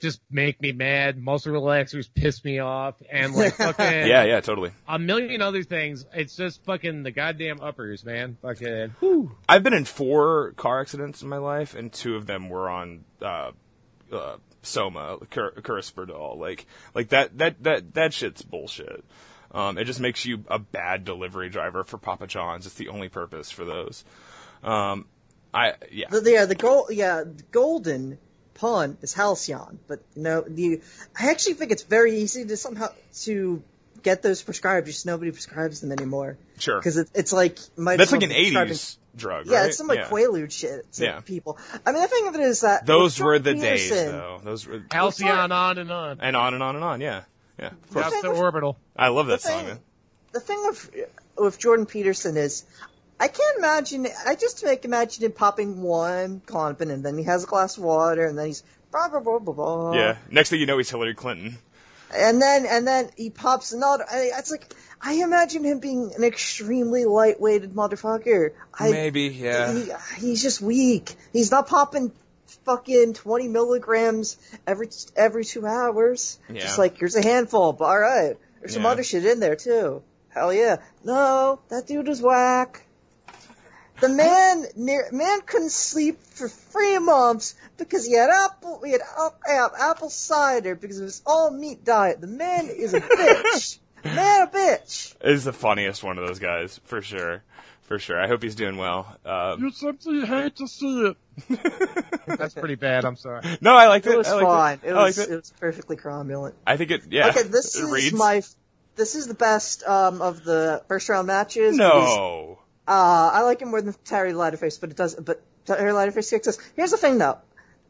[SPEAKER 4] just make me mad. Muscle relaxers piss me off, and like, fucking,
[SPEAKER 3] yeah, yeah, totally.
[SPEAKER 4] a million other things. It's just fucking the goddamn uppers, man. Fucking,
[SPEAKER 3] I've been in four car accidents in my life, and two of them were on uh, uh, soma, cur- curispadol. Like, like that, that, that, that shit's bullshit. Um, it just makes you a bad delivery driver for Papa John's. It's the only purpose for those. Um, I yeah.
[SPEAKER 5] The, yeah, the gold. Yeah, the golden pun is halcyon, but no, you. I actually think it's very easy to somehow to get those prescribed. Just nobody prescribes them anymore.
[SPEAKER 3] Sure.
[SPEAKER 5] Because it, it's like might
[SPEAKER 3] That's
[SPEAKER 5] as
[SPEAKER 3] like
[SPEAKER 5] well
[SPEAKER 3] an
[SPEAKER 5] be prescribing-
[SPEAKER 3] '80s drug.
[SPEAKER 5] Yeah,
[SPEAKER 3] right?
[SPEAKER 5] it's some like Quaalude shit to
[SPEAKER 3] Yeah.
[SPEAKER 5] people. I mean, the thing of it is that
[SPEAKER 3] Those
[SPEAKER 5] with
[SPEAKER 3] were
[SPEAKER 5] Jordan
[SPEAKER 3] the days,
[SPEAKER 5] Peterson-
[SPEAKER 3] though. Those were,
[SPEAKER 4] halcyon on and on.
[SPEAKER 3] and on and on and on. Yeah, yeah. Of course,
[SPEAKER 4] That's the orbital.
[SPEAKER 3] I love that
[SPEAKER 5] the
[SPEAKER 3] song.
[SPEAKER 5] thing,
[SPEAKER 3] Man.
[SPEAKER 5] the thing with with Jordan Peterson is, I can't imagine. I just make imagine him popping one clonopin, and then he has a glass of water, and then he's blah blah blah blah blah.
[SPEAKER 3] Yeah. Next thing you know, he's Hillary Clinton.
[SPEAKER 5] And then and then he pops another. I, it's like I imagine him being an extremely lightweighted motherfucker. I,
[SPEAKER 3] Maybe, yeah.
[SPEAKER 5] He, he's just weak. He's not popping fucking twenty milligrams every every two hours.
[SPEAKER 3] Yeah.
[SPEAKER 5] Just like here's a handful. But all right, there's some
[SPEAKER 3] Yeah.
[SPEAKER 5] other shit in there too. Hell yeah. No, that dude is whack. The man near man couldn't sleep for three months because he had apple he had up, up, apple cider because it was all meat diet. The man
[SPEAKER 3] (laughs)
[SPEAKER 5] is a bitch. man a bitch.
[SPEAKER 3] is the funniest one of those guys for sure, for sure. I hope he's doing well. Um,
[SPEAKER 4] You simply hate to see it. That's pretty bad. I'm sorry.
[SPEAKER 3] no, I liked it.
[SPEAKER 5] Mm-hmm. It was
[SPEAKER 3] I liked
[SPEAKER 5] fine.
[SPEAKER 3] It.
[SPEAKER 5] It,
[SPEAKER 3] I liked
[SPEAKER 5] was
[SPEAKER 3] it.
[SPEAKER 5] it was perfectly cromulent.
[SPEAKER 3] I think it. Yeah.
[SPEAKER 5] Okay, this
[SPEAKER 3] it
[SPEAKER 5] is
[SPEAKER 3] reads.
[SPEAKER 5] my this is the best um, of the first round matches. because, (laughs)
[SPEAKER 3] No.
[SPEAKER 5] uh, I like it more than Terry Leatherface, but it does. But Terry Leatherface kicks us. Here's the thing though,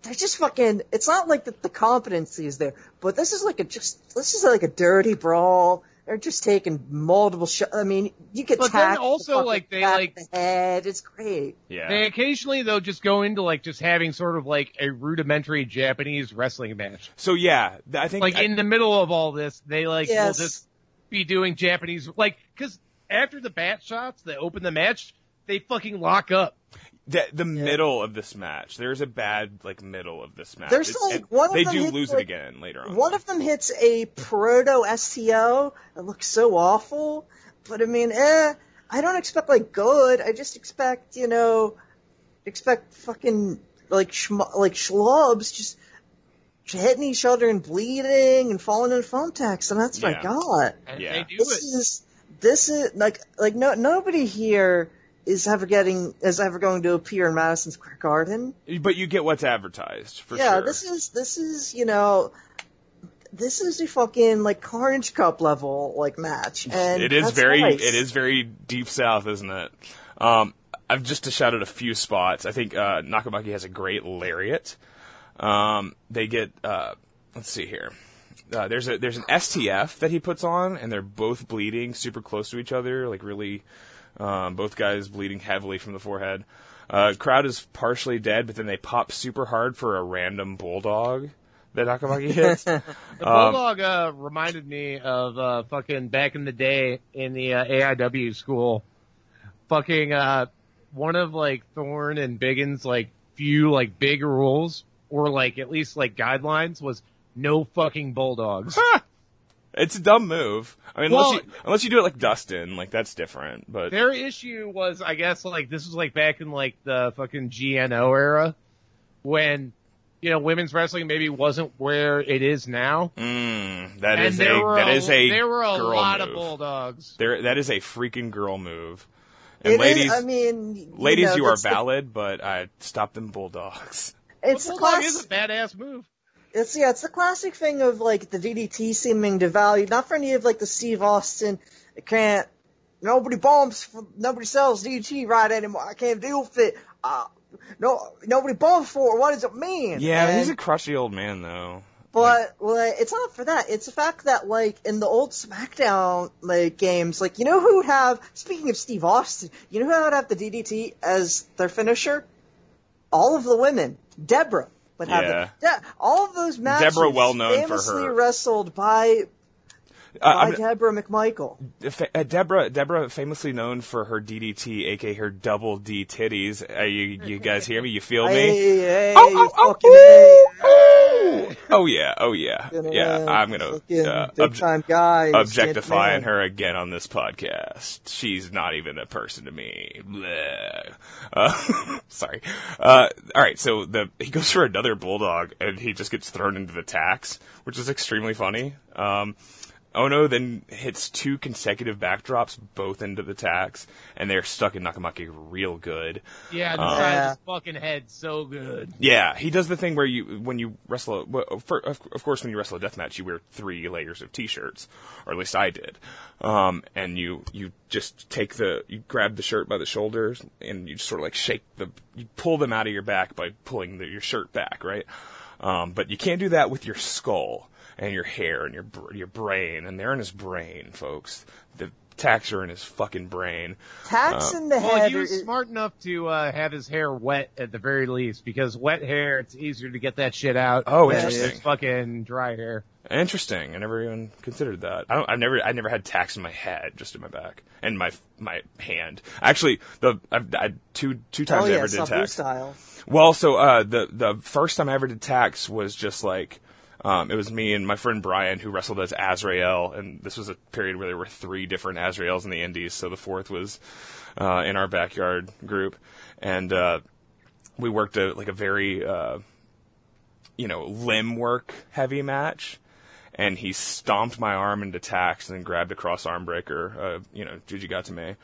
[SPEAKER 5] they're just fucking. It's not like the, the competency is there, but this is like a just this is like a dirty brawl. They're just taking multiple shots. I mean, you get
[SPEAKER 4] But then
[SPEAKER 5] tacked,
[SPEAKER 4] also,
[SPEAKER 5] fucking
[SPEAKER 4] like, they,
[SPEAKER 5] tapped
[SPEAKER 4] like-
[SPEAKER 5] the head. It's great.
[SPEAKER 3] Yeah.
[SPEAKER 4] (laughs) They occasionally though just go into like just having sort of like a rudimentary Japanese wrestling match.
[SPEAKER 3] so yeah, th- I think
[SPEAKER 4] Like
[SPEAKER 3] I-
[SPEAKER 4] in the middle of all this, they like
[SPEAKER 5] yes.
[SPEAKER 4] will just be doing Japanese like because after the bat shots that open the match, they fucking lock up.
[SPEAKER 3] the, the middle of this match, there's a bad like middle of this match.
[SPEAKER 5] There's
[SPEAKER 3] It's-
[SPEAKER 5] like
[SPEAKER 3] and
[SPEAKER 5] one of
[SPEAKER 3] They
[SPEAKER 5] them
[SPEAKER 3] do
[SPEAKER 5] hits,
[SPEAKER 3] lose it
[SPEAKER 5] like,
[SPEAKER 3] again later on.
[SPEAKER 5] One of them hits a proto STO. It looks so awful. But I mean, eh, I don't expect like good. I just expect, you know, expect fucking like schm- like schlubs just hitting each other and bleeding and falling in thumbtacks, and that's what
[SPEAKER 3] Yeah.
[SPEAKER 5] I got.
[SPEAKER 4] And
[SPEAKER 3] Yeah.
[SPEAKER 4] they do
[SPEAKER 5] This
[SPEAKER 4] it.
[SPEAKER 5] is this is like like no nobody here is ever getting is ever going to appear in Madison Square Garden
[SPEAKER 3] but you get what's advertised for
[SPEAKER 5] yeah,
[SPEAKER 3] sure.
[SPEAKER 5] this is this is you know, this is a fucking like Carnage Cup level like match, and
[SPEAKER 3] it is
[SPEAKER 5] that's
[SPEAKER 3] very
[SPEAKER 5] nice.
[SPEAKER 3] it is very deep south, isn't it? Um, I've just shouted a few spots. I think uh, Nakamaki has a great lariat. Um, they get uh, let's see here. Uh, there's a there's an STF that he puts on, and they're both bleeding super close to each other, like really. Um, both guys bleeding heavily from the forehead. Uh, crowd is partially dead, but then they pop super hard for a random bulldog that Nakamaki hits.
[SPEAKER 5] (laughs)
[SPEAKER 4] The
[SPEAKER 3] Um,
[SPEAKER 4] Bulldog uh, reminded me of uh, fucking back in the day in the uh, AIW school. Fucking uh, one of like Thorne and Biggin's like few like big rules or like at least like guidelines was no
[SPEAKER 3] (laughs)
[SPEAKER 4] fucking bulldogs.
[SPEAKER 3] It's a dumb move. I mean, unless
[SPEAKER 4] Well-
[SPEAKER 3] you unless you do it like Dustin, like that's different. But
[SPEAKER 4] Their issue was, I guess, like this was like back in like the fucking GNO era when you know women's wrestling maybe wasn't where it is now.
[SPEAKER 3] mm, that
[SPEAKER 4] and
[SPEAKER 3] is
[SPEAKER 4] there
[SPEAKER 3] a
[SPEAKER 4] were
[SPEAKER 3] that
[SPEAKER 4] a,
[SPEAKER 3] is a
[SPEAKER 4] there were a
[SPEAKER 3] girl
[SPEAKER 4] lot
[SPEAKER 3] move.
[SPEAKER 4] of bulldogs.
[SPEAKER 3] There that is a freaking girl move.
[SPEAKER 5] It
[SPEAKER 3] And
[SPEAKER 5] is-
[SPEAKER 3] ladies,
[SPEAKER 5] I mean, you
[SPEAKER 3] ladies,
[SPEAKER 5] know,
[SPEAKER 3] you are
[SPEAKER 5] that's the-
[SPEAKER 3] valid, but I stop them bulldogs. (laughs)
[SPEAKER 5] It's
[SPEAKER 4] Well,
[SPEAKER 5] the
[SPEAKER 4] bulldog
[SPEAKER 5] class.
[SPEAKER 4] is a badass move.
[SPEAKER 5] It's yeah, it's the classic thing of like the DDT seeming devalued. Not for any of like the Steve Austin. I can't. Nobody bombs. For, nobody sells DDT right anymore. I can't deal with it. Uh, no, nobody bombs for it. What does it mean?
[SPEAKER 3] Yeah,
[SPEAKER 5] And-
[SPEAKER 3] he's a crusty old man though.
[SPEAKER 5] But like, it's not for that. It's the fact that like in the old SmackDown like games, like you know who would have speaking of Steve Austin, you know who would have the DDT as their finisher? All of the women. Deborah would have
[SPEAKER 3] Yeah.
[SPEAKER 5] the, De- all of those matches.
[SPEAKER 3] Deborah well known for
[SPEAKER 5] famously
[SPEAKER 3] her-
[SPEAKER 5] wrestled by by
[SPEAKER 3] Uh,
[SPEAKER 5] Deborah McMichael.
[SPEAKER 3] fa- uh, Deborah, Deborah, famously known for her DDT, aka her double D titties. Uh, you, you guys hear me? You feel me?
[SPEAKER 5] Hey, hey,
[SPEAKER 3] Oh,
[SPEAKER 5] you
[SPEAKER 3] oh, oh,
[SPEAKER 5] fucking
[SPEAKER 3] ooh, ooh. Oh, yeah, oh yeah, yeah. I'm gonna
[SPEAKER 5] fucking
[SPEAKER 3] uh,
[SPEAKER 5] big
[SPEAKER 3] obj-
[SPEAKER 5] time guy, you
[SPEAKER 3] objectifying
[SPEAKER 5] scared man.
[SPEAKER 3] her again on this podcast. She's not even a person to me. Bleh. Uh, (laughs) sorry. Uh, all right, so the he goes for another bulldog and he just gets thrown into the tax, which is extremely funny. Um, Ono then hits two consecutive backdrops, both into the tax, and they're stuck in Nakamaki real good.
[SPEAKER 4] Yeah, the
[SPEAKER 3] Uh,
[SPEAKER 4] side of
[SPEAKER 5] Yeah.
[SPEAKER 4] his fucking head so good.
[SPEAKER 3] Yeah, he does the thing where you when you wrestle. A, well, for, of, of course, when you wrestle a death match, you wear three layers of t-shirts, or at least I did. Um, and you you just take the you grab the shirt by the shoulders and you just sort of like shake the you pull them out of your back by pulling the, your shirt back, right? Um, but you can't do that with your skull and your hair and your br- your brain, and they're in his brain, folks. The tacks are in his fucking brain. Uh,
[SPEAKER 5] Tax in the
[SPEAKER 4] Well,
[SPEAKER 5] head.
[SPEAKER 4] Oh, he was
[SPEAKER 5] is-
[SPEAKER 4] smart enough to uh, have his hair wet at the very least because wet hair it's easier to get that shit out.
[SPEAKER 3] Oh,
[SPEAKER 4] than
[SPEAKER 3] interesting.
[SPEAKER 4] it is Fucking dry hair.
[SPEAKER 3] Interesting. I never even considered that. I don't, I've never, I never had tax in my head, just in my back and my my hand. Actually, the I've, I two two times
[SPEAKER 5] oh
[SPEAKER 3] I
[SPEAKER 5] yeah,
[SPEAKER 3] ever did
[SPEAKER 5] Sabu
[SPEAKER 3] tax.
[SPEAKER 5] style.
[SPEAKER 3] Well, so uh, the the first time I ever did tax was just like um, it was me and my friend Brian who wrestled as Azrael, and this was a period where there were three different Azraels in the Indies, so the fourth was uh, in our backyard group, and uh, we worked a like a very uh, you know limb work heavy match. And he stomped my arm into tax and then grabbed a cross arm breaker, uh, you know, Jujigatame,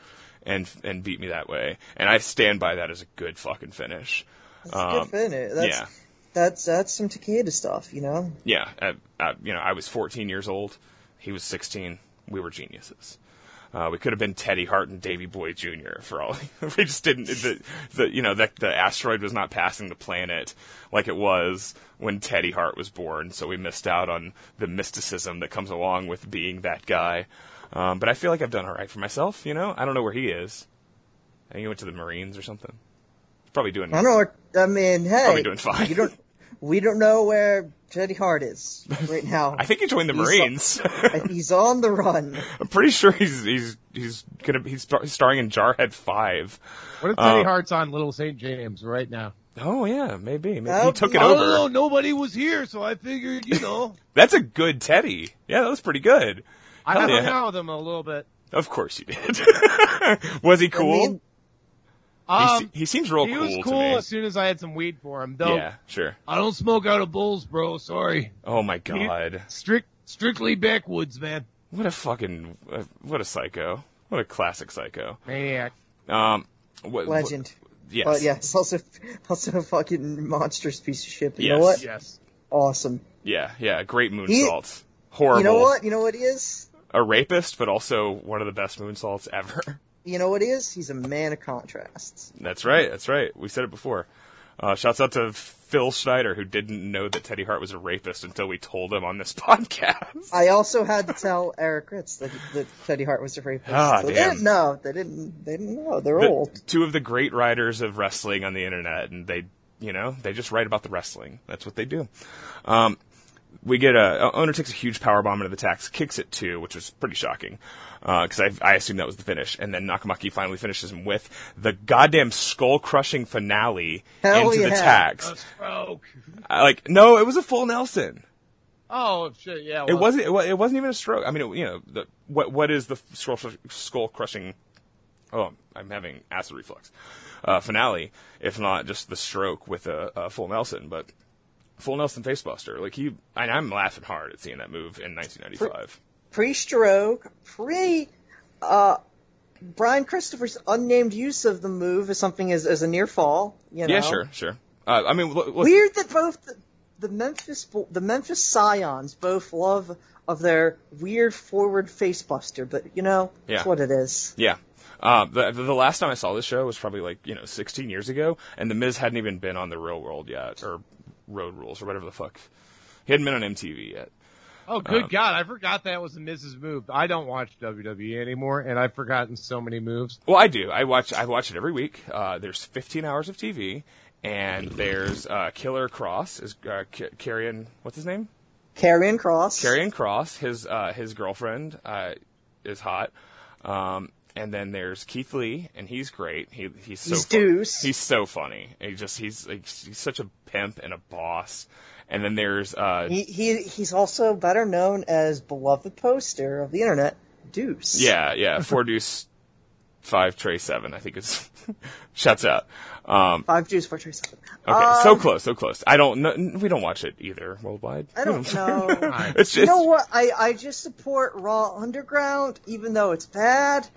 [SPEAKER 3] and and beat me that way. And I stand by that as a good fucking finish.
[SPEAKER 5] That's a good finish. That's,
[SPEAKER 3] Um, yeah.
[SPEAKER 5] That's that's some Takeda stuff, you know.
[SPEAKER 3] Yeah, I, I, you know, I was 14 years old. He was 16. We were geniuses. Uh, we could have been Teddy Hart and Davy Boy Jr. for all (laughs) we just didn't. The, the you know that the asteroid was not passing the planet like it was when Teddy Hart was born, so we missed out on the mysticism that comes along with being that guy. Um, but I feel like I've done all right for myself. You know, I don't know where he is. I think he went to the Marines or something. He's probably doing.
[SPEAKER 5] I don't know. What, I mean, hey,
[SPEAKER 3] Probably doing fine.
[SPEAKER 5] You don't. We don't know where Teddy Hart is right now.
[SPEAKER 3] (laughs) I think he joined the Marines.
[SPEAKER 5] He's- he's on (laughs) the run.
[SPEAKER 3] I'm pretty sure he's he's he's gonna he's star- starring in Jarhead Five.
[SPEAKER 4] What if Teddy Hart's on Little St. James right now?
[SPEAKER 3] Oh yeah, maybe. maybe he
[SPEAKER 5] Nope.
[SPEAKER 3] took it
[SPEAKER 5] I
[SPEAKER 4] Oh,
[SPEAKER 5] don't
[SPEAKER 3] over.
[SPEAKER 4] Nobody was here, so I figured, you know,
[SPEAKER 3] That's a good Teddy. Yeah, that was pretty good.
[SPEAKER 4] I
[SPEAKER 3] Hell
[SPEAKER 4] hung
[SPEAKER 3] yeah.
[SPEAKER 4] out with him a little bit.
[SPEAKER 3] Of course you did. (laughs) was he cool?
[SPEAKER 5] I mean,
[SPEAKER 3] he,
[SPEAKER 4] Um,
[SPEAKER 3] se- he seems real
[SPEAKER 4] he
[SPEAKER 3] cool,
[SPEAKER 4] was
[SPEAKER 3] to
[SPEAKER 4] cool
[SPEAKER 3] me.
[SPEAKER 4] as soon as I had some weed for him, though.
[SPEAKER 3] Yeah, sure.
[SPEAKER 4] I don't smoke out of bowls, bro. Sorry.
[SPEAKER 3] Oh my god,
[SPEAKER 4] Strict, strictly backwoods, man.
[SPEAKER 3] what a fucking uh, what a psycho. What a classic psycho.
[SPEAKER 4] Maniac.
[SPEAKER 3] Um, what,
[SPEAKER 5] legend.
[SPEAKER 3] what- yes.
[SPEAKER 5] But yeah, it's also also a fucking monstrous piece of shit. But You know
[SPEAKER 3] Yes.
[SPEAKER 5] what?
[SPEAKER 4] Yes.
[SPEAKER 5] Awesome.
[SPEAKER 3] Yeah, yeah, Great
[SPEAKER 5] He-
[SPEAKER 3] moonsaults. Horrible.
[SPEAKER 5] You know what? You know what he is?
[SPEAKER 3] A rapist, but also one of the best moonsaults ever. (laughs)
[SPEAKER 5] You know what he is? He's a man of contrasts.
[SPEAKER 3] That's right. That's right. We said it before. Uh, shouts out to Phil Schneider, who didn't know that Teddy Hart was a rapist until we told him on this (laughs) podcast.
[SPEAKER 5] I also had to tell Eric Ritz that, that Teddy Hart was a rapist.
[SPEAKER 3] Ah,
[SPEAKER 5] So they
[SPEAKER 3] damn.
[SPEAKER 5] didn't know. They didn't. They didn't know. They're
[SPEAKER 3] The-
[SPEAKER 5] old.
[SPEAKER 3] two of the great writers of wrestling on the internet, and they, you know, they just write about the wrestling. That's what they do. Um, we get a owner takes a huge power bomb into the tax, kicks it two, which was pretty shocking because I, I assumed that was the finish, and then Nakamaki finally finishes him with the goddamn skull crushing finale
[SPEAKER 5] Hell
[SPEAKER 3] into the
[SPEAKER 5] yeah.
[SPEAKER 3] tax.
[SPEAKER 4] A stroke.
[SPEAKER 3] I, like, no, it was a full Nelson.
[SPEAKER 4] Oh, shit, yeah.
[SPEAKER 3] It
[SPEAKER 4] well,
[SPEAKER 3] wasn't. It, wa- it wasn't even a stroke. I mean, it, you know, the, what what is the skull skull crushing? Oh, I'm having acid reflux. Uh, finale, if not just the stroke with a, a full Nelson, but full Nelson facebuster. Like he, and I'm laughing hard at seeing that move in 1995.
[SPEAKER 5] Pre-stroke. Pre. Uh, Brian Christopher's unnamed use of the move as something as, as a near fall. You know?
[SPEAKER 3] Yeah, sure, sure. Uh, I mean, look, look,
[SPEAKER 5] Weird that both the, the Memphis Bo- the Memphis Scions both love of their weird forward facebuster, but you know
[SPEAKER 3] Yeah.
[SPEAKER 5] it's what it is.
[SPEAKER 3] Yeah. Uh, the the last time I saw this show was probably like you know 16 years ago, and the Miz hadn't even been on the Real World yet, or Road Rules, or whatever the fuck. He hadn't been on MTV yet.
[SPEAKER 4] Oh, good God. I forgot that was a Mrs. Move. I don't watch WWE anymore, and I've forgotten so many moves.
[SPEAKER 3] Well, I do. I watch. I watch it every week. Uh, there's 15 hours of TV, and there's uh, Killer Cross is uh, K- Carrion. What's his name?
[SPEAKER 5] Carrion Cross.
[SPEAKER 3] Carrion Cross. His uh, his girlfriend uh, is hot. Um, and then there's Keith Lee, and he's great. He he's so
[SPEAKER 5] He's
[SPEAKER 3] fu-
[SPEAKER 5] Deuce.
[SPEAKER 3] He's so funny. He just he's like, he's such a pimp and a boss. And then there's uh,
[SPEAKER 5] He, he he's also better known as beloved poster of the internet, Deuce.
[SPEAKER 3] Yeah, yeah. Four deuce, five tray seven. I think it's (laughs) shuts out. Um,
[SPEAKER 5] Five Deuce four three seven.
[SPEAKER 3] okay, so
[SPEAKER 5] Um,
[SPEAKER 3] close, so close. I don't. No, we don't watch it either worldwide. (laughs)
[SPEAKER 5] I don't know.
[SPEAKER 3] it's
[SPEAKER 5] you
[SPEAKER 3] just
[SPEAKER 5] know what? I, I just support Raw Underground, even though it's bad.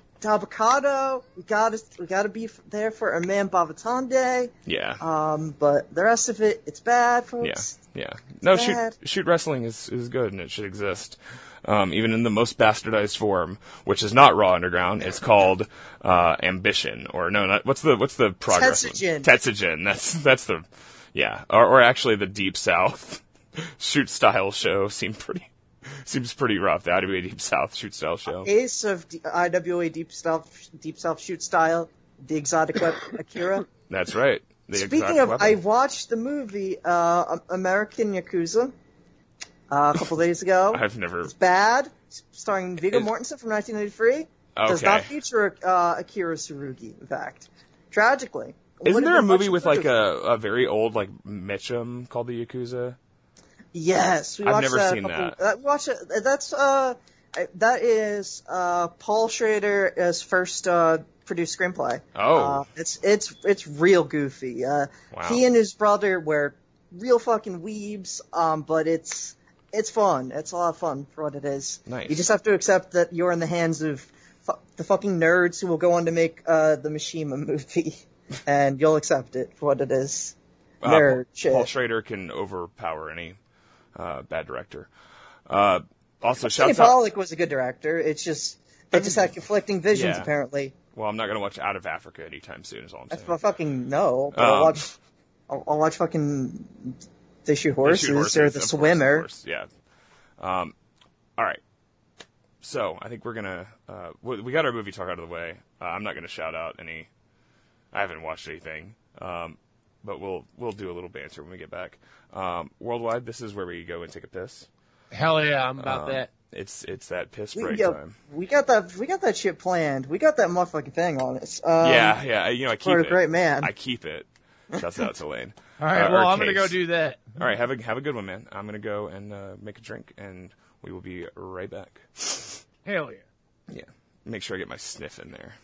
[SPEAKER 5] Tabacado, we gotta we gotta be f- there for a man Bavatande.
[SPEAKER 3] yeah,
[SPEAKER 5] Um, but the rest of it, it's bad,
[SPEAKER 3] yeah,
[SPEAKER 5] folks.
[SPEAKER 3] yeah. No, shoot,
[SPEAKER 5] bad.
[SPEAKER 3] shoot wrestling is is good and it should exist. Um, even in the most bastardized form, which is not Raw Underground, it's called uh, Ambition, or no, not what's the what's the progress? one?
[SPEAKER 5] Tetsugen.
[SPEAKER 3] Tetsugen. That's that's the yeah, or, or actually the Deep South (laughs) shoot style show seemed pretty (laughs) seems pretty rough. The IWA Deep South shoot style show.
[SPEAKER 5] Ace of D- IWA Deep South, Deep South Shoot Style, the exotic weapon Akira.
[SPEAKER 3] That's right. The
[SPEAKER 5] Speaking
[SPEAKER 3] exotic
[SPEAKER 5] of,
[SPEAKER 3] weapon.
[SPEAKER 5] I watched the movie uh, A- American Yakuza uh, a couple days ago.
[SPEAKER 3] (laughs) I've never
[SPEAKER 5] It's bad, s- starring Viggo
[SPEAKER 3] Is-
[SPEAKER 5] Mortensen from 1993. Does
[SPEAKER 3] Okay.
[SPEAKER 5] not feature uh, Akira Tsurugi, in fact. Tragically.
[SPEAKER 3] Isn't
[SPEAKER 5] Would've
[SPEAKER 3] there a
[SPEAKER 5] been
[SPEAKER 3] movie
[SPEAKER 5] much
[SPEAKER 3] with like
[SPEAKER 5] better.
[SPEAKER 3] a, a very old like Mitchum called the Yakuza?
[SPEAKER 5] Yes, we
[SPEAKER 3] I've
[SPEAKER 5] watched
[SPEAKER 3] never
[SPEAKER 5] that. a
[SPEAKER 3] seen
[SPEAKER 5] couple-
[SPEAKER 3] that.
[SPEAKER 5] uh, watch it. That's uh, I- that is uh, Paul Schrader's first uh, produced screenplay.
[SPEAKER 3] Oh.
[SPEAKER 5] uh, it's it's it's real goofy. Uh,
[SPEAKER 3] Wow.
[SPEAKER 5] He and his brother were real fucking weebs, um, but it's it's fun. It's a lot of fun for what it is.
[SPEAKER 3] Nice.
[SPEAKER 5] You just have to accept that you're in the hands of fu- the fucking nerds who will go on to make uh, the Mishima movie, (laughs) and you'll accept it for what it is.
[SPEAKER 3] Uh,
[SPEAKER 5] Nerd
[SPEAKER 3] Paul,
[SPEAKER 5] shit.
[SPEAKER 3] Paul Schrader can overpower any uh, bad director. Uh, also,
[SPEAKER 5] Hey,
[SPEAKER 3] shouts out.
[SPEAKER 5] Pollock was a good director. It's just they just had conflicting visions
[SPEAKER 3] Yeah.
[SPEAKER 5] apparently.
[SPEAKER 3] Well, I'm not gonna watch Out of Africa anytime soon. Is all I'm
[SPEAKER 5] That's
[SPEAKER 3] saying.
[SPEAKER 5] I fucking no. But
[SPEAKER 3] Um,
[SPEAKER 5] I'll watch. I'll, I'll watch fucking. They shoot
[SPEAKER 3] They
[SPEAKER 5] horses,
[SPEAKER 3] shoot
[SPEAKER 5] or
[SPEAKER 3] horses,
[SPEAKER 5] the
[SPEAKER 3] of course, of
[SPEAKER 5] swimmer.
[SPEAKER 3] course, Yeah. Um, all right. So I think we're gonna uh, we, we got our movie talk out of the way. Uh, I'm not gonna shout out any. I haven't watched anything, um, but we'll we'll do a little banter when we get back. Um, worldwide, this is where we go and take a piss.
[SPEAKER 4] Hell yeah, I'm about
[SPEAKER 3] Um,
[SPEAKER 4] that.
[SPEAKER 3] It's it's that piss
[SPEAKER 5] We-
[SPEAKER 3] break
[SPEAKER 5] yo,
[SPEAKER 3] time.
[SPEAKER 5] we got that. We got that shit planned. We got that motherfucking thing on us. Um,
[SPEAKER 3] yeah, yeah. I- You know, I keep
[SPEAKER 5] what a
[SPEAKER 3] it.
[SPEAKER 5] great man.
[SPEAKER 3] I keep it. Shouts out to Lane.
[SPEAKER 4] (laughs) All right,
[SPEAKER 3] Uh, or
[SPEAKER 4] well, I'm gonna
[SPEAKER 3] Case.
[SPEAKER 4] go do that.
[SPEAKER 3] All right, have a have a good one, man. I'm gonna go and uh, make a drink, and we will be right back.
[SPEAKER 4] Hell yeah.
[SPEAKER 3] Yeah. Make sure I get my sniff in there.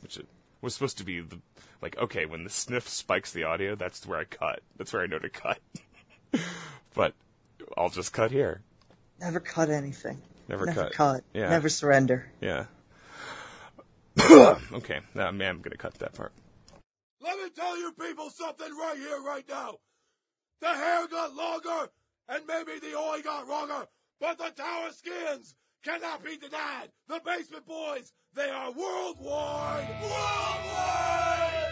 [SPEAKER 3] Which it was supposed to be the like okay, when the sniff spikes the audio, that's where I cut. That's where I know to cut. (laughs) but I'll just cut here.
[SPEAKER 5] Never cut anything.
[SPEAKER 3] Never cut. Yeah.
[SPEAKER 5] Never surrender.
[SPEAKER 3] Yeah. (coughs) okay. Nah, man, I'm gonna cut that part.
[SPEAKER 6] Let me tell you people something right here, right now. The hair got longer, and maybe the oil got wronger, but the tower skins cannot be denied. The basement boys, they are worldwide. Worldwide!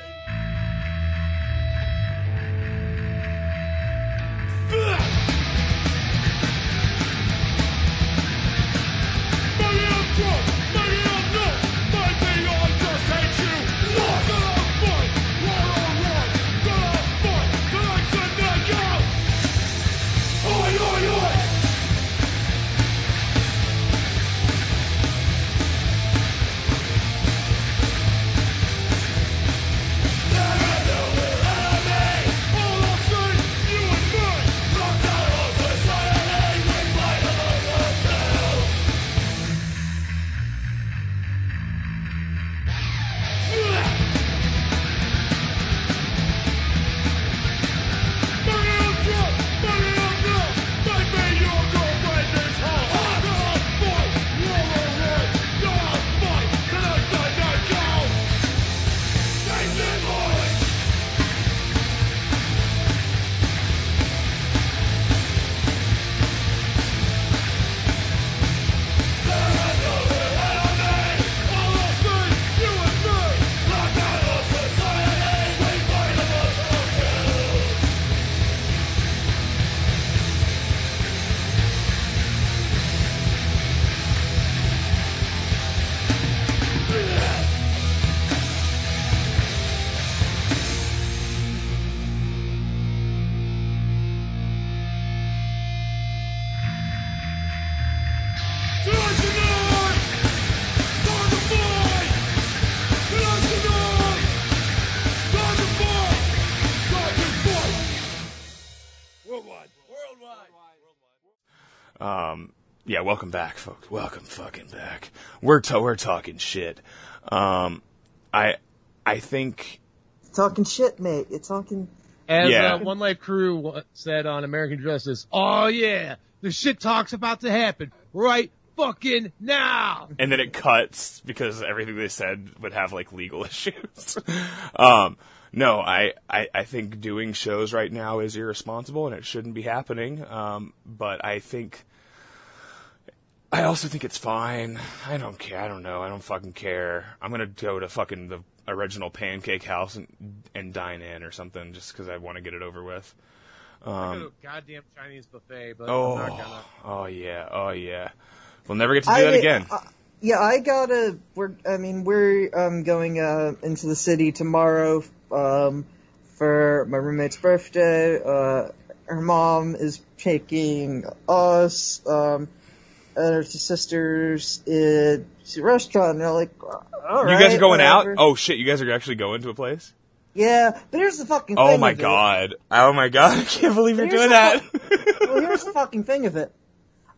[SPEAKER 6] Maybe I'm drunk, maybe I'm not, maybe I just hate you. Lost. Gonna fight, war on war. Gonna fight, tonight's the night, yeah. Oi, oi, oi. All I've seen, you and me. Locked out of society, we fight among ourselves. Thank you Worldwide. Worldwide.
[SPEAKER 3] Um, yeah, welcome back, folks. Welcome fucking back. We're to- we're talking shit. Um, I I think
[SPEAKER 5] Talking shit, mate. You're talking.
[SPEAKER 4] As
[SPEAKER 3] Yeah.
[SPEAKER 4] uh, One Life Crew wa- said on American Justice, oh yeah, the shit talk's about to happen right fucking now.
[SPEAKER 3] and then it cuts because everything they said would have like legal (laughs) issues. um, no, I, I, I think doing shows right now is irresponsible and it shouldn't be happening. Um, but I think, I also think it's fine. I don't care. I don't know. I don't fucking care. I'm gonna go to fucking the original pancake house and, and dine in or something just cause I want to get it over with.
[SPEAKER 4] I go to a goddamn Chinese buffet, but I'm not
[SPEAKER 3] Um, Oh,
[SPEAKER 4] gonna.
[SPEAKER 3] oh yeah. Oh yeah. We'll never get to do
[SPEAKER 5] I,
[SPEAKER 3] that again.
[SPEAKER 5] uh, yeah, I gotta. We're. I mean, we're um, going uh, into the city tomorrow um, for my roommate's birthday. Uh, her mom is taking us. Um, and her sisters in to a restaurant. And they're like, all right.
[SPEAKER 3] you guys are going
[SPEAKER 5] whatever."
[SPEAKER 3] out? Oh shit, you guys are actually going to a place?
[SPEAKER 5] Yeah, but here's the fucking thing.
[SPEAKER 3] Oh my
[SPEAKER 5] of it.
[SPEAKER 3] god. Oh my god, (laughs) I can't believe you're
[SPEAKER 5] Here's
[SPEAKER 3] doing
[SPEAKER 5] the
[SPEAKER 3] that.
[SPEAKER 5] (laughs) Well, here's the fucking thing of it.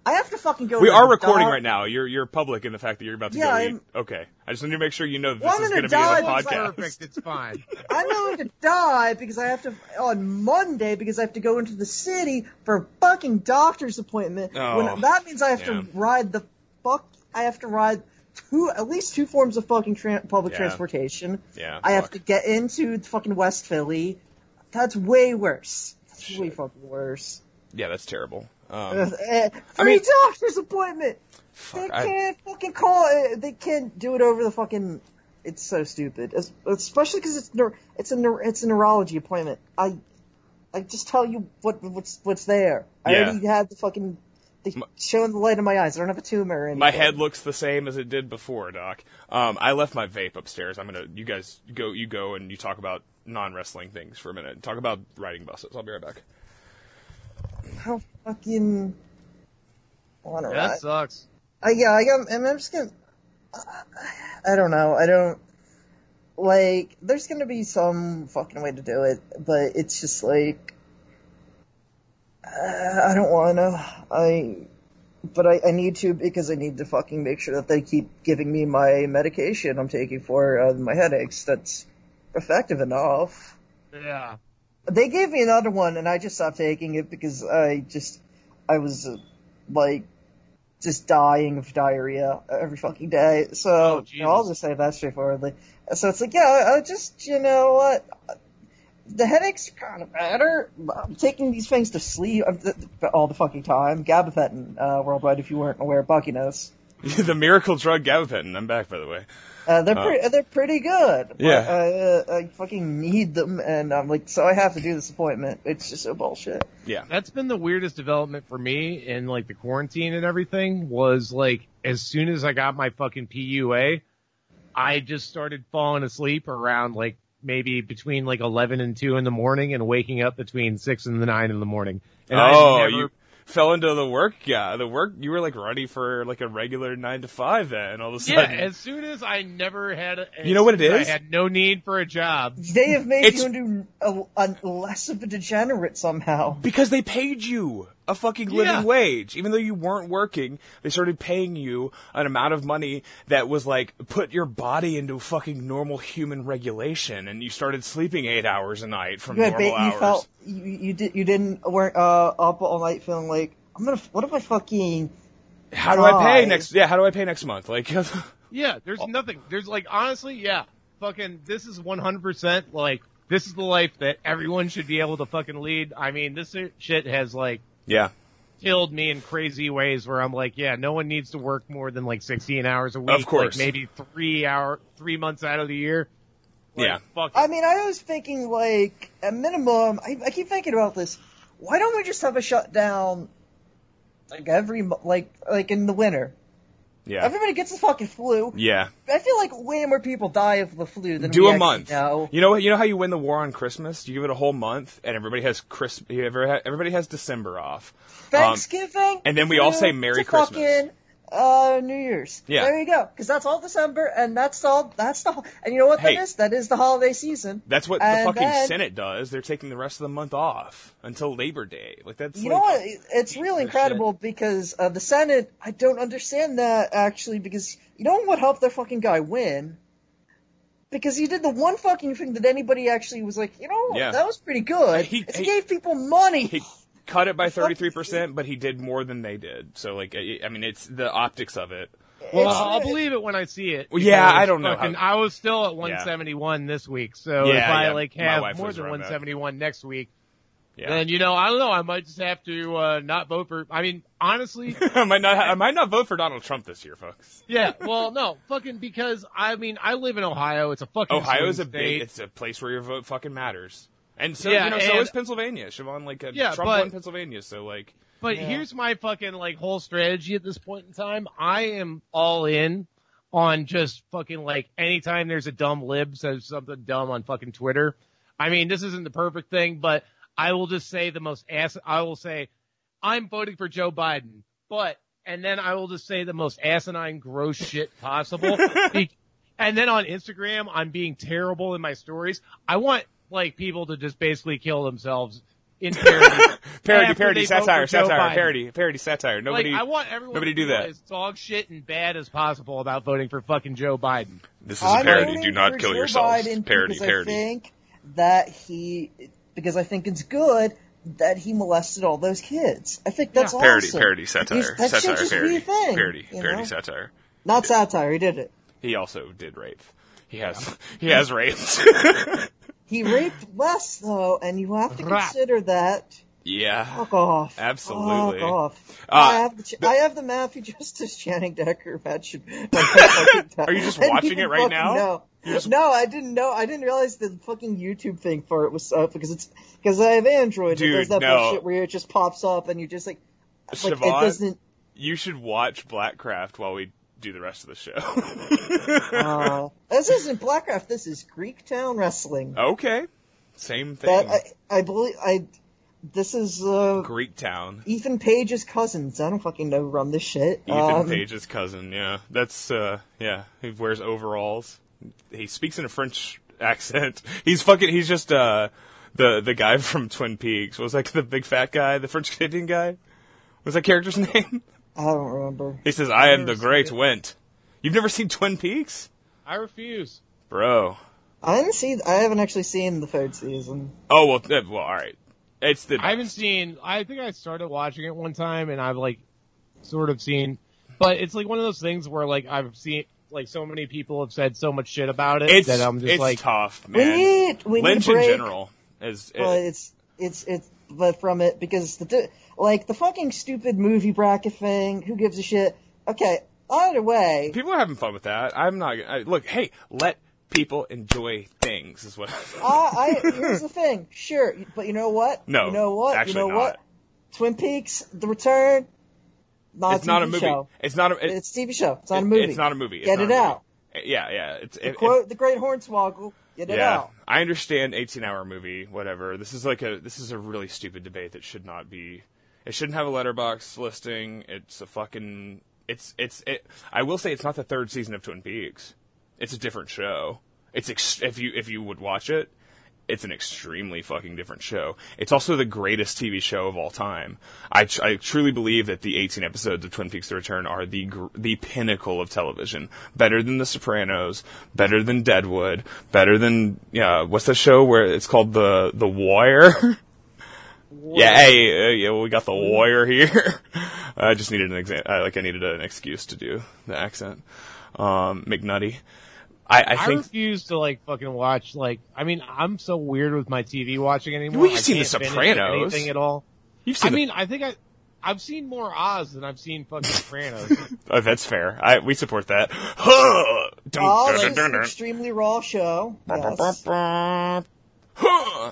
[SPEAKER 5] I have to fucking go.
[SPEAKER 3] we
[SPEAKER 5] to
[SPEAKER 3] are
[SPEAKER 5] the
[SPEAKER 3] recording
[SPEAKER 5] doc-
[SPEAKER 3] right now. You're you're public in the fact that you're about to
[SPEAKER 5] Yeah,
[SPEAKER 3] go
[SPEAKER 5] I'm-
[SPEAKER 3] eat. Okay. I just need to make sure you know this
[SPEAKER 5] Well, I'm
[SPEAKER 3] is
[SPEAKER 5] gonna
[SPEAKER 3] going to be on the
[SPEAKER 5] die. It's
[SPEAKER 3] podcast.
[SPEAKER 4] Perfect, it's
[SPEAKER 3] (laughs)
[SPEAKER 4] fine.
[SPEAKER 5] I'm going to die because I have to on Monday because I have to go into the city for a fucking doctor's appointment.
[SPEAKER 3] Oh,
[SPEAKER 5] when that means I have
[SPEAKER 3] yeah.
[SPEAKER 5] to ride the fuck. I have to ride two, at least two forms of fucking tran public
[SPEAKER 3] Yeah.
[SPEAKER 5] transportation.
[SPEAKER 3] Yeah,
[SPEAKER 5] I have
[SPEAKER 3] fuck.
[SPEAKER 5] to get into the fucking West Philly. That's way worse. That's way fucking worse.
[SPEAKER 3] Yeah, that's terrible. Um,
[SPEAKER 5] Eh, Free
[SPEAKER 3] mean-
[SPEAKER 5] doctor's appointment. They
[SPEAKER 3] I-
[SPEAKER 5] can't fucking call. It. They can't do it over the fucking. It's so stupid, Es- especially because it's neur- it's a neur- it's a neurology appointment. I I just tell you what what's what's there. I
[SPEAKER 3] Yeah.
[SPEAKER 5] already had the fucking the showing the light in my eyes. I don't have a tumor. And
[SPEAKER 3] my head looks the same as it did before, Doc. Um, I left my vape upstairs. I'm gonna. You guys go. You go and you talk about non wrestling things for a minute. Talk about riding buses. I'll be right back. (laughs)
[SPEAKER 5] how fucking. Want to
[SPEAKER 4] That sucks.
[SPEAKER 5] I, Uh, yeah, I got, and I'm just gonna, I don't know, I don't, like, there's gonna be some fucking way to do it, but it's just like, uh, I don't wanna, I, but I, I need to because I need to fucking make sure that they keep giving me my medication I'm taking for uh, my headaches that's effective enough.
[SPEAKER 4] Yeah.
[SPEAKER 5] They gave me another one, and I just stopped taking it because I just, I was uh, like, just dying of diarrhea every fucking day. So
[SPEAKER 4] Oh,
[SPEAKER 5] you know, I'll
[SPEAKER 4] Jesus.
[SPEAKER 5] just say that straightforwardly. So it's like, yeah, I just, you know what? The headaches are kind of better. but I'm taking these things to sleep I'm- th- th- all the fucking time. Gabapentin, uh, worldwide, if you weren't aware, Bucky knows.
[SPEAKER 3] the miracle drug gabapentin. I'm back, by the way.
[SPEAKER 5] Uh,
[SPEAKER 4] Oh.
[SPEAKER 5] they're pretty. They're pretty good. But
[SPEAKER 3] Yeah.
[SPEAKER 5] I, uh, I fucking need them, and I'm like, so I have to do this appointment. It's just so bullshit.
[SPEAKER 3] Yeah.
[SPEAKER 4] That's been the weirdest development for me in like the quarantine and everything was like as soon as I got my fucking PUA, I just started falling asleep around like maybe between like 11 and 2 in the morning and waking up between 6 and 9 in the morning. And I
[SPEAKER 3] oh,
[SPEAKER 4] never-
[SPEAKER 3] you fell into the work guy. The work you were like ready for like a regular nine to five then all of a (laughs)
[SPEAKER 4] Yeah,
[SPEAKER 3] sudden.
[SPEAKER 4] as soon as I never had a, as
[SPEAKER 3] You know what it
[SPEAKER 4] soon as
[SPEAKER 3] is?
[SPEAKER 4] I had no need for a job.
[SPEAKER 5] They have made
[SPEAKER 3] It's-
[SPEAKER 5] you into a, a less of a degenerate somehow.
[SPEAKER 3] because they paid you a fucking living
[SPEAKER 4] Yeah.
[SPEAKER 3] wage. Even though you weren't working, they started paying you an amount of money that was like put your body into fucking normal human regulation and you started sleeping eight hours a night from
[SPEAKER 5] You had
[SPEAKER 3] normal
[SPEAKER 5] ba-
[SPEAKER 3] hours.
[SPEAKER 5] you felt you, you did you didn't weren't uh, up all night feeling like I'm gonna. What if I fucking
[SPEAKER 3] how do I pay
[SPEAKER 5] die?
[SPEAKER 3] next yeah, how do I pay next month? Like (laughs)
[SPEAKER 4] Yeah,
[SPEAKER 3] Oh.
[SPEAKER 4] there's nothing. There's like honestly, yeah. Fucking this is 100% like this is the life that everyone should be able to fucking lead. I mean, this shit has like
[SPEAKER 3] Yeah.
[SPEAKER 4] killed me in crazy ways where I'm like, yeah, no one needs to work more than like 16 hours a week.
[SPEAKER 3] course.
[SPEAKER 4] Like maybe 3 hour 3 months out of the year. Like,
[SPEAKER 3] Yeah.
[SPEAKER 4] Fuck.
[SPEAKER 5] I mean, I was thinking like a minimum. I, I keep thinking about this. Why don't we just have a shutdown like every mo- like like in the winter?
[SPEAKER 3] Yeah.
[SPEAKER 5] Everybody gets the fucking flu.
[SPEAKER 3] yeah.
[SPEAKER 5] I feel like way more people die of the flu than
[SPEAKER 3] do
[SPEAKER 5] we
[SPEAKER 3] a
[SPEAKER 5] actually
[SPEAKER 3] month.
[SPEAKER 5] Know.
[SPEAKER 3] You know what? You know how you win the war on Christmas? You give it a whole month, and everybody has Chris. Everybody has December off. Um,
[SPEAKER 5] Thanksgiving,
[SPEAKER 3] and then we all say
[SPEAKER 5] through
[SPEAKER 3] Merry
[SPEAKER 5] to
[SPEAKER 3] Christmas.
[SPEAKER 5] Fucking, uh, New Year's.
[SPEAKER 3] Yeah.
[SPEAKER 5] there you go. Because that's all December, and that's all. That's the. And you know what
[SPEAKER 3] Hey.
[SPEAKER 5] that is? That is the holiday season.
[SPEAKER 3] that's what the
[SPEAKER 5] And
[SPEAKER 3] fucking
[SPEAKER 5] then-
[SPEAKER 3] Senate does. They're taking the rest of the month off until Labor Day. Like that's
[SPEAKER 5] You
[SPEAKER 3] like,
[SPEAKER 5] know what? It's really incredible because uh, the Senate. I don't understand that actually because you know what helped their fucking guy win. Because he did the one fucking thing that anybody actually was like, you know,
[SPEAKER 3] Yeah.
[SPEAKER 5] that was pretty good.
[SPEAKER 3] He-
[SPEAKER 5] It's
[SPEAKER 3] he-
[SPEAKER 5] gave people money.
[SPEAKER 3] he cut it by
[SPEAKER 5] (laughs)
[SPEAKER 3] thirty three percent, but he did more than they did. So like, I I mean, it's the optics of it.
[SPEAKER 4] well,
[SPEAKER 5] It's-
[SPEAKER 4] I'll believe it when I see it.
[SPEAKER 3] Well, yeah,
[SPEAKER 4] because
[SPEAKER 3] I don't know
[SPEAKER 4] fucking-
[SPEAKER 3] how-
[SPEAKER 4] I was still at 171 this week, so
[SPEAKER 3] Yeah,
[SPEAKER 4] if I
[SPEAKER 3] yeah,
[SPEAKER 4] like
[SPEAKER 3] my
[SPEAKER 4] have
[SPEAKER 3] wife
[SPEAKER 4] more
[SPEAKER 3] was
[SPEAKER 4] than
[SPEAKER 3] around that.
[SPEAKER 4] 171 next week,
[SPEAKER 3] Yeah,
[SPEAKER 4] then you know I don't know. I might just have to uh, not vote for. I mean,
[SPEAKER 3] (laughs)
[SPEAKER 4] honestly,
[SPEAKER 3] (laughs) I might not. I might not vote for Donald Trump this year, folks.
[SPEAKER 4] yeah. Well, no, fucking because I mean I live in Ohio. It's a fucking
[SPEAKER 3] Ohio's a
[SPEAKER 4] swing
[SPEAKER 3] big.
[SPEAKER 4] state.
[SPEAKER 3] It's a place where your vote fucking matters. And so
[SPEAKER 4] Yeah,
[SPEAKER 3] you know, so
[SPEAKER 4] and-
[SPEAKER 3] is Pennsylvania. Siobhan, like, uh,
[SPEAKER 4] Yeah,
[SPEAKER 3] Trump
[SPEAKER 4] but-
[SPEAKER 3] won Pennsylvania, so like,
[SPEAKER 4] But
[SPEAKER 5] Yeah.
[SPEAKER 4] here's my fucking like whole strategy at this point in time. I am all in on just fucking like anytime there's a dumb lib says something dumb on fucking Twitter. I mean, this isn't the perfect thing, but I will just say the most ass. I will say I'm voting for Joe Biden, but and then I will just say the most asinine, gross shit
[SPEAKER 3] (laughs)
[SPEAKER 4] possible. Be- and then on Instagram, I'm being terrible in my stories. I want like people to just basically kill themselves
[SPEAKER 3] (laughs)
[SPEAKER 4] in parody.
[SPEAKER 3] Parody,
[SPEAKER 4] after
[SPEAKER 3] parody,
[SPEAKER 4] they vote
[SPEAKER 3] satire,
[SPEAKER 4] for Joe
[SPEAKER 3] satire,
[SPEAKER 4] Biden.
[SPEAKER 3] parody, parody, satire.
[SPEAKER 4] Like
[SPEAKER 3] Nobody.
[SPEAKER 4] I want everyone
[SPEAKER 3] nobody
[SPEAKER 4] to
[SPEAKER 3] do
[SPEAKER 4] feel
[SPEAKER 3] that.
[SPEAKER 4] as dog shit and bad as possible about voting for fucking Joe Biden.
[SPEAKER 3] this
[SPEAKER 5] I'm voting for Joe Biden because I think that he, because I think it's good that he molested all those kids. I think that's
[SPEAKER 4] Yeah.
[SPEAKER 5] awesome. He's- that should just be a thing, you know?
[SPEAKER 3] satire.
[SPEAKER 5] Not satire. He did it.
[SPEAKER 3] He also did rape. He has (laughs)
[SPEAKER 5] (laughs)
[SPEAKER 3] he has raped.
[SPEAKER 5] He raped
[SPEAKER 4] (sighs)
[SPEAKER 5] less though, and you have to
[SPEAKER 4] Rap.
[SPEAKER 5] consider that.
[SPEAKER 3] yeah.
[SPEAKER 5] Fuck off.
[SPEAKER 3] Absolutely.
[SPEAKER 5] Fuck off.
[SPEAKER 3] Uh,
[SPEAKER 5] I have the, ch- I have the Matthew Justice Channing Decker
[SPEAKER 3] (laughs)
[SPEAKER 5] match. in my fucking time.
[SPEAKER 3] Are you just
[SPEAKER 5] I didn't
[SPEAKER 3] watching
[SPEAKER 5] even
[SPEAKER 3] it right
[SPEAKER 5] fucking
[SPEAKER 3] now?
[SPEAKER 5] know. No, I didn't know. I didn't realize the fucking YouTube thing for it was up because it's because I have Android.
[SPEAKER 3] Dude,
[SPEAKER 5] it does that
[SPEAKER 3] no.
[SPEAKER 5] bullshit where it just pops up and you just like, like it
[SPEAKER 3] Siobhan?
[SPEAKER 5] doesn't.
[SPEAKER 3] You should watch Blackcraft while we do the rest of the show. (laughs)
[SPEAKER 5] Uh, this isn't Blackcraft. This is Greek Town Wrestling.
[SPEAKER 3] okay. Same thing.
[SPEAKER 5] That I, I believe I. This is uh,
[SPEAKER 3] Greek Town.
[SPEAKER 5] Ethan Page's cousins. I don't fucking know who run this shit.
[SPEAKER 3] Ethan
[SPEAKER 5] Um,
[SPEAKER 3] Page's cousin, yeah. That's uh yeah. He wears overalls. He speaks in a French accent. (laughs) He's fucking he's just uh the the guy from Twin Peaks. What was like the big fat guy, the French Canadian guy? What was that character's (laughs) name?
[SPEAKER 5] I don't remember.
[SPEAKER 3] He says, I am
[SPEAKER 4] never
[SPEAKER 3] the
[SPEAKER 4] seen
[SPEAKER 3] great
[SPEAKER 4] it.
[SPEAKER 3] Went. You've never seen Twin Peaks?
[SPEAKER 4] I refuse.
[SPEAKER 3] Bro.
[SPEAKER 5] I haven't seen. I haven't actually seen the third season.
[SPEAKER 3] Oh well uh, well alright. It's the
[SPEAKER 4] I haven't seen. I think I started watching it one time, and I've like sort of seen, but it's like one of those things where like I've seen like so many people have said so much shit about it
[SPEAKER 3] it's
[SPEAKER 4] that I'm just
[SPEAKER 3] it's
[SPEAKER 4] like,
[SPEAKER 3] tough,
[SPEAKER 5] We
[SPEAKER 3] man.
[SPEAKER 5] need. We
[SPEAKER 3] Lynch
[SPEAKER 5] need a break.
[SPEAKER 3] in general is
[SPEAKER 5] But
[SPEAKER 3] it,
[SPEAKER 5] it's it's it's but from it because the di- like the fucking stupid movie bracket thing. Who gives a shit? Okay.
[SPEAKER 3] (laughs)
[SPEAKER 5] Either way,
[SPEAKER 3] people are having fun with that. I'm not I, look. Hey, let people enjoy things is what. (laughs)
[SPEAKER 5] I, I here's the thing. Sure, but you know what?
[SPEAKER 3] No,
[SPEAKER 5] You know what?
[SPEAKER 3] actually
[SPEAKER 5] you know
[SPEAKER 3] not.
[SPEAKER 5] what? Twin Peaks: The Return. Not
[SPEAKER 3] it's not a
[SPEAKER 5] TV
[SPEAKER 3] movie.
[SPEAKER 5] Show.
[SPEAKER 3] It's not a. it-
[SPEAKER 5] It's a TV show. It's not a movie.
[SPEAKER 3] It's not a movie. It's
[SPEAKER 5] Get
[SPEAKER 3] not
[SPEAKER 5] it
[SPEAKER 3] a movie.
[SPEAKER 5] out.
[SPEAKER 3] Yeah, yeah. It's it- it-
[SPEAKER 5] Quote the Great Hornswoggle. Get it
[SPEAKER 3] yeah.
[SPEAKER 5] out.
[SPEAKER 3] I understand 18-hour movie, whatever. This is like a. This is a really stupid debate that should not be. It shouldn't have a letterbox listing. It's a fucking. It's it's. It, I will say it's not the third season of Twin Peaks. It's a different show. It's ex- if you if you would watch it, it's an extremely fucking different show. It's also the greatest TV show of all time. I, tr- I truly believe that the 18 episodes of Twin Peaks: The Return are the gr- the pinnacle of television. Better than The Sopranos, better than Deadwood, better than yeah. What's the show where it's called the the Wire? (laughs) yeah, hey, uh, yeah, we got the Wire here. (laughs) I just needed an exam. I, like I needed an excuse to do the accent. Um, McNutty. I, I
[SPEAKER 4] I
[SPEAKER 3] think
[SPEAKER 4] refuse to like fucking watch like. I mean, I'm so weird with my TV watching anymore.
[SPEAKER 3] Well, you've
[SPEAKER 4] I
[SPEAKER 3] seen The
[SPEAKER 4] can't finish
[SPEAKER 3] Sopranos.
[SPEAKER 4] anything at all.
[SPEAKER 3] you've
[SPEAKER 4] I
[SPEAKER 3] seen. the-
[SPEAKER 4] mean, I think I. I've seen more Oz than I've seen
[SPEAKER 3] (laughs)
[SPEAKER 4] fucking Sopranos.
[SPEAKER 3] Oh, that's fair. I we support that.
[SPEAKER 5] Oh, this is an extremely raw show. Yes.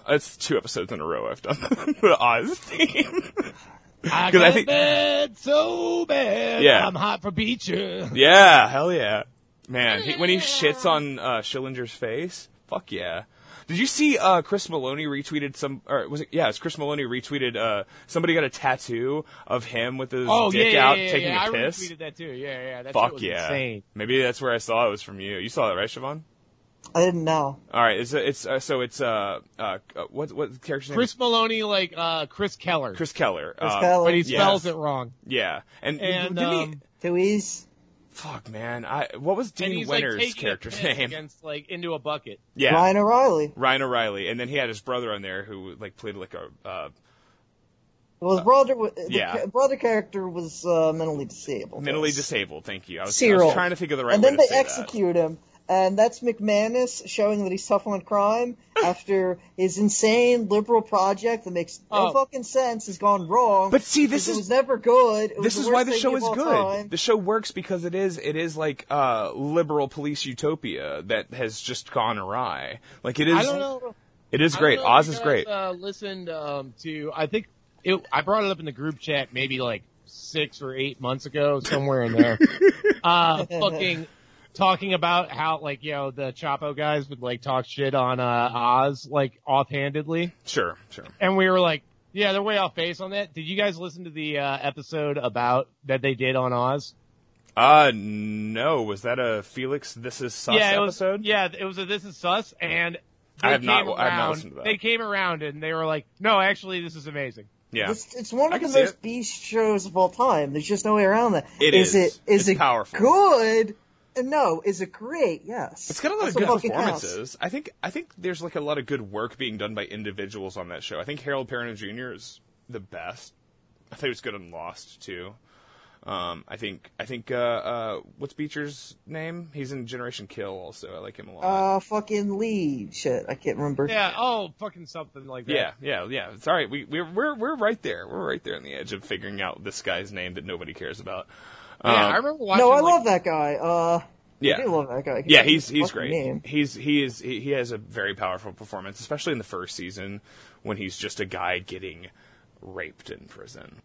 [SPEAKER 3] That's two episodes in a row I've done (laughs) the Oz theme.
[SPEAKER 4] I
[SPEAKER 3] 'Cause I
[SPEAKER 4] got
[SPEAKER 3] think-
[SPEAKER 4] bad so bad.
[SPEAKER 3] Yeah.
[SPEAKER 4] I'm hot
[SPEAKER 3] (laughs)
[SPEAKER 4] for Beecher.
[SPEAKER 3] (laughs) yeah, hell yeah, man. He, when he shits on uh, Schillinger's face, fuck yeah. Did you see uh, Chris Maloney retweeted some? Or was it? Yeah, it's Chris Maloney retweeted. Uh, somebody got a tattoo of him with his
[SPEAKER 4] Oh yeah,
[SPEAKER 3] dick
[SPEAKER 4] yeah,
[SPEAKER 3] out
[SPEAKER 4] yeah,
[SPEAKER 3] taking
[SPEAKER 4] yeah.
[SPEAKER 3] a
[SPEAKER 4] I
[SPEAKER 3] piss.
[SPEAKER 4] retweeted that too. Yeah, yeah. That shit
[SPEAKER 3] Fuck
[SPEAKER 4] was
[SPEAKER 3] yeah.
[SPEAKER 4] insane.
[SPEAKER 3] Maybe that's where I saw it was from you. You saw that, right, Siobhan?
[SPEAKER 5] I didn't know.
[SPEAKER 3] All right, it's it's uh, so it's uh uh what what character's name? is-
[SPEAKER 4] Chris Maloney, like uh Chris Keller,
[SPEAKER 3] Chris Keller.
[SPEAKER 5] It's
[SPEAKER 3] uh,
[SPEAKER 5] kind of
[SPEAKER 4] but he
[SPEAKER 5] like
[SPEAKER 3] yeah.
[SPEAKER 4] spells it wrong.
[SPEAKER 3] Yeah, and,
[SPEAKER 4] And,
[SPEAKER 3] didn't he-
[SPEAKER 4] um,
[SPEAKER 5] two E's.
[SPEAKER 3] fuck man, I what was
[SPEAKER 4] and
[SPEAKER 3] Dean
[SPEAKER 4] he's like
[SPEAKER 3] Winter's
[SPEAKER 4] taking a
[SPEAKER 3] character's
[SPEAKER 4] piss
[SPEAKER 3] name?
[SPEAKER 4] (laughs) against like into a bucket.
[SPEAKER 3] Yeah, Ryan.
[SPEAKER 5] Ryan O'Reilly.
[SPEAKER 3] O'Reilly, and then he had his brother on there who like played like a uh,
[SPEAKER 5] Well, his brother, wa- the
[SPEAKER 3] yeah.
[SPEAKER 5] ca- brother character was uh, mentally disabled.
[SPEAKER 3] mentally
[SPEAKER 5] yes.
[SPEAKER 3] disabled. Thank you. I was, I
[SPEAKER 5] Cyril.
[SPEAKER 3] was trying to think of the right
[SPEAKER 5] and
[SPEAKER 3] way
[SPEAKER 5] then
[SPEAKER 3] to
[SPEAKER 5] they
[SPEAKER 3] say
[SPEAKER 5] execute him, and that's McManus showing that he's tough
[SPEAKER 3] (laughs)
[SPEAKER 5] on crime after his insane liberal project that makes no
[SPEAKER 4] Oh.
[SPEAKER 5] fucking sense has gone wrong.
[SPEAKER 3] But see, this
[SPEAKER 5] because
[SPEAKER 3] is-
[SPEAKER 5] it was never good. It
[SPEAKER 3] that.
[SPEAKER 5] was
[SPEAKER 3] This
[SPEAKER 5] the
[SPEAKER 3] is
[SPEAKER 5] worst
[SPEAKER 3] why the
[SPEAKER 5] thing
[SPEAKER 3] show
[SPEAKER 5] of
[SPEAKER 3] is
[SPEAKER 5] all
[SPEAKER 3] good.
[SPEAKER 5] time.
[SPEAKER 3] The show works because it is it is like uh liberal police utopia that has just gone awry. Like it is
[SPEAKER 4] I don't know.
[SPEAKER 3] it is
[SPEAKER 4] I don't
[SPEAKER 3] great.
[SPEAKER 4] know if
[SPEAKER 3] Oz
[SPEAKER 4] you
[SPEAKER 3] is
[SPEAKER 4] guys,
[SPEAKER 3] great.
[SPEAKER 4] Uh, listened um, to I think it. I brought it up in the group chat maybe like six or eight months ago, somewhere in
[SPEAKER 3] (laughs)
[SPEAKER 4] there. uh, fucking talking about how like you know the Chapo guys would like talk shit on uh, Oz like offhandedly,
[SPEAKER 3] sure, sure.
[SPEAKER 4] and we were like, yeah, they're way off base on that. Did you guys listen to the uh, episode about that they did on Oz?
[SPEAKER 3] Uh no, was that a Felix This Is Sus
[SPEAKER 4] yeah, it was,
[SPEAKER 3] episode?
[SPEAKER 4] Yeah, it was a This Is Sus, and
[SPEAKER 3] I
[SPEAKER 4] they
[SPEAKER 3] have not-
[SPEAKER 4] came
[SPEAKER 3] I have not
[SPEAKER 4] around-
[SPEAKER 3] listened to that.
[SPEAKER 4] They came around and they were like, "No, actually, this is amazing."
[SPEAKER 3] yeah.
[SPEAKER 5] It's, it's one
[SPEAKER 3] I
[SPEAKER 5] of the
[SPEAKER 3] can see
[SPEAKER 5] most
[SPEAKER 3] it.
[SPEAKER 5] beast shows of all time. There's just no way around that.
[SPEAKER 3] It is.
[SPEAKER 5] is it is
[SPEAKER 3] It's
[SPEAKER 5] it
[SPEAKER 3] powerful.
[SPEAKER 5] good? No, is it great? Yes.
[SPEAKER 3] It's got a lot
[SPEAKER 5] That's
[SPEAKER 3] of good
[SPEAKER 5] what fucking counts.
[SPEAKER 3] performances. I think I think there's like a lot of good work being done by individuals on that show. I think Harold Perrineau Jr. is the best. I think he was good on Lost too. Um, I think I think uh, uh, what's Beecher's name? He's in Generation Kill also. I like him a lot.
[SPEAKER 5] Uh, fucking Lee. Shit, I can't remember.
[SPEAKER 4] Yeah. Oh, fucking something like that.
[SPEAKER 3] yeah, yeah, yeah. It's all right. We we're, we're we're right there. We're right there on the edge of figuring out this guy's name that nobody cares about. Um,
[SPEAKER 4] Yeah, I remember watching.
[SPEAKER 5] No, I
[SPEAKER 4] like,
[SPEAKER 5] love that guy. Uh,
[SPEAKER 3] yeah.
[SPEAKER 5] I do love that guy.
[SPEAKER 3] Yeah, he's
[SPEAKER 5] His
[SPEAKER 3] he's great.
[SPEAKER 5] fucking name.
[SPEAKER 3] He's he is he, he has a very powerful performance, especially in the first season when he's just a guy getting raped in prison.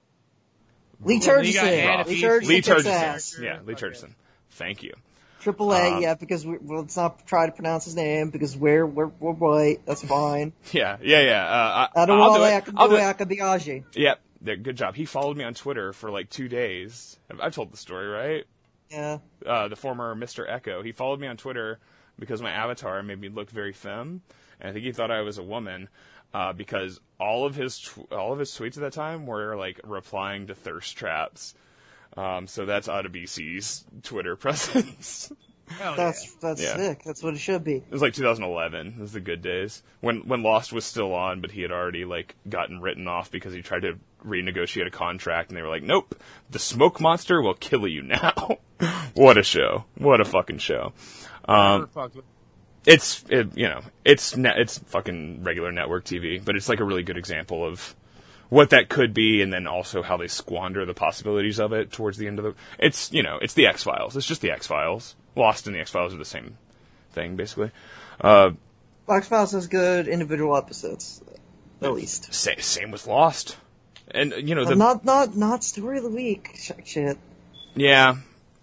[SPEAKER 5] Lee
[SPEAKER 4] Well, you got
[SPEAKER 5] Turgeson.
[SPEAKER 4] Hannah
[SPEAKER 5] Lee
[SPEAKER 4] Feast.
[SPEAKER 5] Turgeson.
[SPEAKER 3] Lee
[SPEAKER 5] kicks ass.
[SPEAKER 3] Turgeson. Yeah, Lee
[SPEAKER 4] Okay.
[SPEAKER 3] Turgeson. Thank you. (laughs)
[SPEAKER 5] Triple A,
[SPEAKER 3] Um,
[SPEAKER 5] yeah, because we, well, let's not try to pronounce his name because we're we're, we're white. That's fine.
[SPEAKER 3] Yeah, yeah, yeah. Uh, I, (laughs) I'll do
[SPEAKER 5] Adewale
[SPEAKER 3] it. I'll do it.
[SPEAKER 5] Akabiaji.
[SPEAKER 3] Yep. Yeah, good job. He followed me on Twitter for like two days. I've, I've told the story, right?
[SPEAKER 5] Yeah.
[SPEAKER 3] uh, the former Mr. Echo. He followed me on Twitter because my avatar made me look very femme, and I think he thought I was a woman uh, because all of his tw- all of his tweets at that time were like replying to thirst traps. Um, so that's Otabc's Twitter (laughs) presence.
[SPEAKER 4] Hell yeah.
[SPEAKER 5] That's that's
[SPEAKER 3] Yeah.
[SPEAKER 5] sick. That's what it should be.
[SPEAKER 3] it was like 2011. It was the good days when when Lost was still on, but he had already like gotten written off because he tried to renegotiate a contract, and they were like, "Nope, the smoke monster will kill you now." (laughs) what a show! What a fucking show!
[SPEAKER 4] Never fucked with-
[SPEAKER 3] it's it, you know it's ne- it's fucking regular network TV, but it's like a really good example of what that could be, and then also how they squander the possibilities of it towards the end of the. It's you know it's the X Files. It's just the X Files. Lost and the X Files are the same thing basically. Uh,
[SPEAKER 5] Fox Files has good individual episodes, at least.
[SPEAKER 3] sa- same with Lost, and you know the
[SPEAKER 5] not not not story of the week. Sh- Shit.
[SPEAKER 3] yeah.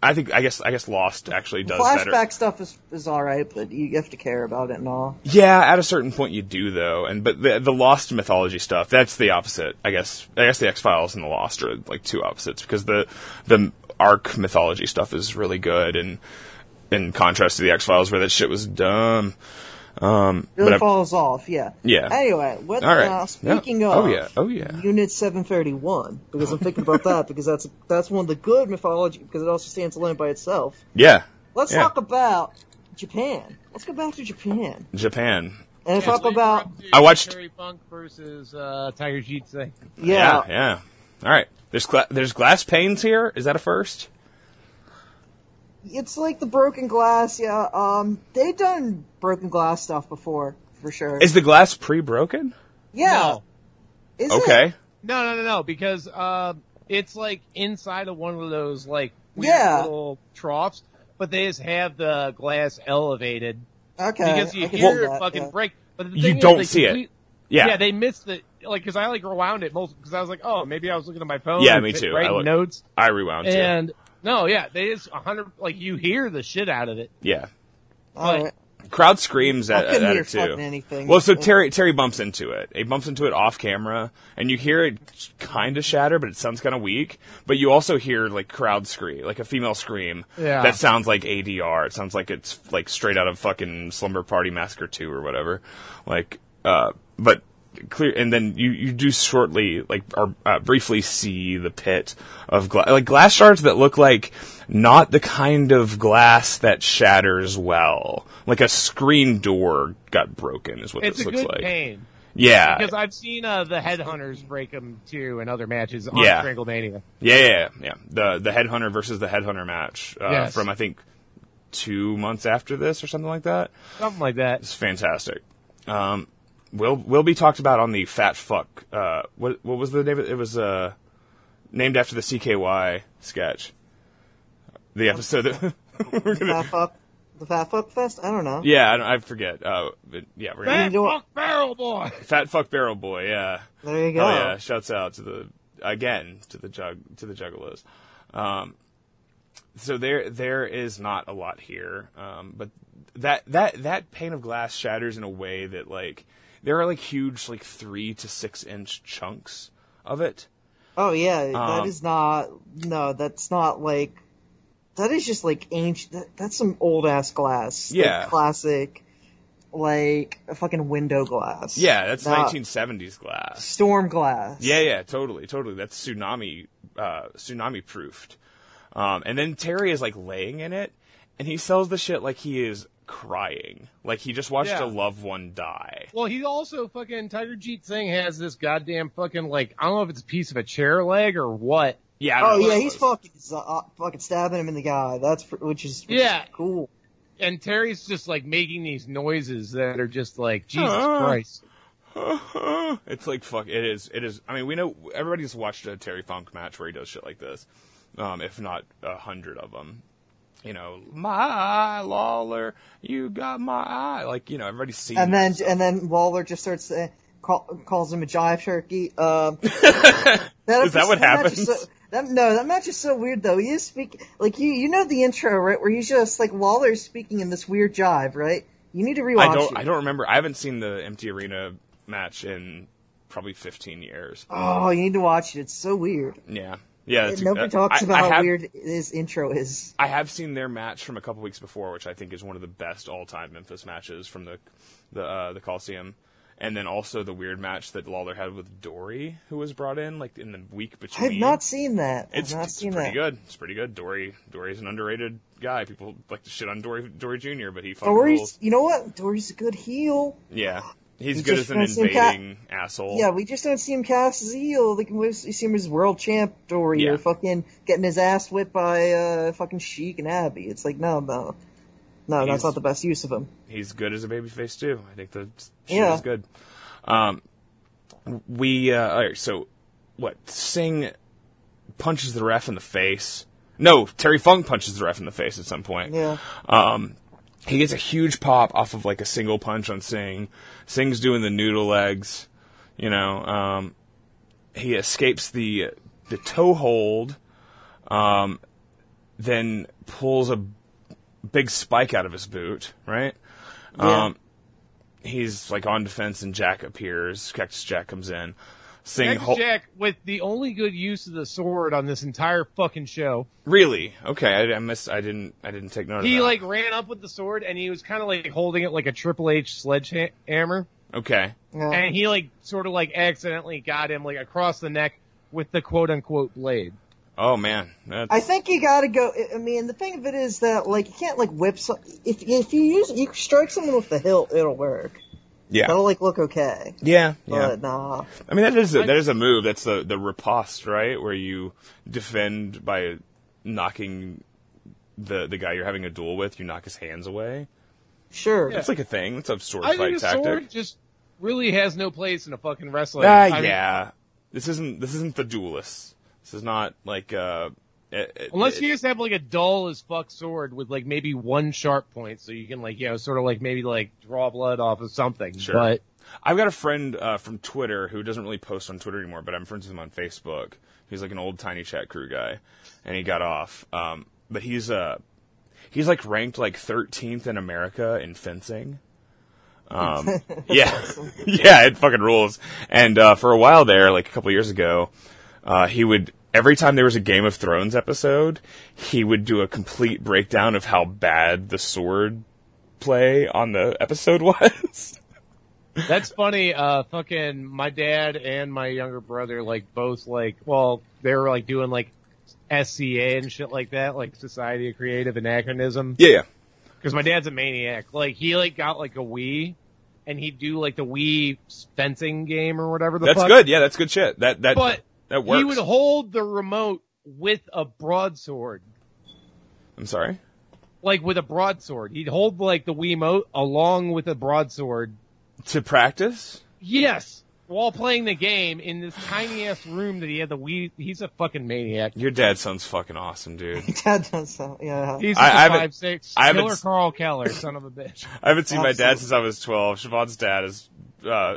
[SPEAKER 3] I think I guess I guess Lost actually does
[SPEAKER 5] Flashback
[SPEAKER 3] better.
[SPEAKER 5] stuff is is all right, but you have to care about it and all.
[SPEAKER 3] Yeah, at a certain point you do though, and but the the Lost mythology stuff that's the opposite. I guess I guess the X Files and the Lost are like two opposites because the the arc mythology stuff is really good, and in contrast to the X Files where that shit was dumb. Um,
[SPEAKER 5] Really
[SPEAKER 3] but I-
[SPEAKER 5] falls off. Yeah.
[SPEAKER 3] Yeah.
[SPEAKER 5] Anyway, what,
[SPEAKER 3] All right.
[SPEAKER 5] uh,
[SPEAKER 3] Yeah.
[SPEAKER 5] speaking
[SPEAKER 3] Oh,
[SPEAKER 5] of.
[SPEAKER 3] yeah. Oh, yeah.
[SPEAKER 5] Unit seven thirty one because I'm thinking about that because that's that's one of the good mythology because it also stands alone by itself.
[SPEAKER 3] yeah,
[SPEAKER 5] Let's
[SPEAKER 3] Yeah.
[SPEAKER 5] talk about Japan. Let's go back to Japan
[SPEAKER 3] Japan.
[SPEAKER 5] and talk about
[SPEAKER 3] I watched-
[SPEAKER 4] Terry Funk versus uh, Tiger Jeetze.
[SPEAKER 5] yeah,
[SPEAKER 3] yeah, All right, there's gla- there's glass panes here. Is that a first?
[SPEAKER 5] It's like the broken glass. Yeah, um, they've done broken glass stuff before for sure.
[SPEAKER 3] Is the glass pre broken?
[SPEAKER 5] yeah,
[SPEAKER 4] No.
[SPEAKER 5] is it?
[SPEAKER 3] Okay.
[SPEAKER 4] No, no, no, no, because uh, it's like inside of one of those like weird
[SPEAKER 5] Yeah.
[SPEAKER 4] little troughs, but they just have the glass elevated
[SPEAKER 5] Okay,
[SPEAKER 4] because you
[SPEAKER 5] I can
[SPEAKER 4] hear
[SPEAKER 5] see
[SPEAKER 4] it
[SPEAKER 5] that,
[SPEAKER 4] fucking
[SPEAKER 5] yeah.
[SPEAKER 4] break. But the
[SPEAKER 3] You
[SPEAKER 4] thing is,
[SPEAKER 3] don't
[SPEAKER 4] they
[SPEAKER 3] see it.
[SPEAKER 4] complete-
[SPEAKER 3] Yeah. Yeah.
[SPEAKER 4] they missed the like because I like rewound it multiple because I was like, oh, maybe I was looking at my phone.
[SPEAKER 3] Yeah,
[SPEAKER 4] and
[SPEAKER 3] me
[SPEAKER 4] fit-
[SPEAKER 3] too. I
[SPEAKER 4] Writing
[SPEAKER 3] look-
[SPEAKER 4] notes
[SPEAKER 3] I rewound too.
[SPEAKER 4] and no, yeah, they just a hundred like you hear the shit out of it.
[SPEAKER 3] yeah.
[SPEAKER 5] All right.
[SPEAKER 3] crowd screams at,
[SPEAKER 5] couldn't
[SPEAKER 3] at
[SPEAKER 5] hear
[SPEAKER 3] it too.
[SPEAKER 5] fucking anything.
[SPEAKER 3] Well, so
[SPEAKER 5] Yeah.
[SPEAKER 3] Terry Terry bumps into it. He bumps into it off camera, and you hear it kind of shatter, but it sounds kind of weak. But you also hear like crowd scream, like a female scream.
[SPEAKER 4] Yeah.
[SPEAKER 3] That sounds like ADR. It sounds like it's like straight out of fucking Slumber Party Massacre Two or whatever. Like, uh, but clear. And then you you do shortly like or uh, briefly see the pit of gla- like glass shards that look like not the kind of glass that shatters well. Like a screen door got broken is what
[SPEAKER 4] It's
[SPEAKER 3] this
[SPEAKER 4] a
[SPEAKER 3] looks
[SPEAKER 4] good
[SPEAKER 3] like.
[SPEAKER 4] pain
[SPEAKER 3] Yeah.
[SPEAKER 4] because I've seen uh, the headhunters break them too in other matches on
[SPEAKER 3] Yeah.
[SPEAKER 4] Stranglemania.
[SPEAKER 3] Yeah, yeah, yeah. The the headhunter versus the headhunter match uh,
[SPEAKER 4] Yes.
[SPEAKER 3] from I think two months after this or something like that.
[SPEAKER 4] Something like that.
[SPEAKER 3] It's fantastic. Um, will will be talked about on the fat fuck. Uh, what what was the name? Of, it was uh, named after the CKY sketch. The episode that (laughs) we're
[SPEAKER 5] The
[SPEAKER 3] gonna.
[SPEAKER 5] Fat Fuck, the Fat Fuck Fest. I don't know.
[SPEAKER 3] Yeah, I, don't, I forget. Uh, but yeah, we're gonna,
[SPEAKER 4] Fat
[SPEAKER 5] You know what-
[SPEAKER 4] fuck barrel boy.
[SPEAKER 3] fat fuck barrel boy. Yeah.
[SPEAKER 5] There you go.
[SPEAKER 3] Oh yeah! Shouts out to the again to the jug to the juggalos. Um, so there there is not a lot here, um, but that that that pane of glass shatters in a way that like there are like huge like three to six inch chunks of it.
[SPEAKER 5] Oh yeah, that
[SPEAKER 3] Um,
[SPEAKER 5] is not. No, that's not like. That is just like ancient. That, that's some old ass glass. like,
[SPEAKER 3] Yeah.
[SPEAKER 5] classic, like a fucking window glass.
[SPEAKER 3] Yeah, that's
[SPEAKER 5] Not
[SPEAKER 3] nineteen seventies glass.
[SPEAKER 5] storm glass.
[SPEAKER 3] Yeah, yeah, totally, totally. That's tsunami uh, tsunami proofed. Um, and then Terry is like laying in it, and he sells the shit like he is crying, like he just watched
[SPEAKER 4] Yeah.
[SPEAKER 3] a loved one die.
[SPEAKER 4] Well, he also fucking Tiger Jeet Singh has this goddamn fucking like I don't know if it's a piece of a chair leg or what,
[SPEAKER 3] Yeah. I don't
[SPEAKER 5] Oh
[SPEAKER 3] know what
[SPEAKER 5] yeah,
[SPEAKER 3] it was.
[SPEAKER 5] he's fucking uh, fucking stabbing him in the guy. That's pr- which is which is
[SPEAKER 4] Yeah.
[SPEAKER 5] cool.
[SPEAKER 4] And Terry's just like making these noises that are just like Jesus
[SPEAKER 3] Ah.
[SPEAKER 4] Christ.
[SPEAKER 3] (laughs) it's like fuck. It is. It is. I mean, we know everybody's watched a Terry Funk match where he does shit like this, um, if not a hundred of them. You know, my eye, Lawler, you got my eye. Like you know, everybody's seen.
[SPEAKER 5] And then
[SPEAKER 3] this.
[SPEAKER 5] and then Waller just starts saying, call, calls him a jive turkey.
[SPEAKER 3] (laughs)
[SPEAKER 5] Um,
[SPEAKER 3] Is that what
[SPEAKER 5] match is
[SPEAKER 3] happens?
[SPEAKER 5] so- that, no, that match is so weird though. He is speaking like you you know the intro right where he's just like Waller's speaking in this weird jive right. You need to rewatch
[SPEAKER 3] I don't.
[SPEAKER 5] it.
[SPEAKER 3] I don't remember. I haven't seen the empty arena match in probably fifteen years.
[SPEAKER 5] Oh, you need to watch it. It's so weird.
[SPEAKER 3] Yeah. Yeah. that's-
[SPEAKER 5] Nobody
[SPEAKER 3] uh,
[SPEAKER 5] talks
[SPEAKER 3] I-
[SPEAKER 5] about
[SPEAKER 3] I
[SPEAKER 5] how
[SPEAKER 3] have-
[SPEAKER 5] weird his intro is.
[SPEAKER 3] I have seen their match from a couple weeks before, which I think is one of the best all-time Memphis matches from the the uh, the Coliseum, and then also the weird match that Lawler had with Dory, who was brought in like in the week
[SPEAKER 5] I have
[SPEAKER 3] between.
[SPEAKER 5] not seen that.
[SPEAKER 3] it's,
[SPEAKER 5] I've not
[SPEAKER 3] it's
[SPEAKER 5] seen
[SPEAKER 3] pretty
[SPEAKER 5] that.
[SPEAKER 3] good. It's pretty good. Dory Dory's an underrated guy. People like to shit on Dory Dory Jr., but he fucking
[SPEAKER 5] Dory's,
[SPEAKER 3] rules.
[SPEAKER 5] you know what? Dory's a good heel.
[SPEAKER 3] Yeah, he's
[SPEAKER 5] He
[SPEAKER 3] good as
[SPEAKER 5] just
[SPEAKER 3] an
[SPEAKER 5] wants to ca-
[SPEAKER 3] invading asshole.
[SPEAKER 5] Yeah, we just don't see him cast as a heel. Like we just see him as world champ Dory
[SPEAKER 3] Yeah.
[SPEAKER 5] or fucking getting his ass whipped by uh fucking Sheik and Abby. It's like no, no, no,
[SPEAKER 3] He's-
[SPEAKER 5] that's not the best use of him.
[SPEAKER 3] he's good as a babyface too. I think the shit
[SPEAKER 5] Yeah.
[SPEAKER 3] is good. Um, we uh, all right. So what? Singh punches the ref in the face. No, Terry Funk punches the ref in the face at some point.
[SPEAKER 5] Yeah,
[SPEAKER 3] Um, he gets a huge pop off of like a single punch on Singh. Singh's doing the noodle legs. You know, um, he escapes the the toe hold. Um, then pulls a big spike out of his boot. Right.
[SPEAKER 5] yeah.
[SPEAKER 3] Um, he's like on defense, and Jack appears. Cactus Jack comes in. Singh,
[SPEAKER 4] Cactus
[SPEAKER 3] hol-
[SPEAKER 4] Jack with the only good use of the sword on this entire fucking show.
[SPEAKER 3] really? Okay, I, I missed. I didn't. I didn't take note of
[SPEAKER 4] He
[SPEAKER 3] that.
[SPEAKER 4] like ran up with the sword and he was kind of like holding it like a Triple H sledgehammer,
[SPEAKER 3] Uh-huh. okay,
[SPEAKER 5] yeah.
[SPEAKER 4] and he like sort of like accidentally got him like across the neck with the quote unquote blade.
[SPEAKER 3] oh man, that's,
[SPEAKER 5] I think you gotta go. I- I mean, the thing of it is that like you can't like whip. Some, if if you use you strike someone with the hilt, it'll work.
[SPEAKER 3] yeah,
[SPEAKER 5] That'll like look okay.
[SPEAKER 3] yeah, yeah.
[SPEAKER 5] But nah,
[SPEAKER 3] I mean, that is a, that is a move. That's the the riposte, right? Where you defend by knocking the the guy you're having a duel with. You knock his hands away.
[SPEAKER 5] sure.
[SPEAKER 3] That's like a thing. That's a sword
[SPEAKER 4] I
[SPEAKER 3] fight
[SPEAKER 4] think a
[SPEAKER 3] tactic.
[SPEAKER 4] sword just really has no place in a fucking wrestling.
[SPEAKER 3] Ah,
[SPEAKER 4] I mean,
[SPEAKER 3] yeah. this isn't this isn't the duelists. This is not like uh. it- it-
[SPEAKER 4] Unless
[SPEAKER 3] it-
[SPEAKER 4] you just have like a dull as fuck sword with like maybe one sharp point, so you can like you know sort of like maybe like draw blood off of something.
[SPEAKER 3] Sure.
[SPEAKER 4] But
[SPEAKER 3] I've got a friend uh, from Twitter who doesn't really post on Twitter anymore, but I'm friends with him on Facebook. He's like an old tiny chat crew guy, and he got off. Um, but he's uh, he's like ranked like 13th in America in fencing. Um, yeah, (laughs) yeah, it fucking rules. And uh, for a while there, like a couple years ago, uh, he would every time there was a Game of Thrones episode, he would do a complete breakdown of how bad the sword play on the episode (laughs) was.
[SPEAKER 4] That's funny. Uh, fucking my dad and my younger brother, like both, like well, they were like doing like SCA and shit like that, like Society of Creative Anachronism.
[SPEAKER 3] yeah, yeah.
[SPEAKER 4] Because my dad's a maniac. Like he like got like a Wii, and he'd do like the Wii fencing game or whatever the
[SPEAKER 3] That's
[SPEAKER 4] fuck.
[SPEAKER 3] good. Yeah, that's good shit. That that
[SPEAKER 4] But
[SPEAKER 3] that works.
[SPEAKER 4] He would hold the remote with a broadsword,
[SPEAKER 3] I'm sorry.
[SPEAKER 4] like with a broadsword. He'd hold like the Wii mote along with a broadsword
[SPEAKER 3] To practice?
[SPEAKER 4] Yes, while playing the game in this tiny ass room that he had the Wii. He's a fucking maniac.
[SPEAKER 3] Your dad sounds fucking awesome, (laughs) dude.
[SPEAKER 5] (laughs) That does sound, yeah.
[SPEAKER 4] He's
[SPEAKER 3] I- I
[SPEAKER 4] just a
[SPEAKER 3] haven't-
[SPEAKER 4] five six
[SPEAKER 3] I haven't
[SPEAKER 4] killer
[SPEAKER 3] s-
[SPEAKER 4] Carl Keller, son of
[SPEAKER 3] (laughs)
[SPEAKER 4] a bitch.
[SPEAKER 3] I haven't seen my dad
[SPEAKER 5] Absolutely.
[SPEAKER 3] since I was 12. Siobhan's dad is uh,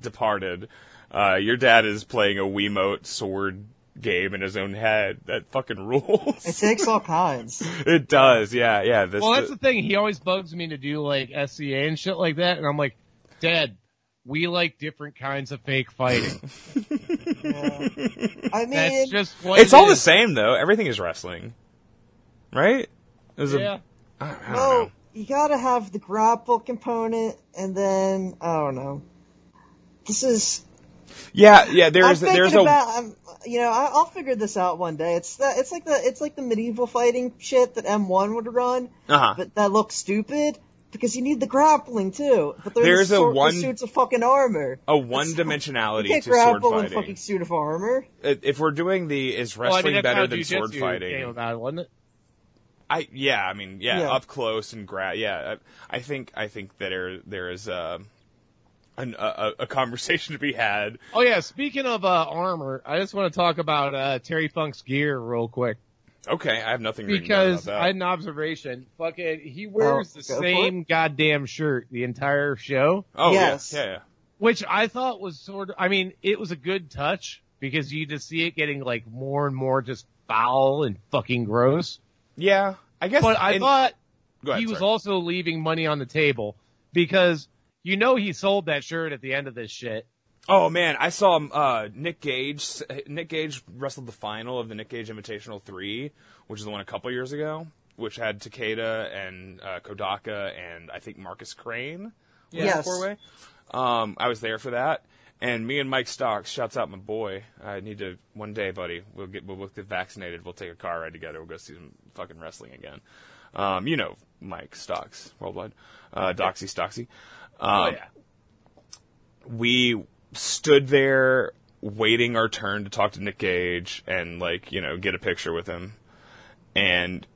[SPEAKER 3] departed. Uh, your dad is playing a Wiimote sword game in his own head. That fucking (laughs)
[SPEAKER 5] It
[SPEAKER 4] (laughs)
[SPEAKER 3] rules.
[SPEAKER 5] takes all kinds.
[SPEAKER 3] it does. Yeah, yeah. This,
[SPEAKER 4] Well, that's the thing. He always bugs me to do like SCA and shit like that, and I'm like, Dad, we like different kinds of fake fighting.
[SPEAKER 5] Yeah.
[SPEAKER 3] (laughs)
[SPEAKER 5] I mean,
[SPEAKER 4] That's just what
[SPEAKER 3] it's
[SPEAKER 4] it
[SPEAKER 3] all the
[SPEAKER 4] is.
[SPEAKER 3] same though. Everything is wrestling, right? It was
[SPEAKER 4] Yeah.
[SPEAKER 3] a,
[SPEAKER 4] Oh.
[SPEAKER 3] I, I don't
[SPEAKER 5] no,
[SPEAKER 3] know.
[SPEAKER 5] Oh, you gotta have the grapple component, and then I don't know. This is.
[SPEAKER 3] Yeah, yeah. There
[SPEAKER 5] I'm
[SPEAKER 3] is
[SPEAKER 5] thinking
[SPEAKER 3] there's a
[SPEAKER 5] about. I'm, you know, I, I'll figure this out one day. It's that. It's like the. It's like the medieval fighting shit that M1 would run,
[SPEAKER 3] uh-huh.
[SPEAKER 5] but that looks stupid. because you need the grappling too. But they're
[SPEAKER 3] There's
[SPEAKER 5] just
[SPEAKER 3] a
[SPEAKER 5] short
[SPEAKER 3] one-
[SPEAKER 5] suits of fucking armor.
[SPEAKER 4] (laughs)
[SPEAKER 3] A one
[SPEAKER 5] You
[SPEAKER 3] dimensionality
[SPEAKER 5] can't
[SPEAKER 3] to sword
[SPEAKER 5] grapple in
[SPEAKER 3] fighting.
[SPEAKER 5] fucking suit of armor.
[SPEAKER 3] I- If we're doing the is
[SPEAKER 4] Well, I
[SPEAKER 3] wrestling
[SPEAKER 4] mean, that's how
[SPEAKER 3] better than sword
[SPEAKER 4] jujitsu Came
[SPEAKER 3] fighting?
[SPEAKER 4] about, wasn't it?
[SPEAKER 3] I yeah, I mean yeah,
[SPEAKER 5] Yeah.
[SPEAKER 3] up close and grab. Yeah, I, I think I think that there there is uh, an, a a- a conversation to be had.
[SPEAKER 4] Oh yeah. Speaking of uh, armor, I just want to talk about uh, Terry Funk's gear real quick
[SPEAKER 3] Okay, I have nothing written down
[SPEAKER 4] because
[SPEAKER 3] about
[SPEAKER 4] I
[SPEAKER 3] that.
[SPEAKER 4] had an observation. Fucking, he wears
[SPEAKER 5] Oh,
[SPEAKER 4] the
[SPEAKER 5] go for
[SPEAKER 4] same goddamn shirt the entire show,
[SPEAKER 3] oh yeah,
[SPEAKER 5] Yes.
[SPEAKER 3] yeah, yeah.
[SPEAKER 4] which I thought was sort of. I mean, it was a good touch because you just see it getting like more and more just foul and fucking gross.
[SPEAKER 3] Yeah, I guess.
[SPEAKER 4] But I
[SPEAKER 3] and-
[SPEAKER 4] thought
[SPEAKER 3] go ahead,
[SPEAKER 4] he was
[SPEAKER 3] sorry.
[SPEAKER 4] also leaving money on the table because you know he sold that shirt at the end of this shit.
[SPEAKER 3] Oh man, I saw um, uh, Nick Gage. Nick Gage wrestled the final of the Nick Gage Invitational Three, which is the one a couple years ago, which had Takeda and uh, Kodaka and I think Marcus Crane.
[SPEAKER 5] Yes.
[SPEAKER 3] Four way. Um, I was there for that, and me and Mike Stocks. Shouts out my boy. I need to one day, buddy. We'll get we'll get vaccinated. We'll take a car ride together. We'll go see some fucking wrestling again. Um, you know Mike Stocks, worldwide. Uh, Doxy Stocksy.
[SPEAKER 4] Oh,
[SPEAKER 3] Um, we stood there waiting our turn to talk to Nick Gage and like, you know, get a picture with him. And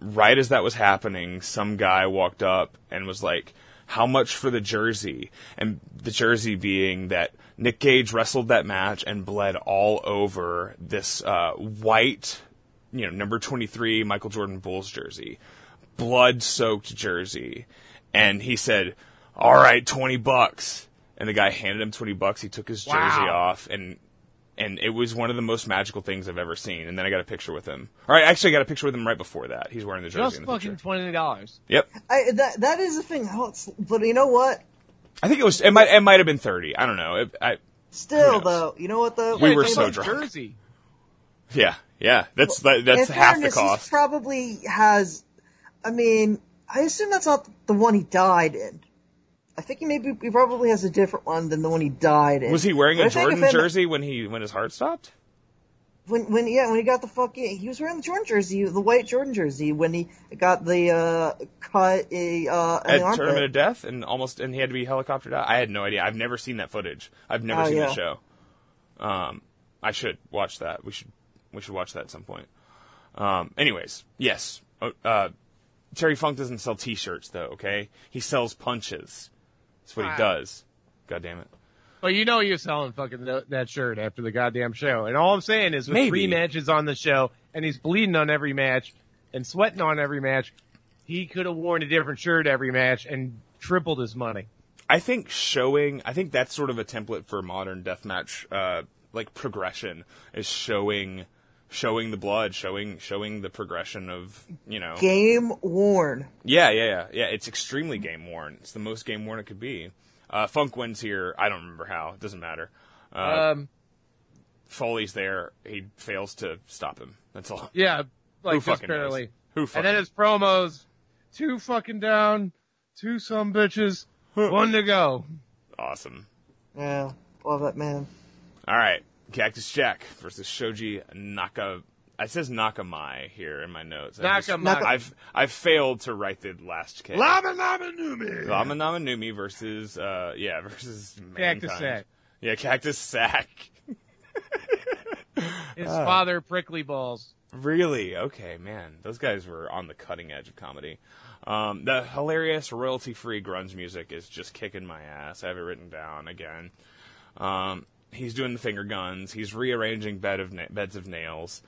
[SPEAKER 3] right as that was happening, some guy walked up and was like, how much for the jersey? And the jersey being that Nick Gage wrestled that match and bled all over this uh, white, you know, number 23 Michael Jordan Bulls jersey blood soaked jersey. And he said, All right, 20 bucks. And the guy handed him 20 bucks. He took his jersey
[SPEAKER 4] Wow.
[SPEAKER 3] off and. And it was one of the most magical things I've ever seen. And then I got a picture with him. All right, actually, I got a picture with him right before that. He's wearing the jersey
[SPEAKER 4] Just
[SPEAKER 3] in the
[SPEAKER 4] fucking
[SPEAKER 3] picture.
[SPEAKER 4] twenty dollars.
[SPEAKER 3] Yep.
[SPEAKER 5] I, that that is the thing. I don't s- But you know what?
[SPEAKER 3] I think it was. It might. It might have been thirty. I don't know. It, I. Who
[SPEAKER 5] Still
[SPEAKER 3] knows?
[SPEAKER 5] though, you know what though?
[SPEAKER 3] We were
[SPEAKER 5] If
[SPEAKER 3] so
[SPEAKER 5] I'm-
[SPEAKER 3] drunk.
[SPEAKER 4] Jersey.
[SPEAKER 3] Yeah. Yeah. That's that,
[SPEAKER 5] in
[SPEAKER 3] that's half the
[SPEAKER 5] fairness, He
[SPEAKER 3] cost.
[SPEAKER 5] probably has. I mean, I assume that's not the one he died in. I think he maybe he probably has a different one than the one he died in.
[SPEAKER 3] was he wearing a
[SPEAKER 5] But I think if
[SPEAKER 3] Jordan
[SPEAKER 5] I'm-
[SPEAKER 3] jersey when he when his heart stopped?
[SPEAKER 5] When when yeah when he got the fucking he was wearing the Jordan jersey the white Jordan jersey when he got the uh cut uh, uh in
[SPEAKER 3] At
[SPEAKER 5] the armpit.
[SPEAKER 3] Tournament of Death and almost and he had to be helicoptered out. I had no idea. I've never seen that footage. I've never
[SPEAKER 5] Oh,
[SPEAKER 3] seen
[SPEAKER 5] yeah.
[SPEAKER 3] the show. Um, I should watch that. We should we should watch that at some point. Um, anyways, yes. Uh, uh, Terry Funk doesn't sell T-shirts though. Okay, he sells punches. That's what he
[SPEAKER 4] Wow.
[SPEAKER 3] does. God damn it.
[SPEAKER 4] But you know you're selling fucking th- that shirt after the goddamn show. And all I'm saying is with
[SPEAKER 3] Maybe.
[SPEAKER 4] three matches on the show and he's bleeding on every match and sweating on every match, he could have worn a different shirt every match and tripled his money.
[SPEAKER 3] I think showing, I think that's sort of a template for modern deathmatch, uh, like progression is showing, showing the blood, showing, showing the progression of, you know,
[SPEAKER 5] Game worn.
[SPEAKER 3] yeah, yeah, yeah, yeah. It's extremely game worn. It's the most game worn it could be. Uh, Funk wins here. I don't remember how. It doesn't matter. Uh,
[SPEAKER 4] Um
[SPEAKER 3] Foley's there. He fails to stop him. That's all.
[SPEAKER 4] yeah, like
[SPEAKER 3] Who
[SPEAKER 4] just
[SPEAKER 3] fucking knows?
[SPEAKER 4] barely.
[SPEAKER 3] Who fucking
[SPEAKER 4] And then his promos, two fucking down, two some bitches, one to go.
[SPEAKER 3] Awesome.
[SPEAKER 5] Yeah, love that man.
[SPEAKER 3] All right, Cactus Jack versus Shoji Naka. It says Nakamai here in my notes. I just-
[SPEAKER 4] Nakamai.
[SPEAKER 5] Naka-
[SPEAKER 3] I've I've failed to write the last K.
[SPEAKER 6] Lama Lama Numi!
[SPEAKER 3] Lama Nama Numi versus uh yeah (laughs) versus mankind.
[SPEAKER 4] Cactus Sack.
[SPEAKER 3] Yeah, Cactus Sack.
[SPEAKER 4] His
[SPEAKER 3] Ah.
[SPEAKER 4] father, Prickly Balls.
[SPEAKER 3] Really? Okay, man. Those guys were on the cutting edge of comedy. Um, the hilarious royalty-free grunge music is just kicking my ass. I have it written down again. Um, he's doing the finger guns. He's rearranging bed of na- beds of nails.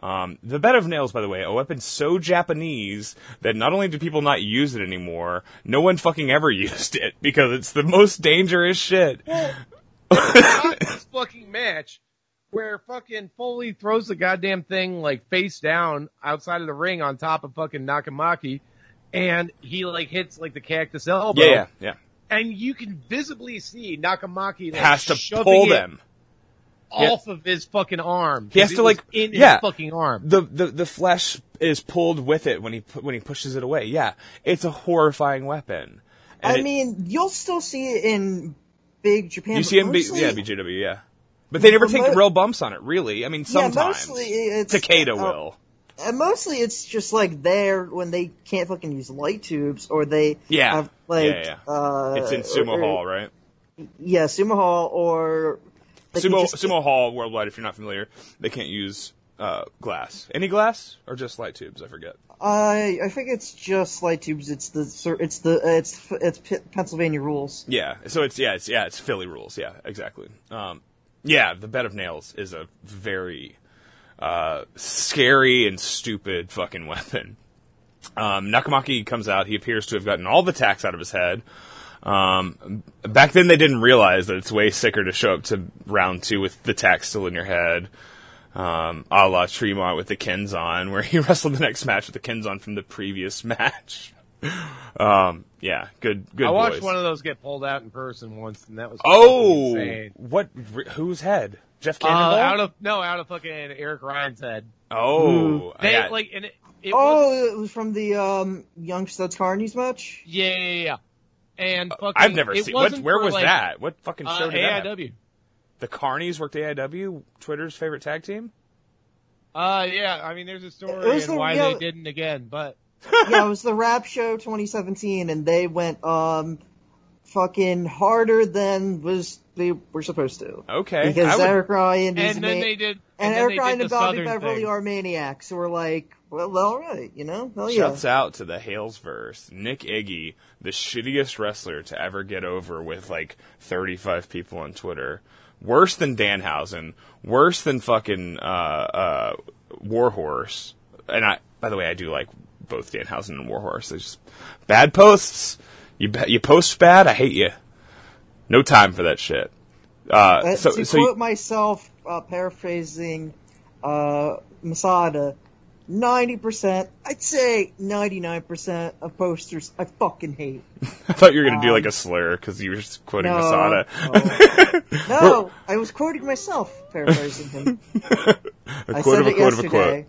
[SPEAKER 3] Um, the bed of nails, by the way, a weapon so Japanese that not only do people not use it anymore, no one fucking ever (laughs) used it because it's the most dangerous shit.
[SPEAKER 4] Not (laughs) this fucking match where fucking Foley throws the goddamn thing like face down outside of the ring on top of fucking Nakamaki and he like hits like the cactus elbow.
[SPEAKER 3] Yeah, yeah, yeah.
[SPEAKER 4] And you can visibly see Nakamaki like,
[SPEAKER 3] Has to
[SPEAKER 4] shoving
[SPEAKER 3] pull
[SPEAKER 4] it
[SPEAKER 3] them. Yeah.
[SPEAKER 4] off of his fucking arm.
[SPEAKER 3] He has
[SPEAKER 4] 'Cause
[SPEAKER 3] to,
[SPEAKER 4] it was
[SPEAKER 3] like-
[SPEAKER 4] in
[SPEAKER 3] yeah.
[SPEAKER 4] his fucking arm.
[SPEAKER 3] the the the flesh is pulled with it when he pu- when he pushes it away. Yeah, it's a horrifying weapon. And
[SPEAKER 5] I
[SPEAKER 3] it-
[SPEAKER 5] mean, you'll still see it in big Japan.
[SPEAKER 3] you
[SPEAKER 5] but
[SPEAKER 3] see him, be,
[SPEAKER 5] mostly-
[SPEAKER 3] yeah, BJW, yeah, but they never
[SPEAKER 5] but
[SPEAKER 3] take
[SPEAKER 5] mo-
[SPEAKER 3] real bumps on it, really. I mean,
[SPEAKER 5] Yeah,
[SPEAKER 3] sometimes
[SPEAKER 5] mostly it's-
[SPEAKER 3] Takeda
[SPEAKER 5] uh,
[SPEAKER 3] will.
[SPEAKER 5] and mostly it's just like there when they can't fucking use light tubes or they
[SPEAKER 3] Yeah.
[SPEAKER 5] have like
[SPEAKER 3] Yeah, yeah.
[SPEAKER 5] uh
[SPEAKER 3] It's in Sumo
[SPEAKER 5] or-
[SPEAKER 3] Hall, right?
[SPEAKER 5] Yeah, Sumo Hall or they can
[SPEAKER 3] Sumo
[SPEAKER 5] just-
[SPEAKER 3] Sumo Hall worldwide. If you're not familiar, they can't use uh, glass. Any glass or just light tubes? I forget.
[SPEAKER 5] I I think it's just light tubes. It's the cer- it's the uh, it's it's P- Pennsylvania rules.
[SPEAKER 3] Yeah. So it's yeah it's yeah it's Philly rules. Yeah, exactly. Um, yeah, the bed of nails is a very uh, scary and stupid fucking (laughs) weapon. Um, Nakamaki comes out. He appears to have gotten all the tacks out of his head. Um, back then, they didn't realize that it's way sicker to show up to round two with the tack still in your head. Um, a la Tremont with the Kenzon, (laughs) where he wrestled the next match with the Kenzon from the previous (laughs) match. Um, yeah, good, good.
[SPEAKER 4] I watched
[SPEAKER 3] boys.
[SPEAKER 4] one of those get pulled out in person once, and that was
[SPEAKER 3] Oh,
[SPEAKER 4] fucking insane.
[SPEAKER 3] what? re- Whose head? Jeff
[SPEAKER 4] Uh,
[SPEAKER 3] Cannonball.
[SPEAKER 4] out of no, out of fucking Eric Ryan's head.
[SPEAKER 3] oh, I
[SPEAKER 4] They
[SPEAKER 3] got-
[SPEAKER 4] like and it. it was,
[SPEAKER 5] Oh, it was from the um Young Studs Carnies match.
[SPEAKER 3] (laughs)
[SPEAKER 4] yeah, yeah, yeah. And fucking,
[SPEAKER 3] Uh, I've never
[SPEAKER 4] it
[SPEAKER 3] seen. What?
[SPEAKER 4] wasn't
[SPEAKER 3] Where
[SPEAKER 4] for,
[SPEAKER 3] was
[SPEAKER 4] like,
[SPEAKER 3] that? What fucking
[SPEAKER 4] Uh,
[SPEAKER 3] show did that? happen?
[SPEAKER 4] AIW.
[SPEAKER 3] The Carnies worked AIW. Twitter's favorite tag team.
[SPEAKER 4] Uh, yeah. I mean, there's a
[SPEAKER 5] It
[SPEAKER 4] story
[SPEAKER 5] was
[SPEAKER 4] and
[SPEAKER 5] the
[SPEAKER 4] why
[SPEAKER 5] real-
[SPEAKER 4] they didn't again, but
[SPEAKER 5] yeah, it was the Rap Show 2017, and they went um fucking harder than was they were supposed to.
[SPEAKER 3] Okay, I
[SPEAKER 5] Because
[SPEAKER 3] would-
[SPEAKER 5] Eric Ryan is
[SPEAKER 4] and then
[SPEAKER 5] ma-
[SPEAKER 4] they did,
[SPEAKER 5] and,
[SPEAKER 4] and, then
[SPEAKER 5] Eric
[SPEAKER 4] they
[SPEAKER 5] Ryan
[SPEAKER 4] did
[SPEAKER 5] and
[SPEAKER 4] the
[SPEAKER 5] Bobby
[SPEAKER 4] Southern
[SPEAKER 5] Beverly
[SPEAKER 4] thing.
[SPEAKER 5] are maniacs who are like, well, all right, you know, hell Oh, yeah.
[SPEAKER 3] Shouts out to the Halesverse, Nick Iggy, the shittiest wrestler to ever get over with like 35 people on Twitter. Worse than Danhausen, worse than fucking uh, uh, Warhorse. And I, by the way, I do like both Danhausen and Warhorse. They're just bad posts. You ba- you post bad, I hate you. No time for that shit. Uh,
[SPEAKER 5] Uh,
[SPEAKER 3] so
[SPEAKER 5] to
[SPEAKER 3] so you-
[SPEAKER 5] quote myself, uh, paraphrasing uh, Masada, 90%, I'd say 99% of posters I fucking hate.
[SPEAKER 3] (laughs) I thought you were gonna do like a slur because you were just quoting
[SPEAKER 5] No. Oh.
[SPEAKER 3] Masada. (laughs)
[SPEAKER 5] No, I was quoting myself, paraphrasing him. I
[SPEAKER 3] quote
[SPEAKER 5] said
[SPEAKER 3] of a
[SPEAKER 5] it
[SPEAKER 3] quote of a
[SPEAKER 5] yesterday.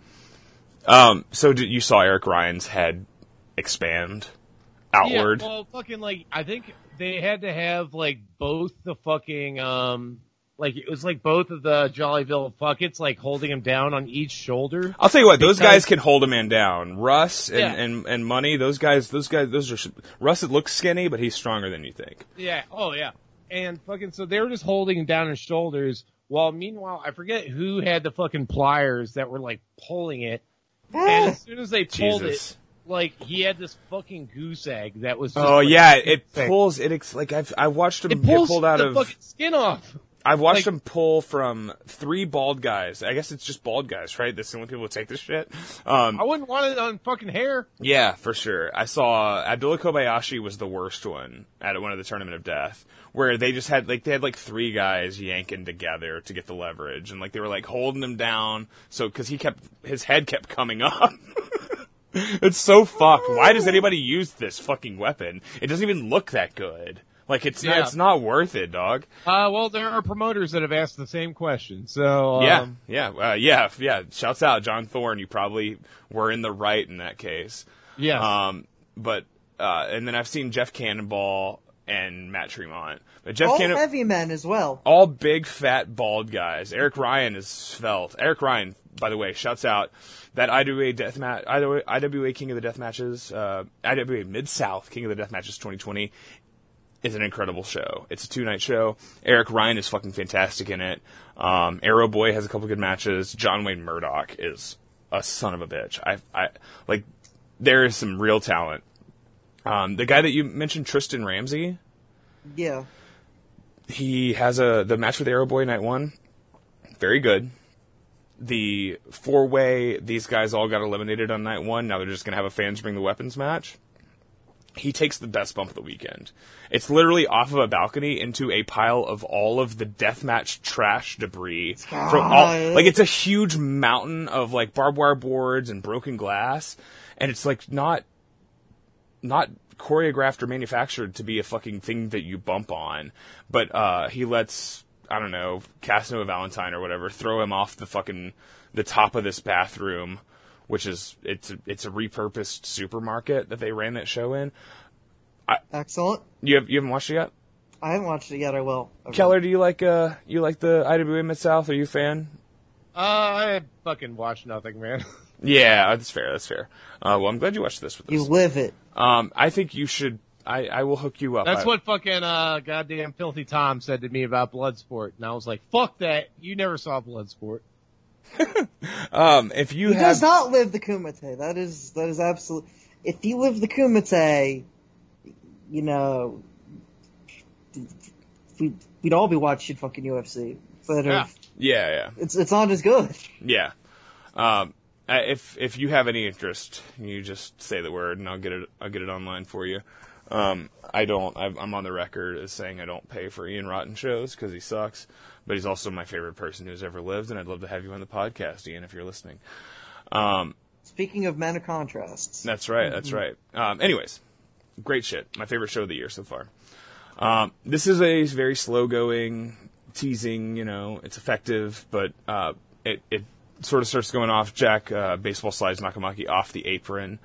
[SPEAKER 3] quote. Um, so did, you saw Eric Ryan's head expand outward.
[SPEAKER 4] Yeah, well, fucking like I think they had to have like both the fucking um like it was like both of the Jollyville fuckets like holding him down on each shoulder.
[SPEAKER 3] I'll tell you what; those
[SPEAKER 4] Because-
[SPEAKER 3] guys can hold a man down. Russ and,
[SPEAKER 4] Yeah.
[SPEAKER 3] and and Money; those guys, those guys, those are Russ. It looks skinny, but he's stronger than you think.
[SPEAKER 4] Yeah. Oh yeah. And fucking so they were just holding him down his shoulders while meanwhile I forget who had the fucking pliers that were like pulling it.
[SPEAKER 5] Ah,
[SPEAKER 4] And as soon as they pulled
[SPEAKER 3] Jesus.
[SPEAKER 4] it, like he had this fucking goose egg that was. Just,
[SPEAKER 3] Oh
[SPEAKER 4] like,
[SPEAKER 3] yeah, it
[SPEAKER 4] insane.
[SPEAKER 3] pulls. It ex- like I've I watched him
[SPEAKER 4] It
[SPEAKER 3] get
[SPEAKER 4] pulls
[SPEAKER 3] pulled out
[SPEAKER 4] the
[SPEAKER 3] of.
[SPEAKER 4] fucking skin off.
[SPEAKER 3] I've watched
[SPEAKER 4] like-
[SPEAKER 3] him pull from three bald guys. I guess it's just bald guys, right? That's the only people who take this shit. Um,
[SPEAKER 4] I wouldn't want it on fucking hair.
[SPEAKER 3] Yeah, for sure. I saw Abdullah Kobayashi was the worst one at one of the Tournament of Death, where they just had like they had like three guys yanking together to get the leverage, and like they were like holding him down, so because he kept his head kept coming up. (laughs) it's so fucked. Why does anybody use this fucking weapon? It doesn't even look that good. Like it's
[SPEAKER 4] Yeah.
[SPEAKER 3] it's not worth it, dog.
[SPEAKER 4] Uh, well, there are promoters that have asked the same question. So um,
[SPEAKER 3] Yeah, yeah, uh, yeah, yeah. Shouts out, John Thorne. You probably were in the right in that case.
[SPEAKER 4] yes.
[SPEAKER 3] Um, but uh, and then I've seen Jeff Cannonball and Matt Tremont, but Jeff
[SPEAKER 5] All
[SPEAKER 3] Cannon,
[SPEAKER 5] heavy men as well.
[SPEAKER 3] all big fat bald guys. Eric Ryan is felt. Eric Ryan, by the way, shouts out that IWA death match, IWA, IWA King of the Death Matches, uh, IWA Mid South King of the Death Matches 2020 is an incredible show. It's a two night show. Eric Ryan is fucking fantastic in it. Um, Arrow Boy has a couple good matches. John Wayne Murdoch is a son of a bitch. I, I like there is some real talent. Um, the guy that you mentioned, Tristan Ramsey,
[SPEAKER 5] Yeah.
[SPEAKER 3] he has a the match with Arrow Boy Night One, very good. The four way, these guys all got eliminated on night one. Now they're just gonna have a fans bring the weapons match. He takes the best bump of the weekend. It's literally off of a balcony into a pile of all of the deathmatch trash debris from all
[SPEAKER 5] God.
[SPEAKER 3] like it's a huge mountain of like barbed wire boards and broken glass, and it's like not not choreographed or manufactured to be a fucking thing that you bump on, but uh, he lets I don't know Casanova Valentine or whatever throw him off the fucking the top of this bathroom, which is it's a- it's a repurposed supermarket that they ran that show in.
[SPEAKER 5] Excellent.
[SPEAKER 3] You have you haven't watched it yet,
[SPEAKER 5] I haven't watched it yet. I will. I will.
[SPEAKER 3] Keller? Do you like uh you like the IWA Mid South? Are you a fan?
[SPEAKER 4] Uh, I fucking watch nothing, man. (laughs)
[SPEAKER 3] Yeah, that's fair. That's fair. Uh, well, I'm glad you watched this with
[SPEAKER 5] You
[SPEAKER 3] us.
[SPEAKER 5] live it.
[SPEAKER 3] Um, I think you should. I, I will hook you up.
[SPEAKER 4] That's
[SPEAKER 3] I-
[SPEAKER 4] what fucking uh goddamn filthy Tom said to me about Bloodsport, and I was like, "Fuck that! You never saw Bloodsport."
[SPEAKER 3] Um, if you
[SPEAKER 5] He
[SPEAKER 3] have
[SPEAKER 5] does not live the Kumite. That is that is absolute. If you live the Kumite, you know, we we'd all be watching fucking UFC. But uh,
[SPEAKER 4] Yeah.
[SPEAKER 3] yeah, yeah.
[SPEAKER 5] it's it's not as good.
[SPEAKER 3] Yeah. Um, I- if if you have any interest, you just say the word, and I'll get it. I'll get it online for you. Um, I don't. I've, I'm on the record as saying I don't pay for Ian Rotten shows because he sucks, but he's also my favorite person who's ever lived, and I'd love to have you on the podcast, Ian, if you're listening. Um,
[SPEAKER 5] Speaking of men of contrasts,
[SPEAKER 3] that's right. That's right. Um, anyways, great shit. My favorite show of the year so far. Um, this is a very slow going, teasing. You know, it's effective, but uh, it it sort of starts going off. Jack uh, baseball slides Nakamaki off the apron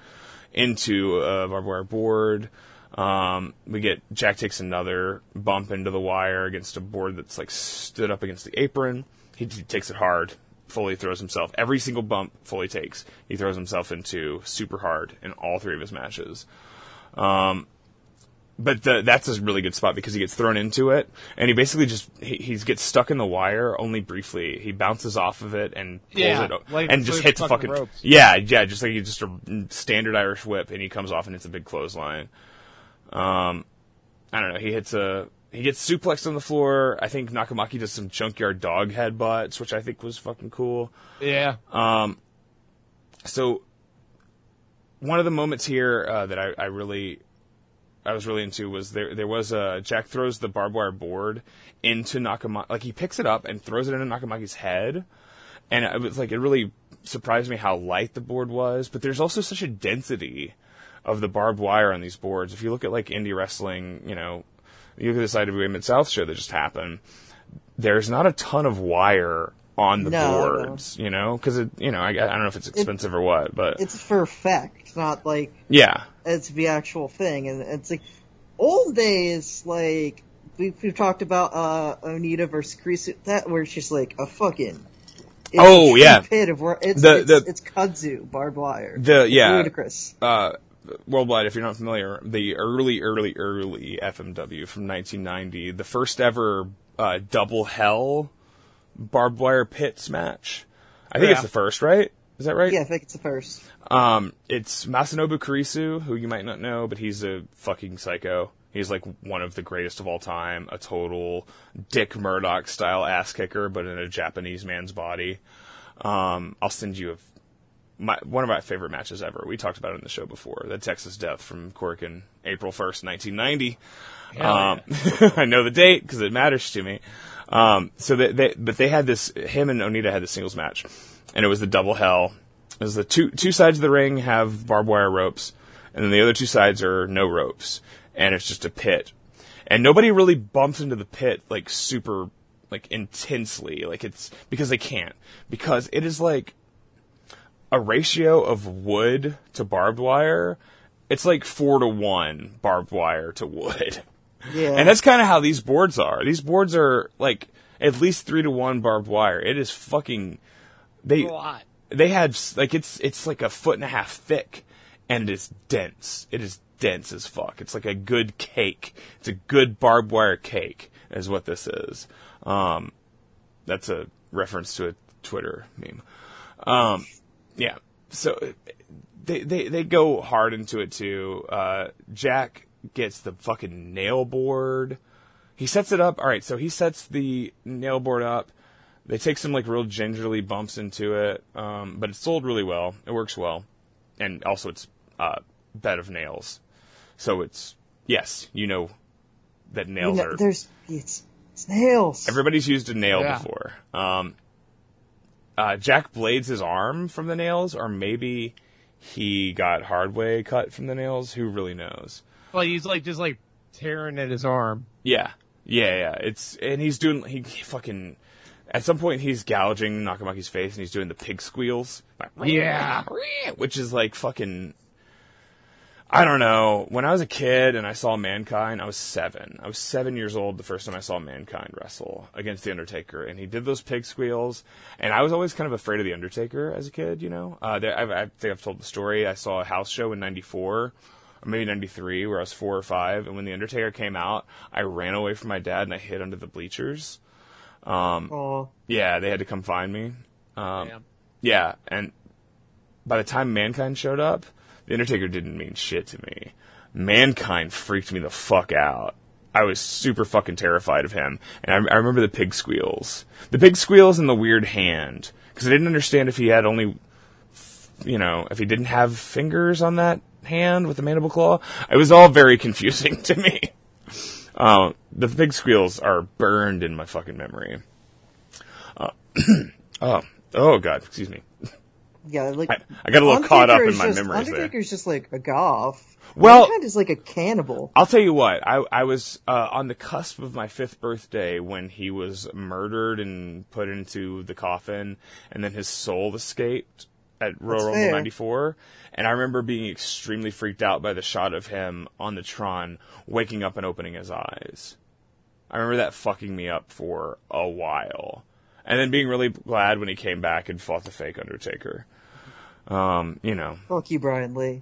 [SPEAKER 3] into a barbed wire board. Um, we get Jack takes another bump into the wire against a board that's like stood up against the apron. He t- takes it hard, fully throws himself. Every single bump fully takes. He throws himself into super hard in all three of his matches. Um, but the, that's a really good spot because he gets thrown into it and he basically just he, he gets stuck in the wire only briefly. He bounces off of it and pulls
[SPEAKER 4] Yeah,
[SPEAKER 3] it up
[SPEAKER 4] like
[SPEAKER 3] and just
[SPEAKER 4] through
[SPEAKER 3] hits a
[SPEAKER 4] fucking
[SPEAKER 3] fucking
[SPEAKER 4] ropes.
[SPEAKER 3] yeah yeah just like he's just a standard Irish whip and he comes off and it's a big clothesline. Um, I don't know. He hits a he gets suplexed on the floor. I think Nakamaki does some junkyard dog headbutts, which I think was fucking cool.
[SPEAKER 4] Yeah,
[SPEAKER 3] So one of the moments here uh, that I, I really I was really into was there there was a Jack throws the barbed wire board into Nakamaki like he picks it up and throws it into Nakamaki's head and it was like it really surprised me how light the board was but there's also such a density of the barbed wire on these boards if you look at like indie wrestling you know you look at this IWA Mid South show that just happened there's not a ton of wire on the
[SPEAKER 5] No, no.
[SPEAKER 3] boards you know because it you know I, I don't know if it's expensive or what but
[SPEAKER 5] it's for effect, not like
[SPEAKER 3] yeah
[SPEAKER 5] it's the actual thing. And it's like old days, like we, we've talked about uh, Onita versus Krisu, that where she's like a fucking. It's
[SPEAKER 3] Oh,
[SPEAKER 5] a true
[SPEAKER 3] yeah.
[SPEAKER 5] pit of where it's
[SPEAKER 3] The-
[SPEAKER 5] it's,
[SPEAKER 3] the-
[SPEAKER 5] it's kudzu barbed wire.
[SPEAKER 3] The-
[SPEAKER 5] It's
[SPEAKER 3] yeah.
[SPEAKER 5] ludicrous.
[SPEAKER 3] uh, worldwide, if you're not familiar, the early, early, early FMW from 1990, the first ever uh, double hell barbed wire pits match. I think it's
[SPEAKER 4] Yeah.
[SPEAKER 3] the first, right? Is that right?
[SPEAKER 5] Yeah, I think it's the first.
[SPEAKER 3] Um, it's Masanobu Kurisu, who you might not know, but he's a fucking psycho. He's like one of the greatest of all time, a total Dick Murdoch style ass kicker, but in a Japanese man's body. Um, I'll send you a, my, one of my favorite matches ever. We talked about it in the show before. The Texas Death from Corkin, April 1st, 1990. Um, (laughs) I know the date because it matters to me. Um, so they, they, but they had this. Him and Onita had the singles match, and it was the double hell. It was the two two sides of the ring have barbed wire ropes, and then the other two sides are no ropes, and it's just a pit. And nobody really bumps into the pit like super, like intensely, like it's because they can't because it is like a ratio of wood to barbed wire. It's like four to one barbed wire to wood. (laughs)
[SPEAKER 5] Yeah,
[SPEAKER 3] And that's kind of how these boards are. These boards are like at least three to one barbed wire. It is fucking. They
[SPEAKER 4] a lot.
[SPEAKER 3] they had s- like it's it's like a foot and a half thick, and it's dense. It is dense as fuck. It's like a good cake. It's a good barbed wire cake is what this is. Um, that's a reference to a Twitter meme. Um, yeah. So they, they they go hard into it too. Uh, Jack gets the fucking nail board. He sets it up. All right, so he sets the nail board up. They take some like real gingerly bumps into it, um, but it's sold really well. It works well, and also it's uh, bed of nails, so it's yes, you know that
[SPEAKER 5] You
[SPEAKER 3] nails
[SPEAKER 5] know,
[SPEAKER 3] are
[SPEAKER 5] there's it's, it's nails.
[SPEAKER 3] Everybody's used a nail
[SPEAKER 4] Yeah.
[SPEAKER 3] before. Um, uh, Jack blades his arm from the nails, or maybe he got hardway cut from the nails. Who really knows?
[SPEAKER 4] Well, he's like just like tearing at his arm.
[SPEAKER 3] Yeah, yeah, yeah. It's and he's doing he, he fucking at some point he's gouging Nakamaki's face and he's (laughs) doing the pig squeals, like,
[SPEAKER 4] Yeah.
[SPEAKER 3] which is like fucking. I don't know. When I was a kid and I saw Mankind, I was seven. I was seven years old the first time I saw Mankind wrestle against The Undertaker, and he did those pig squeals. And I was always kind of afraid of The Undertaker as a kid, you know? Uh, there, I've, I think I've told the story. I saw a house show in 94 or maybe 93 where I was four or five, and when The Undertaker came out, I ran away from my dad and I hid under the bleachers.
[SPEAKER 5] Oh,
[SPEAKER 3] Yeah, they had to come find me. Um,
[SPEAKER 4] Damn.
[SPEAKER 3] yeah, and by the time Mankind showed up, The Undertaker didn't mean shit to me. Mankind freaked me the fuck out. I was super fucking terrified of him, and I, I remember the pig squeals, the pig squeals, and the weird hand because I didn't understand if he had only, you know, if he didn't have fingers on that hand with the mandible claw. It was all very confusing (laughs) to me. Uh, the pig squeals are burned in my fucking memory. Uh, oh, oh god, excuse me.
[SPEAKER 5] yeah. Like
[SPEAKER 3] I, I got a little caught up
[SPEAKER 5] Undertaker
[SPEAKER 3] in
[SPEAKER 5] is
[SPEAKER 3] my
[SPEAKER 5] just,
[SPEAKER 3] memories there.
[SPEAKER 5] Undertaker's just like a goth.
[SPEAKER 3] Well-
[SPEAKER 5] Mankind is like a cannibal.
[SPEAKER 3] I'll tell you what. I I was uh, on the cusp of my fifth birthday when he was murdered and put into the coffin, and then his soul escaped at Royal Rumble
[SPEAKER 5] fair.
[SPEAKER 3] '94. And I remember being extremely freaked out by the shot of him on the Tron, waking up and opening his eyes. I remember that fucking me up for a while, and then being really glad when he came back and fought the fake Undertaker. Um, you know,
[SPEAKER 5] Fuck you, Brian Lee.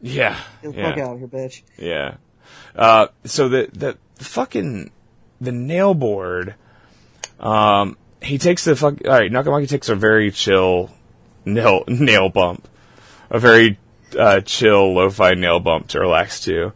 [SPEAKER 3] yeah,
[SPEAKER 5] Get the
[SPEAKER 3] yeah.
[SPEAKER 5] fuck out of here, bitch.
[SPEAKER 3] Yeah. Uh, so the, the the fucking the nail board. Um, he takes the fuck. All right, Nakamaki takes a very chill nail (laughs) nail bump, a very uh, chill lo-fi nail bump to relax to,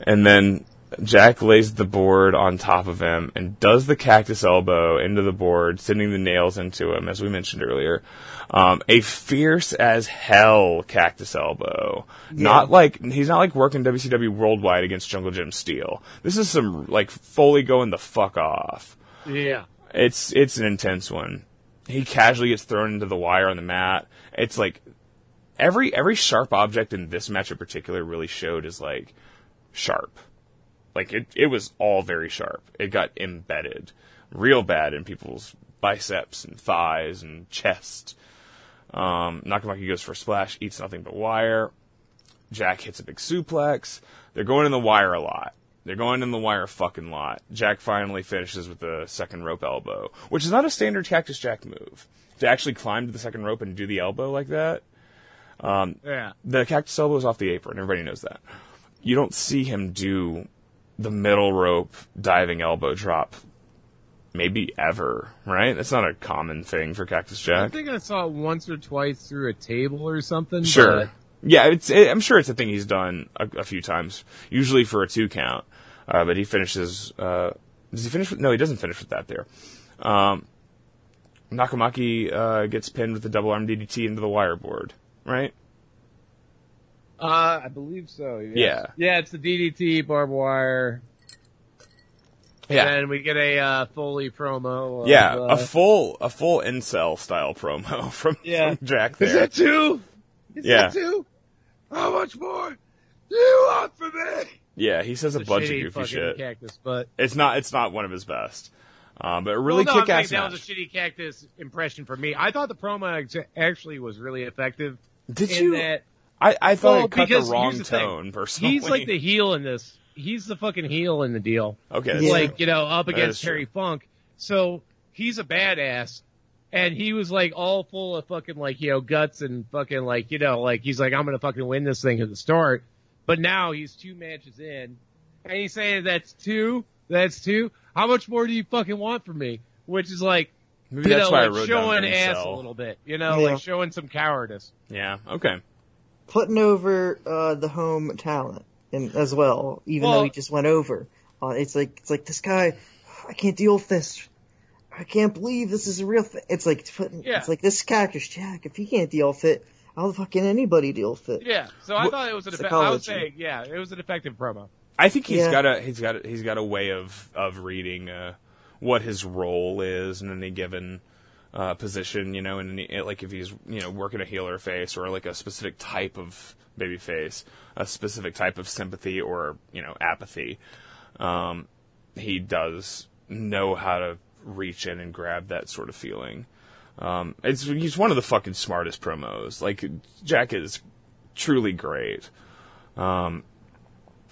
[SPEAKER 3] and then Jack lays the board on top of him and does the cactus elbow into the board, sending the nails into him, as we mentioned earlier. Um, a fierce as hell cactus elbow. Not like he's not like working WCW worldwide against Jungle Jim Steel. This is some like Foley going the fuck off.
[SPEAKER 4] Yeah.
[SPEAKER 3] It's it's an intense one. He casually gets thrown into the wire on the mat. It's like every every sharp object in this match in particular really showed is like sharp. Like it it was all very sharp. It got embedded real bad in people's biceps and thighs and chest. Um, Nakamaki goes for a splash, eats nothing but wire. Jack hits a big suplex. They're going in the wire a lot. They're going in the wire a fucking lot. Jack finally finishes with the second rope elbow, which is not a standard Cactus Jack move. To actually climb to the second rope and do the elbow like that,
[SPEAKER 4] Yeah.
[SPEAKER 3] the cactus elbow is off the apron. Everybody knows that. You don't see him do the middle rope diving elbow drop, maybe ever, right? That's not a common thing for Cactus
[SPEAKER 4] I
[SPEAKER 3] Jack.
[SPEAKER 4] think I saw it once or twice through a table or something.
[SPEAKER 3] Sure. Yeah, it's. It, I'm sure it's a thing he's done a, a few times, usually for a two count. Uh, but he finishes. Uh, does he finish? With, no, he doesn't finish with that there. Um, Nakamaki uh, gets pinned with the double arm DDT into the wire board, right?
[SPEAKER 4] but, uh, I believe so. yes.
[SPEAKER 3] Yeah.
[SPEAKER 4] Yeah, it's the DDT barbed wire.
[SPEAKER 3] Yeah.
[SPEAKER 4] And we get a uh, Foley promo. Of,
[SPEAKER 3] Yeah,
[SPEAKER 4] uh,
[SPEAKER 3] a full a full incel style promo (laughs) from,
[SPEAKER 4] Yeah.
[SPEAKER 3] from Jack
[SPEAKER 4] Is
[SPEAKER 3] there.
[SPEAKER 4] that two? Is
[SPEAKER 3] Yeah.
[SPEAKER 4] that two? How much more do you want from me?
[SPEAKER 3] Yeah, he says a
[SPEAKER 4] It's
[SPEAKER 3] bunch of
[SPEAKER 4] shitty
[SPEAKER 3] goofy
[SPEAKER 4] fucking
[SPEAKER 3] shit.
[SPEAKER 4] Cactus, but
[SPEAKER 3] It's not it's not one of his best, um, but a really
[SPEAKER 4] well, no, I'm
[SPEAKER 3] kick ass
[SPEAKER 4] saying that was
[SPEAKER 3] match.
[SPEAKER 4] a shitty cactus impression for me. I thought the promo ex- actually was really effective.
[SPEAKER 3] Did
[SPEAKER 4] in
[SPEAKER 3] you?
[SPEAKER 4] That
[SPEAKER 3] I, I thought
[SPEAKER 4] well,
[SPEAKER 3] it cut the
[SPEAKER 4] because
[SPEAKER 3] wrong
[SPEAKER 4] here's the thing.
[SPEAKER 3] tone. (laughs) Personally,
[SPEAKER 4] he's like the heel in this. He's the fucking heel in the deal.
[SPEAKER 3] okay. that's
[SPEAKER 5] Yeah.
[SPEAKER 3] true.
[SPEAKER 4] like you know up
[SPEAKER 3] Oh, is
[SPEAKER 4] against
[SPEAKER 3] true.
[SPEAKER 4] Terry Funk. So he's a badass, and he was like all full of fucking like you know guts and fucking like you know like he's like I'm gonna fucking win this thing at the start. But now he's two matches in, and he's saying that's two, that's two. How much more do you fucking want from me? Which is like
[SPEAKER 3] Maybe
[SPEAKER 4] you
[SPEAKER 3] that's
[SPEAKER 4] know
[SPEAKER 3] why I
[SPEAKER 4] like
[SPEAKER 3] wrote
[SPEAKER 4] showing
[SPEAKER 3] down
[SPEAKER 4] ass
[SPEAKER 3] incel.
[SPEAKER 4] a little bit, you know,
[SPEAKER 5] Yeah.
[SPEAKER 4] like showing some cowardice.
[SPEAKER 3] Yeah. Okay.
[SPEAKER 5] Putting over uh, the home talent and as well, even
[SPEAKER 4] Well-
[SPEAKER 5] though he just went over. Uh, it's like it's like this guy. I can't deal with this. I can't believe this is a real thing. It's like it's putting.
[SPEAKER 4] Yeah.
[SPEAKER 5] It's like this cactus Jack. If he can't deal with it, how the fuck can anybody deal with it?
[SPEAKER 4] Yeah, so I thought it was an. Effect- I was
[SPEAKER 5] psychology.
[SPEAKER 4] saying, yeah, it was an effective promo.
[SPEAKER 3] I think he's
[SPEAKER 5] Yeah.
[SPEAKER 3] got a he's got a, he's got a way of of reading uh, what his role is in any given uh, position. You know, and any, like if he's you know working a heel or a face or like a specific type of baby face, a specific type of sympathy or you know apathy. Um, he does know how to reach in and grab that sort of feeling. Um, it's he's one of the fucking smartest promos. Like Jack is truly great. Um,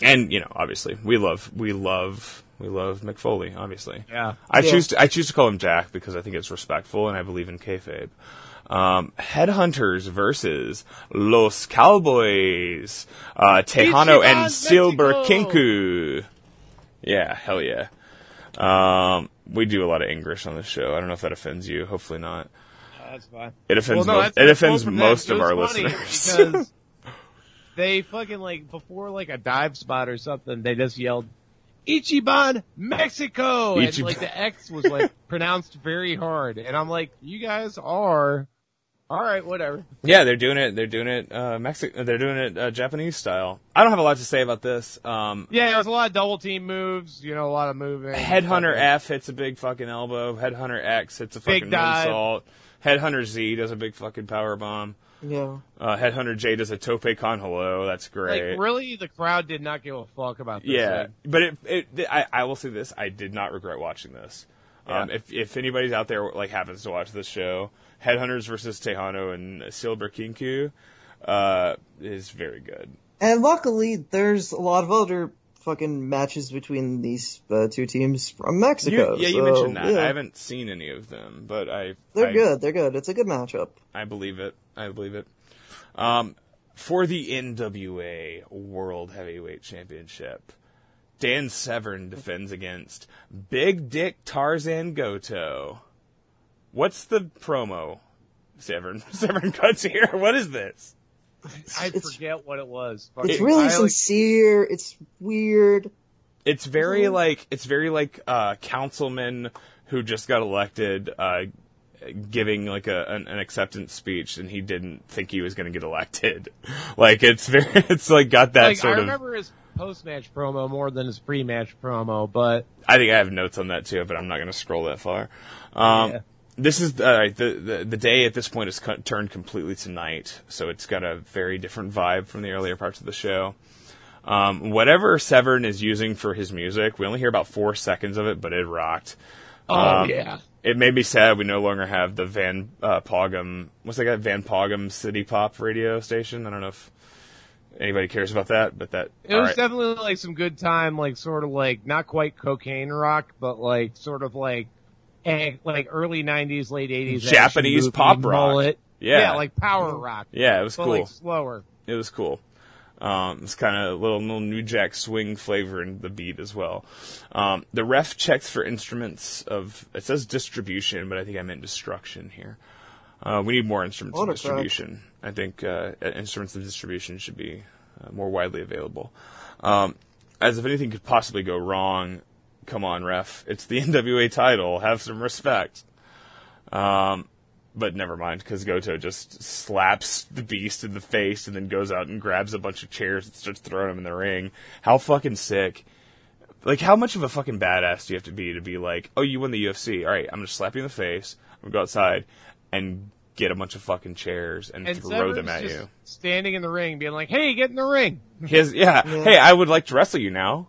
[SPEAKER 3] and you know, obviously, we love we love we love McFoley. Obviously,
[SPEAKER 4] Yeah.
[SPEAKER 3] I choose to, I choose to call him Jack because I think it's respectful and I believe in kayfabe. Um, Headhunters versus Los Cowboys, uh, Tejano
[SPEAKER 4] Ichiban,
[SPEAKER 3] and Silver
[SPEAKER 4] Mexico.
[SPEAKER 3] Kinku. Yeah, hell yeah. Um, we do a lot of English on this show. I don't know if that offends you. Hopefully not.
[SPEAKER 4] Uh, That's fine.
[SPEAKER 3] It offends
[SPEAKER 4] Well, no,
[SPEAKER 3] most,
[SPEAKER 4] that's-
[SPEAKER 3] it offends
[SPEAKER 4] both them.
[SPEAKER 3] most of
[SPEAKER 4] It was
[SPEAKER 3] our
[SPEAKER 4] funny (laughs)
[SPEAKER 3] listeners. (laughs)
[SPEAKER 4] because they fucking like before like a dive spot or something, they just yelled Ichiban Mexico,
[SPEAKER 3] Ichiban.
[SPEAKER 4] and like the X was
[SPEAKER 3] (laughs)
[SPEAKER 4] like pronounced very hard, and I'm like, you guys are. All right, whatever.
[SPEAKER 3] Yeah, they're doing it. They're doing it. Uh, Mexico. They're doing it uh, Japanese style. I don't have a lot to say about this. Um,
[SPEAKER 4] Yeah, there was a lot of double team moves, you know, a lot of moving.
[SPEAKER 3] Headhunter F hits a big fucking elbow. Headhunter X hits a
[SPEAKER 4] Big
[SPEAKER 3] fucking
[SPEAKER 4] dive.
[SPEAKER 3] moonsault. Headhunter Z does a big fucking power bomb.
[SPEAKER 5] Yeah.
[SPEAKER 3] Uh, Headhunter J does a tope con hello. That's great.
[SPEAKER 4] Like really, the crowd did not give a fuck about this.
[SPEAKER 3] Yeah,
[SPEAKER 4] like,
[SPEAKER 3] but it, it th- I, I will say this: I did not regret watching this. Um, if if anybody's out there like happens to watch this show, Headhunters versus Tejano and Silver Kinku uh, is very good.
[SPEAKER 5] And luckily, there's a lot of other fucking matches between these uh, two teams from Mexico.
[SPEAKER 3] You, yeah, you
[SPEAKER 5] so,
[SPEAKER 3] mentioned that.
[SPEAKER 5] oh, yeah.
[SPEAKER 3] I haven't seen any of them, but I
[SPEAKER 5] They're
[SPEAKER 3] I,
[SPEAKER 5] good. They're good. It's a good matchup.
[SPEAKER 3] I believe it. I believe it. Um, for the NWA World Heavyweight Championship, Dan Severn defends against Big Dick Tarzan Goto. What's the promo? Severn, (laughs) Severn cuts here. What is this?
[SPEAKER 4] I
[SPEAKER 5] It's-
[SPEAKER 4] forget what it was.
[SPEAKER 5] It's
[SPEAKER 4] Fucking-
[SPEAKER 5] really
[SPEAKER 4] I, like,
[SPEAKER 5] sincere. It's weird.
[SPEAKER 3] It's very
[SPEAKER 4] Mm-hmm.
[SPEAKER 3] like it's very like uh, councilman who just got elected, uh, giving like a an, an acceptance speech, and he didn't think he was going to get elected. (laughs) Like it's very (laughs) it's like got that
[SPEAKER 4] like,
[SPEAKER 3] sort
[SPEAKER 4] I
[SPEAKER 3] of.
[SPEAKER 4] remember his post match promo more than his pre match promo, but
[SPEAKER 3] I think I have notes on that too, but I'm not going to scroll that far. Um,
[SPEAKER 4] Yeah.
[SPEAKER 3] This is uh, the, the the day at this point is co- turned completely to night, so it's got a very different vibe from the earlier parts of the show. Um, whatever Severn is using for his music, we only hear about four seconds of it, but it rocked.
[SPEAKER 4] oh
[SPEAKER 3] Um,
[SPEAKER 4] yeah,
[SPEAKER 3] It made me sad we no longer have the Van uh, Pogum. What's that guy? Van Pogum City Pop radio station. I don't know if anybody cares about that, but that
[SPEAKER 4] it
[SPEAKER 3] all
[SPEAKER 4] was
[SPEAKER 3] right.
[SPEAKER 4] definitely like some good time, like sort of like not quite cocaine rock, but like sort of like eh, like early '90s, late '80s
[SPEAKER 3] Japanese pop rock.
[SPEAKER 4] Mullet.
[SPEAKER 3] Yeah.
[SPEAKER 4] like power rock,
[SPEAKER 3] yeah, it was
[SPEAKER 4] but
[SPEAKER 3] cool.
[SPEAKER 4] like slower.
[SPEAKER 3] it was cool. Um, it's kind of a little, little New Jack swing flavor in the beat as well. Um, the ref checks for instruments of, it says distribution, but I think I meant destruction here. Uh, we need more instruments of
[SPEAKER 5] Autocorrect.
[SPEAKER 3] distribution. I think uh, instruments of distribution should be uh, more widely available. Um, as if anything could possibly go wrong, come on, ref. It's the (laughs) NWA title. Have some respect. Um, but never mind, because Goto just slaps the beast in the face and then goes out and grabs a bunch of chairs and starts throwing them in the ring. How fucking sick. Like, how much of a fucking badass do you have to be to be like, oh, you won the UFC. All right, I'm going to slap you in the face. I'm going to go outside and get a bunch of fucking chairs and,
[SPEAKER 4] And
[SPEAKER 3] throw them
[SPEAKER 4] Severn's
[SPEAKER 3] at
[SPEAKER 4] just
[SPEAKER 3] you.
[SPEAKER 4] standing in the ring, being like, "Hey, get in the ring."
[SPEAKER 3] He has, (laughs) yeah, hey, I would like to wrestle you now.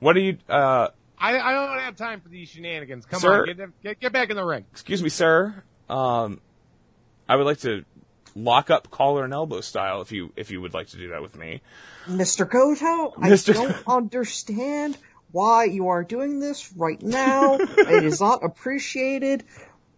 [SPEAKER 3] What are you, uh,
[SPEAKER 4] I, I don't have time for these shenanigans. Come
[SPEAKER 3] Sir-
[SPEAKER 4] on, get, the- get get back in the ring.
[SPEAKER 3] excuse me, sir. Um, I would like to lock up collar and elbow style if you, if you would like to do that with me.
[SPEAKER 5] Mr. Goto,
[SPEAKER 3] Mr.
[SPEAKER 5] I don't understand why you are doing this right now. it is not appreciated.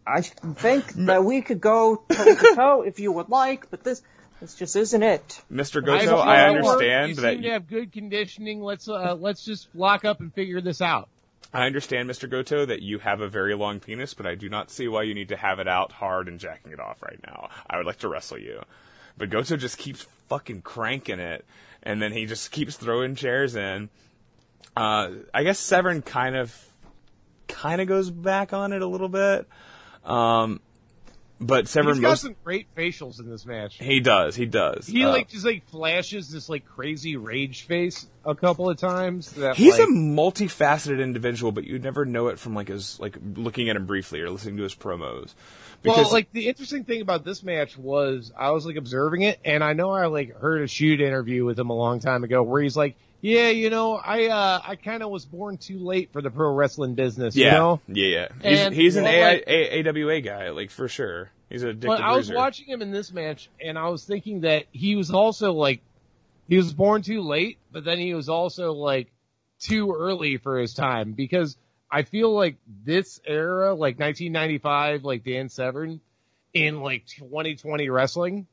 [SPEAKER 5] I think that we could go toe to toe if you would like, but this this just isn't it.
[SPEAKER 3] Mr.
[SPEAKER 4] I
[SPEAKER 3] Goto,
[SPEAKER 4] feel
[SPEAKER 3] I,
[SPEAKER 4] like
[SPEAKER 3] understand
[SPEAKER 4] you
[SPEAKER 3] that
[SPEAKER 4] seem to have good conditioning. Let's uh, let's just lock up and figure this out.
[SPEAKER 3] I understand, Mr. Goto, that you have a very long penis, but I do not see why you need to have it out hard and jacking it off right now. I would like to wrestle you. But Goto just keeps fucking cranking it, and then he just keeps throwing chairs in. Uh, I guess Severn kind of, kind of goes back on it a little bit. Um, but Severn
[SPEAKER 4] He's got
[SPEAKER 3] most,
[SPEAKER 4] some great facials in this match.
[SPEAKER 3] he does, he does.
[SPEAKER 4] He
[SPEAKER 3] Uh,
[SPEAKER 4] like just like flashes this like crazy rage face a couple of times. That
[SPEAKER 3] He's
[SPEAKER 4] like,
[SPEAKER 3] a multifaceted individual, but you'd never know it from like his like looking at him briefly or listening to his promos.
[SPEAKER 4] well, like the interesting thing about this match was I was like observing it, and I know I like heard a shoot interview with him a long time ago where he's like, "Yeah, you know, I uh I kind of was born too late for the pro wrestling business,
[SPEAKER 3] yeah,
[SPEAKER 4] you know."
[SPEAKER 3] yeah, yeah. He's,
[SPEAKER 4] And-
[SPEAKER 3] he's an
[SPEAKER 4] well,
[SPEAKER 3] AI,
[SPEAKER 4] like-
[SPEAKER 3] A- AWA guy, like for sure. He's a dick.
[SPEAKER 4] But I was watching him in this match, and I was thinking that he was also like he was born too late, but then he was also like too early for his time because I feel like this era, like 1995, like Dan Severn in like 2020 wrestling,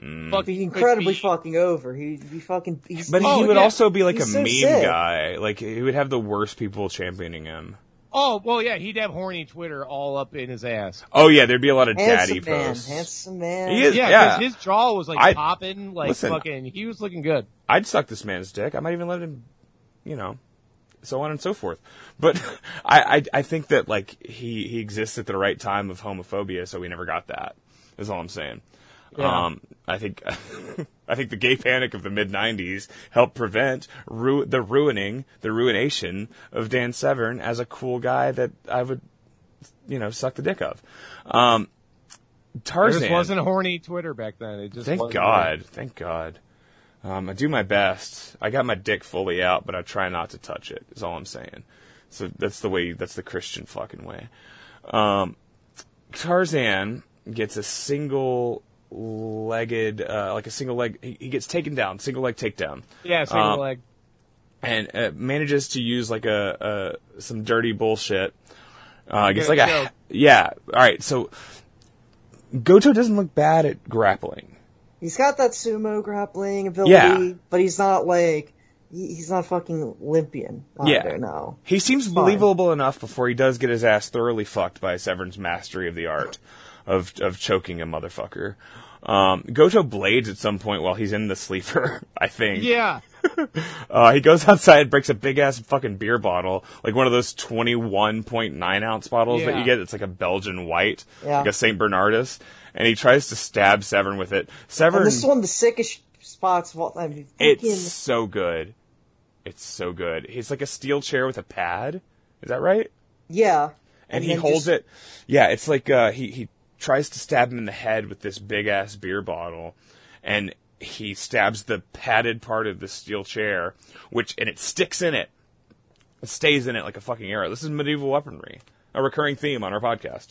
[SPEAKER 3] Mm.
[SPEAKER 4] fucking
[SPEAKER 5] Be
[SPEAKER 4] could
[SPEAKER 5] incredibly
[SPEAKER 4] be-
[SPEAKER 5] fucking over. He'd be fucking. He's,
[SPEAKER 3] But
[SPEAKER 4] Oh,
[SPEAKER 3] he would
[SPEAKER 4] yeah.
[SPEAKER 3] also be like
[SPEAKER 5] He's
[SPEAKER 3] a
[SPEAKER 5] so
[SPEAKER 3] meme
[SPEAKER 5] sick.
[SPEAKER 3] guy. Like he would have the worst people championing him.
[SPEAKER 4] Oh well, yeah, he'd have horny Twitter all up in his ass.
[SPEAKER 3] Oh yeah, there'd be a lot of
[SPEAKER 5] handsome
[SPEAKER 3] daddy
[SPEAKER 5] man,
[SPEAKER 3] posts.
[SPEAKER 5] handsome man.
[SPEAKER 3] He is-
[SPEAKER 4] Yeah,
[SPEAKER 3] Yeah.
[SPEAKER 4] 'cause his jaw was like
[SPEAKER 3] I-
[SPEAKER 4] popping, like
[SPEAKER 3] Listen.
[SPEAKER 4] fucking. He was looking good.
[SPEAKER 3] I'd suck this man's dick. I might even let him, you know, so on and so forth. But (laughs) I, I, I think that like he, he exists at the right time of homophobia, so we never got that. Is all I'm saying.
[SPEAKER 4] Yeah.
[SPEAKER 3] Um, I think, (laughs) I think the gay panic of the mid '90s helped prevent ru- the ruining, the ruination of Dan Severn as a cool guy that I would, you know, suck the dick of. Um,
[SPEAKER 4] There
[SPEAKER 3] Tarzan.
[SPEAKER 4] just wasn't horny Twitter back then. It just
[SPEAKER 3] Thank
[SPEAKER 4] wasn't
[SPEAKER 3] God. Thank God. Um, I do my best. I got my dick fully out, but I try not to touch it. Is all I'm saying. So that's the way. That's the Christian fucking way. Um, Tarzan gets a single legged, uh, like a single leg. He, he gets taken down, single leg takedown
[SPEAKER 4] there. Yeah, single
[SPEAKER 3] Um,
[SPEAKER 4] leg.
[SPEAKER 3] and uh, manages to use like a, a some dirty bullshit. Uh, I guess
[SPEAKER 4] Good
[SPEAKER 3] like
[SPEAKER 4] joke.
[SPEAKER 3] a yeah. All right, so Goto doesn't look bad at grappling.
[SPEAKER 5] He's got that sumo grappling ability,
[SPEAKER 3] Yeah.
[SPEAKER 5] but he's not like he, he's not fucking Olympian.
[SPEAKER 3] Yeah.
[SPEAKER 5] Either, no.
[SPEAKER 3] He seems believable enough before he does get his ass thoroughly fucked by Severn's mastery of the art of of choking a motherfucker. Um, Goto blades at some point while he's in the sleeper, (laughs) I think.
[SPEAKER 4] Yeah,
[SPEAKER 3] Uh, he goes outside, breaks a big ass fucking beer bottle, like one of those 21.9 ounce bottles that
[SPEAKER 4] Yeah.
[SPEAKER 3] you get. It's like a Belgian white,
[SPEAKER 5] Yeah.
[SPEAKER 3] like a St. Bernardus. And he tries to stab Severn with it. Severn,
[SPEAKER 5] And this is one of the sickest spots of all time. He
[SPEAKER 3] it's
[SPEAKER 5] fucking-
[SPEAKER 3] so good. It's so good. He's like a steel chair with a pad. Is that right?
[SPEAKER 5] yeah.
[SPEAKER 3] and he
[SPEAKER 5] then
[SPEAKER 3] holds
[SPEAKER 5] just-
[SPEAKER 3] it. Yeah, it's like uh, he he tries to stab him in the head with this big ass beer bottle, and he stabs the padded part of the steel chair, which and it sticks in it. It stays in it like a fucking arrow. This is medieval weaponry, a recurring theme on our podcast.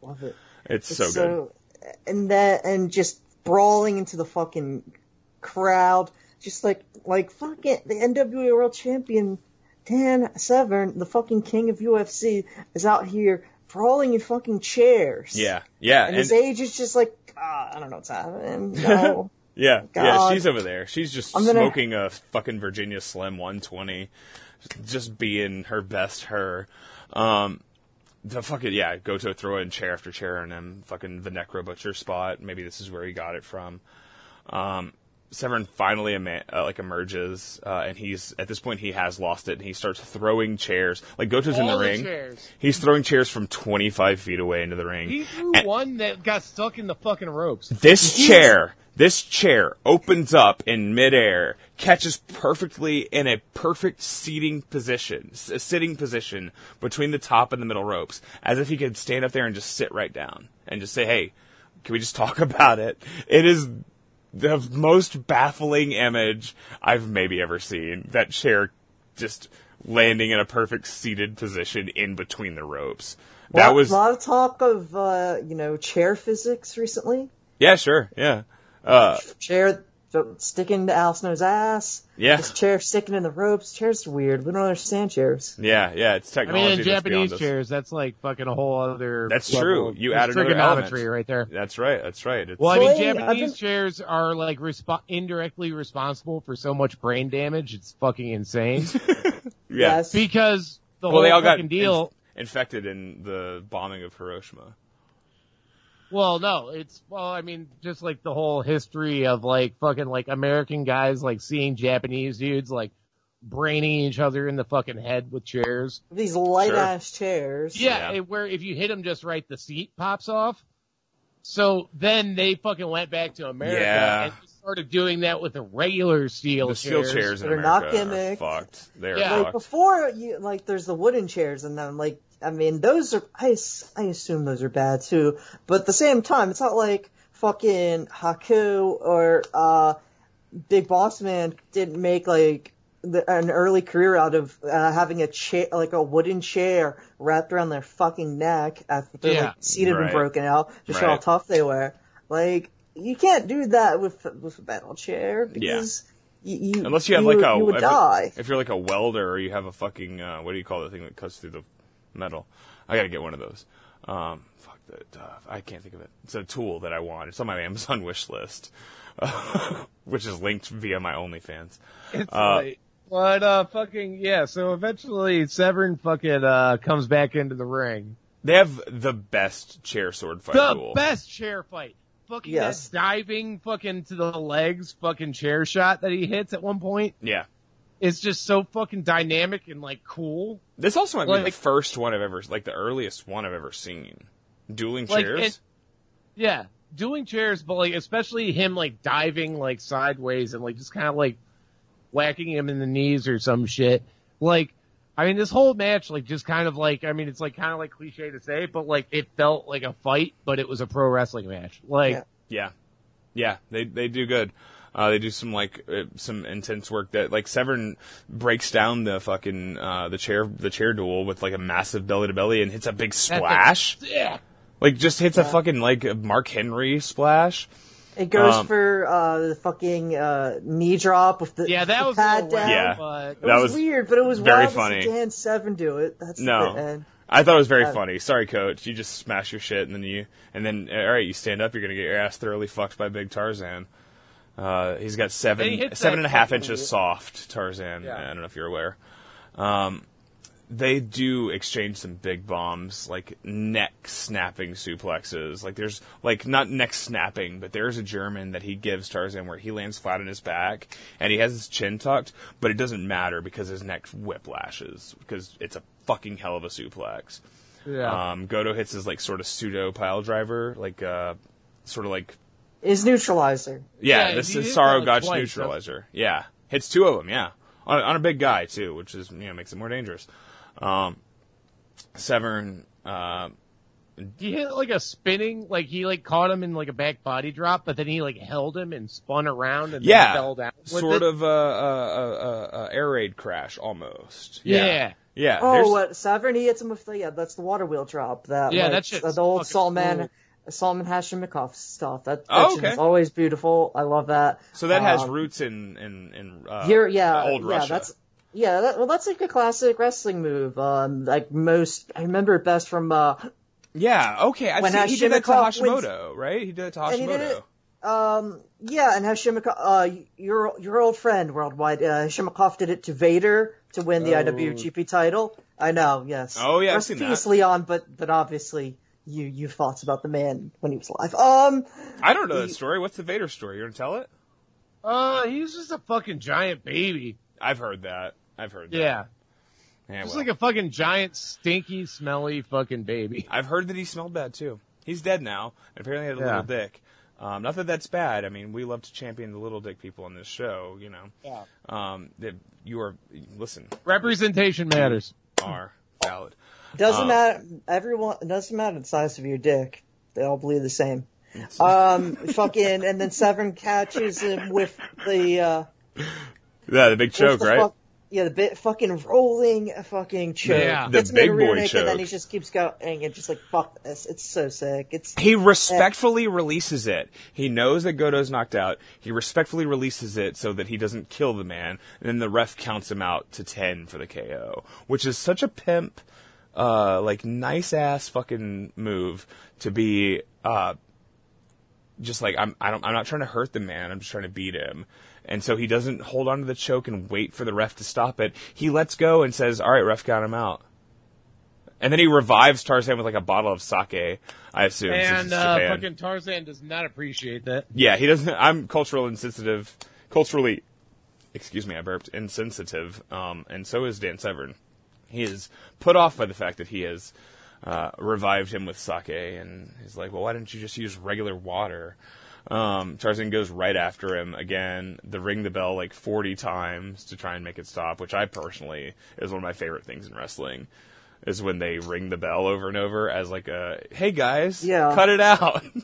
[SPEAKER 5] Love it.
[SPEAKER 3] It's, so, good.
[SPEAKER 5] And that and just brawling into the fucking crowd, just like like fucking the NWA World Champion Dan Severn, the fucking king of UFC, is out here brawling in fucking chairs.
[SPEAKER 3] Yeah, yeah,
[SPEAKER 5] And,
[SPEAKER 3] and,
[SPEAKER 5] his age is just like ah, I don't know what's happening.
[SPEAKER 3] (laughs)
[SPEAKER 5] No.
[SPEAKER 3] yeah, yeah.
[SPEAKER 5] Oh, God.
[SPEAKER 3] She's over there. She's just
[SPEAKER 5] I'm gonna-
[SPEAKER 3] smoking a fucking Virginia Slim 120, just being her best her. Um, the fucking yeah, Goto throwing chair after chair on him. Fucking the Necro Butcher spot. Maybe this is where he got it from. Um, Severn finally ema- uh, like emerges, uh, and he's at this point he has lost it, and he starts throwing chairs. Like Goto's in
[SPEAKER 4] All
[SPEAKER 3] the
[SPEAKER 4] the
[SPEAKER 3] ring. (laughs)
[SPEAKER 4] chairs.
[SPEAKER 3] He's throwing chairs from 25 feet away into the ring.
[SPEAKER 4] he threw one that got stuck in the fucking ropes.
[SPEAKER 3] This chair, this chair opens up in midair, catches perfectly in a perfect seating position, s- sitting position between the top and the middle ropes, as if he could stand up there and just sit right down and just say, "Hey, can we just talk (laughs) about it?" It is the most baffling image I've maybe ever seen. That chair just landing in a perfect seated position in between the ropes. That was
[SPEAKER 5] a lot of talk of uh, you know chair physics recently.
[SPEAKER 3] yeah, sure, yeah. Uh,
[SPEAKER 5] Chair th- sticking to Al Snow's ass.
[SPEAKER 3] Yeah.
[SPEAKER 5] This chair sticking in the ropes. Chairs are weird. We don't understand chairs.
[SPEAKER 3] Yeah, yeah, it's
[SPEAKER 4] I
[SPEAKER 3] technology.
[SPEAKER 4] mean, in
[SPEAKER 3] that's
[SPEAKER 4] Japanese
[SPEAKER 3] beyond us.
[SPEAKER 4] chairs, that's like fucking a whole other.
[SPEAKER 3] That's
[SPEAKER 4] level
[SPEAKER 3] true.
[SPEAKER 4] of-
[SPEAKER 3] You
[SPEAKER 4] that's
[SPEAKER 3] add another
[SPEAKER 4] trigonometry
[SPEAKER 3] element.
[SPEAKER 4] right there.
[SPEAKER 3] That's right. That's right. It's,
[SPEAKER 4] Well, I
[SPEAKER 5] So
[SPEAKER 4] mean,
[SPEAKER 5] wait, I've
[SPEAKER 4] Japanese
[SPEAKER 5] been-
[SPEAKER 4] chairs are like respo- indirectly responsible for so much brain damage. It's fucking
[SPEAKER 3] (laughs)
[SPEAKER 4] insane
[SPEAKER 3] yeah.
[SPEAKER 5] Yes.
[SPEAKER 4] because the
[SPEAKER 3] Well,
[SPEAKER 4] whole
[SPEAKER 3] they all got
[SPEAKER 4] fucking deal.
[SPEAKER 3] in- infected in the bombing of Hiroshima.
[SPEAKER 4] Well, no, it's well, I mean, just like the whole history of like fucking like American guys like seeing Japanese dudes like braining each other in the fucking head with chairs.
[SPEAKER 5] These light ass chairs.
[SPEAKER 4] Yeah,
[SPEAKER 3] Yeah.
[SPEAKER 4] It, where if you hit them just right, the seat pops off. So then they fucking went back to America
[SPEAKER 3] Yeah.
[SPEAKER 4] and just started doing that with the regular steel
[SPEAKER 3] The steel
[SPEAKER 4] chairs.
[SPEAKER 3] chairs, in
[SPEAKER 5] They're not
[SPEAKER 3] America
[SPEAKER 5] gimmicked.
[SPEAKER 3] are fucked. They are
[SPEAKER 4] Yeah.
[SPEAKER 5] Like
[SPEAKER 3] fucked.
[SPEAKER 5] before you like there's the wooden chairs and then like I mean those are I, as- I assume those are bad too. But at the same time it's not like fucking Haku or uh Big Boss Man didn't make like the, an early career out of uh, having a chair like a wooden chair wrapped around their fucking neck after they're
[SPEAKER 4] Yeah.
[SPEAKER 5] like seated
[SPEAKER 3] Right.
[SPEAKER 5] and broken out to show how
[SPEAKER 3] Right.
[SPEAKER 5] tough they were. Like you can't do that with with a metal chair because you, you
[SPEAKER 3] Unless you have like
[SPEAKER 5] would-
[SPEAKER 3] a
[SPEAKER 5] you would
[SPEAKER 3] if,
[SPEAKER 5] die.
[SPEAKER 3] if you're like a welder or you have a fucking uh, what do you call the thing that cuts through the metal? I gotta get one of those. Um, fuck that. Uh, I can't think of it. It's a tool that I want. It's on my (laughs) Amazon wish list, (laughs) which is linked via my OnlyFans.
[SPEAKER 4] It's like- but uh, fucking yeah. So eventually, Severn fucking uh comes back into the ring.
[SPEAKER 3] They have the best chair sword fight
[SPEAKER 4] The
[SPEAKER 3] duel.
[SPEAKER 4] best chair fight. Fucking that
[SPEAKER 5] Yes.
[SPEAKER 4] diving fucking to the legs fucking chair shot that he hits at one point
[SPEAKER 3] Yeah.
[SPEAKER 4] is just so fucking dynamic and like cool.
[SPEAKER 3] This also might be the
[SPEAKER 4] Like-
[SPEAKER 3] first one I've ever, like the earliest one I've ever seen. Dueling
[SPEAKER 4] Like,
[SPEAKER 3] chairs.
[SPEAKER 4] and- Yeah, doing chairs, but like especially him like diving like sideways and like just kind of like whacking him in the knees or some shit. Like, I mean, this whole match like just kind of like I mean, it's like kind of like cliche to say, but like it felt like a fight, but it was a pro wrestling match. Like,
[SPEAKER 5] Yeah.
[SPEAKER 3] Yeah, yeah, they they do good. Uh, they do some like uh, some intense work that like Severn breaks down the fucking uh, the chair the chair duel with like a massive belly to belly and hits a big
[SPEAKER 4] that thing-
[SPEAKER 3] splash
[SPEAKER 4] Yeah.
[SPEAKER 3] like just hits a fucking like a Mark Henry splash
[SPEAKER 5] It goes
[SPEAKER 3] Um,
[SPEAKER 5] for uh, the fucking uh, knee drop with the
[SPEAKER 4] Yeah,
[SPEAKER 5] the
[SPEAKER 4] that was a
[SPEAKER 5] pad
[SPEAKER 4] little
[SPEAKER 3] Yeah.
[SPEAKER 4] wild,
[SPEAKER 5] down.
[SPEAKER 4] but
[SPEAKER 5] It
[SPEAKER 3] That
[SPEAKER 5] was,
[SPEAKER 3] was
[SPEAKER 5] weird, but it was
[SPEAKER 3] very
[SPEAKER 5] wild to
[SPEAKER 3] funny.
[SPEAKER 5] see Dan Seven do it. That's
[SPEAKER 3] No.
[SPEAKER 5] the end.
[SPEAKER 3] I thought it was very
[SPEAKER 5] Uh,
[SPEAKER 3] funny. Sorry, coach. You just smash your shit, and then you, and then all right, you stand up. You're gonna get your ass thoroughly fucked by Big Tarzan. Uh, he's got
[SPEAKER 4] And he
[SPEAKER 3] seven,
[SPEAKER 4] hits
[SPEAKER 3] seven
[SPEAKER 4] that
[SPEAKER 3] and a half
[SPEAKER 4] fucking-
[SPEAKER 3] inches soft Tarzan.
[SPEAKER 4] Yeah.
[SPEAKER 3] I don't know if you're aware. Um, they do exchange some big bombs, like neck snapping suplexes. Like there's like not neck snapping, but there's a German that he gives Tarzan where he lands flat on his back and he has his chin tucked, but it doesn't matter because his neck whiplashes because it's a fucking hell of a suplex.
[SPEAKER 4] yeah.
[SPEAKER 3] Um, Goto hits his like sort of pseudo pile driver, like uh, sort of like
[SPEAKER 5] Is neutralizer.
[SPEAKER 3] yeah,
[SPEAKER 4] Yeah,
[SPEAKER 3] this
[SPEAKER 4] he
[SPEAKER 3] is
[SPEAKER 4] hit
[SPEAKER 3] Sorrow
[SPEAKER 4] that
[SPEAKER 3] Gotch
[SPEAKER 4] twice,
[SPEAKER 3] neutralizer. Yeah, hits two of them. Yeah, on, on a big guy too, which is you know makes it more dangerous. Um, Severn, uh,
[SPEAKER 4] he hit like a spinning, like he like caught him in like a back body drop, but then he like held him and spun around and
[SPEAKER 3] yeah,
[SPEAKER 4] then fell down. with
[SPEAKER 3] sort
[SPEAKER 4] it.
[SPEAKER 3] of a, a, a, a air raid crash almost.
[SPEAKER 4] Yeah.
[SPEAKER 3] yeah. there's-
[SPEAKER 5] Oh, what Severn? He hits him with the yeah. That's the water wheel drop. That
[SPEAKER 4] Yeah,
[SPEAKER 5] like,
[SPEAKER 4] that shit's
[SPEAKER 5] the old
[SPEAKER 4] fucking
[SPEAKER 5] Salman
[SPEAKER 4] cool.
[SPEAKER 5] Salman Hashimikov stuff. That, that
[SPEAKER 3] Oh,
[SPEAKER 5] shit
[SPEAKER 3] okay.
[SPEAKER 5] is always beautiful. I love that.
[SPEAKER 3] So that has
[SPEAKER 5] Um,
[SPEAKER 3] roots in in in uh,
[SPEAKER 5] Here, yeah,
[SPEAKER 3] old
[SPEAKER 5] yeah,
[SPEAKER 3] Russia.
[SPEAKER 5] that's yeah. That, well, that's like a classic wrestling move. Um, like most, I remember it best from uh,
[SPEAKER 3] yeah. Okay, I
[SPEAKER 5] When
[SPEAKER 3] see. He did that to
[SPEAKER 5] Hashimoto wins-
[SPEAKER 3] Hashimoto, right? He did it to
[SPEAKER 5] And he did
[SPEAKER 3] Hashimoto.
[SPEAKER 5] it- um, yeah, and Hashimikov, uh, your your old friend worldwide, uh, Hashimikov did it to Vader to win the IWGP title. I know, yes.
[SPEAKER 3] Oh, yeah, I've
[SPEAKER 5] Rest
[SPEAKER 3] seen
[SPEAKER 5] in peace,
[SPEAKER 3] that.
[SPEAKER 5] Leon, but but obviously you you thoughts about the man when he was alive. Um,
[SPEAKER 3] I don't know that story. What's the Vader story? You want to tell it?
[SPEAKER 4] Uh, he's just a fucking giant baby.
[SPEAKER 3] I've heard that. I've heard that.
[SPEAKER 4] Yeah.
[SPEAKER 3] Yeah,
[SPEAKER 4] Just
[SPEAKER 3] well.
[SPEAKER 4] like a fucking giant, stinky, smelly
[SPEAKER 3] (laughs)
[SPEAKER 4] fucking baby.
[SPEAKER 3] I've heard that he smelled bad too. He's dead now. and Apparently had a little
[SPEAKER 4] Yeah.
[SPEAKER 3] dick. Um, not that that's bad. I mean, we love to champion the little dick people on this show. You know,
[SPEAKER 4] Yeah.
[SPEAKER 3] um, that you are listen
[SPEAKER 4] Representation matters.
[SPEAKER 3] are valid.
[SPEAKER 5] doesn't
[SPEAKER 3] Um,
[SPEAKER 5] matter. Everyone it doesn't matter the size of your dick. They all believe the same. Um, fucking, and then Severn catches him with the uh,
[SPEAKER 3] Yeah, the big
[SPEAKER 5] What's
[SPEAKER 3] choke,
[SPEAKER 5] the
[SPEAKER 3] right?
[SPEAKER 5] fuck- yeah, the bit fucking rolling fucking choke.
[SPEAKER 4] Yeah.
[SPEAKER 3] The
[SPEAKER 5] Gets him in a
[SPEAKER 3] big
[SPEAKER 5] rear
[SPEAKER 3] boy
[SPEAKER 5] naked, And
[SPEAKER 3] choke.
[SPEAKER 5] then he just keeps going and just like fuck this. It's so sick. It's
[SPEAKER 3] He respectfully releases it. He knows that Godo's knocked out. He respectfully releases it so that he doesn't kill the man. And then the ref counts him out to 10 for the KO, which is such a pimp, uh, like nice ass fucking move to be, uh, just like I'm, I don't, I'm not trying to hurt the man. I'm just trying to beat him. And so he doesn't hold on to the choke and wait for the ref to stop it. He lets go and says, "All right, ref, count him out." And then he revives Tarzan with like a bottle of sake, I assume. since
[SPEAKER 4] And
[SPEAKER 3] it's
[SPEAKER 4] uh,
[SPEAKER 3] Japan.
[SPEAKER 4] fucking Tarzan does not appreciate that.
[SPEAKER 3] yeah, he doesn't. I'm cultural insensitive, culturally, excuse me, I burped, insensitive. Um, and so is Dan Severn. He is put off by the fact that he has uh, revived him with sake, and he's like, "Well, why didn't you just use regular water?" Um, Tarzan goes right after him again. The ring the bell like 40 times to try and make it stop, which I personally is one of my favorite things in wrestling. Is when they ring the bell over and over as like a, "Hey guys,
[SPEAKER 5] Yeah.
[SPEAKER 3] cut it out." (laughs)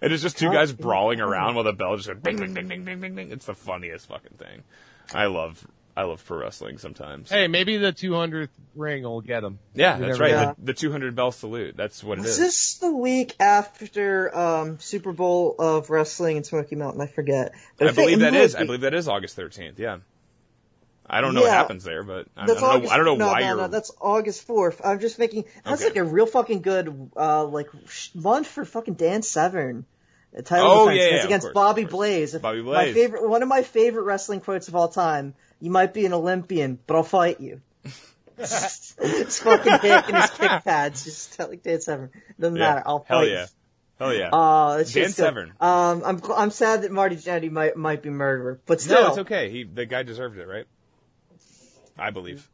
[SPEAKER 3] And it's just two
[SPEAKER 5] Cut
[SPEAKER 3] guys
[SPEAKER 5] it
[SPEAKER 3] brawling around while the bell just goes bing, bing, bing, bing, bing, bing, bing. It's the funniest fucking thing. I love I love pro wrestling sometimes.
[SPEAKER 4] Hey, maybe the 200th ring will get him.
[SPEAKER 3] yeah,
[SPEAKER 4] you
[SPEAKER 3] that's
[SPEAKER 4] never
[SPEAKER 3] right.
[SPEAKER 5] know.
[SPEAKER 3] The, the 200 bell salute. That's what it
[SPEAKER 5] Was
[SPEAKER 3] is.
[SPEAKER 5] this the week after um, Super Bowl of wrestling in Smoky Mountain? I forget. But
[SPEAKER 3] I
[SPEAKER 5] think
[SPEAKER 3] believe
[SPEAKER 5] it
[SPEAKER 3] that
[SPEAKER 5] might
[SPEAKER 3] is. I
[SPEAKER 5] be.
[SPEAKER 3] believe that is August 13th. Yeah. I don't know what
[SPEAKER 5] Yeah.
[SPEAKER 3] happens there, but I, I
[SPEAKER 5] That's
[SPEAKER 3] don't know.
[SPEAKER 5] August,
[SPEAKER 3] I don't know
[SPEAKER 5] no,
[SPEAKER 3] why
[SPEAKER 5] no,
[SPEAKER 3] you're.
[SPEAKER 5] No, that's August 4th. I'm just making. That's
[SPEAKER 3] Okay.
[SPEAKER 5] like a real fucking good uh, like sh- month for fucking Dan Severn. The title
[SPEAKER 3] Oh,
[SPEAKER 5] defense
[SPEAKER 3] yeah,
[SPEAKER 5] It's
[SPEAKER 3] yeah, of
[SPEAKER 5] against
[SPEAKER 3] course, of
[SPEAKER 5] Bobby
[SPEAKER 3] course.
[SPEAKER 5] Blaze.
[SPEAKER 3] Bobby
[SPEAKER 5] My
[SPEAKER 3] Blaze.
[SPEAKER 5] favorite, one of my favorite wrestling quotes of all time. You might be an Olympian, but I'll
[SPEAKER 3] (laughs)
[SPEAKER 5] fight you. it's fucking dick and his kick pads. Just tell like Dan Severn. Doesn't
[SPEAKER 3] yeah.
[SPEAKER 5] matter. I'll fight.
[SPEAKER 3] Hell
[SPEAKER 5] you.
[SPEAKER 3] yeah. Hell yeah.
[SPEAKER 5] Oh, that's
[SPEAKER 3] Dan
[SPEAKER 5] just good.
[SPEAKER 3] Severn.
[SPEAKER 5] Um, I'm gl- I'm sad that Marty Jannetty might might be murderer, but still,
[SPEAKER 3] no, it's okay. He the guy deserved it, right? I believe.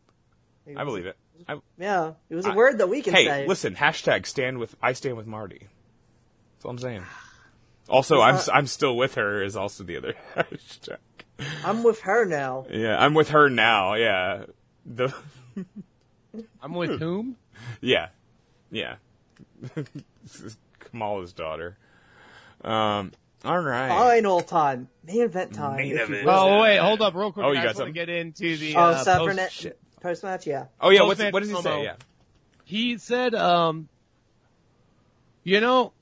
[SPEAKER 3] I believe it. I,
[SPEAKER 5] Yeah, it was a
[SPEAKER 3] I-
[SPEAKER 5] word that we can
[SPEAKER 3] hey,
[SPEAKER 5] say.
[SPEAKER 3] listen. Hashtag stand with. I stand with Marty. That's all I'm
[SPEAKER 5] (sighs)
[SPEAKER 3] saying. Also, I'm s- I'm still with her is also the other (laughs) hashtag.
[SPEAKER 5] I'm with her now.
[SPEAKER 3] Yeah, I'm with her now. Yeah, the (laughs)
[SPEAKER 4] I'm
[SPEAKER 3] Hmm.
[SPEAKER 4] with whom?
[SPEAKER 3] yeah, yeah. (laughs) This is Kamala's daughter. Um. All right.
[SPEAKER 5] Fine, all time, main event time.
[SPEAKER 3] Main
[SPEAKER 5] if you
[SPEAKER 3] event.
[SPEAKER 5] will.
[SPEAKER 3] Well,
[SPEAKER 4] Oh, wait, hold up real quick.
[SPEAKER 3] Oh, you
[SPEAKER 4] I
[SPEAKER 3] got
[SPEAKER 4] just want to
[SPEAKER 3] something?
[SPEAKER 4] get into the
[SPEAKER 5] Oh,
[SPEAKER 4] uh,
[SPEAKER 5] Severn
[SPEAKER 4] post-
[SPEAKER 5] it- post match, yeah.
[SPEAKER 3] oh yeah. What's,
[SPEAKER 4] Postman
[SPEAKER 3] what does he say?
[SPEAKER 4] promo.
[SPEAKER 3] Yeah.
[SPEAKER 4] he said, um, you know,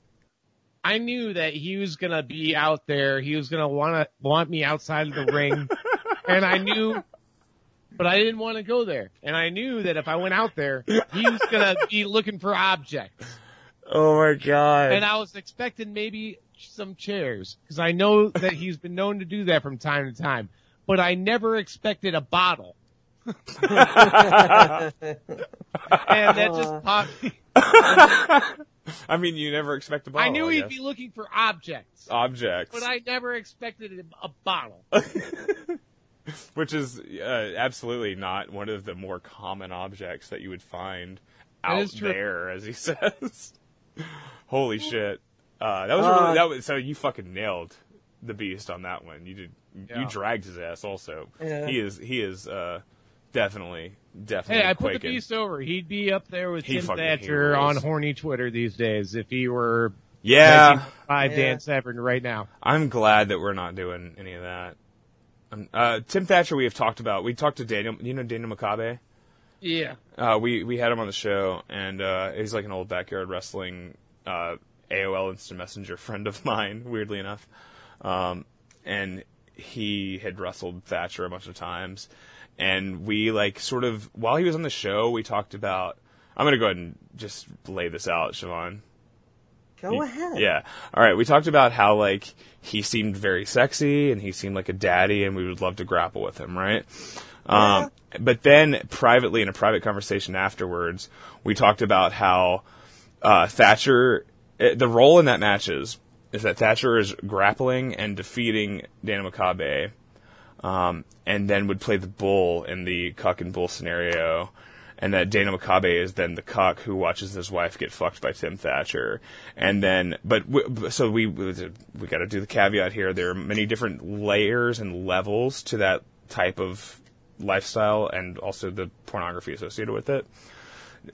[SPEAKER 4] I knew that he was gonna be out there. He was gonna wanna want me outside of the ring, and I knew, but I didn't want to go there. And I knew that if I went out there, he was gonna be looking for objects.
[SPEAKER 3] Oh my god.
[SPEAKER 4] And I was expecting maybe some chairs because I know that he's been known to do that from time to time. But I never expected a bottle, and that just popped.
[SPEAKER 3] I mean, you never expect a bottle.
[SPEAKER 4] I Uh, knew he'd
[SPEAKER 3] guess.
[SPEAKER 4] be looking for objects.
[SPEAKER 3] objects,
[SPEAKER 4] but I never expected a, a bottle.
[SPEAKER 3] which is uh, absolutely not one of the more common objects that you would find
[SPEAKER 4] That
[SPEAKER 3] out
[SPEAKER 4] is true.
[SPEAKER 3] there, as he (laughs) says. Holy shit! Uh, that was
[SPEAKER 5] Uh,
[SPEAKER 3] really, that was so you fucking nailed the beast on that one. You did.
[SPEAKER 4] Yeah.
[SPEAKER 3] You dragged his ass. Also,
[SPEAKER 5] Yeah.
[SPEAKER 3] he is he is uh, definitely definitely
[SPEAKER 4] Hey, I put the
[SPEAKER 3] quaking.
[SPEAKER 4] beast over. He'd be up there with
[SPEAKER 3] He
[SPEAKER 4] Tim
[SPEAKER 3] fucking
[SPEAKER 4] Thatcher
[SPEAKER 3] rules.
[SPEAKER 4] on horny Twitter these days if he were
[SPEAKER 3] yeah,
[SPEAKER 4] by
[SPEAKER 5] Yeah.
[SPEAKER 4] Dan Severn right now.
[SPEAKER 3] I'm glad that we're not doing any of that. Um, uh, Tim Thatcher, we have talked about. We talked to Daniel. You know Daniel Makabe.
[SPEAKER 4] Yeah.
[SPEAKER 3] Uh, we we had him on the show, and uh, he's like an old backyard wrestling uh, AOL Instant Messenger (laughs) friend of mine. Weirdly enough, um, and he had wrestled Thatcher a bunch of times, and we like sort of while he was on the show, we talked about. I'm gonna go ahead and just lay this out, Siobhan.
[SPEAKER 5] Go ahead.
[SPEAKER 3] Yeah. All right. We talked about how like he seemed very sexy and he seemed like a daddy, and we would love to grapple with him, right? Um, But then privately in a private conversation afterwards, we talked about how uh, Thatcher, eh, the role in that match is is that Thatcher is grappling and defeating Dan Makabe, um, and then would play the bull in the cuck and bull scenario. And that Dana Makabe is then the cuck who watches his wife get fucked by Tim Thatcher, and then but w- so we we got to do the caveat here. There are many different layers and levels to that type of lifestyle, and also the pornography associated with it.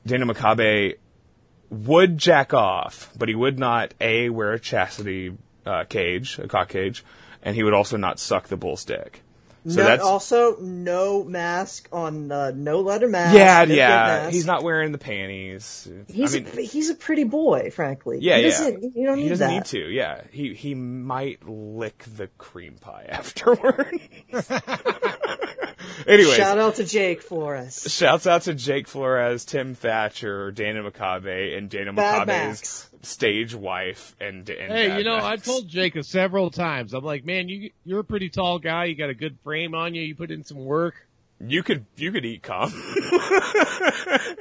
[SPEAKER 3] Dana Makabe would jack off, but he would not a wear a chastity uh, cage, a cock cage, and he would also not suck the bull's dick. So
[SPEAKER 5] no,
[SPEAKER 3] that's
[SPEAKER 5] also no mask on, uh, no leather mask.
[SPEAKER 3] yeah,
[SPEAKER 5] no good
[SPEAKER 3] yeah.
[SPEAKER 5] mask.
[SPEAKER 3] He's not wearing the panties.
[SPEAKER 5] He's
[SPEAKER 3] I mean,
[SPEAKER 5] a, he's a pretty boy, frankly.
[SPEAKER 3] yeah,
[SPEAKER 5] he
[SPEAKER 3] yeah.
[SPEAKER 5] Doesn't, you don't
[SPEAKER 3] he
[SPEAKER 5] need
[SPEAKER 3] doesn't
[SPEAKER 5] that.
[SPEAKER 3] need to. Yeah, he he might lick the cream pie (laughs)
[SPEAKER 5] (laughs)
[SPEAKER 3] afterward. Anyways,
[SPEAKER 5] Shout out to Jake
[SPEAKER 3] (laughs)
[SPEAKER 5] for us.
[SPEAKER 3] Shouts out to Jake Flores, Tim Thatcher, Dana McCabe, and Dana
[SPEAKER 5] Bad
[SPEAKER 3] McCabe's
[SPEAKER 5] Max.
[SPEAKER 3] stage wife. And, and
[SPEAKER 4] Hey,
[SPEAKER 3] Bad
[SPEAKER 4] you know,
[SPEAKER 3] Max.
[SPEAKER 4] I've told Jacob several times. I'm like, man, you you're a pretty tall guy. You got a good frame on you. You put in some work.
[SPEAKER 3] you could you could eat
[SPEAKER 5] (laughs)
[SPEAKER 3] cum. (laughs)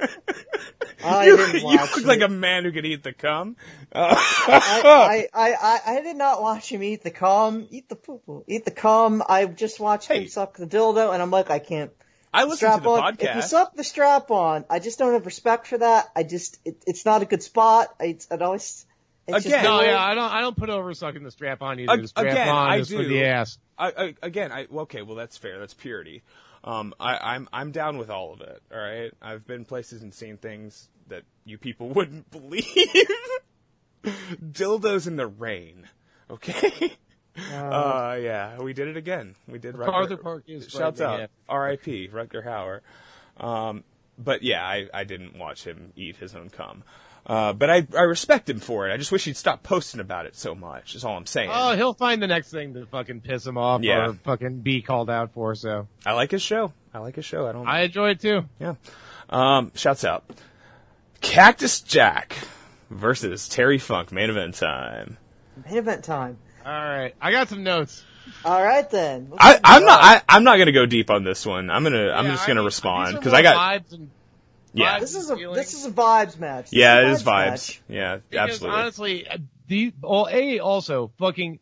[SPEAKER 5] I
[SPEAKER 3] you
[SPEAKER 5] didn't
[SPEAKER 3] you
[SPEAKER 5] watch
[SPEAKER 3] look
[SPEAKER 5] it.
[SPEAKER 3] like a man who could eat the
[SPEAKER 5] (laughs)
[SPEAKER 3] cum. Uh,
[SPEAKER 5] I, I, I, I I did not watch him eat the cum, eat the poo poo, eat the cum. I just watched
[SPEAKER 3] Hey.
[SPEAKER 5] him suck the dildo, and I'm like, I can't.
[SPEAKER 3] (laughs) I listen to
[SPEAKER 5] strap
[SPEAKER 3] the
[SPEAKER 5] on. If you
[SPEAKER 3] podcast.
[SPEAKER 5] suck the strap on, I just don't have respect for that. I just, it, it's not a good spot. It's, it always, it's
[SPEAKER 3] Again.
[SPEAKER 5] just
[SPEAKER 4] No,
[SPEAKER 5] weird.
[SPEAKER 4] yeah, I don't. I don't put over sucking the strap on either.
[SPEAKER 3] Ag-
[SPEAKER 4] The strap
[SPEAKER 3] again,
[SPEAKER 4] on
[SPEAKER 3] I
[SPEAKER 4] is for
[SPEAKER 3] do.
[SPEAKER 4] the ass.
[SPEAKER 3] I, I, again, I well, okay, well that's fair. That's purity. Um, I, I'm I'm down with all of it. All right, I've been places and seen things that you people (laughs) wouldn't believe. Dildos in the rain. Okay. (laughs) Uh, yeah, we did it again. We did Rutger.
[SPEAKER 4] MacArthur Park is
[SPEAKER 3] Shouts
[SPEAKER 4] frightening, yeah.
[SPEAKER 3] out, R.I.P. Rutger Hauer. Um, but yeah, I, I didn't watch him eat his own cum. Uh, but I, I respect him for it. I just wish he'd stop posting about it so much. Is all I'm saying.
[SPEAKER 4] Oh, he'll find the next thing to fucking piss him off
[SPEAKER 3] Yeah.
[SPEAKER 4] or fucking be called out for. So
[SPEAKER 3] I like his show. I like his show. I don't.
[SPEAKER 4] I enjoy it too.
[SPEAKER 3] yeah. Um, shouts out, Cactus Jack versus Terry Funk main event time.
[SPEAKER 5] Main event time.
[SPEAKER 4] All right, I got some notes.
[SPEAKER 5] All right then. Let's
[SPEAKER 3] I, I'm
[SPEAKER 5] go.
[SPEAKER 3] not. I, I'm not gonna go deep on this one. I'm gonna. I'm
[SPEAKER 4] Yeah,
[SPEAKER 3] just
[SPEAKER 4] I
[SPEAKER 3] gonna
[SPEAKER 4] mean,
[SPEAKER 3] respond
[SPEAKER 4] these are
[SPEAKER 3] because
[SPEAKER 4] more
[SPEAKER 3] I got.
[SPEAKER 4] vibes and-
[SPEAKER 3] Yeah.
[SPEAKER 5] This is a
[SPEAKER 4] Feeling.
[SPEAKER 5] this is a vibes match. This
[SPEAKER 3] Yeah,
[SPEAKER 5] a
[SPEAKER 3] it is vibes.
[SPEAKER 5] match.
[SPEAKER 3] Yeah,
[SPEAKER 4] Because
[SPEAKER 3] absolutely.
[SPEAKER 4] honestly, uh, the well, a also fucking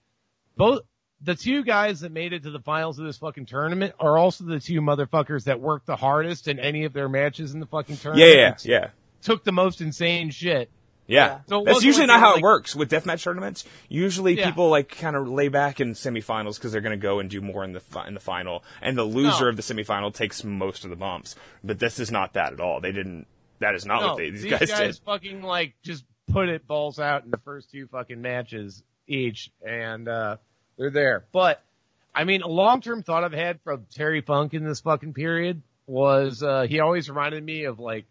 [SPEAKER 4] both the two guys that made it to the finals of this fucking tournament are also the two motherfuckers that worked the hardest in any of their matches in the fucking
[SPEAKER 3] yeah,
[SPEAKER 4] tournament.
[SPEAKER 3] yeah,
[SPEAKER 4] and
[SPEAKER 3] yeah.
[SPEAKER 4] Took the most insane shit.
[SPEAKER 3] Yeah.
[SPEAKER 4] So it
[SPEAKER 3] That's
[SPEAKER 4] wasn't
[SPEAKER 3] usually
[SPEAKER 4] like
[SPEAKER 3] not
[SPEAKER 4] they were,
[SPEAKER 3] how it
[SPEAKER 4] like-
[SPEAKER 3] works with deathmatch tournaments. Usually
[SPEAKER 4] Yeah.
[SPEAKER 3] people like kind of lay back in semifinals because they're going to go and do more in the fi- in the final, and the loser
[SPEAKER 4] No.
[SPEAKER 3] of the semifinal takes most of the bumps. But this is not that at all. They didn't. That is not
[SPEAKER 4] No,
[SPEAKER 3] what they, these,
[SPEAKER 4] these
[SPEAKER 3] guys, did.
[SPEAKER 4] fucking like just put it balls out in the first two fucking matches each, and uh, they're there. But I mean, a long term thought I've had from Terry Funk in this fucking period was uh, he always reminded me of like,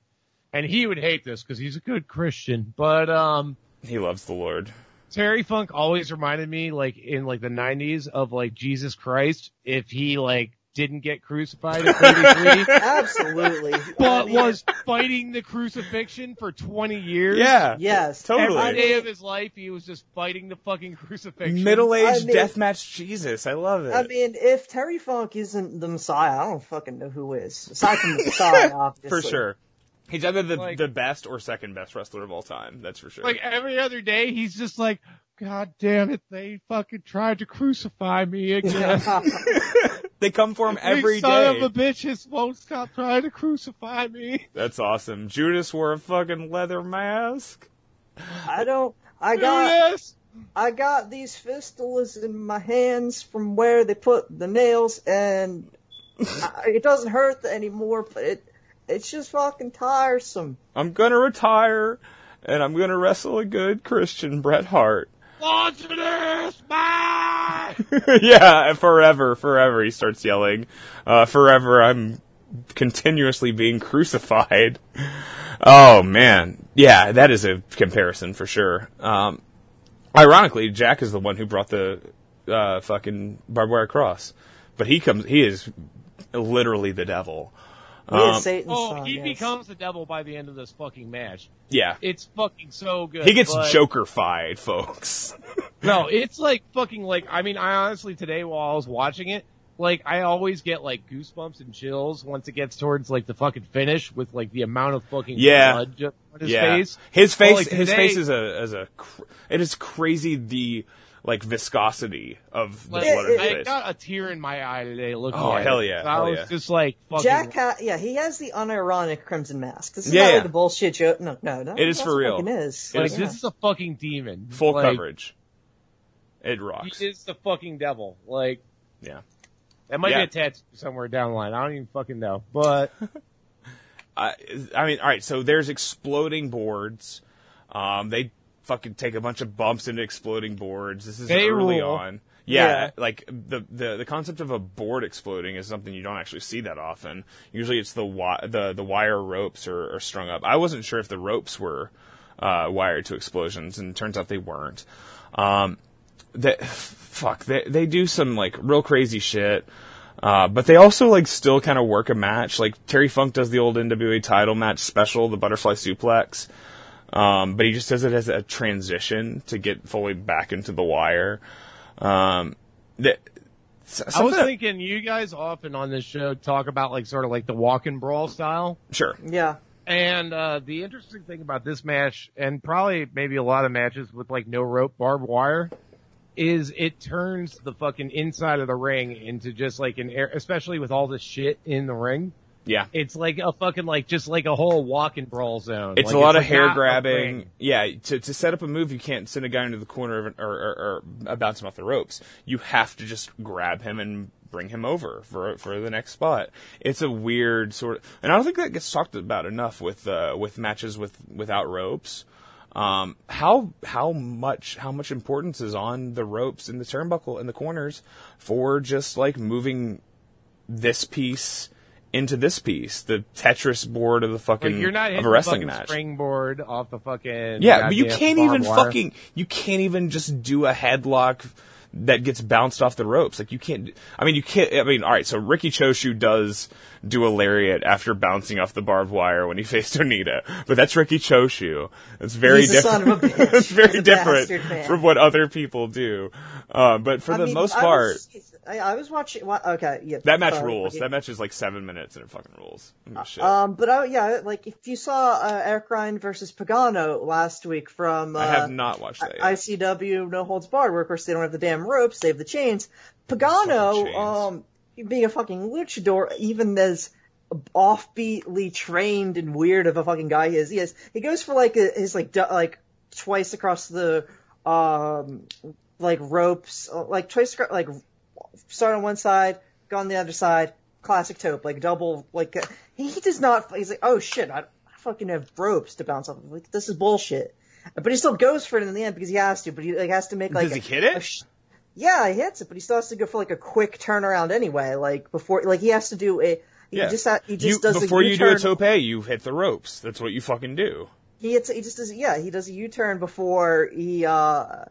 [SPEAKER 4] and he would hate this because he's a good Christian, but um,
[SPEAKER 3] He loves the Lord.
[SPEAKER 4] Terry Funk always reminded me like in like the '90s of like Jesus Christ if he like didn't get crucified at 33
[SPEAKER 3] (laughs)
[SPEAKER 4] (laughs)
[SPEAKER 5] Absolutely. I
[SPEAKER 4] but
[SPEAKER 5] mean,
[SPEAKER 4] was fighting the crucifixion for 20 years.
[SPEAKER 3] Yeah.
[SPEAKER 5] yes.
[SPEAKER 3] Totally.
[SPEAKER 4] Every day of his life, he was just fighting the fucking (laughs) crucifixion.
[SPEAKER 3] Middle aged
[SPEAKER 5] I mean-
[SPEAKER 3] deathmatch Jesus. I love it.
[SPEAKER 5] I mean, if Terry Funk isn't the Messiah, I don't fucking know who is. Aside
[SPEAKER 3] (laughs)
[SPEAKER 5] from the Messiah, obviously.
[SPEAKER 3] for sure. He's either the,
[SPEAKER 4] Like-
[SPEAKER 3] the best or second best wrestler of all time. That's for sure.
[SPEAKER 4] Like every other day, he's just like, God damn it, they fucking tried to crucify me again.
[SPEAKER 3] they come for him every
[SPEAKER 4] Every son
[SPEAKER 3] day.
[SPEAKER 4] of a bitch just won't stop trying to crucify me. (laughs)
[SPEAKER 3] That's awesome. Judas wore a fucking leather mask.
[SPEAKER 5] I don't. I got
[SPEAKER 4] Yes.
[SPEAKER 5] I got these fistulas in my hands from where they put the nails, and I, it doesn't hurt anymore. But it it's just fucking tiresome.
[SPEAKER 3] I'm gonna retire and I'm gonna wrestle a good Christian Bret Hart.
[SPEAKER 4] Launch it ass, bye!
[SPEAKER 3] (laughs) yeah, forever, forever, he starts yelling. Uh, forever, I'm continuously being crucified. Oh man. Yeah, that is a comparison for sure. Um, ironically, Jack is the one who brought the, uh, fucking barbed wire cross. But he comes, he is literally the devil.
[SPEAKER 5] He
[SPEAKER 3] Um,
[SPEAKER 5] is Satan's
[SPEAKER 4] Oh,
[SPEAKER 5] son.
[SPEAKER 4] he
[SPEAKER 5] yes.
[SPEAKER 4] becomes the devil by the end of this fucking match.
[SPEAKER 3] Yeah.
[SPEAKER 4] It's fucking so good.
[SPEAKER 3] He gets
[SPEAKER 4] but-
[SPEAKER 3] Joker-fied, folks.
[SPEAKER 4] No, it's like fucking like I mean I honestly today while I was watching it, like I always get like goosebumps and chills once it gets towards like the fucking finish with like the amount of fucking
[SPEAKER 3] Yeah.
[SPEAKER 4] blood ju- on his
[SPEAKER 3] yeah.
[SPEAKER 4] face.
[SPEAKER 3] His face,
[SPEAKER 4] Well, like,
[SPEAKER 3] his
[SPEAKER 4] today-
[SPEAKER 3] face is a, is a, cr- it is crazy the, like, viscosity of the
[SPEAKER 4] Like,
[SPEAKER 3] blood in his
[SPEAKER 5] it-
[SPEAKER 4] I
[SPEAKER 3] face.
[SPEAKER 4] got a tear in my eye today looking
[SPEAKER 3] Oh,
[SPEAKER 4] at
[SPEAKER 3] hell
[SPEAKER 4] it.
[SPEAKER 3] yeah,
[SPEAKER 4] So I
[SPEAKER 3] hell
[SPEAKER 4] was
[SPEAKER 3] yeah.
[SPEAKER 4] just like fucking
[SPEAKER 5] Jack, ha- yeah, he has the unironic crimson mask. This is
[SPEAKER 3] Yeah,
[SPEAKER 5] not
[SPEAKER 3] yeah.
[SPEAKER 5] like a bullshit joke. No, no, no.
[SPEAKER 3] It is
[SPEAKER 5] that's
[SPEAKER 3] for real.
[SPEAKER 5] fucking Is.
[SPEAKER 3] It
[SPEAKER 4] like
[SPEAKER 3] is-
[SPEAKER 5] yeah.
[SPEAKER 4] this is a fucking demon.
[SPEAKER 3] Full
[SPEAKER 4] Like,
[SPEAKER 3] coverage. It rocks.
[SPEAKER 4] He is the fucking devil. Like
[SPEAKER 3] yeah.
[SPEAKER 4] that might
[SPEAKER 3] Yeah.
[SPEAKER 4] be a tattoo somewhere down the line. I don't even fucking know. But
[SPEAKER 3] I, I mean, all right. So there's exploding boards. Um, they fucking take a bunch of bumps into exploding boards. This is
[SPEAKER 4] They
[SPEAKER 3] early
[SPEAKER 4] rule.
[SPEAKER 3] on. Yeah,
[SPEAKER 5] Yeah.
[SPEAKER 3] like the, the the concept of a board exploding is something you don't actually see that often. Usually, it's the wi- the the wire ropes are, are strung up. I wasn't sure if the ropes were uh, wired to explosions, and it turns out they weren't. Um, that fuck they they do some like real crazy shit. Uh, but they also like still kind of work a match. Like Terry Funk does the old NWA title match special, the butterfly suplex. Um, but he just does it as a transition to get fully back into the wire. Um, that, s-
[SPEAKER 4] I
[SPEAKER 3] (laughs)
[SPEAKER 4] was
[SPEAKER 3] something-
[SPEAKER 4] thinking you guys often on this show talk about like sort of like the walk and brawl style.
[SPEAKER 3] sure.
[SPEAKER 5] yeah.
[SPEAKER 4] And uh, the interesting thing about this match, and probably maybe a lot of matches with like no rope barbed wire, is it turns the fucking inside of the ring into just like an air, especially with all the shit in the ring.
[SPEAKER 3] Yeah.
[SPEAKER 4] It's like a fucking like just like a whole walk and brawl zone.
[SPEAKER 3] It's
[SPEAKER 4] Like,
[SPEAKER 3] a lot of
[SPEAKER 4] like
[SPEAKER 3] hair
[SPEAKER 4] not a
[SPEAKER 3] grabbing.
[SPEAKER 4] ring.
[SPEAKER 3] Yeah, to to set up a move, you can't send a guy into the corner of an, or, or or bounce him off the ropes. You have to just grab him and bring him over for for the next spot. It's a weird sort of, and I don't think that gets talked about enough with uh, with matches with without ropes. Um, how how much how much importance is on the ropes and the turnbuckle and the corners for just like moving this piece into this piece, the Tetris board of the fucking
[SPEAKER 4] Like you're not
[SPEAKER 3] of
[SPEAKER 4] hitting
[SPEAKER 3] a wrestling
[SPEAKER 4] the fucking
[SPEAKER 3] match.
[SPEAKER 4] springboard off the fucking
[SPEAKER 3] Yeah, but you
[SPEAKER 4] goddamn
[SPEAKER 3] can't
[SPEAKER 4] barbed
[SPEAKER 3] even
[SPEAKER 4] wire.
[SPEAKER 3] fucking you can't even just do a headlock that gets bounced off the ropes. Like you can't. I mean, you can't. I mean, all right. So Ricky Choshu does do a lariat after bouncing off the barbed wire when he (laughs) faced Onita, but that's Ricky Choshu. It's very
[SPEAKER 5] He's a
[SPEAKER 3] different.
[SPEAKER 5] son of
[SPEAKER 3] (laughs)
[SPEAKER 5] a bitch.
[SPEAKER 3] it's very
[SPEAKER 5] He's a bastard
[SPEAKER 3] different
[SPEAKER 5] man.
[SPEAKER 3] from what other people do. Uh, but for
[SPEAKER 5] I
[SPEAKER 3] the
[SPEAKER 5] mean,
[SPEAKER 3] most
[SPEAKER 5] I
[SPEAKER 3] part,
[SPEAKER 5] was, I, I was watching. wa- Okay, yeah.
[SPEAKER 3] that match
[SPEAKER 5] sorry,
[SPEAKER 3] rules.
[SPEAKER 5] forget-
[SPEAKER 3] That match is like seven minutes and it fucking rules. Oh, Shit.
[SPEAKER 5] Um, but I, yeah, like if you saw uh, Eric Ryan versus Pagano last week from uh,
[SPEAKER 3] I have not watched that yet.
[SPEAKER 5] ICW No Holds Barred, where of course they don't have the damn ropes, they have the chains.
[SPEAKER 3] Fucking
[SPEAKER 5] Pagano,
[SPEAKER 3] chains.
[SPEAKER 5] um, being a fucking luchador, even as offbeatly trained and weird of a fucking guy he is, he is, he goes for like a, his like du- like twice across the um like ropes, uh, like twice acro- like start on one side, go on the other side, classic taupe, like double, like uh, he, he does not. He's like, oh shit, I, I fucking have ropes to bounce off. of. Like this is bullshit. But he still goes for it in the end because he has to. But he like has to make like
[SPEAKER 3] Does he
[SPEAKER 5] a-
[SPEAKER 3] hit it?
[SPEAKER 5] a sh- yeah, he hits it, but he still has to go for like a quick turnaround anyway. Like before, like he has to do a. He
[SPEAKER 3] yeah.
[SPEAKER 5] just ha- he just
[SPEAKER 3] You-
[SPEAKER 5] does
[SPEAKER 3] before
[SPEAKER 5] a
[SPEAKER 3] you do a
[SPEAKER 5] U-turn.
[SPEAKER 3] tope, you hit the ropes. That's what you fucking do. (laughs)
[SPEAKER 5] he hits, he just does yeah he does a U-turn before he uh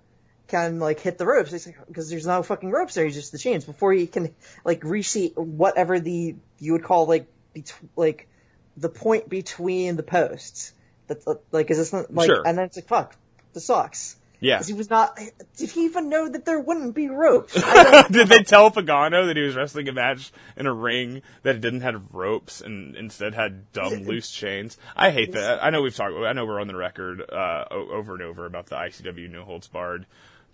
[SPEAKER 5] can like hit the ropes because there's no fucking ropes there he's just the chains before he can like reach the whatever the you would call like bet- like the point between the posts that's uh, like is this not, like
[SPEAKER 3] Sure.
[SPEAKER 5] and then it's like fuck this sucks
[SPEAKER 3] Yeah.
[SPEAKER 5] 'Cause he was not did he even know that there wouldn't be ropes
[SPEAKER 3] Did they tell Pagano that he was wrestling a match in a ring that didn't have ropes and instead had dumb loose chains? I hate that. I know we've talked. I know we're on the record uh, o- over and over about the ICW No Holds Barred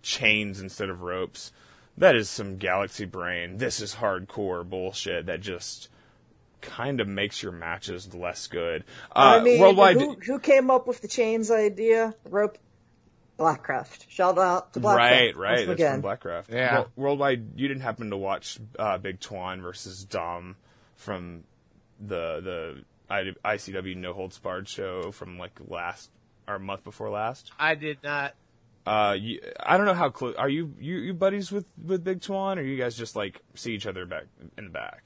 [SPEAKER 3] chains instead of ropes. That is some galaxy brain. This is hardcore bullshit that just kind of makes your matches less good. (laughs) Uh,
[SPEAKER 5] I mean,
[SPEAKER 3] worldwide,
[SPEAKER 5] who, who came up with the chains idea? Rope, Blackcraft. Shout out to Blackcraft.
[SPEAKER 3] Right,
[SPEAKER 5] once
[SPEAKER 3] right. That's
[SPEAKER 5] again.
[SPEAKER 3] from Blackcraft.
[SPEAKER 4] Yeah.
[SPEAKER 3] Wo- Worldwide, you didn't happen to watch uh, Big Twan versus Dom from the the I- ICW No Holds Barred show from like last or month before last.
[SPEAKER 4] I did not.
[SPEAKER 3] Uh, you, I don't know how close are you, you you buddies with with Big Twan, or you guys just like see each other back in the back?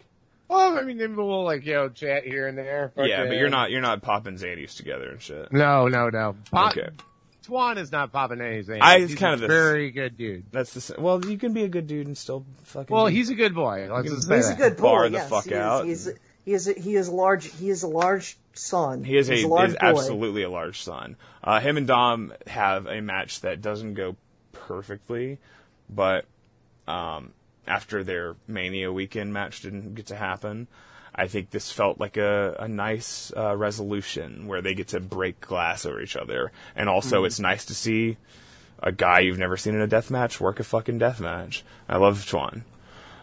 [SPEAKER 4] Well, I mean, maybe we'll like you know chat here and there.
[SPEAKER 3] Yeah, but
[SPEAKER 4] fucking-
[SPEAKER 3] you're not you're not popping Zannies together and shit.
[SPEAKER 4] No, no, no. Pop,
[SPEAKER 3] Okay.
[SPEAKER 4] Twan is not popping anything.
[SPEAKER 3] I- it's
[SPEAKER 4] he's
[SPEAKER 3] kind
[SPEAKER 4] a
[SPEAKER 3] of this-
[SPEAKER 4] very good dude.
[SPEAKER 3] That's the s- well. You can be a good dude and still fucking.
[SPEAKER 4] Well,
[SPEAKER 3] be-
[SPEAKER 4] he's a good boy. Let's just say
[SPEAKER 5] He's a
[SPEAKER 4] that.
[SPEAKER 5] good boy.
[SPEAKER 3] Bar the
[SPEAKER 5] yes,
[SPEAKER 3] fuck
[SPEAKER 5] he
[SPEAKER 3] out.
[SPEAKER 5] Is, he's, he is he is large. He is a large son.
[SPEAKER 3] He is a,
[SPEAKER 5] He's
[SPEAKER 3] is
[SPEAKER 5] large boy.
[SPEAKER 3] absolutely a large son. Uh, him and Dom have a match that doesn't go perfectly, but um, after their Mania weekend match didn't get to happen, I think this felt like a, a nice uh, resolution where they get to break glass over each other, and also it's nice to see a guy you've never seen in a death match work a fucking death match. I love Chuan.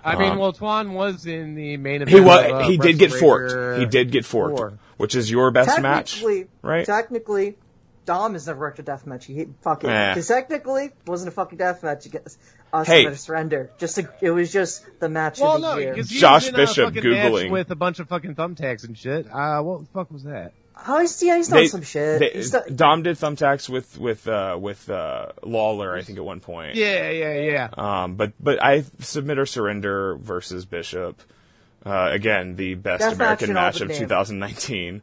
[SPEAKER 4] I mean, well, Twan was in the main event.
[SPEAKER 3] He
[SPEAKER 4] of, uh,
[SPEAKER 3] was he did get forked.
[SPEAKER 4] WrestleMania.
[SPEAKER 3] He did get forked,
[SPEAKER 4] four.
[SPEAKER 3] which is your best match,
[SPEAKER 5] Technically,
[SPEAKER 3] right?
[SPEAKER 5] Technically, Dom has never worked a death match. He fucking
[SPEAKER 3] Eh.
[SPEAKER 5] because technically it wasn't a fucking death match against us.
[SPEAKER 3] Hey.
[SPEAKER 5] Hey. surrender. Just a, it was just the match
[SPEAKER 4] Well,
[SPEAKER 5] of the
[SPEAKER 4] no,
[SPEAKER 5] year.
[SPEAKER 4] because he
[SPEAKER 3] Josh
[SPEAKER 4] was in
[SPEAKER 3] Bishop
[SPEAKER 4] a fucking match
[SPEAKER 3] Googling.
[SPEAKER 4] with a bunch of fucking thumbtacks and shit. Uh, what the fuck was that?
[SPEAKER 5] Oh, he's, yeah, he's done some shit.
[SPEAKER 3] they-
[SPEAKER 5] he's done,
[SPEAKER 3] Dom did thumbtacks with with uh, with uh, Lawler, I think, at one point.
[SPEAKER 4] Yeah, yeah, yeah.
[SPEAKER 3] Um, but but I submit or surrender versus Bishop. Uh, again, the best
[SPEAKER 5] That's
[SPEAKER 3] American
[SPEAKER 5] actually not
[SPEAKER 3] match
[SPEAKER 5] the
[SPEAKER 3] of
[SPEAKER 5] name.
[SPEAKER 3] 2019.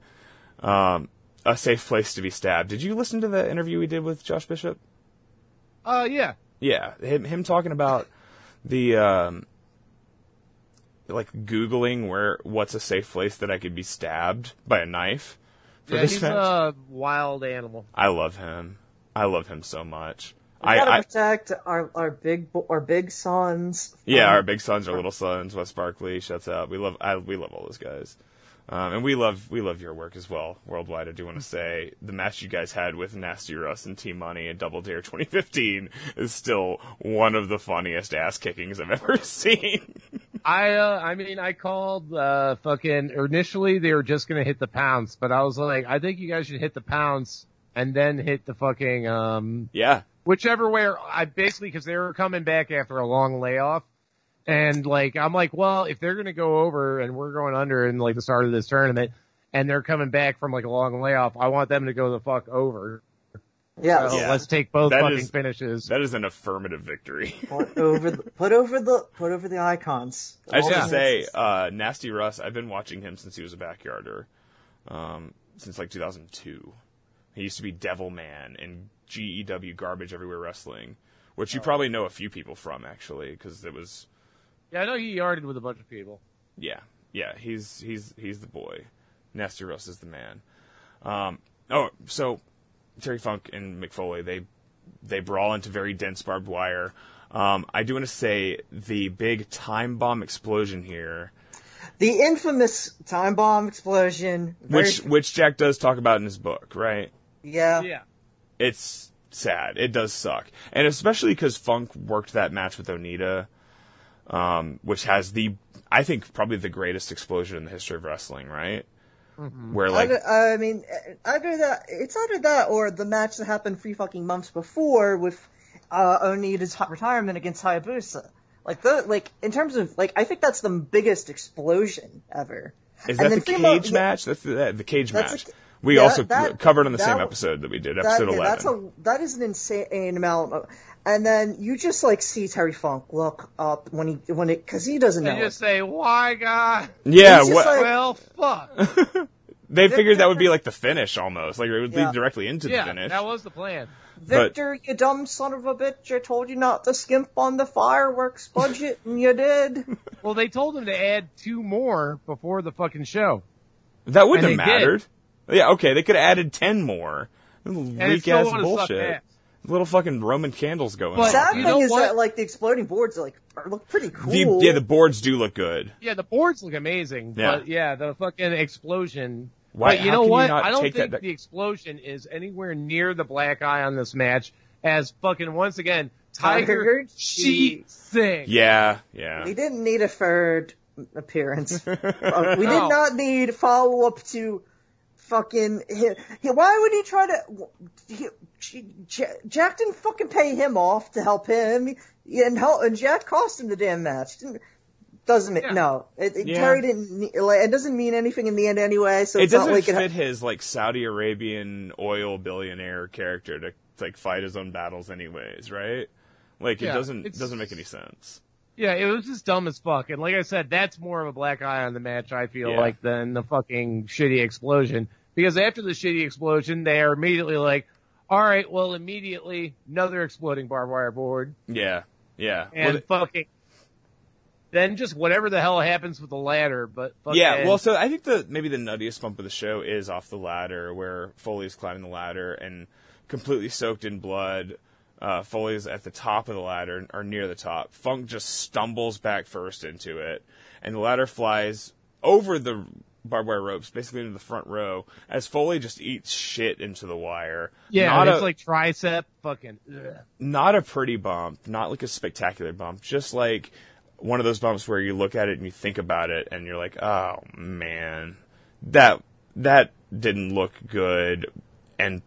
[SPEAKER 3] Um, a safe place to be stabbed. Did you listen to the interview we did with Josh Bishop?
[SPEAKER 4] Uh, yeah.
[SPEAKER 3] Yeah, him him talking about the um, like googling where what's a safe place that I could be stabbed by a knife for
[SPEAKER 4] yeah
[SPEAKER 3] this
[SPEAKER 4] he's uh,
[SPEAKER 3] match.
[SPEAKER 4] a wild animal.
[SPEAKER 3] I love him. I love him so much.
[SPEAKER 5] we gotta
[SPEAKER 3] I, I
[SPEAKER 5] protect our our big bo- our big sons.
[SPEAKER 3] Yeah,
[SPEAKER 5] Um,
[SPEAKER 3] our big sons, our little sons, Wes Barkley, shuts out. We love, I, we love all those guys, um, and we love, we love your work as well worldwide. I do want to say the match you guys had with Nasty Russ and T Money and Double Dare 2015 is still one of the funniest ass kickings I've (laughs) ever seen.
[SPEAKER 4] I, uh, I mean, I called, uh, fucking, initially they were just gonna hit the pounce, but I was like, I think you guys should hit the pounce and then hit the fucking, um,
[SPEAKER 3] yeah,
[SPEAKER 4] whichever way I basically because they were coming back after a long layoff, and like I'm like, well, if they're gonna go over and we're going under in like the start of this tournament, and they're coming back from like a long layoff, I want them to go the fuck over.
[SPEAKER 5] Yes.
[SPEAKER 4] So
[SPEAKER 5] Yeah.
[SPEAKER 2] Yeah.
[SPEAKER 4] let's take both
[SPEAKER 3] That
[SPEAKER 4] fucking
[SPEAKER 3] is-
[SPEAKER 4] finishes.
[SPEAKER 3] That is an affirmative victory. (laughs)
[SPEAKER 5] Put over the put over the put over the icons.
[SPEAKER 3] I was
[SPEAKER 5] All
[SPEAKER 3] gonna
[SPEAKER 5] the
[SPEAKER 3] say,
[SPEAKER 5] misses.
[SPEAKER 3] uh, Nasty Russ. I've been watching him since he was a backyarder, um, since like 2002. He used to be Devil Man in GEW Garbage Everywhere Wrestling, which you
[SPEAKER 5] Oh.
[SPEAKER 3] probably know a few people from actually, because it was,
[SPEAKER 4] yeah, I know he yarded with a bunch of people.
[SPEAKER 3] yeah, yeah. He's he's he's the boy. Nasty Russ is the man. Um, oh, so Terry Funk and McFoley they they brawl into very dense barbed wire. Um, I do want to say the big time bomb explosion here.
[SPEAKER 5] the infamous time bomb explosion. very-
[SPEAKER 3] which which Jack does talk about in his book, right?
[SPEAKER 5] yeah,
[SPEAKER 4] Yeah.
[SPEAKER 3] It's sad. It does suck, and especially because Funk worked that match with Onita, um, which has the I think probably the greatest explosion in the history of wrestling, right? Where like
[SPEAKER 5] Either- I mean, either that it's either that or the match that happened three fucking months before with uh, Onita's hot retirement against Hayabusa. Like the like in terms of like I think that's the biggest explosion ever.
[SPEAKER 3] is
[SPEAKER 5] and
[SPEAKER 3] that
[SPEAKER 5] then
[SPEAKER 3] the
[SPEAKER 5] Fimo-
[SPEAKER 3] cage
[SPEAKER 5] yeah.
[SPEAKER 3] match? That's the, the cage
[SPEAKER 5] That's
[SPEAKER 3] match.
[SPEAKER 5] a-
[SPEAKER 3] we
[SPEAKER 5] yeah,
[SPEAKER 3] also
[SPEAKER 5] that-
[SPEAKER 3] covered on the
[SPEAKER 5] that
[SPEAKER 3] same
[SPEAKER 5] w-
[SPEAKER 3] episode that we did,
[SPEAKER 5] That-
[SPEAKER 3] episode
[SPEAKER 5] yeah,
[SPEAKER 3] eleven.
[SPEAKER 5] That's a that is an insane amount. Of, and then you just like see Terry Funk look up when he when it because he doesn't know.
[SPEAKER 4] And just
[SPEAKER 5] it.
[SPEAKER 4] say, why God?
[SPEAKER 3] yeah,
[SPEAKER 5] it's just
[SPEAKER 3] what,
[SPEAKER 5] like-
[SPEAKER 4] Well, fuck.
[SPEAKER 3] they figured that would be like the finish almost, like it would
[SPEAKER 5] Yeah.
[SPEAKER 3] lead directly into the
[SPEAKER 4] yeah,
[SPEAKER 3] finish.
[SPEAKER 4] that was the plan.
[SPEAKER 5] Victor, you dumb son of a bitch! I told you not to skimp on the fireworks budget, and you did.
[SPEAKER 4] Well, they told him to add two more before the fucking show.
[SPEAKER 3] That wouldn't have
[SPEAKER 4] And they did.
[SPEAKER 3] mattered. Yeah, okay, they could have added ten more.
[SPEAKER 4] And it
[SPEAKER 3] Weak
[SPEAKER 4] still
[SPEAKER 3] ass
[SPEAKER 4] would've sucked
[SPEAKER 3] bullshit.
[SPEAKER 4] ass.
[SPEAKER 3] Little fucking Roman candles going
[SPEAKER 4] But-
[SPEAKER 5] Sad
[SPEAKER 3] on.
[SPEAKER 4] You
[SPEAKER 5] thing
[SPEAKER 4] know
[SPEAKER 5] is
[SPEAKER 4] what?
[SPEAKER 5] that like the exploding boards like are- look pretty cool.
[SPEAKER 3] The, yeah, the boards do look good.
[SPEAKER 4] Yeah, the boards look amazing,
[SPEAKER 3] Yeah.
[SPEAKER 4] but yeah, the fucking explosion.
[SPEAKER 3] Why-
[SPEAKER 4] But you
[SPEAKER 3] how
[SPEAKER 4] know
[SPEAKER 3] can you
[SPEAKER 4] what?
[SPEAKER 3] not
[SPEAKER 4] I don't
[SPEAKER 3] take that
[SPEAKER 4] think
[SPEAKER 3] back-
[SPEAKER 4] the explosion is anywhere near the black eye on this match. As fucking once again, Tiger
[SPEAKER 5] Tiger
[SPEAKER 4] she
[SPEAKER 5] Sheet.
[SPEAKER 4] sing.
[SPEAKER 3] Yeah, yeah.
[SPEAKER 5] we didn't need a third
[SPEAKER 3] (laughs)
[SPEAKER 5] appearance. Uh, we
[SPEAKER 4] No.
[SPEAKER 5] did not need follow up to fucking. Him. Why would he try to? He, J- Jack didn't fucking pay him off to help him, and help, and Jack cost him the damn match. Didn't, doesn't make
[SPEAKER 4] Yeah.
[SPEAKER 5] no. It, it,
[SPEAKER 3] Yeah.
[SPEAKER 5] Terry didn't. ne- Like, it doesn't mean anything in the end anyway. So
[SPEAKER 3] It
[SPEAKER 5] it's not
[SPEAKER 3] doesn't
[SPEAKER 5] like
[SPEAKER 3] fit
[SPEAKER 5] it,
[SPEAKER 3] his like Saudi Arabian oil billionaire character to like fight his own battles anyways, right? Like it
[SPEAKER 4] Yeah,
[SPEAKER 3] doesn't
[SPEAKER 4] it's-
[SPEAKER 3] doesn't make any sense.
[SPEAKER 4] Yeah, it was just dumb as fuck. And like I said, that's more of a black eye on the match, I feel
[SPEAKER 3] Yeah.
[SPEAKER 4] like, than the fucking shitty explosion. Because after the shitty explosion, they are immediately like, all right, well, immediately another exploding barbed wire board
[SPEAKER 3] Yeah. Yeah.
[SPEAKER 4] and
[SPEAKER 3] Well,
[SPEAKER 4] fucking then just whatever the hell happens with the ladder. But fucking,
[SPEAKER 3] Yeah, well, so I think the maybe the nuttiest bump of the show is off the ladder, where Foley is climbing the ladder and completely soaked in blood. Uh, Foley is at the top of the ladder or near the top. Funk just stumbles back first into it, and the ladder flies over the barbed wire ropes, basically into the front row, as Foley just eats shit into the wire.
[SPEAKER 4] yeah,
[SPEAKER 3] Not
[SPEAKER 4] it's
[SPEAKER 3] a-
[SPEAKER 4] like tricep fucking. Ugh.
[SPEAKER 3] not a pretty bump, not like a spectacular bump, just like one of those bumps where you look at it and you think about it and you're like, "Oh man, that that didn't look good and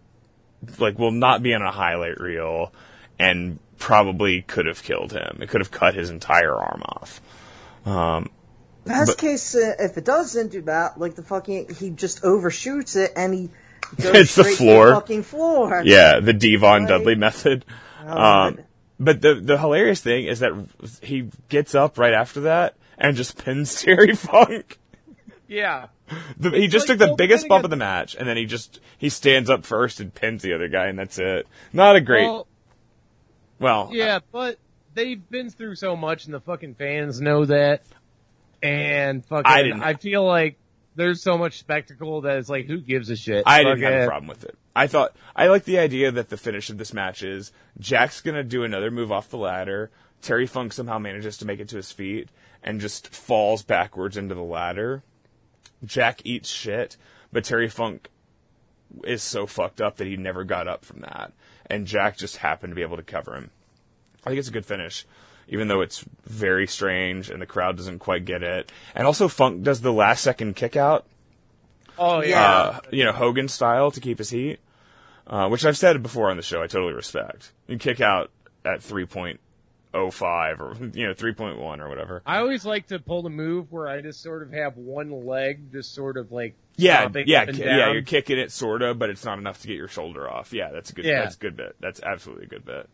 [SPEAKER 3] like will not be on a highlight reel and probably could have killed him. It could have cut his entire arm off." Um
[SPEAKER 5] Best case, uh, if it doesn't do that, like the fucking, he just overshoots it and he goes
[SPEAKER 3] Hits the
[SPEAKER 5] straight
[SPEAKER 3] floor.
[SPEAKER 5] To the fucking floor.
[SPEAKER 3] yeah, the Devon
[SPEAKER 5] Right.
[SPEAKER 3] Dudley method. Um, but the the hilarious thing is that he gets up right after that and just pins Terry (laughs) Funk.
[SPEAKER 4] Yeah.
[SPEAKER 3] The, he just
[SPEAKER 4] like
[SPEAKER 3] took the
[SPEAKER 4] Goldberg
[SPEAKER 3] biggest bump
[SPEAKER 4] against-
[SPEAKER 3] of the match, and then he just he stands up first and pins the other guy, and that's it. Not a great. Well,
[SPEAKER 4] Well, yeah, but they've been through so much, and the fucking fans know that. And fucking,
[SPEAKER 3] I didn't-
[SPEAKER 4] I feel like there's so much spectacle that it's like, who gives a shit?
[SPEAKER 3] I didn't have
[SPEAKER 4] Fucking-
[SPEAKER 3] a problem with it. I thought I like the idea that the finish of this match is Jack's gonna do another move off the ladder. Terry Funk somehow manages to make it to his feet and just falls backwards into the ladder. Jack eats shit, but Terry Funk is so fucked up that he never got up from that, and Jack just happened to be able to cover him. I think it's a good finish, even though it's very strange and the crowd doesn't quite get it. And also, Funk does the last second kick out
[SPEAKER 4] Oh yeah.
[SPEAKER 5] Yeah.
[SPEAKER 3] uh, you know, Hogan style to keep his heat, uh, which I've said before on the show. I totally respect. You kick out at 3.0 05 or you know 3.1 or whatever.
[SPEAKER 4] I always like to pull the move where I just sort of have one leg just sort of like
[SPEAKER 3] Yeah,
[SPEAKER 4] stomping
[SPEAKER 3] yeah,
[SPEAKER 4] up and
[SPEAKER 3] ki-
[SPEAKER 4] down.
[SPEAKER 3] yeah. You're kicking it sorta, but it's not enough to get your shoulder off. Yeah, that's a good.
[SPEAKER 4] Yeah.
[SPEAKER 3] That's a good bit. That's absolutely a good bit.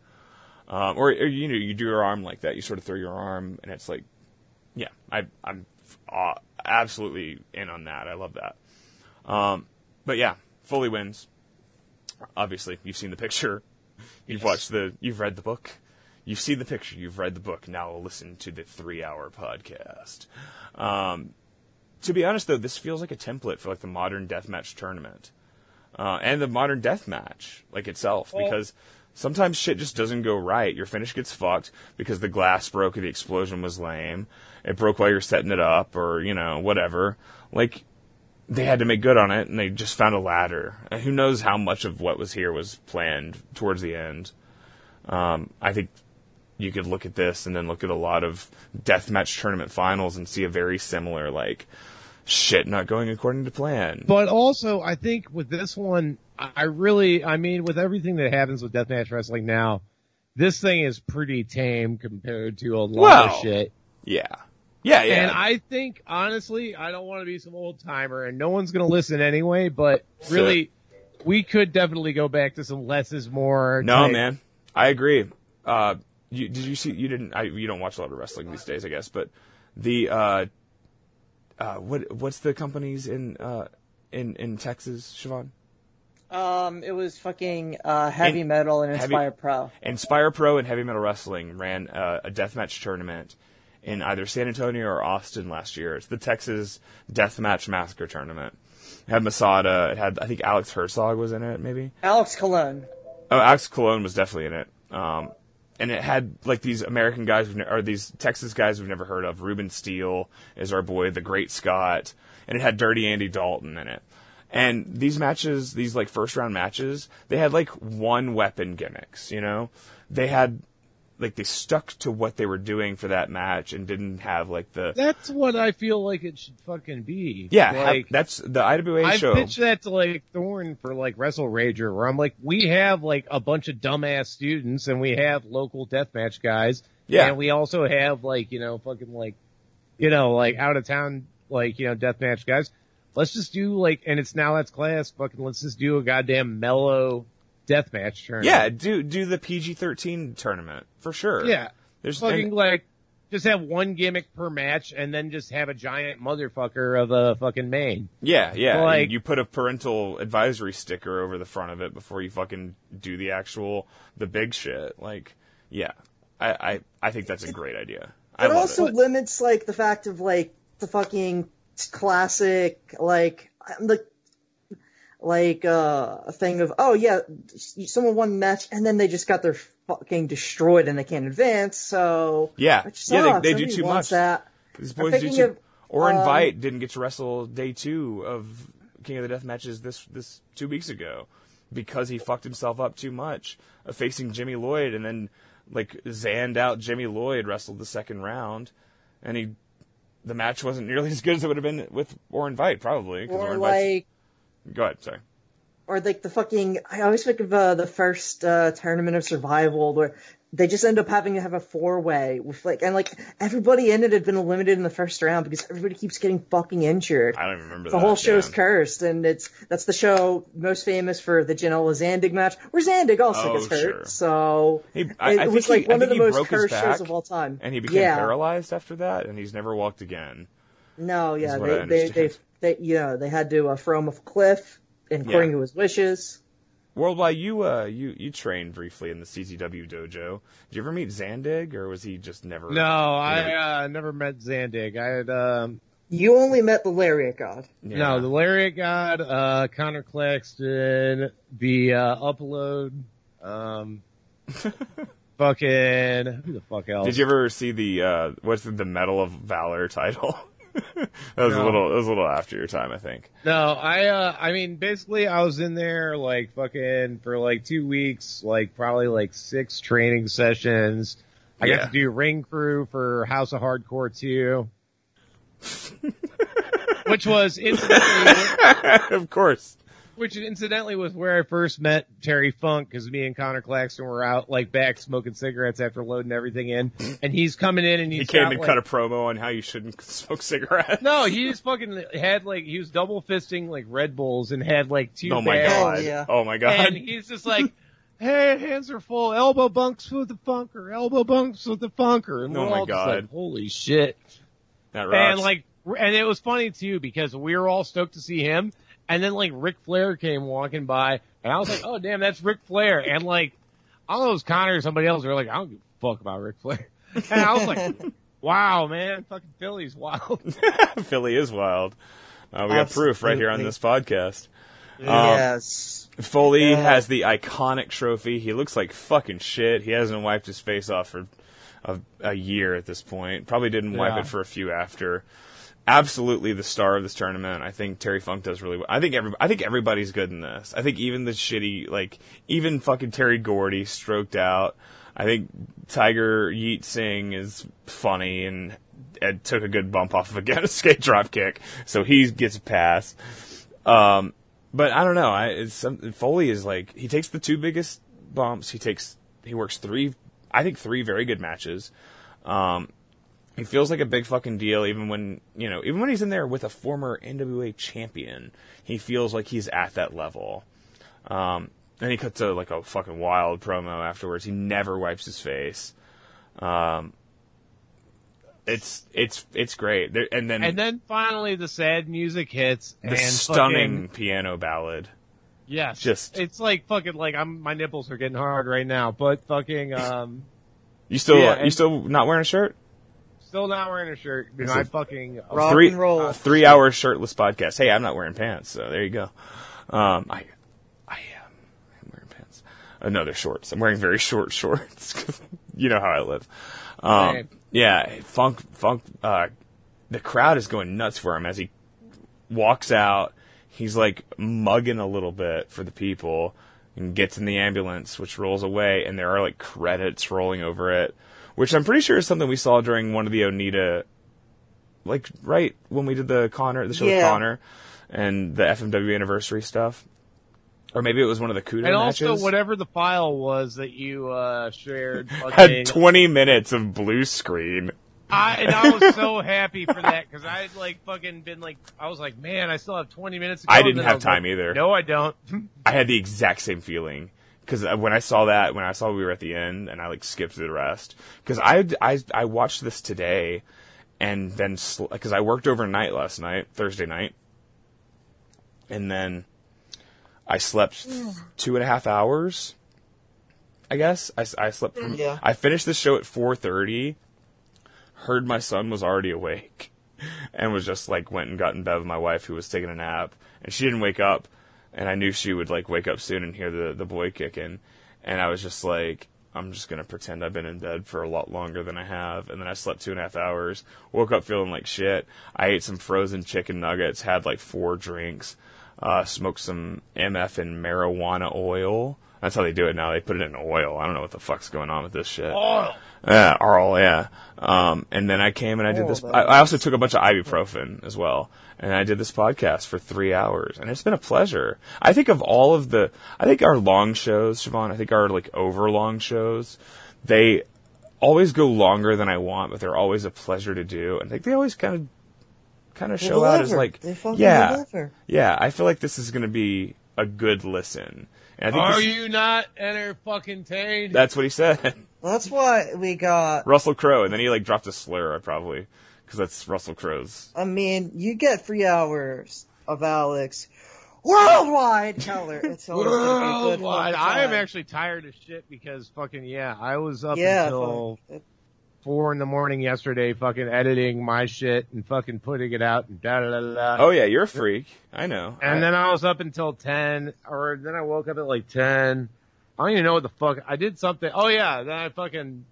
[SPEAKER 3] Um, or, or you know, you do your arm like that. You sort of throw your arm, and it's like, yeah, I, I'm uh, absolutely in on that. I love that. Um, but yeah, fully wins. Obviously, you've seen the picture. (laughs) You've watched the. You've read the book. You've seen the picture. You've read the book. Now listen to the three-hour podcast. Um, to be honest, though, this feels like a template for like the modern deathmatch tournament, uh, and the modern deathmatch like itself,
[SPEAKER 4] Well-
[SPEAKER 3] because sometimes shit just doesn't go right. Your finish gets fucked because the glass broke or the explosion was lame. It broke while you're setting it up, or you know whatever. Like they had to make good on it, and they just found a ladder. And who knows how much of what was here was planned towards the end? Um, I think you could look at this and then look at a lot of deathmatch tournament finals and see a very similar like shit not going according to plan.
[SPEAKER 4] But also, I think with this one, I I really, I mean, with everything that happens with deathmatch wrestling now, this thing is pretty tame compared to a lot
[SPEAKER 3] Well,
[SPEAKER 4] of shit.
[SPEAKER 3] yeah, yeah, yeah.
[SPEAKER 4] And I think, honestly, I don't want to be some old timer, and no one's going to listen anyway. But really, we could definitely go back to some less is more.
[SPEAKER 3] no,
[SPEAKER 4] type-
[SPEAKER 3] man, I agree. Uh, you, did you see? You didn't. I, you don't watch a lot of wrestling these days, I guess. But the uh, uh, what what's the companies in uh in in Texas, Siobhan?
[SPEAKER 5] Um, it was fucking uh, heavy
[SPEAKER 3] And-
[SPEAKER 5] metal and
[SPEAKER 3] Heavy-
[SPEAKER 5] Inspire Pro.
[SPEAKER 3] Inspire Pro and Heavy Metal Wrestling ran uh, a deathmatch tournament in either San Antonio or Austin last year. It's the Texas Deathmatch Massacre tournament. It had Masada. It had I think Alex Herzog was in it. Maybe
[SPEAKER 5] Alex Cologne.
[SPEAKER 3] oh Alex Cologne was definitely in it. Um, and it had like these American guys we've ne- or these Texas guys we've never heard of. Ruben Steele is our boy, the Great Scott, and it had Dirty Andy Dalton in it. And these matches, these like first round matches, they had like one weapon gimmicks. You know, they had like they stuck to what they were doing for that match and didn't have like the
[SPEAKER 4] That's what I feel like it should fucking be.
[SPEAKER 3] yeah. ha-
[SPEAKER 4] like
[SPEAKER 3] that's the IWA
[SPEAKER 4] I
[SPEAKER 3] show.
[SPEAKER 4] pitched that to like Thorne for like Wrestle Rager, where I'm like, we have like a bunch of dumbass students, and we have local deathmatch guys,
[SPEAKER 3] Yeah.
[SPEAKER 4] and we also have like you know fucking like, you know like out of town like you know deathmatch guys. Let's just do like, and it's now that's class. Fucking let's just do a goddamn mellow deathmatch tournament.
[SPEAKER 3] yeah, do do the PG thirteen tournament for sure.
[SPEAKER 4] yeah.
[SPEAKER 3] there's
[SPEAKER 4] Fucking
[SPEAKER 3] and-
[SPEAKER 4] like, just have one gimmick per match, and then just have a giant motherfucker of a fucking main.
[SPEAKER 3] Yeah, yeah. and
[SPEAKER 4] Like-
[SPEAKER 3] you put a parental advisory sticker over the front of it before you fucking do the actual the big shit. Like, yeah, I I, I think that's a great idea. I
[SPEAKER 5] It
[SPEAKER 3] love
[SPEAKER 5] also
[SPEAKER 3] it.
[SPEAKER 5] limits like the fact of like the fucking classic like the like uh a thing of oh yeah someone won the match and then they just got their fucking destroyed and they can't advance so
[SPEAKER 3] Yeah,
[SPEAKER 5] Which
[SPEAKER 3] yeah.
[SPEAKER 5] sucks.
[SPEAKER 3] They, they do
[SPEAKER 5] Nobody
[SPEAKER 3] too
[SPEAKER 5] wants
[SPEAKER 3] much.
[SPEAKER 5] that
[SPEAKER 3] These
[SPEAKER 5] I'm
[SPEAKER 3] boys do
[SPEAKER 5] thinking
[SPEAKER 3] too.
[SPEAKER 5] of,
[SPEAKER 3] or
[SPEAKER 5] um,
[SPEAKER 3] invite didn't get to wrestle day two of King of the Death matches this this two weeks ago because he fucked himself up too much of facing Jimmy Lloyd and then like zanned out Jimmy Lloyd wrestled the second round and he the match wasn't nearly as good as it would have been with Orin Vite probably 'cause
[SPEAKER 5] or
[SPEAKER 3] Orin Vite's-
[SPEAKER 5] like
[SPEAKER 3] Go ahead, sorry.
[SPEAKER 5] or like the fucking I always think of uh, the first uh, tournament of survival where they just end up having to have a four way with like and like everybody in it had been eliminated in the first round because everybody keeps getting fucking injured.
[SPEAKER 3] I don't even remember
[SPEAKER 5] the
[SPEAKER 3] that,
[SPEAKER 5] whole show's
[SPEAKER 3] yeah.
[SPEAKER 5] cursed, and it's that's the show most famous for the Genoa Zandig match, where Zandig also
[SPEAKER 3] Oh,
[SPEAKER 5] gets hurt.
[SPEAKER 3] sure.
[SPEAKER 5] So
[SPEAKER 3] He, I,
[SPEAKER 5] it
[SPEAKER 3] I
[SPEAKER 5] was
[SPEAKER 3] think he,
[SPEAKER 5] like
[SPEAKER 3] I
[SPEAKER 5] one of
[SPEAKER 3] think
[SPEAKER 5] the
[SPEAKER 3] he
[SPEAKER 5] most
[SPEAKER 3] broke his
[SPEAKER 5] cursed shows
[SPEAKER 3] back
[SPEAKER 5] of all time.
[SPEAKER 3] and he became
[SPEAKER 5] yeah.
[SPEAKER 3] paralyzed after that, and he's never walked again.
[SPEAKER 5] No, yeah,
[SPEAKER 3] is what I
[SPEAKER 5] they, they, they
[SPEAKER 3] understand.
[SPEAKER 5] they you know they had to uh, throw him off a cliff, and according
[SPEAKER 3] Yeah.
[SPEAKER 5] to his wishes.
[SPEAKER 3] Worldwide, you uh, you you trained briefly in the CZW dojo. Did you ever meet Zandig, or was he just never?
[SPEAKER 4] No,
[SPEAKER 3] never-
[SPEAKER 4] I uh, never met Zandig. I had um,
[SPEAKER 5] You only met the Lariat God.
[SPEAKER 3] Yeah.
[SPEAKER 4] No, the Lariat God, uh, Connor Claxton, the uh, upload,
[SPEAKER 3] (laughs)
[SPEAKER 4] um, fucking who the fuck else?
[SPEAKER 3] Did you ever see the uh, what's the, the Medal of Valor title? (laughs) that was a
[SPEAKER 4] No.
[SPEAKER 3] little that was a little after your time, I think.
[SPEAKER 4] No, I, uh, I mean, basically, I was in there like fucking for like two weeks, like probably like six training sessions. I
[SPEAKER 3] Yeah.
[SPEAKER 4] got to do ring crew for House of Hardcore
[SPEAKER 3] (laughs)
[SPEAKER 4] 2. Which was instantly
[SPEAKER 3] of course,
[SPEAKER 4] Which incidentally was where I first met Terry Funk because me and Connor Claxton were out like back smoking cigarettes after loading everything in, and he's coming in and he's
[SPEAKER 3] He came
[SPEAKER 4] got,
[SPEAKER 3] and
[SPEAKER 4] like-
[SPEAKER 3] cut a promo on how you shouldn't (laughs) smoke cigarettes.
[SPEAKER 4] No, he just fucking had like he was double fisting like Red Bulls and had like two.
[SPEAKER 3] Oh my
[SPEAKER 4] bags.
[SPEAKER 3] god.
[SPEAKER 5] Oh, yeah.
[SPEAKER 3] Oh my
[SPEAKER 4] And
[SPEAKER 3] god.
[SPEAKER 4] he's just like, hey, hands are full, elbow bunks with the funker, elbow bunks with the funker. And
[SPEAKER 3] Oh
[SPEAKER 4] we're
[SPEAKER 3] my
[SPEAKER 4] all just
[SPEAKER 3] God.
[SPEAKER 4] like, holy shit.
[SPEAKER 3] That rocks.
[SPEAKER 4] And like, and it was funny too because we were all stoked to see him. And then like Ric Flair came walking by and I was like, oh damn, that's Ric Flair. And like, I don't know, it was Connor or somebody else. They're like, I don't give a fuck about Ric Flair. (laughs) And I was like, wow, man, fucking Philly's wild.
[SPEAKER 3] (laughs) (laughs) Philly is wild. Uh, we got proof right here on
[SPEAKER 5] Absolutely.
[SPEAKER 3] this podcast. Ah.
[SPEAKER 5] yes.
[SPEAKER 3] Foley
[SPEAKER 5] Yeah.
[SPEAKER 3] has the iconic trophy. He looks like fucking shit. He hasn't wiped his face off for a, a year at this point. Probably didn't wipe
[SPEAKER 4] Yeah.
[SPEAKER 3] it for a few after. Absolutely the star of this tournament. I think Terry Funk does really well. I think every, I think everybody's good in this. I think even the shitty, like, even fucking Terry Gordy stroked out. I think Tiger Yeet Singh is funny and, and took a good bump off of again a (laughs) skate drop kick. So he gets a pass. Um, but I don't know. I it's some, Foley is like he takes the two biggest bumps. He takes he works three, I think three very good matches. Um, he feels like a big fucking deal even when you know even when he's in there with a former NWA champion. He feels like he's at that level. Um, and he cuts a like a fucking wild promo afterwards. He never wipes his face. Um, it's it's it's great. There, and then
[SPEAKER 4] and then finally the sad music hits
[SPEAKER 3] the
[SPEAKER 4] and
[SPEAKER 3] stunning
[SPEAKER 4] fucking-
[SPEAKER 3] piano ballad.
[SPEAKER 4] Yes.
[SPEAKER 3] Just-
[SPEAKER 4] it's like fucking like I'm my nipples are getting hard right now, but fucking um
[SPEAKER 3] You still uh,
[SPEAKER 4] Yeah,
[SPEAKER 3] you
[SPEAKER 4] and-
[SPEAKER 3] still not wearing a shirt?
[SPEAKER 4] still not wearing a shirt. And
[SPEAKER 3] It's a-
[SPEAKER 4] I fucking
[SPEAKER 5] Rock
[SPEAKER 3] three
[SPEAKER 5] and roll.
[SPEAKER 3] uh, three hour shirtless podcast. Hey, I'm not wearing pants, so there you go. Um, I I am I'm wearing pants. Another shorts. I'm wearing very short shorts. (laughs) you know how I live. Um,
[SPEAKER 4] Same.
[SPEAKER 3] yeah, funk funk. Uh, the crowd is going nuts for him as he walks out. He's like mugging a little bit for the people and gets in the ambulance, which rolls away, and there are like credits rolling over it, which I'm pretty sure is something we saw during one of the Onita, like right when we did the Connor, the show with
[SPEAKER 5] Yeah.
[SPEAKER 3] Connor, and the FMW anniversary stuff, or maybe it was one of the Kudo
[SPEAKER 4] and
[SPEAKER 3] matches.
[SPEAKER 4] also whatever the file was that you
[SPEAKER 3] (laughs)
[SPEAKER 4] uh shared fucking
[SPEAKER 3] Had 20 minutes of blue screen.
[SPEAKER 4] I and I was so happy for that because I had like fucking been like I was like, man, I still have twenty minutes to go
[SPEAKER 3] I
[SPEAKER 4] and
[SPEAKER 3] didn't
[SPEAKER 4] then
[SPEAKER 3] have
[SPEAKER 4] was
[SPEAKER 3] time
[SPEAKER 4] like,
[SPEAKER 3] either.
[SPEAKER 4] No I don't. (laughs)
[SPEAKER 3] I had the exact same feeling because when I saw that, when I saw we were at the end, and I like skipped the rest because I, I I watched this today, and then because I worked overnight last night, Thursday night, and then I slept two and a half hours. I guess I, s- I slept. From,
[SPEAKER 5] Yeah.
[SPEAKER 3] I finished the show at four thirty. Heard my son was already awake, and was just like went and got in bed with my wife who was taking a nap, and she didn't wake up, and I knew she would like wake up soon and hear the the boy kicking, and I was just like. I'm just gonna pretend I've been in bed for a lot longer than I have, and then I slept two and a half hours. Woke up feeling like shit. I ate some frozen chicken nuggets, had like four drinks, uh, smoked some MF and marijuana oil. That's how they do it now. They put it in oil. I don't know what the fuck's going on with this shit.
[SPEAKER 4] Oh,
[SPEAKER 3] Yeah, oral, yeah. Um, and then I came and I did
[SPEAKER 5] Oh,
[SPEAKER 3] this.
[SPEAKER 5] that
[SPEAKER 3] I, I also took a bunch of ibuprofen as well, and I did this podcast for three hours, and it's been a pleasure. I think of all of the, I think our long shows, Siobhan, I think our like over long shows, they always go longer than I want, but they're always a pleasure to do, and like they always kind of, kind of show out as
[SPEAKER 5] Deliver.
[SPEAKER 3] like,
[SPEAKER 5] They fucking
[SPEAKER 3] yeah,
[SPEAKER 5] deliver.
[SPEAKER 3] yeah. I feel like this is gonna be a good listen, and I think
[SPEAKER 4] are
[SPEAKER 3] this-
[SPEAKER 4] you not enter fucking (laughs) tained?
[SPEAKER 3] that's what he said. (laughs)
[SPEAKER 5] That's why we got.
[SPEAKER 3] Russell Crowe, and then he like dropped a slur, probably, because that's Russell Crowe's.
[SPEAKER 5] I mean, you get three hours of Alex worldwide Keller. It's always gonna be a good
[SPEAKER 4] Worldwide.
[SPEAKER 5] fucking
[SPEAKER 4] I am
[SPEAKER 5] time.
[SPEAKER 4] actually tired of shit because fucking yeah, I was up
[SPEAKER 5] yeah.
[SPEAKER 4] until
[SPEAKER 5] fuck.
[SPEAKER 4] four in the morning yesterday, fucking editing my shit and fucking putting it out and da da da da.
[SPEAKER 3] Oh yeah, you're a freak. I know.
[SPEAKER 4] And
[SPEAKER 3] I-
[SPEAKER 4] then I was up until ten, or then I woke up at like ten. I don't even know what the fuck I did. Something. Oh yeah, then I fucking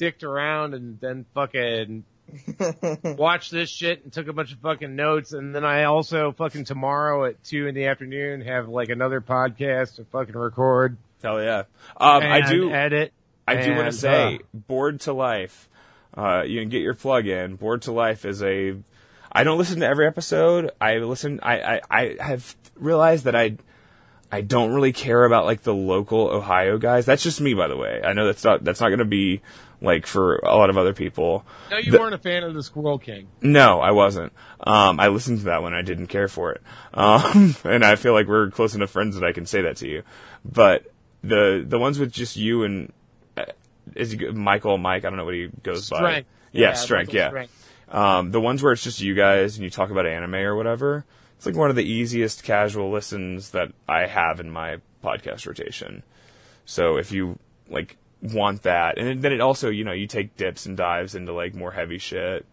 [SPEAKER 4] dicked around and then fucking
[SPEAKER 3] (laughs)
[SPEAKER 4] watched this shit and took a bunch of fucking notes. And then I also fucking tomorrow at two in the afternoon have like another podcast to fucking record.
[SPEAKER 3] hell yeah. Um,
[SPEAKER 4] And
[SPEAKER 3] I do.
[SPEAKER 4] edit.
[SPEAKER 3] I do want to
[SPEAKER 4] and,
[SPEAKER 3] say,
[SPEAKER 4] uh,
[SPEAKER 3] Board to Life. Uh, you can get your plug in. Board to Life is a. I don't listen to every episode. I listen. I, I, I have realized that I I don't really care about like the local Ohio guys. That's just me, by the way. I know that's not that's not going to be like for a lot of other people.
[SPEAKER 4] No, you
[SPEAKER 3] The-
[SPEAKER 4] weren't a fan of the Squirrel King.
[SPEAKER 3] No, I wasn't. Um, I listened to that one. I didn't care for it. Um, (laughs) and I feel like we're close enough friends that I can say that to you. But the the ones with just you and uh, is he, go- Michael, Mike, I don't know what he goes
[SPEAKER 4] Strength.
[SPEAKER 3] by. Yeah, strength.
[SPEAKER 4] Michael
[SPEAKER 3] Yeah.
[SPEAKER 4] Strength.
[SPEAKER 3] Um, the ones where it's just you guys and you talk about anime or whatever. It's like one of the easiest casual listens that I have in my podcast rotation. So if you like want that, and then it also you know you take dips and dives into like more heavy shit.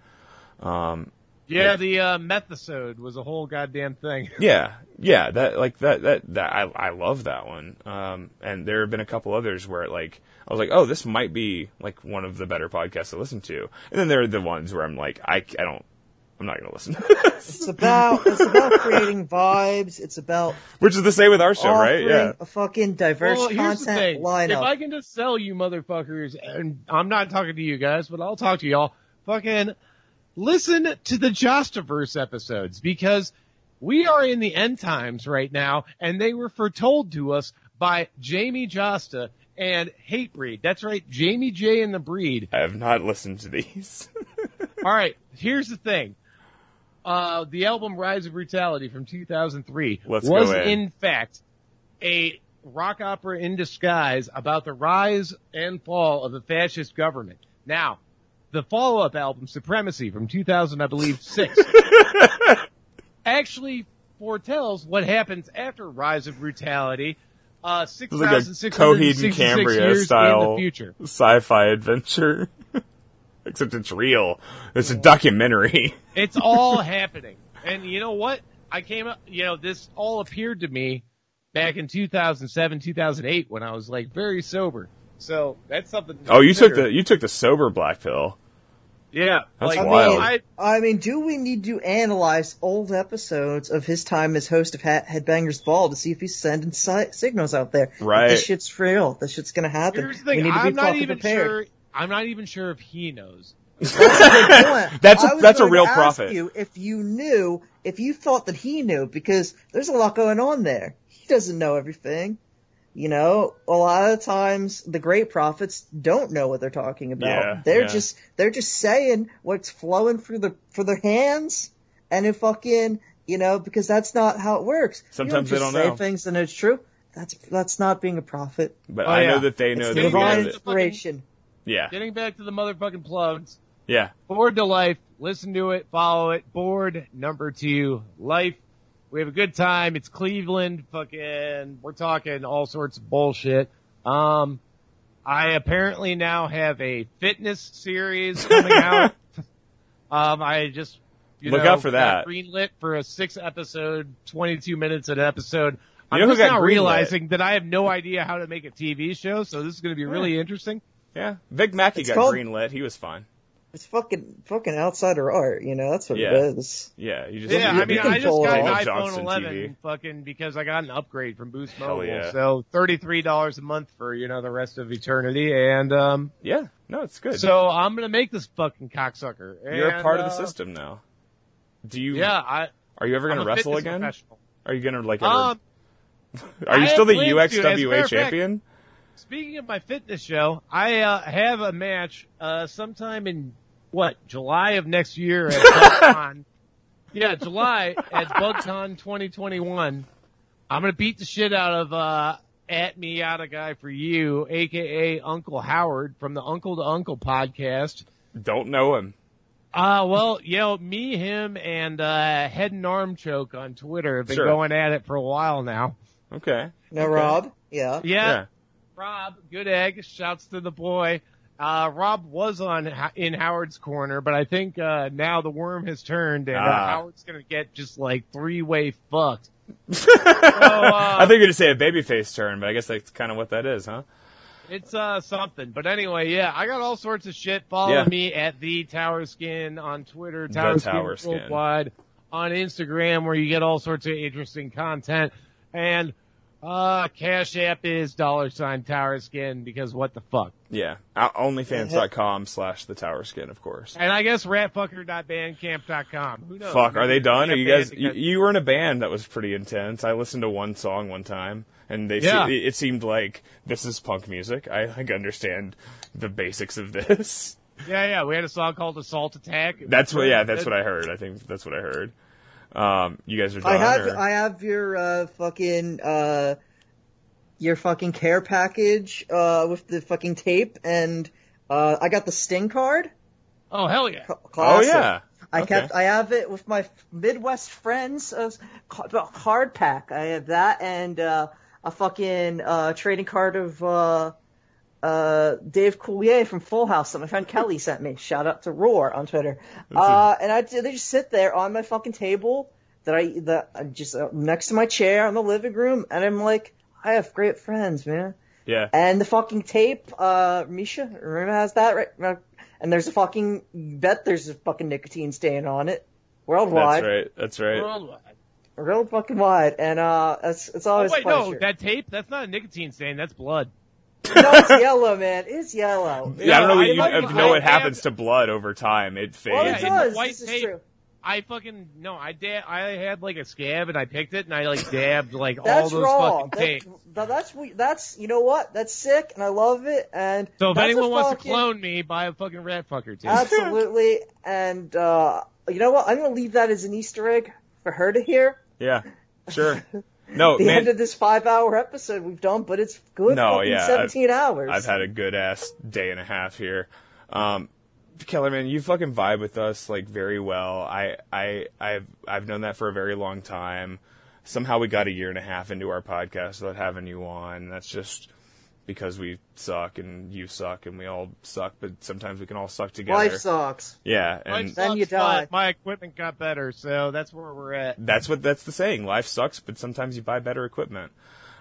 [SPEAKER 4] Yeah, the uh, methasode was a whole goddamn thing.
[SPEAKER 3] Yeah, yeah, that like that that that I I love that one. Um, and there have been a couple others where like I was like, oh, this might be like one of the better podcasts to listen to. And then there are the ones where I'm like, I I don't, I'm not gonna listen.
[SPEAKER 5] It's about it's about creating vibes. It's about
[SPEAKER 3] (laughs) Which is the same with our show, right?
[SPEAKER 5] offering
[SPEAKER 3] Yeah.
[SPEAKER 5] a fucking diverse
[SPEAKER 4] Well, here's the
[SPEAKER 5] content
[SPEAKER 4] thing. If
[SPEAKER 5] lineup.
[SPEAKER 4] I can just sell you motherfuckers, and I'm not talking to you guys, but I'll talk to y'all, fucking listen to the Jostaverse episodes because we are in the end times right now, and they were foretold to us by Jamie Josta and Hatebreed. That's right, Jamie J and the Breed.
[SPEAKER 3] I have not listened to these. (laughs)
[SPEAKER 4] All right, here's the thing. Uh, the album Rise of Brutality from 2003
[SPEAKER 3] Let's
[SPEAKER 4] was
[SPEAKER 3] go in.
[SPEAKER 4] fact a rock opera in disguise about the rise and fall of the fascist government. Now, the follow-up album Supremacy from 2000, I
[SPEAKER 3] (laughs)
[SPEAKER 4] believe, 6 actually foretells what happens after Rise of Brutality, uh,
[SPEAKER 3] like a
[SPEAKER 4] 6,666
[SPEAKER 3] Coheed and Cambria
[SPEAKER 4] years in
[SPEAKER 3] style-
[SPEAKER 4] the future.
[SPEAKER 3] Sci-fi adventure. (laughs) Except it's real. It's a documentary. (laughs)
[SPEAKER 4] It's all happening. And you know what? I came up, you know, this all appeared to me back in 2007, 2008 when I was like very sober. So that's something. to
[SPEAKER 3] Oh, you took
[SPEAKER 4] consider.
[SPEAKER 3] the you took the sober black pill.
[SPEAKER 4] yeah.
[SPEAKER 3] That's
[SPEAKER 4] like,
[SPEAKER 3] wild.
[SPEAKER 4] I,
[SPEAKER 5] I mean, do we need to analyze old episodes of his time as host of Hat- Headbangers Ball to see if he's sending si- signals out there? that
[SPEAKER 3] Right.
[SPEAKER 5] this shit's real. This shit's gonna happen.
[SPEAKER 4] here's the thing.
[SPEAKER 5] we need to
[SPEAKER 4] I'm
[SPEAKER 5] be
[SPEAKER 4] not
[SPEAKER 5] fucking
[SPEAKER 4] even
[SPEAKER 5] prepared.
[SPEAKER 4] sure. I'm not even sure if he knows.
[SPEAKER 3] (laughs) That's a-
[SPEAKER 5] I was
[SPEAKER 3] that's a
[SPEAKER 5] going to
[SPEAKER 3] real
[SPEAKER 5] ask
[SPEAKER 3] prophet.
[SPEAKER 5] You if you knew, if you thought that he knew, because there's a lot going on there. He doesn't know everything. You know, a lot of times the great prophets don't know what they're talking about.
[SPEAKER 3] Yeah,
[SPEAKER 5] they're
[SPEAKER 3] yeah.
[SPEAKER 5] just they're just saying what's flowing through the for their hands, and it fucking you know because that's not how it works.
[SPEAKER 3] Sometimes
[SPEAKER 5] you
[SPEAKER 3] they
[SPEAKER 5] don't just
[SPEAKER 3] don't
[SPEAKER 5] say
[SPEAKER 3] know.
[SPEAKER 5] things and it's true. That's that's not being a prophet.
[SPEAKER 3] But
[SPEAKER 4] Oh,
[SPEAKER 3] I know
[SPEAKER 4] yeah.
[SPEAKER 3] that they know
[SPEAKER 5] it's
[SPEAKER 3] that you
[SPEAKER 5] divine
[SPEAKER 3] know
[SPEAKER 4] guys-
[SPEAKER 3] that.
[SPEAKER 5] inspiration.
[SPEAKER 3] Yeah.
[SPEAKER 4] Getting back to the motherfucking plugs.
[SPEAKER 3] Yeah.
[SPEAKER 4] Bored to Life. Listen to it, follow it. Bored number two, Life. We have a good time. It's Cleveland. Fucking, we're talking all sorts of bullshit. Um, I apparently now have a fitness
[SPEAKER 3] (laughs)
[SPEAKER 4] series coming out. Um, I just you
[SPEAKER 3] Look
[SPEAKER 4] know,
[SPEAKER 3] out for that.
[SPEAKER 4] got greenlit for a six episode, twenty two minutes an episode. I'm
[SPEAKER 3] know who
[SPEAKER 4] just
[SPEAKER 3] got
[SPEAKER 4] now
[SPEAKER 3] greenlit?
[SPEAKER 4] realizing that I have no idea how to make a TV show, so this is going to be really interesting.
[SPEAKER 3] Yeah. Vic Mackey
[SPEAKER 5] It's
[SPEAKER 3] got
[SPEAKER 5] called-
[SPEAKER 3] greenlit. He was fine.
[SPEAKER 5] It's fucking fucking outsider art. You know that's what
[SPEAKER 3] Yeah.
[SPEAKER 5] it is.
[SPEAKER 3] Yeah. You just
[SPEAKER 4] Yeah,
[SPEAKER 5] you
[SPEAKER 4] I mean,
[SPEAKER 5] can
[SPEAKER 4] I just
[SPEAKER 5] pull it
[SPEAKER 4] got an
[SPEAKER 3] off.
[SPEAKER 4] iPhone
[SPEAKER 3] Johnson
[SPEAKER 4] 11
[SPEAKER 3] TV.
[SPEAKER 4] fucking because I got an upgrade from Boost
[SPEAKER 3] Hell
[SPEAKER 4] Mobile.
[SPEAKER 3] yeah.
[SPEAKER 4] So $33 a month for, you know, the rest of eternity. And, um,
[SPEAKER 3] yeah. No, it's good.
[SPEAKER 4] so I'm going to make this fucking cocksucker.
[SPEAKER 3] You're a
[SPEAKER 4] And,
[SPEAKER 3] part of
[SPEAKER 4] uh,
[SPEAKER 3] the system now. Do you?
[SPEAKER 4] Yeah. I,
[SPEAKER 3] Are you ever
[SPEAKER 4] I'm
[SPEAKER 3] gonna
[SPEAKER 4] a
[SPEAKER 3] wrestle
[SPEAKER 4] fitness
[SPEAKER 3] again?
[SPEAKER 4] professional.
[SPEAKER 3] Are you gonna like? Ever,
[SPEAKER 4] Um,
[SPEAKER 3] are you
[SPEAKER 4] I
[SPEAKER 3] still the
[SPEAKER 4] have plans to, as a matter
[SPEAKER 3] UXWA
[SPEAKER 4] of fact.
[SPEAKER 3] champion?
[SPEAKER 4] Speaking of my fitness show, I uh, have a match uh, sometime in what July of next year at BugCon. yeah, July at BugCon 2021. I'm gonna beat the shit out of uh, at Miata guy for you, aka Uncle Howard from the Uncle to Uncle podcast.
[SPEAKER 3] Don't know him.
[SPEAKER 4] Uh, well, you know, me, him, and uh, Head and Arm Choke on Twitter have been
[SPEAKER 3] Sure.
[SPEAKER 4] going at it for a while now.
[SPEAKER 3] Okay.
[SPEAKER 5] Now, Rob, yeah,
[SPEAKER 3] Yeah.
[SPEAKER 4] Rob, good egg. Shouts to the boy. Uh, Rob was on Ho- in Howard's corner, but I think uh, now the worm has turned and
[SPEAKER 3] Ah.
[SPEAKER 4] uh, Howard's gonna get just like three way
[SPEAKER 3] (laughs)
[SPEAKER 4] fucked. uh,
[SPEAKER 3] I think you're gonna say a babyface turn, but I guess that's kind of what that is, huh?
[SPEAKER 4] It's uh something, but anyway, yeah, I got all sorts of shit. Follow
[SPEAKER 3] Yeah.
[SPEAKER 4] me at the Tower Skin on Twitter, Tower,
[SPEAKER 3] Tower Skin.
[SPEAKER 4] worldwide on Instagram, where you get all sorts of interesting content. And uh, Cash App is dollar sign Tower Skin because what the fuck?
[SPEAKER 3] Yeah. O- Onlyfans.com slash the tower skin, of course.
[SPEAKER 4] And I guess ratfucker.bandcamp.com. Who knows?
[SPEAKER 3] Fuck, are they done? Are
[SPEAKER 4] Maybe
[SPEAKER 3] you
[SPEAKER 4] a band
[SPEAKER 3] guys? You,
[SPEAKER 4] together.
[SPEAKER 3] you were in a band that was pretty intense. I listened to one song one time, and they
[SPEAKER 4] Yeah.
[SPEAKER 3] se- it seemed like this is punk music. I like understand the basics of this. (laughs)
[SPEAKER 4] yeah, yeah. We had a song called Assault Attack. It was
[SPEAKER 3] That's what.
[SPEAKER 4] really
[SPEAKER 3] Yeah, that's
[SPEAKER 4] good.
[SPEAKER 3] what I heard. I think that's what I heard. Um, you guys are done.
[SPEAKER 5] I have
[SPEAKER 3] or-
[SPEAKER 5] I have your uh, fucking uh, your fucking care package uh, with the fucking tape, and uh, I got the Sting card.
[SPEAKER 4] Oh, hell yeah.
[SPEAKER 3] oh
[SPEAKER 5] Classic.
[SPEAKER 3] yeah.
[SPEAKER 5] I
[SPEAKER 3] Okay.
[SPEAKER 5] kept. I have it with my Midwest friends uh, ca- card pack. I have that and uh, a fucking uh, trading card of uh, uh, Dave Coulier from Full House that my friend Kelly sent me. Shout out to Roar on Twitter. Uh, and I they just sit there on my fucking table that I that I just uh, next to my chair in the living room, and I'm like, I have great friends, man.
[SPEAKER 3] Yeah.
[SPEAKER 5] And the fucking tape, uh, Misha, remember has that right? Uh, And there's a fucking bet. There's a fucking nicotine stain on it, worldwide,
[SPEAKER 3] That's right. That's right.
[SPEAKER 4] Worldwide.
[SPEAKER 5] real fucking wide. And uh, it's it's
[SPEAKER 4] Oh,
[SPEAKER 5] always
[SPEAKER 4] wait,
[SPEAKER 5] pleasure.
[SPEAKER 4] no. That tape? That's not a nicotine stain. That's blood.
[SPEAKER 5] No,
[SPEAKER 4] (laughs)
[SPEAKER 5] it's yellow, man. It's yellow.
[SPEAKER 3] Yeah, I don't know.
[SPEAKER 4] No,
[SPEAKER 3] what you
[SPEAKER 4] I-
[SPEAKER 3] I,
[SPEAKER 4] I-
[SPEAKER 3] know what
[SPEAKER 4] I have-
[SPEAKER 3] happens to blood over time. It
[SPEAKER 5] Well,
[SPEAKER 3] fades.
[SPEAKER 5] it
[SPEAKER 4] Yeah,
[SPEAKER 3] and-
[SPEAKER 5] does.
[SPEAKER 4] white
[SPEAKER 5] This is
[SPEAKER 4] tape.
[SPEAKER 5] true.
[SPEAKER 4] I fucking no. I da- I had like a scab and I picked it and I like dabbed
[SPEAKER 5] (laughs)
[SPEAKER 4] like all
[SPEAKER 5] That's
[SPEAKER 4] those
[SPEAKER 5] raw.
[SPEAKER 4] fucking
[SPEAKER 5] That's,
[SPEAKER 4] tapes.
[SPEAKER 5] that- that's we- that's you know what? That's sick, and I love it. And
[SPEAKER 4] So if
[SPEAKER 5] that's a
[SPEAKER 4] anyone wants to
[SPEAKER 5] fucking-
[SPEAKER 4] clone me, buy a fucking rat fucker tape.
[SPEAKER 5] absolutely. And uh, you know what? I'm gonna leave that as an Easter egg for her to hear.
[SPEAKER 3] yeah.
[SPEAKER 5] (laughs)
[SPEAKER 3] Sure. No,
[SPEAKER 5] the
[SPEAKER 3] man.
[SPEAKER 5] end of this five hour episode we've done, but it's good
[SPEAKER 3] No,
[SPEAKER 5] fucking
[SPEAKER 3] yeah,
[SPEAKER 5] 17 hours.
[SPEAKER 3] I've had a good ass day and a half here. Um, Kellerman, you fucking vibe with us like very well. I I I've I've known that for a very long time. Somehow we got a year and a half into our podcast without having you on. That's just because we suck and you suck and we all suck, but sometimes we can all suck together.
[SPEAKER 5] Life sucks.
[SPEAKER 3] Yeah,
[SPEAKER 4] Mine
[SPEAKER 3] and
[SPEAKER 5] sucks. Then you
[SPEAKER 4] sucks, but
[SPEAKER 5] die.
[SPEAKER 4] My equipment got better, so that's where we're at.
[SPEAKER 3] that's what that's the saying. Life sucks, but sometimes you buy better equipment.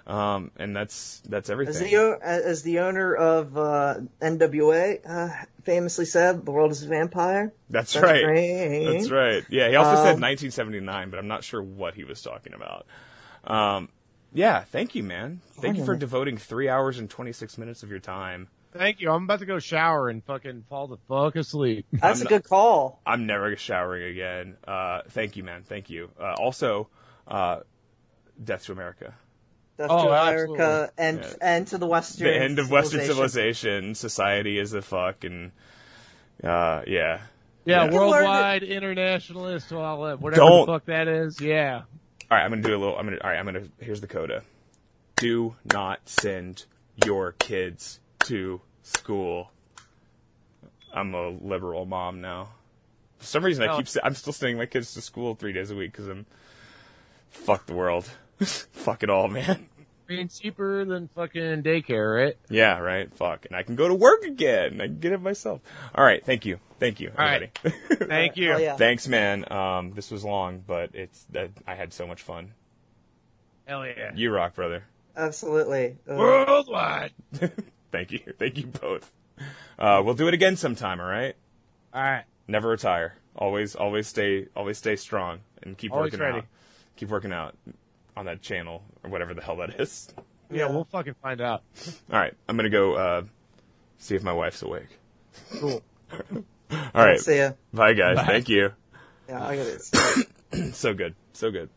[SPEAKER 3] Um, and that's that's everything.
[SPEAKER 5] As the, o- as the owner of uh, NWA uh, famously said, the world is a vampire.
[SPEAKER 3] That's,
[SPEAKER 5] That's
[SPEAKER 3] right.
[SPEAKER 5] right.
[SPEAKER 3] That's right. Yeah, he also said
[SPEAKER 5] Um,
[SPEAKER 3] 1979, but I'm not sure what he was talking about. Um, yeah, thank you, man. Thank you for devoting three hours and 26 minutes of your time.
[SPEAKER 4] Thank you. I'm about to go shower and fucking fall the fuck asleep.
[SPEAKER 5] That's
[SPEAKER 3] I'm
[SPEAKER 5] a good call.
[SPEAKER 3] I'm never showering again. Uh, thank you, man. Thank you. Uh, also, uh, Death to America.
[SPEAKER 5] That's
[SPEAKER 4] Oh,
[SPEAKER 5] to America and,
[SPEAKER 3] Yeah.
[SPEAKER 5] and to the Western
[SPEAKER 3] the end of Western civilization. Society is the fuck, and uh, yeah.
[SPEAKER 4] Yeah,
[SPEAKER 3] Yeah.
[SPEAKER 4] worldwide internationalist, all that, whatever
[SPEAKER 3] Don't.
[SPEAKER 4] the fuck that is. Yeah.
[SPEAKER 3] All right, I'm gonna do a little. I'm gonna. All right, I'm gonna. Here's the coda. Do not send your kids to school. I'm a liberal mom now. For some reason, I
[SPEAKER 4] Oh.
[SPEAKER 3] keep. se- I'm still sending my kids to school three days a week because I'm. Fuck the world. (laughs) fuck it all, man.
[SPEAKER 4] Being cheaper than fucking daycare, right?
[SPEAKER 3] Yeah, right. Fuck, and I can go to work again. I can get it myself. All right, thank you, thank you,
[SPEAKER 4] All right.
[SPEAKER 3] everybody. (laughs)
[SPEAKER 4] Thank you.
[SPEAKER 5] Oh, yeah.
[SPEAKER 3] Thanks, man. Um, this was long, but it's. that I had so much fun.
[SPEAKER 4] Hell yeah.
[SPEAKER 3] You rock, brother.
[SPEAKER 5] Absolutely. Uh,
[SPEAKER 4] Worldwide.
[SPEAKER 3] Thank you. (laughs) Thank you both. Uh, we'll do it again sometime, all right?
[SPEAKER 4] All right.
[SPEAKER 3] Never retire. Always always stay always stay strong and keep
[SPEAKER 4] Always
[SPEAKER 3] working
[SPEAKER 4] ready.
[SPEAKER 3] out. Keep working out on that channel or whatever the hell that is. (laughs)
[SPEAKER 4] Yeah, we'll fucking find out.
[SPEAKER 3] All right. I'm going to go uh, see if my wife's awake.
[SPEAKER 4] Cool.
[SPEAKER 3] (laughs) All right.
[SPEAKER 5] See ya.
[SPEAKER 3] Bye guys. Thank you.
[SPEAKER 5] Yeah, I got it.
[SPEAKER 3] So good. So good.